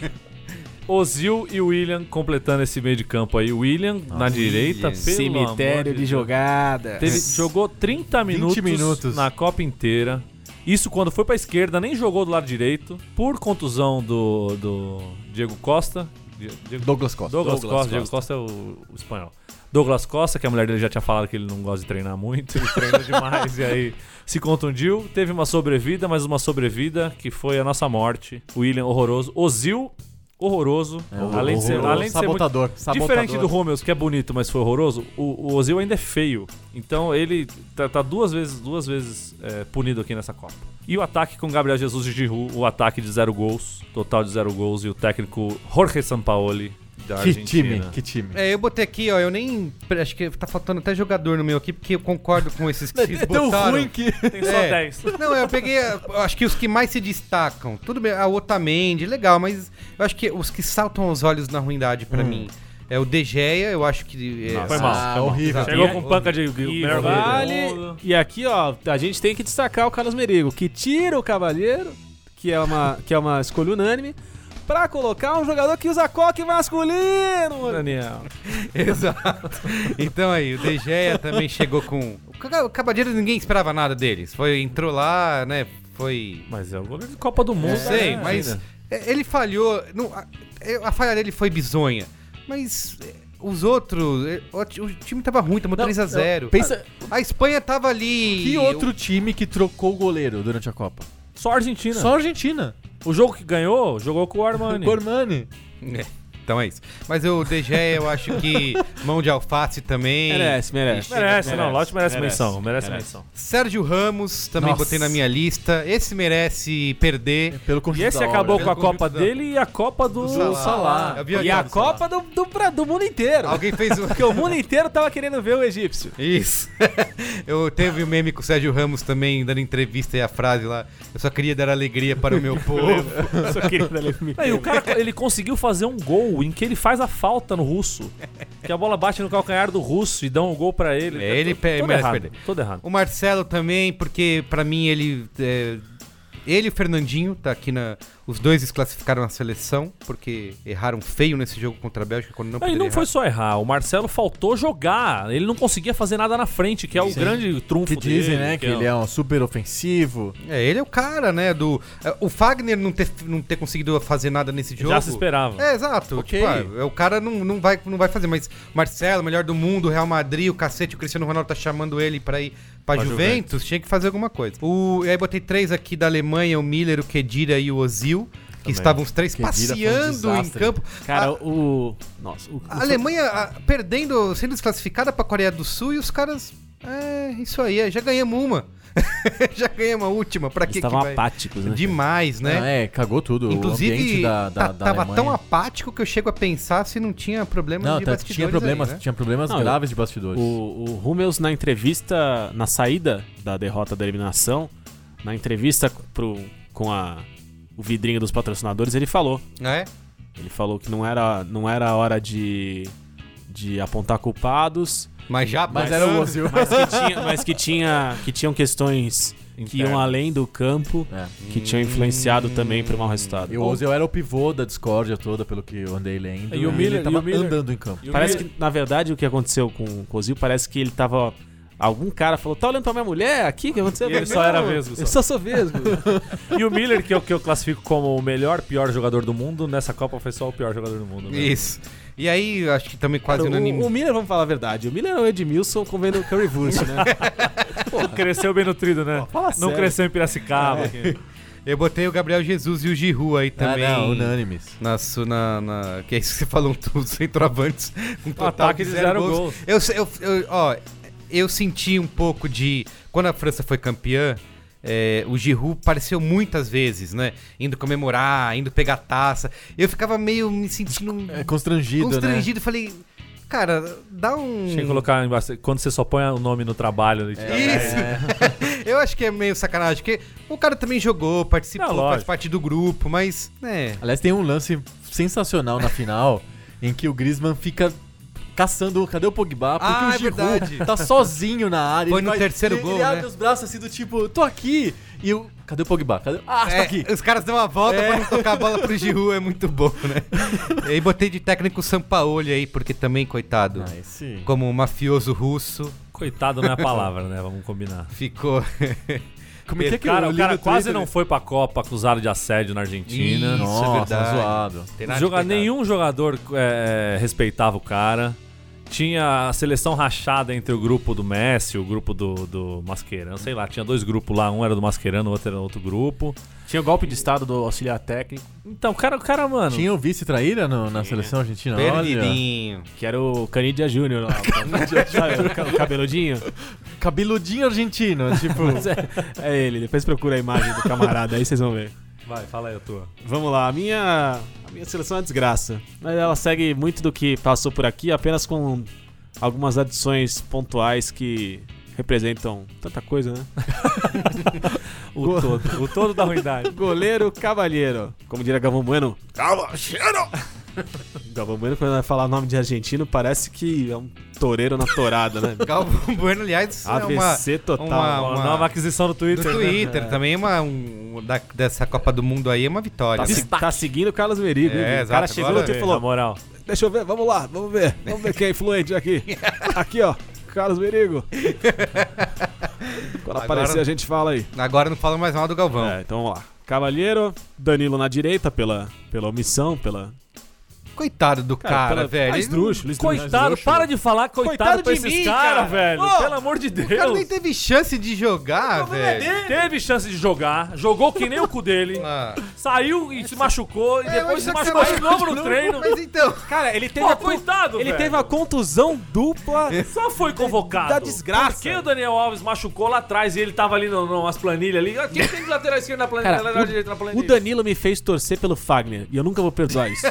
Speaker 3: Ozil e William completando esse meio de campo aí. William na direita, pelo amor
Speaker 2: Cemitério de
Speaker 3: Deus.
Speaker 2: jogada.
Speaker 3: Teve, jogou 30 minutos,
Speaker 4: minutos.
Speaker 3: na Copa inteira. Isso quando foi pra esquerda, nem jogou do lado direito, por contusão do, do Diego Costa. Die- Diego-
Speaker 4: Douglas Costa.
Speaker 3: Douglas, Costa, Diego Costa é o, o espanhol. Douglas Costa, que a mulher dele já tinha falado que ele não gosta de treinar muito, ele treina demais e aí se contundiu. Teve uma sobrevida, mas uma sobrevida que foi a nossa morte. William, horroroso. Ozil, horroroso. além de ser,
Speaker 4: É, Horroroso.
Speaker 3: além de ser muito-
Speaker 4: sabotador, sabotador.
Speaker 3: Diferente do Hummels, que é bonito, mas foi horroroso, o, o Ozil ainda é feio. Então ele tá, tá duas vezes, duas vezes é, punido aqui nessa Copa. E o ataque com Gabriel Jesus e Giroud, o ataque de zero gols, total de zero gols, e o técnico Jorge Sampaoli da
Speaker 4: Que
Speaker 3: Argentina.
Speaker 4: time, que time.
Speaker 9: É, eu botei aqui, ó, eu nem. Acho que tá faltando até jogador no meu aqui, porque eu concordo com esses que vocês
Speaker 4: É tão
Speaker 9: botaram.
Speaker 4: ruim que.
Speaker 3: Tem só
Speaker 9: É.
Speaker 3: 10.
Speaker 9: Não, eu peguei, eu acho que os que mais se destacam. Tudo bem, a Otamendi, legal, mas eu acho que os que saltam aos olhos na ruindade pra mim é o De Gea, eu acho que é,
Speaker 3: Não, foi
Speaker 4: Ah,
Speaker 3: mal.
Speaker 4: horrível.
Speaker 3: Chegou
Speaker 9: E-
Speaker 3: com panca de
Speaker 2: E
Speaker 3: melhor
Speaker 2: vale-
Speaker 3: goleiro.
Speaker 2: E aqui, ó, a gente tem que destacar o Carlos Merigo, que tira o Cavalheiro, que é uma, que é uma escolha unânime, pra colocar um jogador que usa coque masculino. Daniel.
Speaker 9: Exato. Então aí, o De Gea também chegou com o Ca- o Cabadeiro, ninguém esperava nada deles. Foi entrou lá, né? Foi
Speaker 3: Mas é o goleiro de Copa do Mundo.
Speaker 9: Não sei,
Speaker 3: né?
Speaker 9: mas é, ele falhou. não, a, é, a falha dele foi bizonha. Mas é, os outros. é, O, ti- o time tava ruim, tomou 3x0.
Speaker 4: Pensa,
Speaker 9: A, a Espanha tava ali.
Speaker 4: que outro time que trocou o goleiro durante a Copa?
Speaker 3: Só a Argentina.
Speaker 4: Só a Argentina.
Speaker 3: O jogo que ganhou, jogou com o Armani.
Speaker 4: Gormani.
Speaker 9: É, então é isso. Mas o De Gea, eu acho que mão de alface também.
Speaker 2: Merece, merece.
Speaker 3: Merece, não, Lote merece,
Speaker 2: merece,
Speaker 3: menção, merece,
Speaker 2: merece.
Speaker 3: menção.
Speaker 9: Sérgio Ramos, também
Speaker 4: Nossa.
Speaker 9: botei na minha lista. Esse merece perder.
Speaker 4: Pelo conjunto
Speaker 3: E esse
Speaker 4: da obra.
Speaker 3: acabou com a
Speaker 9: Pelo conjunto
Speaker 3: Copa
Speaker 9: da-
Speaker 3: dele e a Copa do,
Speaker 4: Salah. Salah.
Speaker 9: Eu vi
Speaker 2: E
Speaker 9: ali,
Speaker 2: a
Speaker 9: ó,
Speaker 2: Copa do, do, pra- do mundo inteiro.
Speaker 9: Alguém fez o.
Speaker 2: Porque o mundo inteiro tava querendo ver o egípcio.
Speaker 9: Isso. Eu teve um meme com o Sérgio Ramos também, dando entrevista e a frase lá. Eu só queria dar alegria para o meu povo.
Speaker 3: Aí, o cara ele conseguiu fazer um gol em que ele faz a falta no russo. Que a bola bate no calcanhar do russo e dão um gol pra ele.
Speaker 9: É, ele
Speaker 3: Tá
Speaker 9: pe-
Speaker 3: todo
Speaker 9: merece
Speaker 3: errado,
Speaker 9: perder.
Speaker 3: Todo errado.
Speaker 9: O Marcelo também, porque pra mim ele. é, ele e o Fernandinho, tá aqui na. Os dois desclassificaram a seleção, porque erraram feio nesse jogo contra a Bélgica quando não
Speaker 3: Aí
Speaker 9: poderia
Speaker 3: não foi
Speaker 9: errar.
Speaker 3: só errar, o Marcelo faltou jogar. Ele não conseguia fazer nada na frente, que é o grande trunfo
Speaker 4: Que dizem,
Speaker 3: dele.
Speaker 4: né? Que ele é um super ofensivo.
Speaker 9: É, ele é o cara, né? Do. é, O Fagner não ter, não ter conseguido fazer nada nesse jogo.
Speaker 3: Já se esperava.
Speaker 9: É, exato.
Speaker 4: Ok.
Speaker 9: Tipo, ah, é, o cara não, não, vai, não vai fazer, mas Marcelo, melhor do mundo, Real Madrid, o cacete, o Cristiano Ronaldo tá chamando ele pra ir pra,
Speaker 3: Pra
Speaker 9: Juventus, tinha que fazer alguma coisa. O, e aí botei três aqui da Alemanha, o Miller, o Kedira e o Ozil, que estavam os três
Speaker 4: Khedira foi um
Speaker 9: passeando em
Speaker 4: desastre.
Speaker 9: campo.
Speaker 4: ah,
Speaker 2: Cara,
Speaker 9: a,
Speaker 2: o. Nossa, o.
Speaker 9: a Alemanha a, perdendo, sendo desclassificada pra Coreia do Sul e os caras... É, isso aí, é, já ganhamos uma. já ganhamos a última, pra que que
Speaker 2: estavam
Speaker 9: vai?
Speaker 2: apáticos, né?
Speaker 9: Demais, né?
Speaker 4: Ah, é, cagou tudo. o ambiente
Speaker 9: Inclusive,
Speaker 4: da, da,
Speaker 9: ta-
Speaker 4: da
Speaker 9: tava
Speaker 4: Alemanha.
Speaker 9: tão apático que eu chego a pensar se não tinha problemas
Speaker 4: Não,
Speaker 9: de
Speaker 4: tá,
Speaker 9: bastidores
Speaker 4: tinha problemas,
Speaker 9: aí, né?
Speaker 4: tinha problemas
Speaker 2: Não,
Speaker 4: graves de bastidores.
Speaker 2: O, o Hummels, na entrevista, na saída da derrota da eliminação, na entrevista pro, com a, o vidrinho dos patrocinadores, ele falou.
Speaker 4: tipo,
Speaker 9: É?
Speaker 2: Ele falou que não era, não era hora de, de apontar culpados,
Speaker 9: Mas já
Speaker 4: Mas
Speaker 9: passou.
Speaker 4: era o Ozil.
Speaker 2: mas que, tinha, mas que, tinha, que tinham questões que iam além do campo,
Speaker 4: É.
Speaker 2: que tinham influenciado também pro mau resultado.
Speaker 4: E o Ozil era o pivô da discórdia toda, pelo que eu andei lendo.
Speaker 3: E o
Speaker 4: ele
Speaker 3: Miller-
Speaker 4: tava
Speaker 3: e o Miller-
Speaker 4: andando em campo.
Speaker 3: E o
Speaker 2: Parece
Speaker 3: Miller-
Speaker 2: que, na verdade, o que aconteceu com, com o Zil, parece que ele tava. Algum cara falou, tá olhando pra minha mulher aqui? O que aconteceu?
Speaker 3: E ele só era
Speaker 2: Não,
Speaker 3: vesgo,
Speaker 2: Eu
Speaker 3: só.
Speaker 2: só sou vesgo.
Speaker 3: E o Miller, que eu, que eu classifico como o melhor, pior jogador do mundo, nessa Copa foi só o pior jogador do mundo. né?
Speaker 9: Isso. E aí, acho que também quase
Speaker 2: Cara, o, o
Speaker 9: unanimidade.
Speaker 2: Miller, vamos falar a verdade, o Miller é o Edmilson comendo currywurst, né?
Speaker 3: Cresceu bem nutrido, né?
Speaker 2: fala
Speaker 3: não
Speaker 2: sério.
Speaker 3: cresceu em
Speaker 4: É.
Speaker 3: Piracicaba. que-
Speaker 9: Eu botei o Gabriel Jesus e o Giroud aí também.
Speaker 4: Ah, não, unânimes.
Speaker 9: Na, su- na, na- que é
Speaker 1: um
Speaker 9: isso que você falou, os centroavantes com total
Speaker 3: Ataque
Speaker 9: de
Speaker 3: de
Speaker 9: zero
Speaker 3: zero
Speaker 9: gols.
Speaker 3: gols.
Speaker 9: Eu, sei- eu, eu- ó,
Speaker 1: eu senti um pouco de. Quando a França foi campeã, é, o Giroud apareceu muitas vezes, né? Indo comemorar, indo pegar taça. Eu ficava meio me sentindo
Speaker 4: É constrangido, né?
Speaker 1: constrangido. Falei, cara, dá um.
Speaker 3: Tinha que colocar embaixo. Quando você só põe o nome no trabalho. né?
Speaker 4: É.
Speaker 1: Isso! eu acho que é meio sacanagem, porque o cara também jogou, participou,
Speaker 3: É, lógico.
Speaker 1: faz parte do grupo, mas, né.
Speaker 4: Aliás, tem um lance sensacional na final em que o Griezmann fica caçando, cadê o Pogba? Porque
Speaker 1: Ah,
Speaker 4: o
Speaker 1: é
Speaker 4: Giroud
Speaker 1: verdade.
Speaker 4: tá sozinho na área.
Speaker 1: Foi
Speaker 4: ele
Speaker 1: no
Speaker 4: vai-
Speaker 1: terceiro
Speaker 4: ele-
Speaker 1: gol,
Speaker 4: Ele
Speaker 1: né?
Speaker 4: abre os braços assim do tipo, tô aqui. E o, cadê o Pogba? Cadê? Ah, tá
Speaker 1: é,
Speaker 4: aqui.
Speaker 1: os caras dão uma volta pra não tocar a bola pro Giroud, é muito bom, né? e aí botei de técnico o Sampaoli aí, porque também, coitado,
Speaker 4: Ah, esse-
Speaker 1: como um mafioso russo,
Speaker 3: Coitado não é a palavra, né? Vamos combinar.
Speaker 1: ficou.
Speaker 4: Como é que é que
Speaker 3: cara,
Speaker 4: eu
Speaker 3: o
Speaker 4: li
Speaker 3: cara
Speaker 4: no
Speaker 3: quase
Speaker 4: Twitter?
Speaker 3: não foi pra Copa acusado de assédio na Argentina.
Speaker 1: Isso,
Speaker 4: Nossa,
Speaker 1: é verdade.
Speaker 4: zoado.
Speaker 1: Tem nada de
Speaker 3: Joga,
Speaker 1: coitado.
Speaker 3: nenhum jogador é, respeitava o cara. Tinha a seleção rachada entre o grupo do Messi, o grupo do, do Mascherano, sei lá. Tinha dois grupos lá, um era do Mascherano, o outro era outro grupo.
Speaker 2: Tinha o golpe de estado do auxiliar técnico,
Speaker 3: Então, o cara, o cara mano,
Speaker 4: Tinha o vice traíra no- na seleção argentina? Olha.
Speaker 1: Perdidinho.
Speaker 2: que era o Canidia Júnior lá. Sabe, o ca- o cabeludinho?
Speaker 4: Cabeludinho argentino, tipo.
Speaker 2: Mas é, é ele, depois procura a imagem do camarada aí, vocês vão ver.
Speaker 1: um-
Speaker 3: Vai, fala aí a tua.
Speaker 2: Vamos lá, a minha, a minha seleção é uma desgraça. Mas ela segue muito do que passou por aqui, apenas com algumas adições pontuais que representam tanta coisa, né?
Speaker 3: O todo, o todo da ruindade.
Speaker 2: Goleiro Cavalheiro. Como diria Galvão Bueno. Cavalheiro! Galvão Bueno, quando vai falar nome de argentino, parece que é um toureiro na tourada, né?
Speaker 1: Galvão Bueno, aliás,
Speaker 2: AVC
Speaker 1: é uma,
Speaker 2: total.
Speaker 1: uma-
Speaker 3: Uma
Speaker 1: uma-
Speaker 3: nova aquisição no
Speaker 1: do
Speaker 3: Twitter. né?
Speaker 1: Twitter
Speaker 2: É.
Speaker 1: tá? também, uma, um, da- dessa Copa do Mundo aí é uma vitória.
Speaker 2: Tá,
Speaker 1: né?
Speaker 2: se- tá seguindo o Carlos Merigo.
Speaker 1: É,
Speaker 2: hein? o
Speaker 1: exato,
Speaker 2: cara chegou no
Speaker 1: agora é.
Speaker 2: tempo e
Speaker 3: Na
Speaker 2: falou:
Speaker 3: moral.
Speaker 2: Deixa eu ver, vamos lá, vamos ver. Vamos ver quem é influente aqui. Aqui, ó. Carlos Merigo. Quando
Speaker 1: Agora-
Speaker 2: aparecer, a gente fala aí.
Speaker 1: Agora não fala mais mal do Galvão.
Speaker 2: É, então vamos lá. Cavalheiro, Danilo na direita pela, pela omissão, pela.
Speaker 1: Coitado do cara,
Speaker 2: pela-
Speaker 9: É
Speaker 1: velho. Ele
Speaker 2: Luiz
Speaker 1: não- é
Speaker 2: Druxo, Luiz Druxo.
Speaker 3: Coitado, para de falar coitado,
Speaker 1: Coitado
Speaker 3: pra
Speaker 1: de
Speaker 3: esses
Speaker 1: mim,
Speaker 3: caras,
Speaker 1: cara.
Speaker 3: velho.
Speaker 1: Ô,
Speaker 3: Pelo amor de Deus.
Speaker 1: O cara nem teve chance de jogar,
Speaker 2: é
Speaker 1: velho.
Speaker 3: Teve chance de jogar, jogou que nem o cu dele,
Speaker 1: Ah.
Speaker 3: saiu e se machucou, e
Speaker 1: É, mas
Speaker 3: depois se
Speaker 1: só que
Speaker 3: machucou
Speaker 1: você
Speaker 3: de novo no
Speaker 1: machucou
Speaker 3: treino.
Speaker 1: Mas então,
Speaker 2: Cara, ele teve
Speaker 3: Pô,
Speaker 2: a co-
Speaker 3: coitado,
Speaker 2: Ele
Speaker 3: velho.
Speaker 2: teve a contusão dupla.
Speaker 3: Só foi convocado.
Speaker 2: Da desgraça.
Speaker 3: Porque o Daniel Alves machucou lá atrás e ele tava ali no- nas planilhas ali. Ah, Quem tem de lateral esquerdo na planilha?
Speaker 2: Cara,
Speaker 3: lateral
Speaker 2: o-
Speaker 3: direito na planilha.
Speaker 2: O Danilo me fez torcer pelo Fagner e eu nunca vou perdoar isso.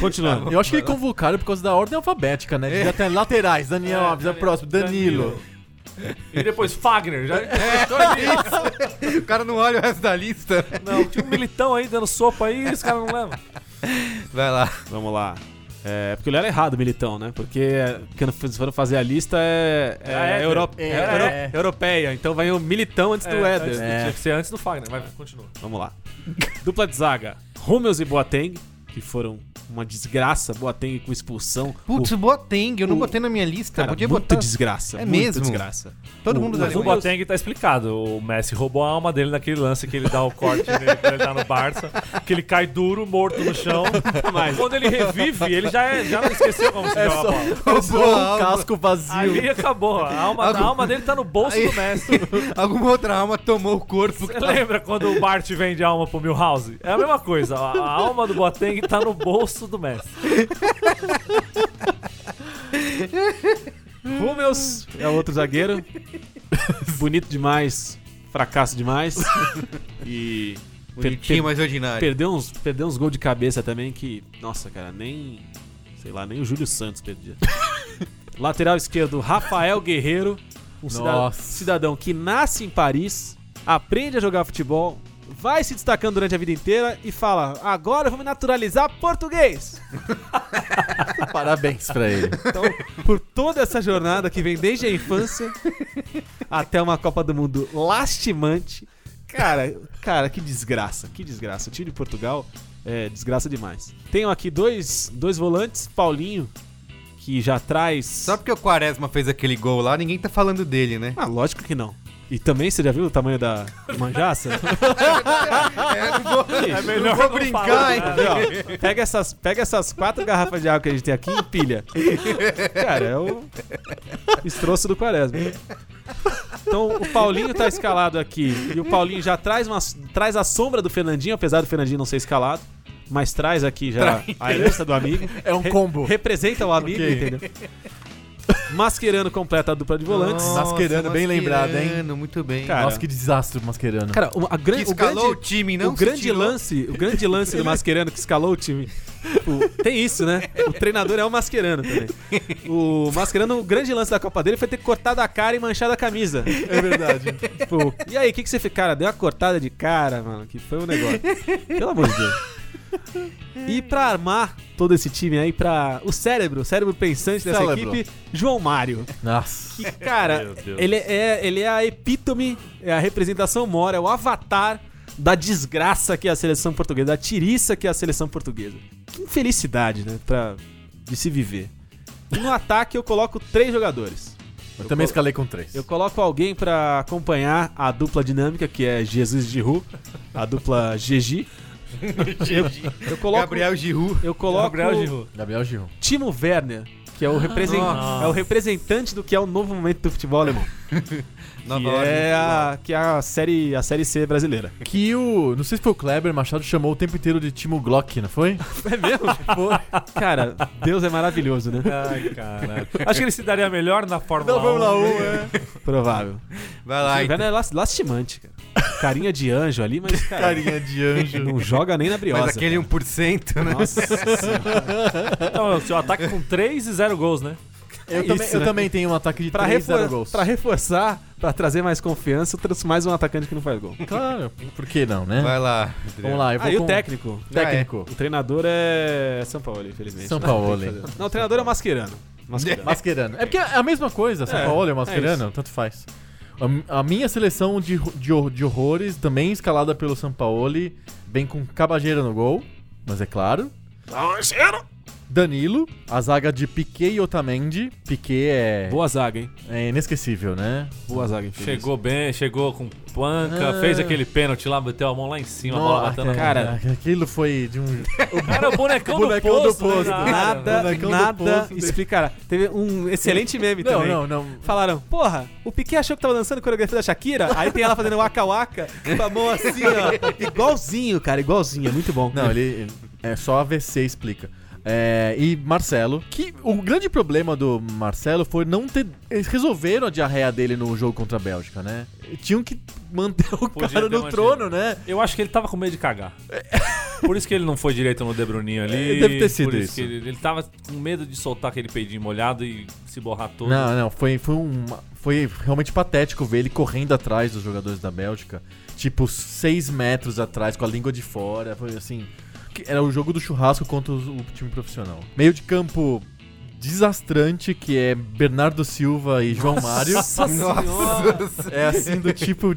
Speaker 2: Continuando.
Speaker 4: Eu acho que convocaram por causa da ordem alfabética, né? Devia ter laterais, Daniel
Speaker 3: É,
Speaker 4: Alves, é
Speaker 3: Daniel-
Speaker 4: próximo, Danilo.
Speaker 3: E depois Fagner. Já...
Speaker 2: É.
Speaker 1: o cara não olha o resto da lista. né?
Speaker 3: Não, tinha um militão aí dando sopa aí e os caras não levam.
Speaker 1: Vai lá.
Speaker 2: Vamos lá. É, porque ele era errado, militão, né? Porque quando f- foram fazer a lista é, é,
Speaker 3: É, Éder.
Speaker 2: Euro- é,
Speaker 4: É,
Speaker 2: Euro-
Speaker 4: é.
Speaker 2: europeia, então vai o militão antes do Éder.
Speaker 3: antes,
Speaker 2: É.
Speaker 3: Tinha que ser antes do Fagner, mas continua.
Speaker 2: Vamos lá. Dupla de zaga, Rúmeus e Boateng, que foram uma desgraça, Boateng com expulsão.
Speaker 1: Putz,
Speaker 2: O-
Speaker 1: o Boateng, eu não
Speaker 2: o-
Speaker 1: botei na minha lista.
Speaker 2: cara,
Speaker 1: Podia
Speaker 2: muito
Speaker 1: botar.
Speaker 2: desgraça,
Speaker 1: É
Speaker 2: muito
Speaker 1: mesmo?
Speaker 2: desgraça.
Speaker 1: Todo
Speaker 2: o-
Speaker 1: mundo
Speaker 2: o
Speaker 1: da
Speaker 3: Mas o
Speaker 1: Alemanha.
Speaker 3: Boateng tá explicado. O Messi roubou a alma dele naquele lance que ele dá o corte nele quando ele tá no Barça, que ele cai duro, morto no chão. Mas quando ele revive, ele já, é- já não esqueceu como se joga a bola.
Speaker 4: Sobrou um casco vazio.
Speaker 3: Ali acabou. A alma, a alma dele tá no bolso do Messi.
Speaker 1: Alguma outra alma tomou o corpo.
Speaker 3: Você lembra quando o Bart vende alma pro Milhouse? É a mesma coisa. A, a alma do Boateng tá no bolso do Messi.
Speaker 2: Rúmeus é outro zagueiro. Bonito demais, fracasso demais. E
Speaker 1: Bonitinho, mas ordinário.
Speaker 2: Perdeu uns, perdeu uns gols de cabeça também que, nossa, cara, nem. Sei lá, nem o Júlio Santos perdia. Lateral esquerdo, Rafael Guerreiro. Um cida-
Speaker 4: Nossa.
Speaker 2: cidadão que nasce em Paris, aprende a jogar futebol, vai se destacando durante a vida inteira e fala: agora eu vou me naturalizar português.
Speaker 4: Parabéns pra ele.
Speaker 2: Então, por toda essa jornada que vem desde a infância até uma Copa do Mundo lastimante. Cara, cara, que desgraça, que desgraça. O time de Portugal é desgraça demais. Tenho aqui dois, dois volantes, Paulinho, que já traz.
Speaker 1: Só porque o Quaresma fez aquele gol lá, ninguém tá falando dele, né?
Speaker 2: Ah, lógico que não. E também você já viu o tamanho da manjaça?
Speaker 3: É melhor né?
Speaker 1: não vou brincar, hein?
Speaker 2: Ó, pega, essas, pega essas quatro garrafas de água que a gente tem aqui e empilha. Cara, é o estroço do quaresma. Então, o Paulinho tá escalado aqui. E o Paulinho já traz, uma, traz a sombra do Fernandinho, apesar do Fernandinho não ser escalado. Mas traz aqui já a herança do amigo.
Speaker 4: É um combo.
Speaker 2: Representa o amigo,
Speaker 4: Ok.
Speaker 2: entendeu? Mascherano completa a dupla de volantes.
Speaker 4: Mascherano, bem lembrado, hein?
Speaker 1: Mascherano, Muito bem.
Speaker 2: Cara,
Speaker 4: Nossa, que desastre o Mascherano.
Speaker 2: Cara, o, a gran-
Speaker 1: Que
Speaker 2: o grande,
Speaker 1: escalou o time, não
Speaker 2: o
Speaker 1: se
Speaker 2: grande
Speaker 1: tirou.
Speaker 2: lance, o grande lance do Mascherano que escalou o time. Tipo, tem isso, né? O treinador é o Mascherano também. O Mascherano, o grande lance da Copa dele foi ter cortado a cara e manchado a camisa.
Speaker 4: É verdade.
Speaker 2: Tipo, e aí, o que, que você fez? Cara, deu uma cortada de cara, mano, que foi um negócio. Pelo amor de Deus. E pra armar todo esse time aí, pra. O cérebro, o cérebro pensante dessa
Speaker 4: Cérebro.
Speaker 2: equipe, João Mário.
Speaker 4: Nossa.
Speaker 2: Que, cara,
Speaker 3: Meu Deus.
Speaker 2: ele é, ele é a epítome, é a representação mora, é o avatar da desgraça que é a seleção portuguesa, da tiriça que é a seleção portuguesa. Que infelicidade, né, pra, de se viver. E no ataque eu coloco três jogadores.
Speaker 4: Eu também escalei com três.
Speaker 2: Eu coloco alguém pra acompanhar a dupla dinâmica, que é Jesus Giroud, a dupla Gigi. eu, eu coloco,
Speaker 1: Gabriel Giroud.
Speaker 2: eu coloco
Speaker 3: Gabriel Giroud.
Speaker 4: Gabriel Gil.
Speaker 2: Timo Werner, que é o, represen- é o representante do que é o novo momento do futebol alemão, que
Speaker 1: Nova
Speaker 2: é, a, que é a, série, a série C brasileira.
Speaker 4: Que o. Não sei se foi o Kleber Machado chamou o tempo inteiro de Timo Glock, não foi?
Speaker 2: É mesmo? Cara, Deus é maravilhoso, né?
Speaker 3: Ai, caralho. Acho que ele se daria melhor na Fórmula 1.
Speaker 4: é.
Speaker 2: Provável.
Speaker 1: Vai
Speaker 2: O
Speaker 1: lá, então.
Speaker 2: Werner é las- lastimante, cara. Carinha de anjo ali, mas, cara,
Speaker 4: Carinha de anjo.
Speaker 2: não joga nem na briosa.
Speaker 1: Mas aquele 1%, né?
Speaker 2: Nossa,
Speaker 3: Então, é o seu ataque com 3 e 0 gols, né?
Speaker 4: Eu,
Speaker 2: É
Speaker 4: também,
Speaker 2: isso,
Speaker 4: eu
Speaker 2: né?
Speaker 4: também tenho um ataque de
Speaker 2: pra,
Speaker 4: 3
Speaker 2: refor-
Speaker 4: zero gols.
Speaker 2: pra reforçar, pra trazer mais confiança, eu trouxe mais um atacante que não faz gol.
Speaker 4: Claro, por que não, né?
Speaker 1: Vai lá. Adriano.
Speaker 4: Vamos lá, eu vou
Speaker 2: Aí
Speaker 4: com
Speaker 2: o Ah, técnico.
Speaker 4: técnico.
Speaker 2: O treinador é São Paulo, infelizmente.
Speaker 4: São
Speaker 2: né?
Speaker 4: Paulo.
Speaker 2: Não, o treinador é o Mascherano. Mascherano.
Speaker 4: Mascherano. É porque é a mesma coisa, São
Speaker 2: É,
Speaker 4: Paulo é o
Speaker 2: é
Speaker 4: Mascherano, tanto faz. A, a minha seleção de, ro- de, hor- de horrores, também escalada pelo São Paulo, vem com Cabageira no gol, mas é claro. Danilo, a zaga de Piquet e Otamendi. Piquet é,
Speaker 2: Boa zaga, hein?
Speaker 4: é inesquecível, né?
Speaker 2: Boa zaga, infelizmente.
Speaker 3: Chegou bem, chegou com panca,
Speaker 4: Ah.
Speaker 3: fez aquele pênalti lá, bateu a mão lá em cima, a bola batendo.
Speaker 2: cara.
Speaker 4: aquilo foi de um.
Speaker 3: Era o bonecão,
Speaker 4: Bonecão
Speaker 3: do
Speaker 4: do
Speaker 3: posto. né,
Speaker 4: posto.
Speaker 3: cara?
Speaker 2: Nada,
Speaker 4: Bonecão do
Speaker 2: nada
Speaker 4: posto.
Speaker 2: explicará. Teve um excelente meme
Speaker 4: não,
Speaker 2: também.
Speaker 4: não, não.
Speaker 2: Falaram, porra, o Piquet achou que tava dançando coreografia da Shakira, aí tem ela fazendo waka waka com a mão assim, ó. Igualzinho, cara, igualzinho, é muito bom.
Speaker 4: Não, ele. ele- É só AVC explica. É, e Marcelo, que o grande problema do Marcelo foi não ter. Eles resolveram a diarreia dele no jogo contra a Bélgica, né? Tinham que manter o
Speaker 3: Podia
Speaker 4: cara
Speaker 3: ter
Speaker 4: no
Speaker 3: mantido.
Speaker 4: trono, né?
Speaker 3: Eu acho que ele tava com medo de cagar. Por isso que ele não foi direito no De Bruninho ali.
Speaker 4: É, deve ter sido
Speaker 3: por que
Speaker 4: isso.
Speaker 3: ele, ele tava com medo de soltar aquele peidinho molhado e se borrar todo.
Speaker 4: Não, não, foi, foi, um, foi realmente patético ver ele correndo atrás dos jogadores da Bélgica, tipo, seis metros atrás, com a língua de fora, foi assim. que Era o jogo do churrasco contra os- o time profissional. Meio de campo desastrante, que é Bernardo Silva e João Mário.
Speaker 1: Nossa.
Speaker 4: É assim do tipo.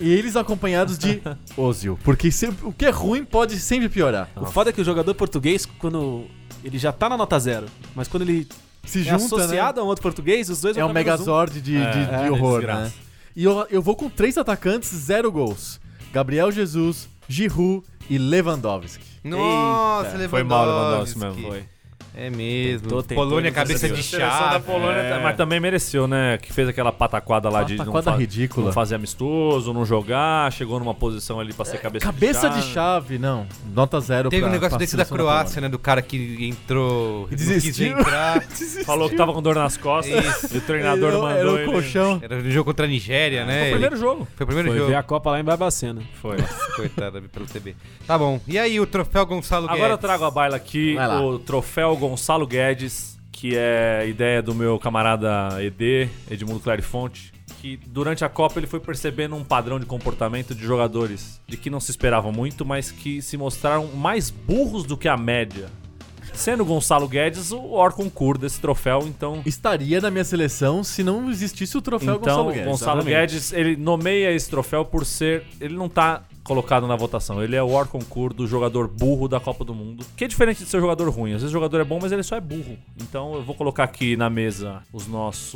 Speaker 4: E eles acompanhados de Ozil. Porque sempre- o que é ruim pode sempre piorar.
Speaker 2: O foda é que o jogador português, quando ele já tá na nota zero, mas quando ele
Speaker 4: Se
Speaker 2: é
Speaker 4: junta,
Speaker 2: associado a um outro português, os dois
Speaker 4: né? É um
Speaker 2: pra menos
Speaker 4: megazord de, de- de
Speaker 3: É, é
Speaker 4: horror,
Speaker 3: desgraça.
Speaker 4: né? E eu, eu vou com três atacantes, zero gols. Gabriel Jesus, Giroud e Lewandowski.
Speaker 1: Nossa, Lewandowski.
Speaker 3: Foi mal, Lewandowski mesmo, foi.
Speaker 1: É mesmo.
Speaker 2: Tentou, tentou,
Speaker 1: Polônia,
Speaker 2: não
Speaker 1: cabeça
Speaker 2: conseguiu.
Speaker 1: de
Speaker 3: Seleção da
Speaker 1: chá.
Speaker 3: Polônia, tá- mas também mereceu, né? Que fez aquela pataquada lá Ah, de
Speaker 4: Pataquada
Speaker 3: não, fa-
Speaker 4: ridícula.
Speaker 3: não fazer amistoso, não jogar, chegou numa posição ali pra ser cabeça,
Speaker 4: Cabeça de
Speaker 3: chá.
Speaker 4: chave, não. Nota zero
Speaker 1: Teve
Speaker 4: pra-
Speaker 1: um negócio
Speaker 4: pra
Speaker 1: desse da
Speaker 4: seleção
Speaker 1: Croácia, né? Do cara que entrou, não quis
Speaker 4: Desistiu.
Speaker 1: entrar.
Speaker 3: Falou que tava com dor nas costas e o né? treinador
Speaker 4: Polônia. Era, era
Speaker 3: mandou
Speaker 4: o
Speaker 3: ele.
Speaker 4: colchão.
Speaker 1: Era no jogo contra a Nigéria, né?
Speaker 3: Foi o
Speaker 1: Ele-
Speaker 3: primeiro jogo.
Speaker 1: Foi o primeiro
Speaker 2: Foi
Speaker 1: jogo.
Speaker 2: ver a Copa lá em Barbacena.
Speaker 3: Foi.
Speaker 1: Coitada pelo TB. Tá bom. E aí, o troféu Gonçalo
Speaker 3: Agora eu
Speaker 1: Guedes?
Speaker 3: trago a baila aqui
Speaker 4: Vai lá.
Speaker 3: o troféu Gonçalo Guedes, que é ideia do meu camarada ED, Edmundo Clarifonte, que durante a Copa ele foi percebendo um padrão de comportamento de jogadores, de que não se esperava muito, mas que se mostraram mais burros do que a média. Sendo Gonçalo Guedes o Orconcur desse troféu, então
Speaker 4: Estaria na minha seleção se não existisse o troféu
Speaker 3: então,
Speaker 4: Gonçalo Guedes.
Speaker 3: Gonçalo
Speaker 4: exatamente.
Speaker 3: Guedes, ele nomeia esse troféu por ser. Ele não tá colocado na votação. Ele é o Or Concur do jogador burro da Copa do Mundo. Que é diferente de ser jogador ruim. Às vezes o jogador é bom, mas ele só é burro. Então eu vou colocar aqui na mesa os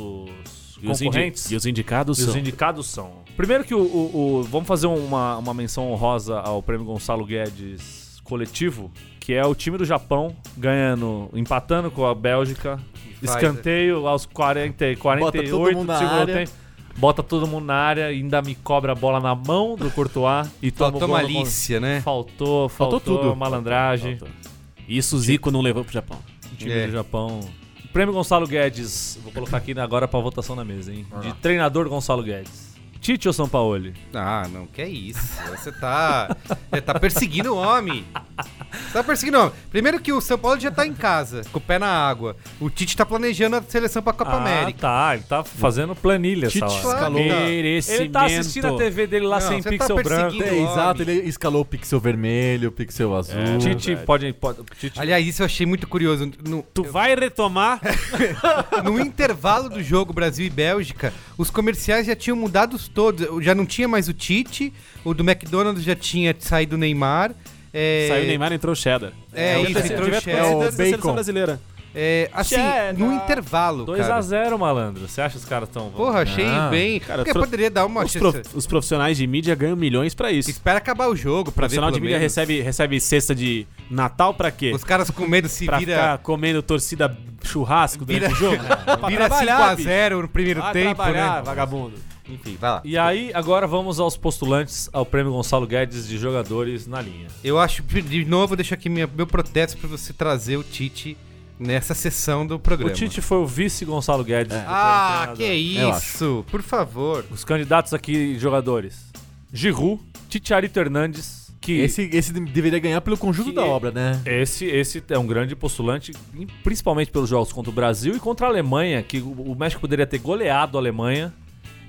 Speaker 3: nossos
Speaker 2: E os, indi-
Speaker 3: concorrentes.
Speaker 2: e os indicados
Speaker 3: E os
Speaker 2: são.
Speaker 3: indicados são. Primeiro que o. o- o- vamos fazer uma, uma menção honrosa ao prêmio Gonçalo Guedes coletivo, que é o time do Japão ganhando, empatando com a Bélgica.
Speaker 1: faz,
Speaker 3: Escanteio aos 40, 48
Speaker 4: todo mundo
Speaker 3: do
Speaker 4: na
Speaker 3: segundo
Speaker 4: área.
Speaker 3: tempo. Bota todo mundo na área, ainda me cobra a bola na mão do Courtois e toma
Speaker 1: Faltou
Speaker 3: o gol no-
Speaker 1: malícia, né?
Speaker 3: Faltou, faltou,
Speaker 4: Faltou tudo.
Speaker 3: malandragem.
Speaker 2: Faltou. Isso o Zico não levou pro Japão.
Speaker 3: O time
Speaker 1: É.
Speaker 3: do Japão Prêmio Gonçalo Guedes. Vou colocar aqui agora pra votação na mesa, hein? De treinador Gonçalo Guedes. Tite ou São Paulo?
Speaker 1: Ah, não, que isso. Você tá. Você tá perseguindo o homem. Você tá perseguindo o homem. Primeiro que o São Paulo já tá em casa, com o pé na água. O Tite tá planejando a seleção pra
Speaker 2: Ah,
Speaker 1: Copa América.
Speaker 3: tá. Ele tá fazendo planilha essa
Speaker 1: Tite
Speaker 3: hora.
Speaker 1: escalou.
Speaker 3: Ele tá assistindo a TV dele lá
Speaker 1: Não,
Speaker 3: sem
Speaker 1: você tá
Speaker 3: pixel branco.
Speaker 1: perseguindo
Speaker 4: É,
Speaker 1: o
Speaker 4: exato,
Speaker 1: homem.
Speaker 4: ele escalou o pixel vermelho, o pixel azul.
Speaker 3: É. Tite pode... pode Tite.
Speaker 1: Aliás, isso eu achei muito curioso. No,
Speaker 9: Tu vai retomar
Speaker 1: no intervalo do jogo Brasil e Bélgica, os comerciais já tinham mudado os todos. Já não tinha mais o Tite, o do McDonald's já tinha saído o Neymar. É,
Speaker 9: Saiu o Neymar, entrou o Cheddar.
Speaker 1: É, isso, entrou o
Speaker 4: É o
Speaker 1: Cheddar.
Speaker 9: Da seleção
Speaker 4: Bacon.
Speaker 9: brasileira.
Speaker 1: É, assim, no intervalo, cara.
Speaker 3: 2x0, malandro. Você acha que os caras tão...
Speaker 1: Porra, achei bem... Porque
Speaker 9: pro-
Speaker 1: poderia dar uma
Speaker 9: Ah. Os,
Speaker 1: chance.
Speaker 9: prof- os profissionais de mídia ganham milhões pra isso.
Speaker 1: Espera acabar o jogo
Speaker 9: O
Speaker 1: pra ver
Speaker 9: profissional
Speaker 1: pelo
Speaker 9: de mídia
Speaker 1: menos.
Speaker 9: recebe, recebe cesta de Natal pra quê?
Speaker 1: Os caras com medo se
Speaker 9: pra
Speaker 1: vira,
Speaker 9: ficar comendo torcida churrasco durante
Speaker 1: Vira-
Speaker 9: o jogo? Pra
Speaker 1: vira
Speaker 9: trabalhar, bicho.
Speaker 1: 5x0 no primeiro
Speaker 9: Vai
Speaker 1: tempo,
Speaker 9: trabalhar,
Speaker 1: né?
Speaker 9: vagabundo.
Speaker 1: Enfim, vai lá.
Speaker 3: E aí, agora vamos aos postulantes ao prêmio Gonçalo Guedes de jogadores na linha.
Speaker 1: Eu acho, de novo, eu deixo aqui minha- meu protesto pra você trazer o Tite nessa sessão do
Speaker 3: O
Speaker 1: programa.
Speaker 3: Tite foi o vice Gonçalo Guedes. do
Speaker 1: Ah,
Speaker 3: prêmio
Speaker 1: que
Speaker 3: treinador.
Speaker 1: isso! Por favor.
Speaker 3: Os candidatos aqui, jogadores. Giru, Titiarito Hernandes, que...
Speaker 4: Esse, esse deveria ganhar pelo conjunto
Speaker 3: Que-
Speaker 4: da obra, né?
Speaker 3: Esse, esse é um grande postulante, principalmente pelos jogos contra o Brasil e contra a Alemanha, que o o México poderia ter goleado a Alemanha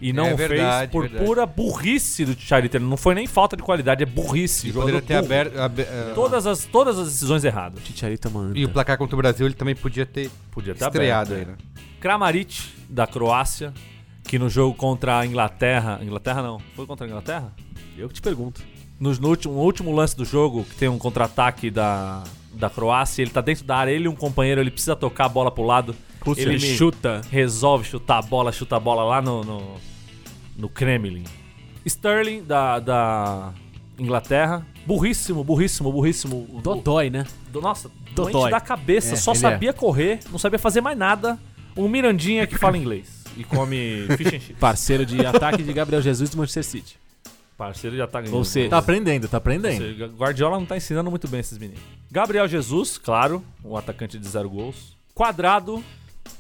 Speaker 3: e não
Speaker 1: É
Speaker 3: fez
Speaker 1: verdade,
Speaker 3: por
Speaker 1: verdade.
Speaker 3: pura burrice do Charito. Não foi nem falta de qualidade, é burrice.
Speaker 1: E
Speaker 3: jogador
Speaker 1: poderia ter
Speaker 3: é burro.
Speaker 1: aberto. abe- eh,
Speaker 3: todas, as, todas as decisões erradas.
Speaker 9: Ticharito, mano.
Speaker 1: E o placar contra o Brasil ele também podia ter
Speaker 3: Podia ter
Speaker 1: estreado aí,
Speaker 3: aberto.
Speaker 1: né?
Speaker 3: Kramaric, da Croácia, que no jogo contra a Inglaterra. Inglaterra não. Foi contra a Inglaterra?
Speaker 9: Eu que te pergunto.
Speaker 3: Nos- No, último, no último lance do jogo, que tem um contra-ataque da, da Croácia, ele tá dentro da área, ele e um companheiro, ele precisa tocar a bola pro lado.
Speaker 9: Ele,
Speaker 3: me-
Speaker 9: chuta.
Speaker 3: resolve chutar a bola, chuta a bola lá no, no, no Kremlin. Sterling, da, da Inglaterra. Burríssimo, burríssimo, burríssimo. O-
Speaker 9: Dodói, né?
Speaker 3: o- do- nossa,
Speaker 9: Dodói.
Speaker 3: doente da cabeça.
Speaker 4: É,
Speaker 3: só
Speaker 4: ele
Speaker 3: sabia correr, não sabia fazer mais nada. Um Mirandinha que fala inglês e come fish and chips.
Speaker 9: Parceiro de ataque de Gabriel Jesus do Manchester City.
Speaker 3: Parceiro já tá ganhando.
Speaker 9: Ou seja,
Speaker 4: Tá aprendendo, tá
Speaker 3: Ou
Speaker 4: aprendendo.
Speaker 3: seja, Guardiola não tá ensinando muito bem esses meninos. Gabriel Jesus, claro, um atacante de zero gols. Quadrado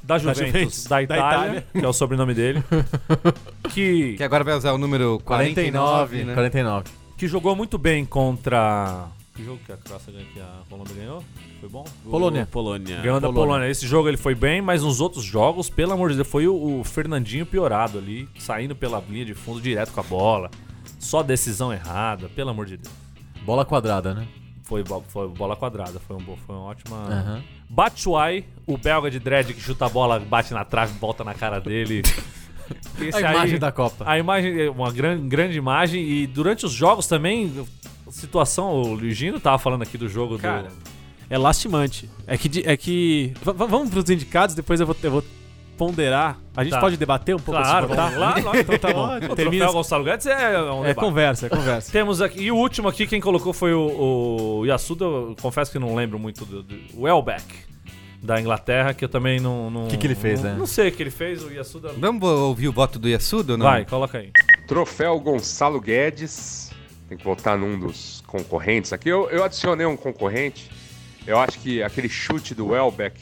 Speaker 3: da Juventus, da,
Speaker 9: Juventus, da
Speaker 3: Itália,
Speaker 9: Itália.
Speaker 3: que é o sobrenome dele. que
Speaker 1: Que agora vai usar o número 49, né?
Speaker 4: 49.
Speaker 3: que jogou muito bem contra. Que jogo que a Croácia ganhou? Que a Colômbia ganhou? Foi bom?
Speaker 4: Polônia.
Speaker 9: Polônia.
Speaker 3: Ganhou da
Speaker 4: Polônia.
Speaker 3: Polônia. Esse jogo ele foi bem, mas nos outros jogos, pelo amor de Deus, foi o, o Fernandinho piorado ali, saindo pela linha de fundo direto com a bola. Só decisão errada, pelo amor de Deus.
Speaker 4: Bola quadrada, né?
Speaker 3: Foi, bo- foi bola quadrada, foi, um, bo- foi uma ótima.
Speaker 4: Aham.
Speaker 3: Batshuayi, o belga de dread que chuta a bola, bate na trave, volta na cara dele. Esse
Speaker 4: A imagem é da Copa.
Speaker 3: A imagem é uma grande, grande imagem. E durante os jogos também, a situação. O Ligino tava falando aqui do jogo
Speaker 9: Cara.
Speaker 3: do.
Speaker 9: É lastimante. É que. de- É que v- v- vamos pros indicados, depois eu vou, eu vou ponderar. A gente
Speaker 3: Tá.
Speaker 9: pode debater um pouco
Speaker 3: Claro,
Speaker 9: esse
Speaker 3: tá
Speaker 9: programa?
Speaker 3: lá, lá, então tá bom. O
Speaker 9: Termina-
Speaker 3: troféu Gonçalo Guedes é um
Speaker 9: É
Speaker 3: debate.
Speaker 9: conversa, é conversa.
Speaker 3: Temos aqui. E o último aqui, quem colocou foi o, o Yasuda. Eu confesso que não lembro muito do. do o Elbeck, da Inglaterra, que eu também não. O
Speaker 4: Que que ele fez,
Speaker 3: não,
Speaker 4: né?
Speaker 3: Não sei o que ele fez, o Yasuda.
Speaker 1: Vamos ouvir o voto do Yasuda ou não?
Speaker 3: Vai, coloca aí.
Speaker 7: Troféu Gonçalo Guedes. Tem que votar num dos concorrentes aqui. Eu, eu adicionei um concorrente. Eu acho que aquele chute do Welbeck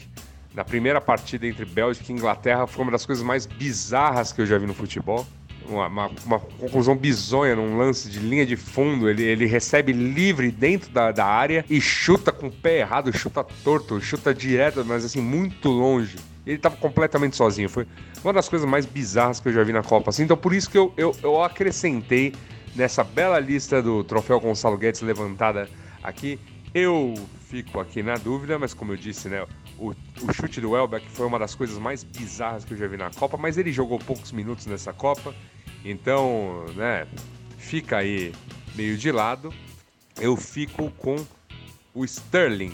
Speaker 7: na primeira partida entre Bélgica e Inglaterra foi uma das coisas mais bizarras que eu já vi no futebol. Uma, uma- uma conclusão bizonha num lance de linha de fundo. Ele, ele recebe livre dentro da, da área e chuta com o pé errado, chuta torto, chuta direto, mas assim, muito longe. Ele estava completamente sozinho. Foi uma das coisas mais bizarras que eu já vi na Copa. Assim, então, por isso que eu, eu, eu acrescentei nessa bela lista do troféu Gonçalo Guedes levantada aqui. Eu fico aqui na dúvida, mas como eu disse, né? O, o chute do Welbeck foi uma das coisas mais bizarras que eu já vi na Copa, mas ele jogou poucos minutos nessa Copa, então, né? Fica aí meio de lado. Eu fico com o Sterling.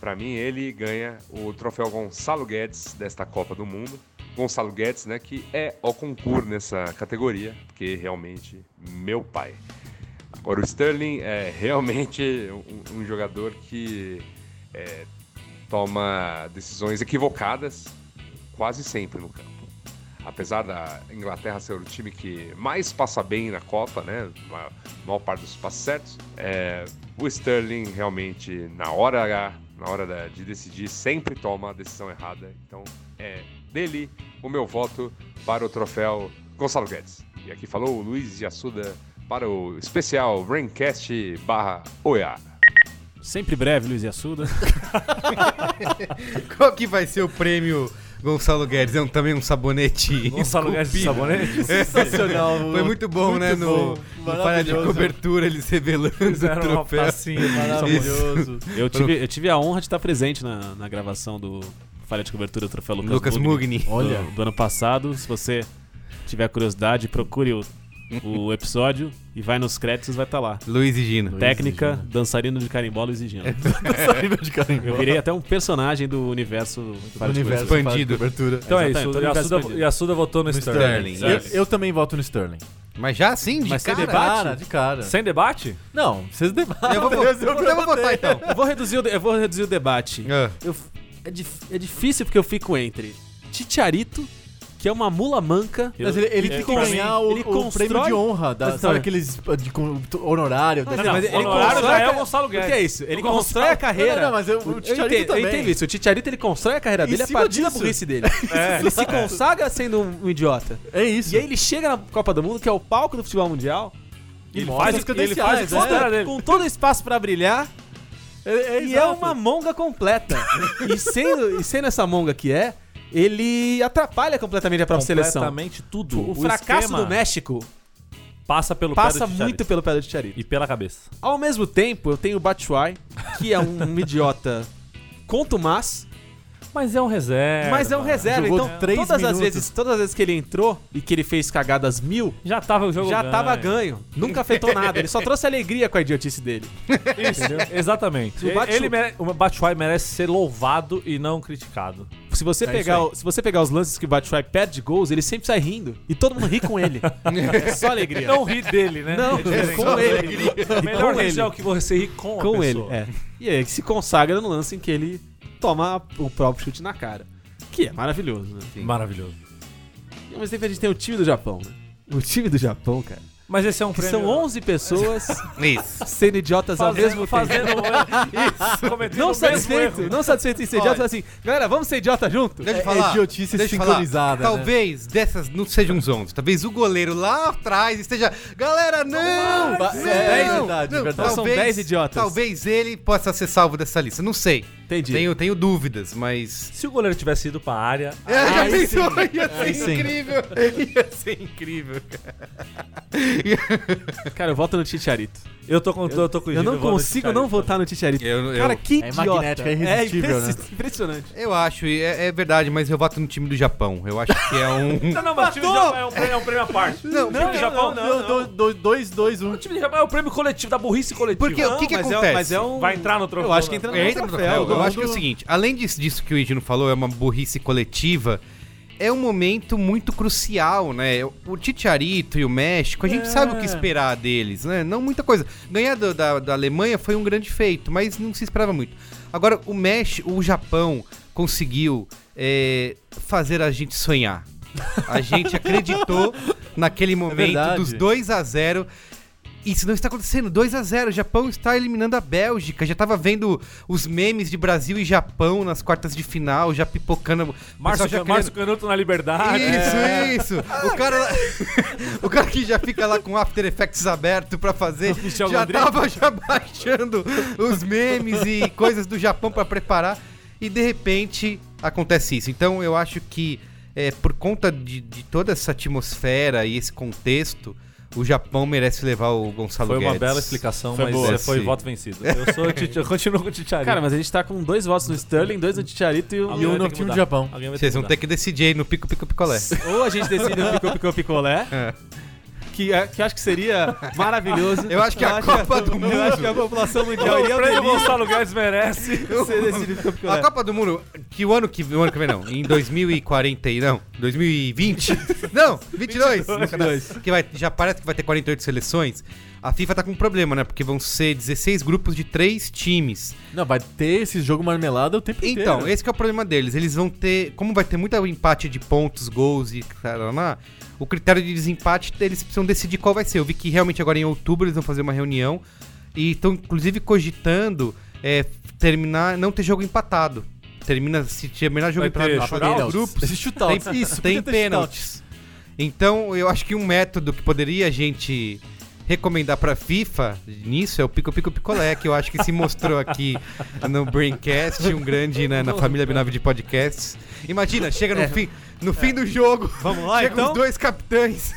Speaker 7: Pra mim, ele ganha o troféu Gonçalo Guedes desta Copa do Mundo. Gonçalo Guedes, né, que é o concurso nessa categoria, porque realmente meu pai. Agora, o Sterling é realmente um, um jogador que é, toma decisões equivocadas quase sempre no campo. Apesar da Inglaterra ser o time que mais passa bem na Copa, né, a maior- maior parte dos passos certos, é, o Sterling realmente, na hora H, na hora da- de decidir, sempre toma a decisão errada. Então é dele o meu voto para o troféu Gonçalo Guedes. E aqui falou o Luiz de Assuda para o especial Braincast barra OEA.
Speaker 2: Sempre breve, Luiz Assuda.
Speaker 1: Qual que vai ser o prêmio Gonçalo Guedes? É um- também um sabonete.
Speaker 3: Gonçalo Guedes de
Speaker 1: esculpido.
Speaker 3: Sabonete.
Speaker 4: Sensacional.
Speaker 1: Foi muito bom, né? No,
Speaker 4: bom.
Speaker 1: no Falha de
Speaker 4: Maravilhoso.
Speaker 1: cobertura, eles revelando o
Speaker 3: Fizeram uma
Speaker 1: troféu.
Speaker 3: tacinha.
Speaker 4: maravilhoso.
Speaker 2: Eu tive, eu tive a honra de estar presente na, na gravação do Falha de Cobertura do Troféu Lucas,
Speaker 1: Lucas Mugni.
Speaker 2: Olha. Do, do ano passado. Se você tiver curiosidade, procure o, o episódio e vai nos créditos, vai estar lá.
Speaker 1: Luiz e Gino.
Speaker 2: Técnica, dançarino de carimbó, Luiz e Gino.
Speaker 4: É, de carimbo.
Speaker 2: Eu virei até um personagem do universo Falha de
Speaker 4: universo
Speaker 2: Cobertura.
Speaker 1: expandido.
Speaker 4: faz cobertura.
Speaker 3: Então é
Speaker 2: Exatamente, tá
Speaker 3: isso.
Speaker 2: todo universo
Speaker 3: Yasuda,
Speaker 2: expandido.
Speaker 3: Yasuda votou no, Sterling.
Speaker 1: Sterling.
Speaker 3: Certo.
Speaker 4: Eu, eu também voto no Sterling.
Speaker 1: Mas já assim, de
Speaker 4: Mas sem
Speaker 1: cara?
Speaker 4: debate? De cara.
Speaker 3: Sem debate?
Speaker 4: Não, vocês debatem.
Speaker 1: Eu vou, eu vou botar então.
Speaker 2: Eu vou reduzir o, de- eu vou reduzir o debate.
Speaker 1: Ah,
Speaker 2: Eu f- é, dif- é difícil porque eu fico entre Titiarito, que é uma mula manca.
Speaker 4: Mas ele, é ele tem que
Speaker 2: pra mim,
Speaker 4: ganhar o,
Speaker 2: ele
Speaker 4: o
Speaker 2: constrói-
Speaker 4: prêmio de honra, da,
Speaker 2: Mas,
Speaker 4: sabe
Speaker 2: tá.
Speaker 4: aqueles uh, de, com- t- honorário. da-
Speaker 2: Mas,
Speaker 3: não,
Speaker 2: mas ele
Speaker 3: honorário
Speaker 2: constrói
Speaker 3: já é
Speaker 2: a-
Speaker 3: o Gonçalo
Speaker 2: Porque
Speaker 3: Guedes.
Speaker 2: é isso? Ele
Speaker 3: O
Speaker 2: constrói a carreira.
Speaker 4: Não, não, mas eu- o Titiarito
Speaker 2: entendo-
Speaker 4: também.
Speaker 2: Eu entendo isso. O Titiarito ele constrói a carreira
Speaker 4: Em
Speaker 2: dele a
Speaker 4: cima
Speaker 2: partir da
Speaker 4: disso.
Speaker 2: burrice dele. Ele se consagra sendo um, um idiota.
Speaker 4: É isso.
Speaker 2: E aí ele chega na Copa do Mundo, que é o palco do futebol mundial,
Speaker 4: ele
Speaker 3: faz o que- ele faz o
Speaker 2: né?
Speaker 3: que considera dele.
Speaker 2: com todo o espaço pra brilhar,
Speaker 4: É, é,
Speaker 2: e é
Speaker 4: exato.
Speaker 2: uma monga completa. e, sendo, e sendo essa monga que é, ele atrapalha completamente a própria seleção.
Speaker 3: Completamente tudo.
Speaker 2: O, fracasso
Speaker 3: esquema
Speaker 2: do México
Speaker 3: passa pelo pé
Speaker 2: passa
Speaker 3: do Tite
Speaker 2: muito pelo pé do Titiarito.
Speaker 3: e pela cabeça.
Speaker 2: Ao mesmo tempo, eu tenho o Batshuayi, que é um idiota contumaz,
Speaker 3: Mas é um reserva.
Speaker 2: mas é um reserva.
Speaker 4: Jogou
Speaker 2: então,
Speaker 4: três
Speaker 2: todas as
Speaker 4: minutos.
Speaker 2: vezes, todas as vezes que ele entrou e que ele fez cagadas mil,
Speaker 3: Já tava o jogo
Speaker 2: já tava ganho. Nunca afetou nada. Ele só trouxe alegria com a idiotice dele.
Speaker 3: Isso, exatamente.
Speaker 2: O Batshu-
Speaker 3: ele mere... O Batshuayi merece ser louvado e não criticado.
Speaker 2: Se você, pegar, o- se você pegar os lances que o Batshuayi perde gols, ele sempre sai rindo. E todo mundo ri com ele. é só alegria. É
Speaker 3: Não ri dele, né?
Speaker 2: Não,
Speaker 3: diferente.
Speaker 2: com ele.
Speaker 3: O melhor
Speaker 2: com
Speaker 3: rir
Speaker 2: ele.
Speaker 3: é o que você ri com a
Speaker 2: com ele.
Speaker 3: pessoa.
Speaker 2: É. E aí que se consagra no lance em que ele toma o próprio chute na cara. Que é maravilhoso, né?
Speaker 3: Maravilhoso.
Speaker 2: Ao mesmo tempo a gente tem o time do Japão, né? O time do Japão, cara.
Speaker 3: Mas esse é um
Speaker 2: Que
Speaker 3: prêmio...
Speaker 2: são 11 pessoas
Speaker 1: Ah, isso.
Speaker 2: sendo idiotas ao mesmo
Speaker 3: fazendo,
Speaker 2: tempo.
Speaker 3: fazendo um isso. Cometendo o
Speaker 2: Não
Speaker 3: mesmo
Speaker 2: satisfeito,
Speaker 3: erro.
Speaker 2: não satisfeito em ser idiota,
Speaker 1: Olha.
Speaker 2: assim, galera, vamos ser idiota junto?
Speaker 1: Deixa eu
Speaker 4: É-
Speaker 1: falar.
Speaker 4: é idiotice
Speaker 1: deixa eu falar.
Speaker 4: sincronizada, né?
Speaker 1: Talvez dessas não sejam os 11. Talvez o goleiro lá atrás esteja. Galera, não!
Speaker 4: Ba-
Speaker 1: não!
Speaker 4: é verdade,
Speaker 1: não,
Speaker 4: verdade.
Speaker 2: Então são 10 idiotas.
Speaker 1: Talvez ele possa ser salvo dessa lista. Não sei.
Speaker 2: Entendi.
Speaker 1: Tenho, tenho dúvidas, mas.
Speaker 3: Se o goleiro tivesse ido pra área,
Speaker 1: É, já
Speaker 4: Ah, Aí
Speaker 1: pensou? Ia
Speaker 4: Aí
Speaker 1: ser
Speaker 4: sim.
Speaker 1: incrível. Ia ser incrível.
Speaker 2: Cara, eu voto no Titiarito.
Speaker 3: eu tô com, eu, tô com o
Speaker 2: Eu
Speaker 3: Gino,
Speaker 2: não
Speaker 3: vou no
Speaker 2: consigo
Speaker 3: Tite
Speaker 2: não
Speaker 3: Arias.
Speaker 2: votar no Titiarito.
Speaker 1: Eu,
Speaker 2: Cara, que
Speaker 4: É
Speaker 2: idiota.
Speaker 4: magnetica, é irresistível,
Speaker 2: impressi- impressionante.
Speaker 1: eu acho, e é, é verdade, mas eu voto no time do Japão. Eu acho que é um.
Speaker 3: Não, não, mas o time do Japão é um prêmio, é um prêmio à parte.
Speaker 1: Não,
Speaker 3: o time do Japão é um não. não.
Speaker 4: Deu dois- dois, dois, um.
Speaker 3: O time do Japão é o prêmio coletivo, da burrice coletiva.
Speaker 1: Porque o que, que
Speaker 2: mas
Speaker 1: acontece?
Speaker 2: É, mas é um...
Speaker 3: Vai entrar no troféu.
Speaker 2: Eu acho que
Speaker 3: né?
Speaker 2: entra no
Speaker 1: Entra no troféu. Eu
Speaker 2: Todo
Speaker 1: acho que é o
Speaker 2: mundo-
Speaker 1: seguinte, além disso, disso que o Edino falou, é uma burrice coletiva, é um momento muito crucial, né? O Titiarito e o México, a gente sabe o que esperar deles, né? Não muita coisa. Ganhar do- da, da Alemanha foi um grande feito, mas não se esperava muito. Agora, o México, o Japão conseguiu é, fazer a gente sonhar. A gente acreditou naquele momento
Speaker 4: verdade.
Speaker 1: dos 2 a 0 isso não está acontecendo. 2 a 0 O Japão está eliminando a Bélgica. Já tava vendo os memes de Brasil e Japão nas quartas de final, já pipocando. O
Speaker 3: Márcio,
Speaker 1: pessoal já
Speaker 3: Márcio
Speaker 1: querendo-
Speaker 3: Canuto na liberdade. É.
Speaker 1: Isso, isso. O cara, lá- o cara que já fica lá com After Effects aberto pra fazer,
Speaker 3: Michel
Speaker 1: já
Speaker 3: Gondry.
Speaker 1: tava já baixando os memes e coisas do Japão pra preparar e de repente acontece isso. Então eu acho que é, por conta de, de toda essa atmosfera e esse contexto, o Japão merece levar o Gonçalo
Speaker 3: Foi uma
Speaker 1: Guedes.
Speaker 3: bela explicação,
Speaker 1: Foi
Speaker 3: mas
Speaker 1: boa.
Speaker 3: você foi
Speaker 1: Sim.
Speaker 3: voto vencido. Eu, sou o Tite- eu continuo com o Titiari.
Speaker 2: Cara, mas a gente tá com dois votos no Sterling, dois no Titiarito e um...
Speaker 4: E um no time do Japão.
Speaker 1: Vocês vão ter que decidir aí no Pico Pico Picolé.
Speaker 2: Ou a gente decide o Picô Picô Picolé,
Speaker 1: É.
Speaker 2: que, é- que eu acho que seria maravilhoso.
Speaker 1: Eu acho que a Copa do
Speaker 2: Eu acho
Speaker 1: Mundo.
Speaker 2: que a população mundial
Speaker 1: Então,
Speaker 3: O
Speaker 2: iria
Speaker 3: prêmio
Speaker 2: aderir.
Speaker 3: Gonçalo Guedes merece.
Speaker 2: Você decide o Picô Picolé.
Speaker 1: A Copa do Mundo, que o ano que o ano que vem não, em 2040 e não, 2020, não, 22, 22. que vai, já parece que vai ter 48 seleções. A FIFA tá com um problema, né? Porque vão ser 16 grupos de 3 times.
Speaker 4: Não, vai ter esse jogo marmelada o tempo inteiro.
Speaker 1: Então, esse que é o problema deles. Eles vão ter, como vai ter muito empate de pontos, gols e taraná, o critério de desempate eles precisam decidir qual vai ser. Eu vi que realmente agora em outubro eles vão fazer uma reunião e estão inclusive cogitando é terminar, não ter jogo empatado. Termina, se terminar jogo
Speaker 3: Vai
Speaker 1: empatado
Speaker 3: ter
Speaker 1: na fase de
Speaker 3: shootouts?
Speaker 1: grupos,
Speaker 4: Esse shootout.
Speaker 1: tem,
Speaker 4: Isso,
Speaker 1: tem
Speaker 4: podia ter
Speaker 1: pênaltis. Então, eu acho que um método que poderia a gente recomendar pra FIFA nisso é o Pico Pico Picolé, que eu acho que se mostrou aqui no Braincast, um grande né, na família Binave de podcasts. Imagina, chega
Speaker 4: É.
Speaker 1: no fim, no fim do jogo,
Speaker 2: Vamos lá,
Speaker 1: chegam
Speaker 2: então?
Speaker 1: os dois capitães.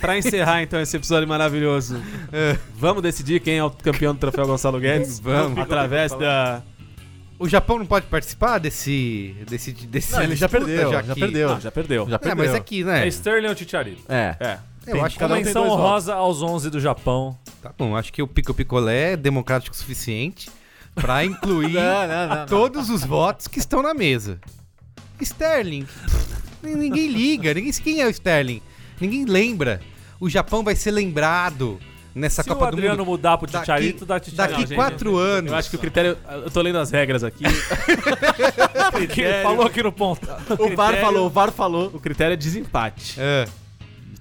Speaker 2: Pra encerrar, então, esse episódio maravilhoso. Vamos decidir quem é o campeão do troféu Gonçalo Guedes?
Speaker 1: Vamos.
Speaker 2: Através da...
Speaker 1: O Japão não pode participar desse desse desse
Speaker 4: Não, ele já
Speaker 1: disputa,
Speaker 4: perdeu, já,
Speaker 1: que-
Speaker 4: perdeu.
Speaker 2: Ah, já perdeu.
Speaker 4: Já
Speaker 1: É,
Speaker 4: perdeu.
Speaker 1: mas aqui,
Speaker 3: É
Speaker 1: né?
Speaker 3: Sterling ou Titiarito?
Speaker 4: É.
Speaker 2: É.
Speaker 1: Eu acho que
Speaker 4: Cada um tem
Speaker 3: Menção
Speaker 4: dois
Speaker 3: honrosa aos 11 do Japão.
Speaker 1: Tá bom, acho que o Pico Picolé é democrático o suficiente pra incluir
Speaker 4: Não, não, não, não.
Speaker 1: todos os votos que estão na mesa. Sterling. pff, ninguém liga. Ninguém, quem é o Sterling? Ninguém lembra. O Japão vai ser lembrado nessa
Speaker 3: Se o
Speaker 1: Copa do
Speaker 3: Adriano
Speaker 1: Mundo.
Speaker 3: mudar pro
Speaker 1: Daqui-
Speaker 3: Titiarito, dá Titiarito.
Speaker 1: Daqui quatro anos.
Speaker 2: Eu acho que o critério... Eu tô lendo as regras aqui.
Speaker 3: que ele falou aqui no ponto.
Speaker 4: O VAR falou, o VAR falou.
Speaker 2: O critério é desempate.
Speaker 1: É.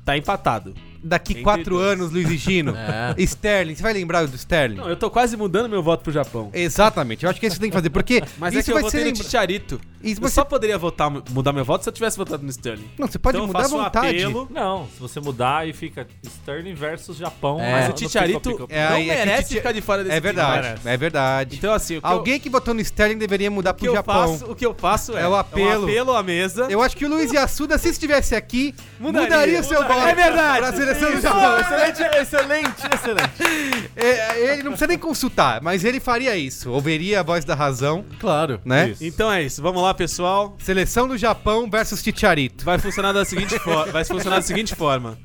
Speaker 2: Tá empatado.
Speaker 1: daqui
Speaker 2: Entre
Speaker 1: quatro
Speaker 2: dois.
Speaker 1: anos, Luiz e Gino.
Speaker 4: É.
Speaker 1: Sterling. Você vai lembrar do Sterling?
Speaker 2: Não, eu tô quase mudando meu voto pro Japão.
Speaker 1: Exatamente. Eu acho que é isso tem que fazer. Porque
Speaker 2: Mas
Speaker 1: isso
Speaker 2: é que eu
Speaker 1: vai
Speaker 2: votei
Speaker 1: ser
Speaker 2: no
Speaker 1: lembra-
Speaker 2: Ticharito.
Speaker 1: Isso
Speaker 2: Eu
Speaker 1: vai
Speaker 2: só
Speaker 1: ser-
Speaker 2: poderia votar, mudar meu voto se eu tivesse votado no Sterling.
Speaker 1: Não, você pode
Speaker 2: Então eu
Speaker 1: mudar à
Speaker 2: faço um
Speaker 1: vontade.
Speaker 2: apelo.
Speaker 3: Não, se você mudar e fica Sterling versus Japão.
Speaker 4: É.
Speaker 2: Mas
Speaker 3: no
Speaker 2: o Ticharito
Speaker 3: pico a pico.
Speaker 1: É,
Speaker 2: não
Speaker 1: aí é que
Speaker 2: merece
Speaker 1: Titi-
Speaker 2: ficar de fora desse
Speaker 1: É verdade,
Speaker 2: time.
Speaker 1: é verdade.
Speaker 2: Então, assim, o que,
Speaker 1: Alguém que votou no Sterling deveria mudar
Speaker 2: eu, o que
Speaker 1: pro
Speaker 2: eu
Speaker 1: Japão.
Speaker 2: faço, o que eu faço é,
Speaker 1: É o apelo.
Speaker 2: um apelo à mesa.
Speaker 1: Eu acho que o Luiz Yassuda, se estivesse aqui, mudaria,
Speaker 2: Mudaria.
Speaker 1: o seu
Speaker 2: Mudaria.
Speaker 1: voto.
Speaker 2: É verdade.
Speaker 1: Pra seleção do
Speaker 2: Isso.
Speaker 1: Japão.
Speaker 4: Excelente, excelente, excelente.
Speaker 1: É, ele não precisa nem consultar, mas ele faria isso. Ouviria a voz da razão,
Speaker 4: Claro.
Speaker 1: né?
Speaker 2: Então é isso, vamos lá, pessoal.
Speaker 1: Seleção do Japão versus Ticharito.
Speaker 2: Vai funcionar da seguinte forma. Vai funcionar da seguinte forma.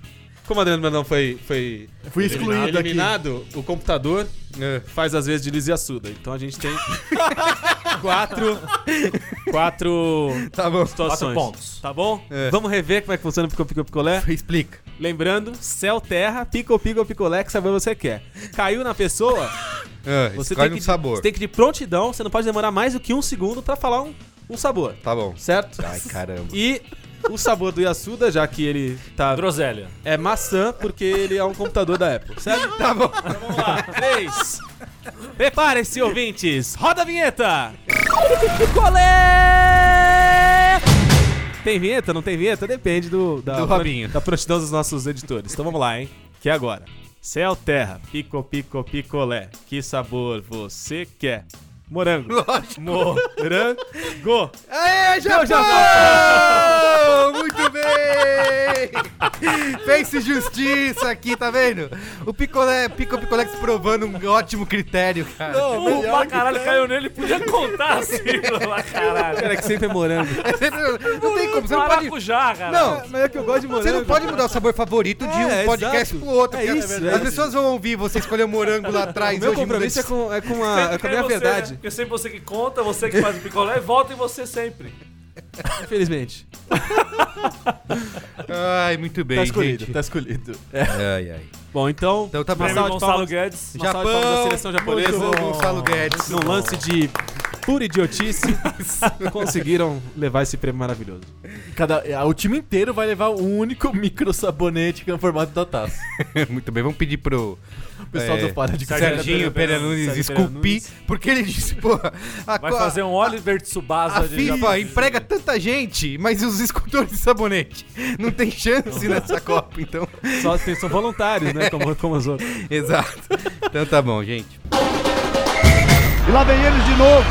Speaker 2: Como o Adriano Brandão foi, foi
Speaker 4: Fui excluído aqui. Tá
Speaker 2: eliminado, o computador
Speaker 1: É.
Speaker 2: faz às vezes de Liz e Assuda. Então a gente tem quatro, quatro
Speaker 1: Tá bom.
Speaker 3: Quatro
Speaker 2: situações.
Speaker 3: pontos.
Speaker 2: Tá bom?
Speaker 1: É.
Speaker 2: Vamos rever como é que funciona o Pico Pico Picolé.
Speaker 1: Explica.
Speaker 2: Lembrando, céu, terra, pico, pico, picolé, que sabor você quer. Caiu na pessoa,
Speaker 1: É,
Speaker 2: você
Speaker 1: escolhe
Speaker 2: tem,
Speaker 1: um
Speaker 2: que,
Speaker 1: sabor.
Speaker 2: você tem que de prontidão, você não pode demorar mais do que um segundo pra falar um, um sabor,
Speaker 1: Tá bom.
Speaker 2: certo?
Speaker 1: Ai, caramba.
Speaker 2: E o sabor do Yasuda, já que ele tá...
Speaker 3: Groselha.
Speaker 2: É maçã, porque ele é um computador da Apple, certo? Então
Speaker 1: Tá bom.
Speaker 2: Três. Preparem-se, ouvintes. Roda a vinheta.
Speaker 3: É!
Speaker 2: Tem vinheta? Não tem vinheta? Depende do, da,
Speaker 1: Do Robinho.
Speaker 2: da prontidão dos nossos editores. Então vamos lá, hein? Que é agora. Céu, terra, pico, pico, picolé. Que sabor você quer? Morango.
Speaker 1: Lógico.
Speaker 2: Morango.
Speaker 1: Aê, Japão! Muito bem! Fez-se justiça aqui, tá vendo? O Picolé, Pico Picolex provando um ótimo critério, cara.
Speaker 3: O pra caralho caiu nele, podia contar assim, pra caralho.
Speaker 2: Cara, que sempre é morango.
Speaker 1: É sempre- não tem como, você não pode...
Speaker 3: Maracujá, cara.
Speaker 1: Não,
Speaker 2: Mas é que eu gosto de morango.
Speaker 1: você não pode mudar o sabor favorito de um
Speaker 2: É,
Speaker 1: podcast
Speaker 2: exato.
Speaker 1: pro outro.
Speaker 2: É
Speaker 1: porque
Speaker 2: isso,
Speaker 1: as
Speaker 2: é isso.
Speaker 1: pessoas vão ouvir você escolher o morango lá atrás.
Speaker 2: Meu
Speaker 1: hoje muda
Speaker 2: compromisso
Speaker 1: de-
Speaker 2: é com, é com a, é com a
Speaker 3: Porque você,
Speaker 2: minha
Speaker 3: né?
Speaker 2: verdade,
Speaker 3: Porque sempre você que conta, você que faz o picolé, volta em você sempre.
Speaker 2: infelizmente.
Speaker 1: Ai, muito bem,
Speaker 4: Tá
Speaker 1: gente.
Speaker 4: escolhido, tá escolhido.
Speaker 1: Ai, ai.
Speaker 2: Bom, então,
Speaker 1: Então tá bom.
Speaker 2: uma
Speaker 3: Prêmio
Speaker 2: salva de
Speaker 3: Gonçalo
Speaker 2: palmas,
Speaker 3: Guedes.
Speaker 2: uma salva de palmas da seleção japonesa.
Speaker 1: muito bom, Gonçalo Guedes.
Speaker 2: num lance de pura idiotice, conseguiram levar esse prêmio maravilhoso.
Speaker 4: Cada, o time inteiro vai levar um único micro sabonete que é no formato da taça.
Speaker 1: muito bem, vamos pedir pro...
Speaker 4: O pessoal
Speaker 1: É.
Speaker 4: do Para de
Speaker 3: Sérgio
Speaker 1: Serginho
Speaker 3: Pereira
Speaker 1: Pereira Nunes
Speaker 2: Sérgio
Speaker 1: esculpir,
Speaker 2: Pereira
Speaker 1: porque ele disse, pô, a,
Speaker 3: Vai
Speaker 1: co-
Speaker 3: fazer um Oliver Tsubasa
Speaker 1: a
Speaker 3: de
Speaker 1: FIFA
Speaker 3: Japão.
Speaker 1: emprega tanta gente, mas os escultores de sabonete não tem chance nessa Copa, então.
Speaker 2: Só tem, são voluntários, né? Como, como os outros.
Speaker 1: Exato. Então tá bom, gente.
Speaker 10: E lá vem eles de novo.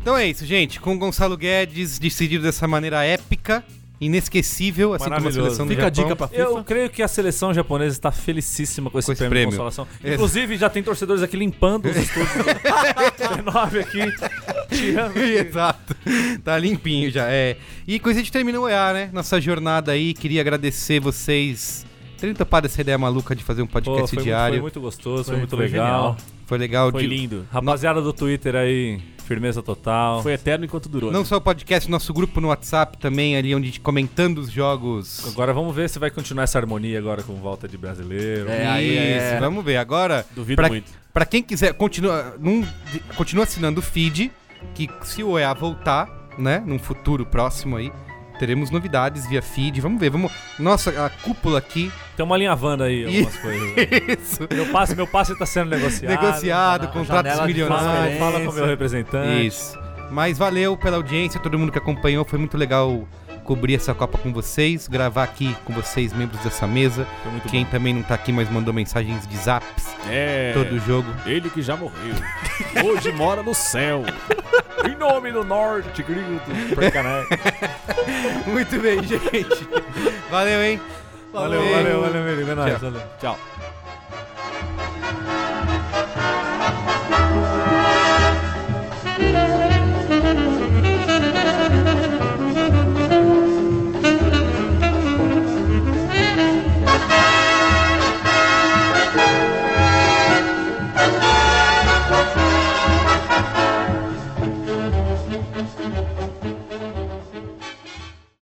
Speaker 1: Então é isso, gente. Com o Gonçalo Guedes decidido dessa maneira épica, inesquecível, assim como a
Speaker 3: Maravilhoso.
Speaker 1: seleção do
Speaker 4: Fica a
Speaker 1: Japão.
Speaker 4: dica pra FIFA.
Speaker 3: Eu creio que a seleção japonesa está felicíssima com esse,
Speaker 1: Com esse
Speaker 3: prêmio,
Speaker 1: prêmio.
Speaker 3: de consolação.
Speaker 1: Esse.
Speaker 3: Inclusive, já tem torcedores aqui limpando os estúdios do 19 aqui. Tirando.
Speaker 1: Exato. Tá limpinho já, é. E com isso a gente termina o EA, né? Nossa jornada aí. Queria agradecer vocês. Terem topado essa ideia maluca de fazer um
Speaker 3: Pô,
Speaker 1: podcast
Speaker 3: foi, muito,
Speaker 1: diário.
Speaker 3: foi muito gostoso, foi,
Speaker 4: Foi-
Speaker 3: muito
Speaker 4: foi
Speaker 3: legal.
Speaker 4: genial.
Speaker 1: Foi legal.
Speaker 3: Foi
Speaker 1: de-
Speaker 3: lindo. Rapaziada do Twitter aí, firmeza total.
Speaker 2: Foi eterno enquanto durou.
Speaker 1: Não só o podcast, nosso grupo no WhatsApp também, ali onde a gente comentando os jogos.
Speaker 3: Agora vamos ver se vai continuar essa harmonia agora com volta de brasileiro.
Speaker 4: É, aí é-
Speaker 1: Isso, vamos ver. Agora,
Speaker 2: Duvido
Speaker 1: pra,
Speaker 2: muito.
Speaker 1: pra quem quiser, continua, num- de- continua assinando o feed, que se o EA voltar, né, num futuro próximo aí, Teremos novidades via feed. Vamos ver, vamos. Nossa, a cúpula aqui.
Speaker 3: Tem uma linha Wanda aí, algumas coisas. né?
Speaker 1: Isso.
Speaker 3: Meu passe, meu passe tá sendo negociado.
Speaker 1: Negociado,
Speaker 3: tá na-
Speaker 1: contratos
Speaker 4: janela de
Speaker 3: Fala,
Speaker 1: milionários.
Speaker 3: fala com o meu representante.
Speaker 1: Isso. Mas valeu pela audiência, todo mundo que acompanhou. Foi muito legal cobrir essa Copa com vocês, gravar aqui com vocês, membros dessa mesa.
Speaker 3: Foi muito
Speaker 1: Quem também não tá aqui, mas mandou mensagens de zaps
Speaker 9: É.
Speaker 1: todo jogo.
Speaker 9: Ele que já morreu. Hoje mora no céu.
Speaker 3: Em nome do norte, grito. Percaneca.
Speaker 1: Muito bem, gente. Valeu, hein?
Speaker 3: Valeu, valeu, valeu, Merigo. É nóis, valeu.
Speaker 9: Tchau.